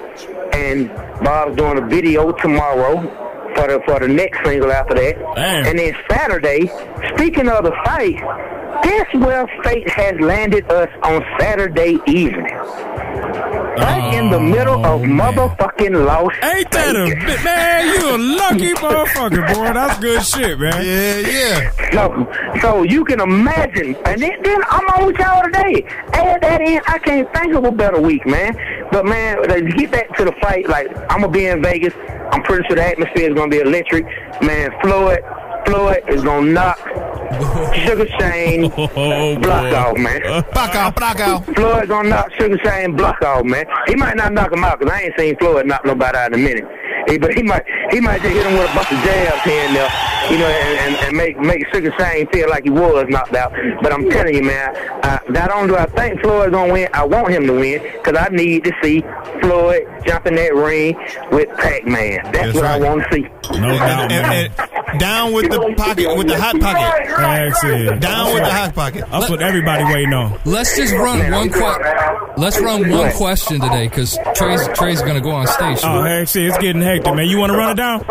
[SPEAKER 26] and Bob's doing a video tomorrow for the for the next single after that. And then Saturday, speaking of the fight, that's where fate has landed us on Saturday evening. Right in the middle
[SPEAKER 3] Oh,
[SPEAKER 26] of motherfucking Los Ain't that a
[SPEAKER 3] man? You a lucky motherfucker, boy. That's good shit, man.
[SPEAKER 22] Yeah, yeah.
[SPEAKER 26] So, so you can imagine, and then, then I'm on with y'all today. Add that in, I can't think of a better week, man. But man, to get back to the fight, like I'm gonna be in Vegas. I'm pretty sure the atmosphere is gonna be electric, man. Floyd, Floyd is gonna knock Sugar Shane block off, man. Block out, block out. Floyd gonna knock Sugar Shane block off, man. He might not knock him out 'cause I ain't seen Floyd knock nobody out in a minute. He, but he might, he might just hit him with a bunch of jabs here and there, you know, and, and, and make make Sugar Shane feel like he was knocked out. But I'm telling you, man, I, not only do I think Floyd gonna win, I want him to win 'cause I need to see Floyd jump in that ring with Pac-Man. That's, what I want to see.
[SPEAKER 22] No doubt, man. Down with the pocket, with the hot pocket.
[SPEAKER 3] That's it.
[SPEAKER 22] Down with the hot pocket.
[SPEAKER 3] That's what everybody waiting on.
[SPEAKER 4] Let's just run one que- Let's run one question today because Trey's Trey's gonna go on stage.
[SPEAKER 3] Oh, hey, shit, it's getting hectic, man. You want to run it down?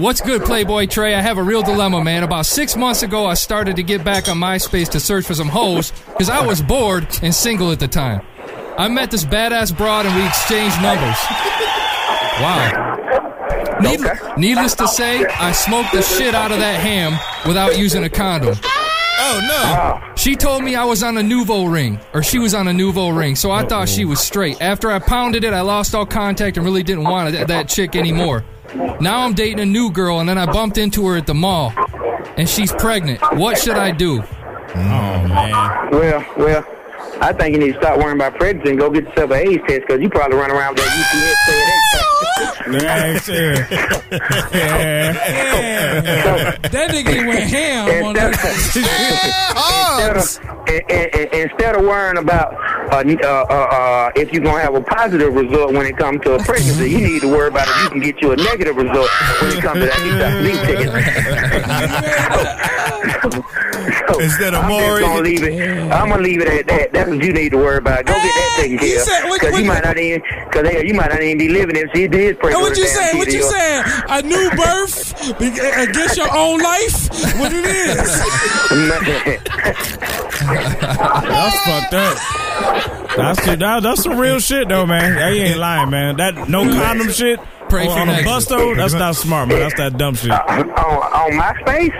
[SPEAKER 4] What's good, Playboy Trey? I have a real dilemma, man. About six months ago, I started to get back on MySpace to search for some hoes because I was bored and single at the time. I met this badass broad and we exchanged numbers. Wow. Need- needless to say, I smoked the shit out of that ham without using a condom.
[SPEAKER 22] Oh no!
[SPEAKER 4] She told me I was on a Nouveau ring, or she was on a Nouveau ring, so I thought she was straight. After I pounded it, I lost all contact and really didn't want that, that chick anymore. Now I'm dating a new girl, and then I bumped into her at the mall, and she's pregnant. What should I do?
[SPEAKER 26] Oh, Well, well, I think you need to stop worrying about pregnancy and go get yourself an AIDS test because you probably run around with E that UTS
[SPEAKER 3] That's it.
[SPEAKER 5] That nigga went ham on that.
[SPEAKER 26] instead of, eh, in- in- in- instead of worrying about uh, uh, uh, uh, if you're gonna have a positive result when it comes to a pregnancy, you need to worry about if you can get you a negative result when it comes to that UTS ticket. So, Instead of I'm just gonna leave it. I'm gonna leave it at that. That's what you need to worry about. Go get that taken care
[SPEAKER 5] said-
[SPEAKER 26] of.
[SPEAKER 5] what-
[SPEAKER 26] Because you
[SPEAKER 5] what-
[SPEAKER 26] might not even, because hell, you might not even be living if she did pray.
[SPEAKER 5] And
[SPEAKER 26] for
[SPEAKER 5] what
[SPEAKER 26] the
[SPEAKER 5] you
[SPEAKER 26] damn
[SPEAKER 5] saying? What
[SPEAKER 26] kid
[SPEAKER 5] you
[SPEAKER 26] or-
[SPEAKER 5] saying? A new birth be- against your own life? What it is?
[SPEAKER 3] That's fucked up. That's the, that, that's some real shit though, man. Hey, You ain't lying, man. That no condom shit
[SPEAKER 26] Pray for
[SPEAKER 3] on, on a
[SPEAKER 26] next.
[SPEAKER 3] bus though. That's not smart, man. That's that dumb shit.
[SPEAKER 26] Oh, on, on MySpace?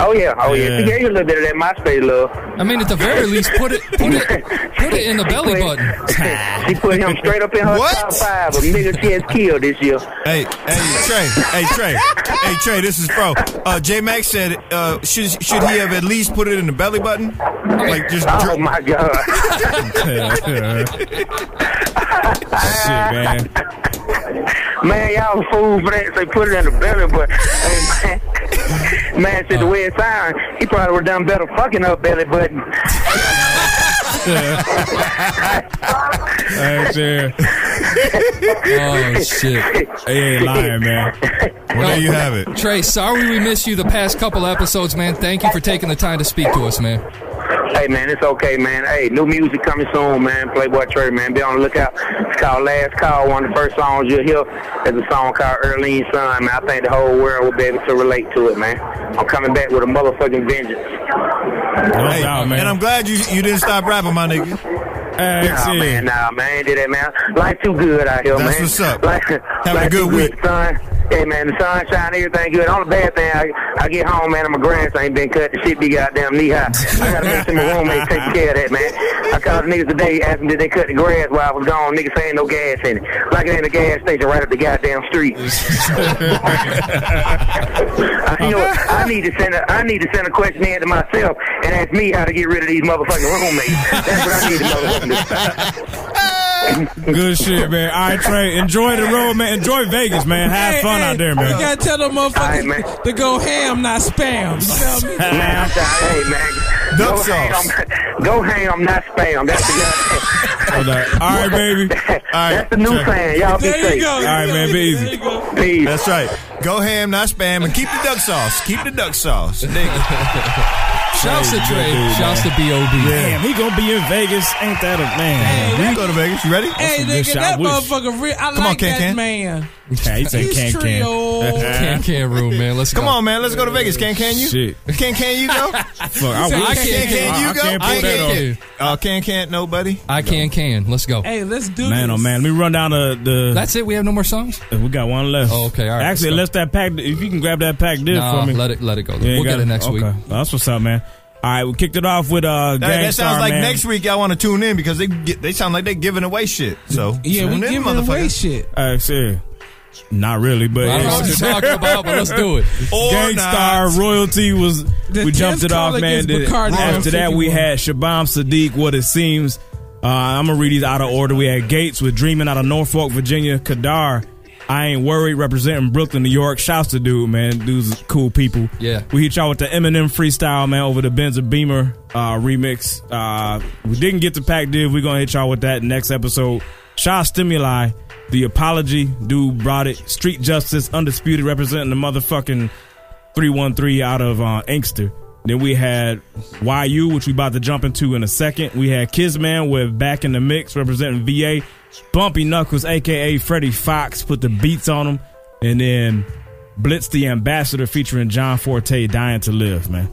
[SPEAKER 26] Oh yeah, oh yeah.
[SPEAKER 3] Yeah.
[SPEAKER 26] She gave you a little bit of that MySpace love.
[SPEAKER 4] I mean, at the very least, put it put it put it in the belly button.
[SPEAKER 26] she put him straight up in her top five of niggas she has killed this year.
[SPEAKER 22] Hey, hey, Trey. Hey, Trey. Hey, Trey. This is Pro. Uh, J Max said, uh, should should he have at least put it in the belly button? Like just.
[SPEAKER 26] Oh my god.
[SPEAKER 3] Shit, man.
[SPEAKER 26] Man, y'all fools for that. They put it in the belly, but hey, man, man, shit, the way it sounds, he probably would have done better fucking up belly button.
[SPEAKER 3] That's it.
[SPEAKER 4] Oh shit!
[SPEAKER 3] He ain't lying, man.
[SPEAKER 4] Well, there you have it, Trey. Sorry we missed you the past couple episodes, man. Thank you for taking the time to speak to us, man.
[SPEAKER 26] Hey man, it's okay, man. Hey, new music coming soon, man. Playboy Trey, man. Be on the lookout. It's called Last Call. One of the first songs you'll hear is a song called Earlene's Son, man. I think the whole world will be able to relate to it, man. I'm coming back with a motherfucking vengeance.
[SPEAKER 16] Hey, And I'm glad you you didn't stop rapping, my nigga.
[SPEAKER 26] nah, man, nah, man, did that, man. Life too good out here,
[SPEAKER 16] That's
[SPEAKER 26] man.
[SPEAKER 16] what's up.
[SPEAKER 26] Life,
[SPEAKER 16] a
[SPEAKER 26] life
[SPEAKER 16] good
[SPEAKER 26] too
[SPEAKER 16] week.
[SPEAKER 26] Sun. Hey, man, the sunshine, everything good. Only bad thing, I, I get home, man, and my grass ain't been cut. The shit be goddamn knee high. I gotta make sure my roommate takes care of that, man. I called the niggas today asking did they cut the grass while I was gone. Niggas saying no gas in it. Like it ain't a gas station right up the goddamn street. I, you know, what? I need to send a, I need to send a question in to myself and ask me how to get rid of these motherfucking roommates. That's what I need to motherfucking do.
[SPEAKER 3] Good shit, man. All right, Trey. Enjoy the road, man. Enjoy Vegas, man. Have fun out there, man.
[SPEAKER 5] You gotta tell them motherfuckers to go ham, not spam. You feel me?
[SPEAKER 26] Man, I'm sorry. Hey, man.
[SPEAKER 5] Duck
[SPEAKER 26] go
[SPEAKER 5] sauce.
[SPEAKER 26] ham. Go ham, not spam. That's the,
[SPEAKER 3] All right, baby. All right.
[SPEAKER 26] that's the new saying. Y'all be safe.
[SPEAKER 16] All right, man, be easy. That's right. Go ham, not spam, and keep the duck sauce. Keep the duck sauce.
[SPEAKER 4] Shouts to Trey. Shouts to B.O.B.
[SPEAKER 3] Damn, he gonna be in Vegas. Ain't that a man?
[SPEAKER 16] you go to Vegas. You ready?
[SPEAKER 5] Hey, nigga, that motherfucker real. I
[SPEAKER 16] Come on,
[SPEAKER 5] like
[SPEAKER 16] Can
[SPEAKER 5] that
[SPEAKER 16] Can.
[SPEAKER 5] man.
[SPEAKER 3] Yeah, he said
[SPEAKER 5] He's
[SPEAKER 3] can
[SPEAKER 5] trio.
[SPEAKER 3] can.
[SPEAKER 4] Can can room, man. Let's
[SPEAKER 16] Come
[SPEAKER 4] go.
[SPEAKER 16] on, man. Let's go to Vegas. Can can you?
[SPEAKER 3] Shit.
[SPEAKER 16] Can can you go?
[SPEAKER 3] Fuck, I
[SPEAKER 16] Can
[SPEAKER 3] wish-
[SPEAKER 16] can
[SPEAKER 3] I-
[SPEAKER 16] you
[SPEAKER 3] I
[SPEAKER 16] go?
[SPEAKER 3] can't pull that off.
[SPEAKER 16] Uh, can can't nobody.
[SPEAKER 4] I can can. Let's go.
[SPEAKER 5] Hey, let's do
[SPEAKER 3] Man, oh man, let me run down the. the
[SPEAKER 4] That's it. We have no more songs.
[SPEAKER 3] We got one left.
[SPEAKER 4] Oh, okay. All right.
[SPEAKER 3] Actually,
[SPEAKER 4] let's
[SPEAKER 3] unless that pack, if you can grab that pack did
[SPEAKER 4] Nah,
[SPEAKER 3] for me,
[SPEAKER 4] let it- let it go.
[SPEAKER 3] You ain't
[SPEAKER 4] We'll
[SPEAKER 3] got
[SPEAKER 4] get it next week.
[SPEAKER 3] Okay. That's what's up, man. All right, we kicked it off with uh,
[SPEAKER 16] That, that sounds
[SPEAKER 3] Gangstar,
[SPEAKER 16] like
[SPEAKER 3] man.
[SPEAKER 16] next week y'all want to tune in because they get, they sound like they giving away shit. So tune in, motherfuckers.
[SPEAKER 5] shit.
[SPEAKER 3] Uh, shit. Not really, but
[SPEAKER 16] I don't know what you're talking about, but let's do it. Or
[SPEAKER 3] Gangstar royalty was
[SPEAKER 16] The
[SPEAKER 3] we jumped
[SPEAKER 16] tenth
[SPEAKER 3] it off,
[SPEAKER 16] call
[SPEAKER 3] man.
[SPEAKER 16] against
[SPEAKER 3] Then
[SPEAKER 16] Bacardi
[SPEAKER 3] after
[SPEAKER 16] on
[SPEAKER 3] that, we
[SPEAKER 16] 51.
[SPEAKER 3] had Shabam Sadiq. What it seems, uh, I'm gonna read these out of order. We had Gates with Dreaming out of Norfolk, Virginia. Kadar, I ain't worried, representing Brooklyn, New York. Shouts to dude, man. Dude's cool people.
[SPEAKER 4] Yeah.
[SPEAKER 3] We hit y'all with the Eminem freestyle, man, over the Benz of Beamer uh, remix. Uh, we didn't get the pack deal. We're going to hit y'all with that next episode. Shy Stimuli, The Apology, dude brought it. Street Justice, Undisputed, representing the motherfucking 313 out of uh, Inkster. Then we had YU, which we about to jump into in a second. We had Kizman with Back in the Mix, representing VA. Bumpy Knuckles, a.k.a. Freddie Fox, put the beats on him. And then Blitz the Ambassador featuring John Forte dying to live, man.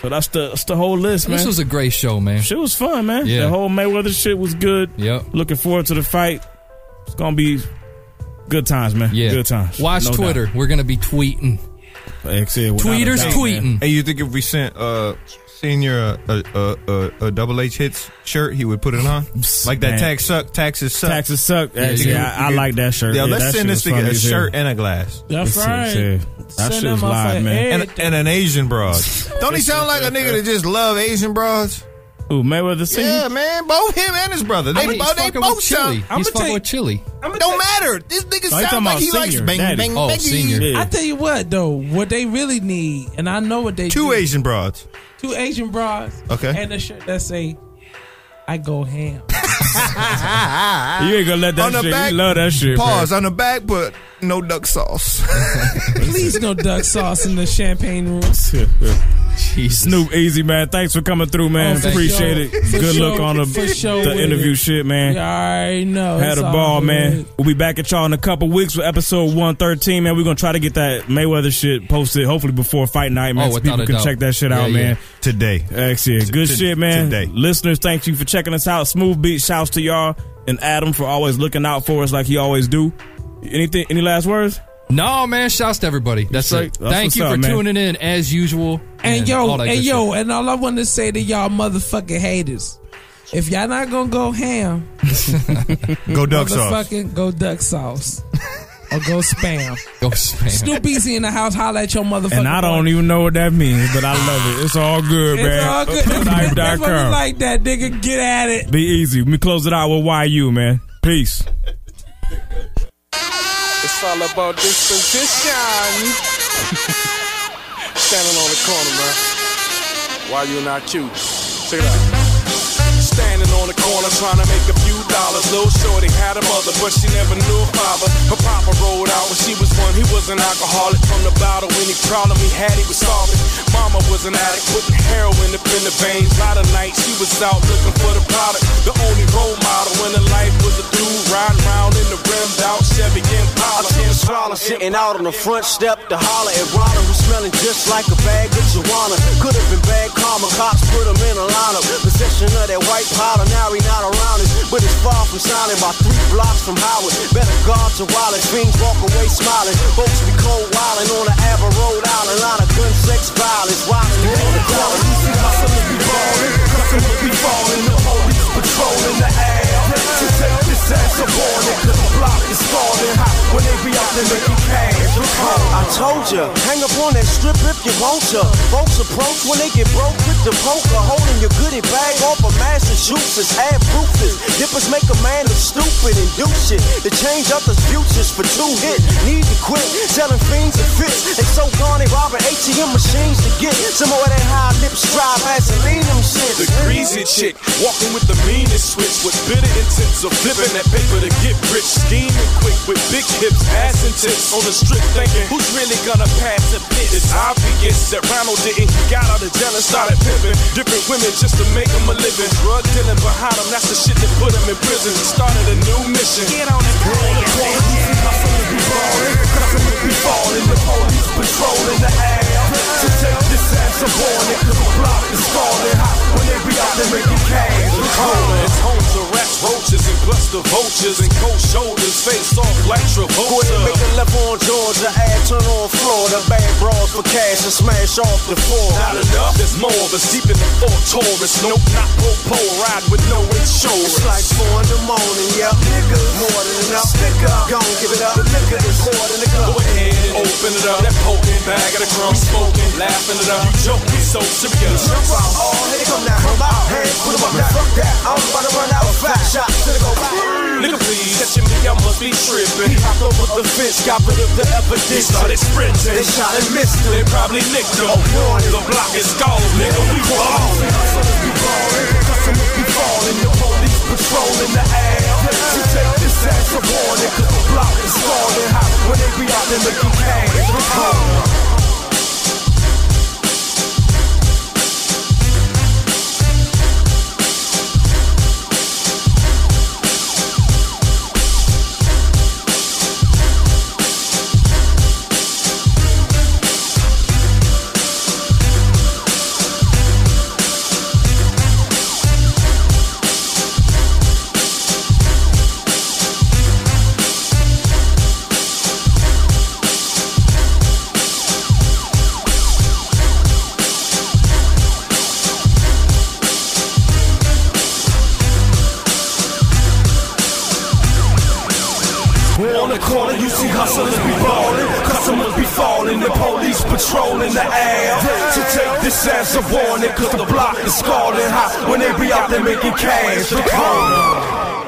[SPEAKER 3] So that's the that's the whole list, man.
[SPEAKER 4] This was a great show, man.
[SPEAKER 3] Shit was fun, man.
[SPEAKER 4] Yeah.
[SPEAKER 3] The whole Mayweather shit was good.
[SPEAKER 4] Yep.
[SPEAKER 3] Looking forward to the fight. It's gonna be good times, man.
[SPEAKER 4] Yeah.
[SPEAKER 3] Good times.
[SPEAKER 4] Watch
[SPEAKER 3] No
[SPEAKER 4] Twitter. We're gonna be tweeting.
[SPEAKER 3] without a
[SPEAKER 4] Tweeters
[SPEAKER 16] Hey,
[SPEAKER 4] tweeting.
[SPEAKER 16] Hey, you think if we sent uh senior a uh, uh, uh, uh, double H hits shirt, he would put it on? Like that
[SPEAKER 3] Man.
[SPEAKER 16] tax suck, taxes suck,
[SPEAKER 3] Taxes suck. Yeah,
[SPEAKER 16] You
[SPEAKER 3] yeah,
[SPEAKER 16] could-
[SPEAKER 3] I- I
[SPEAKER 16] you could-
[SPEAKER 3] like that shirt.
[SPEAKER 16] Yeah,
[SPEAKER 3] Yeah,
[SPEAKER 16] let's
[SPEAKER 3] that
[SPEAKER 16] send
[SPEAKER 3] shit
[SPEAKER 16] this
[SPEAKER 3] was
[SPEAKER 16] nigga
[SPEAKER 3] funny
[SPEAKER 16] a
[SPEAKER 3] as hell.
[SPEAKER 16] shirt and a glass.
[SPEAKER 5] That's It's- right. it's, uh,
[SPEAKER 3] That
[SPEAKER 16] That
[SPEAKER 3] shit was live, man.
[SPEAKER 16] And, and an Asian broad. Don't he sound like a nigga that just love Asian broads?
[SPEAKER 3] Ooh, Mayweather Senior.
[SPEAKER 16] Yeah, man. Both him and his brother. They,
[SPEAKER 5] I mean, he's
[SPEAKER 16] both, they
[SPEAKER 5] fucking
[SPEAKER 16] both
[SPEAKER 5] with
[SPEAKER 16] sound.
[SPEAKER 5] Chili. He's fucking with
[SPEAKER 4] Chili.
[SPEAKER 16] Don't matter. This
[SPEAKER 3] Oh,
[SPEAKER 16] nigga
[SPEAKER 5] No, he talking
[SPEAKER 16] sounds like
[SPEAKER 5] about
[SPEAKER 16] he likes
[SPEAKER 5] senior,
[SPEAKER 16] bang,
[SPEAKER 5] daddy.
[SPEAKER 16] bang, bang.
[SPEAKER 5] I tell you what though, what they really need, and I know what they
[SPEAKER 16] Two
[SPEAKER 5] do,
[SPEAKER 16] Asian broads.
[SPEAKER 5] two Asian bras,
[SPEAKER 16] Okay.
[SPEAKER 5] and a shirt that say, "I go ham."
[SPEAKER 3] You ain't gonna let that
[SPEAKER 16] On the
[SPEAKER 3] shit.
[SPEAKER 16] back-
[SPEAKER 3] you love that shit.
[SPEAKER 16] Pause
[SPEAKER 3] man.
[SPEAKER 16] on the back, but no duck sauce.
[SPEAKER 5] Please no duck sauce in the champagne room.
[SPEAKER 3] Snoop Easy, man. Thanks for coming through, man.
[SPEAKER 5] Oh, for
[SPEAKER 3] Appreciate
[SPEAKER 5] sure.
[SPEAKER 3] it.
[SPEAKER 5] For
[SPEAKER 3] Good
[SPEAKER 5] sure.
[SPEAKER 3] luck on the,
[SPEAKER 5] For sure
[SPEAKER 3] the
[SPEAKER 5] with
[SPEAKER 3] interview
[SPEAKER 5] it.
[SPEAKER 3] shit, man.
[SPEAKER 5] Yeah, I already know.
[SPEAKER 3] Had
[SPEAKER 5] It's
[SPEAKER 3] a
[SPEAKER 5] all
[SPEAKER 3] ball, man.
[SPEAKER 5] good.
[SPEAKER 3] We'll be back at y'all in a couple weeks with episode 113, man. We're going to try to get that Mayweather shit posted, hopefully before fight night, man.
[SPEAKER 16] Oh,
[SPEAKER 3] so
[SPEAKER 16] without
[SPEAKER 3] people
[SPEAKER 16] a
[SPEAKER 3] can
[SPEAKER 16] doubt.
[SPEAKER 3] check that shit
[SPEAKER 16] Yeah,
[SPEAKER 3] out,
[SPEAKER 16] yeah.
[SPEAKER 3] man.
[SPEAKER 16] Today.
[SPEAKER 3] Excellent. Good
[SPEAKER 16] to-
[SPEAKER 3] shit, man.
[SPEAKER 16] today.
[SPEAKER 3] Listeners, thank you for checking us out. Smooth Beat, shouts to y'all. And Adam for always looking out for us like he always do. Anything? Any last words?
[SPEAKER 4] No, man. Shouts to everybody. That's
[SPEAKER 3] That's
[SPEAKER 4] it.
[SPEAKER 3] right. That's
[SPEAKER 4] Thank
[SPEAKER 3] what's
[SPEAKER 4] you for
[SPEAKER 3] up, man.
[SPEAKER 4] tuning in as usual.
[SPEAKER 5] And, yo,
[SPEAKER 4] all that
[SPEAKER 5] and
[SPEAKER 4] good
[SPEAKER 5] yo,
[SPEAKER 4] shit.
[SPEAKER 5] and all I want to say to y'all motherfucking haters, if y'all not gonna go ham,
[SPEAKER 16] Go duck sauce.
[SPEAKER 5] motherfucking go duck sauce or go spam.
[SPEAKER 4] Go spam.
[SPEAKER 5] Snoop Easy in the house, holla at your motherfucking.
[SPEAKER 3] And I don't even know what that means, but I love it. It's all good,
[SPEAKER 5] It's
[SPEAKER 3] man.
[SPEAKER 5] all good.
[SPEAKER 3] Life.com.
[SPEAKER 5] That's why we like that, nigga. Get at it.
[SPEAKER 3] Be easy. Let me close it out with YU, man. Peace.
[SPEAKER 2] It's all about disposition. Standing on the corner, man. Why you not cute? Check it out. Standing on the corner trying to make a few dollars. Little shorty had a mother, but she never knew a father. Her papa rolled out when she was one, he was a
[SPEAKER 17] was an alcoholic from the bottle. Any problem he had, he was solving. Mama was an addict, putting heroin up in the veins. Lot of nights she was out looking for the product. The only role model in her life was a dude riding round in the rimmed out Chevy Impala.
[SPEAKER 27] I see him swallow, sitting out on the front step to holler at Ronald, who's smelling just like a bag of Joanna. Could have been bad karma, cops put him in a lineup. Possession of that white powder, now he not around us. But it's far from silent, about three blocks from Howard. Better guard your wallet, fiends walk away smiling. Folks be cold wildin' on the Abbey Road Island. Lot of gun sex violence, watch me on the dollar. You see my son be ballin', custom be ballin', the police patrolling the air. To take this ass up on it, cause the block is falling hot when they be out there making cash. Look home. I told ya, hang up on that strip if you want to. Folks approach when they get broke with the poker, holding your goodie bag off a Massachusetts. Add proofers, dippers make a man look stupid and do shit. To change up his futures for two hit, need to quit selling fiends and fits. They so gone they robbing ATM machines to get some more of that high lip stride Vaseline them shit.
[SPEAKER 17] The greasy chick, walking with the meanest switch, with bitter intents of flipping that paper to get rich. Scheming quick with big hips, ass and tits on the strip, thinking who's really gonna pass a bitch? It's obvious that Ronald didn't. He got out of jail and started pimping different women just to make him a living. Drug dealing behind him, that's the shit that put him in prison. He started a new mission. Get on it, girl. The police my son be ballin', custom be ballin', the police patrolling the air. To take this ass up on it, cause the block is falling hot when they be out there making cash. Look home, it's homes of rats, roaches, and cluster vultures, and cold shoulders, face off like Travolta.
[SPEAKER 27] Go ahead, make a left on Georgia, add turn on Florida, bad bras for cash and smash off the floor.
[SPEAKER 17] Not enough, there's more of us deep in the four Taurus. Nope, not pole ride with no insurance.
[SPEAKER 27] It's like four in the morning, yeah. Niggas, more than enough. Stick up, gon' give it up. The liquor is more than the cup.
[SPEAKER 17] Go ahead and open it up. That potent bag of the crumbs, smoking, laughing it up. You joke, we so serious.
[SPEAKER 27] Jump out, all here they come now. Come out, hands, put 'em up now. Fuck that, I'm about to run out. Fat shots to the go back.
[SPEAKER 17] Nigga, please, catching me, I must be tripping. He hopped over the fence, got rid of the evidence. He started sprinting.
[SPEAKER 27] They shot and missed him.
[SPEAKER 17] They probably nicked him. the block is gone, nigga, we ballin'. We ballin', the police patrolling the air. To take this ass up on it, 'cause the block is falling hot when they be out there making cash. Look home. On the corner, you see hustlers be ballin', customers be fallin', the police patrolling the air. To take this as a warning, cause the block is scalding hot when they be out there making cash. Look home.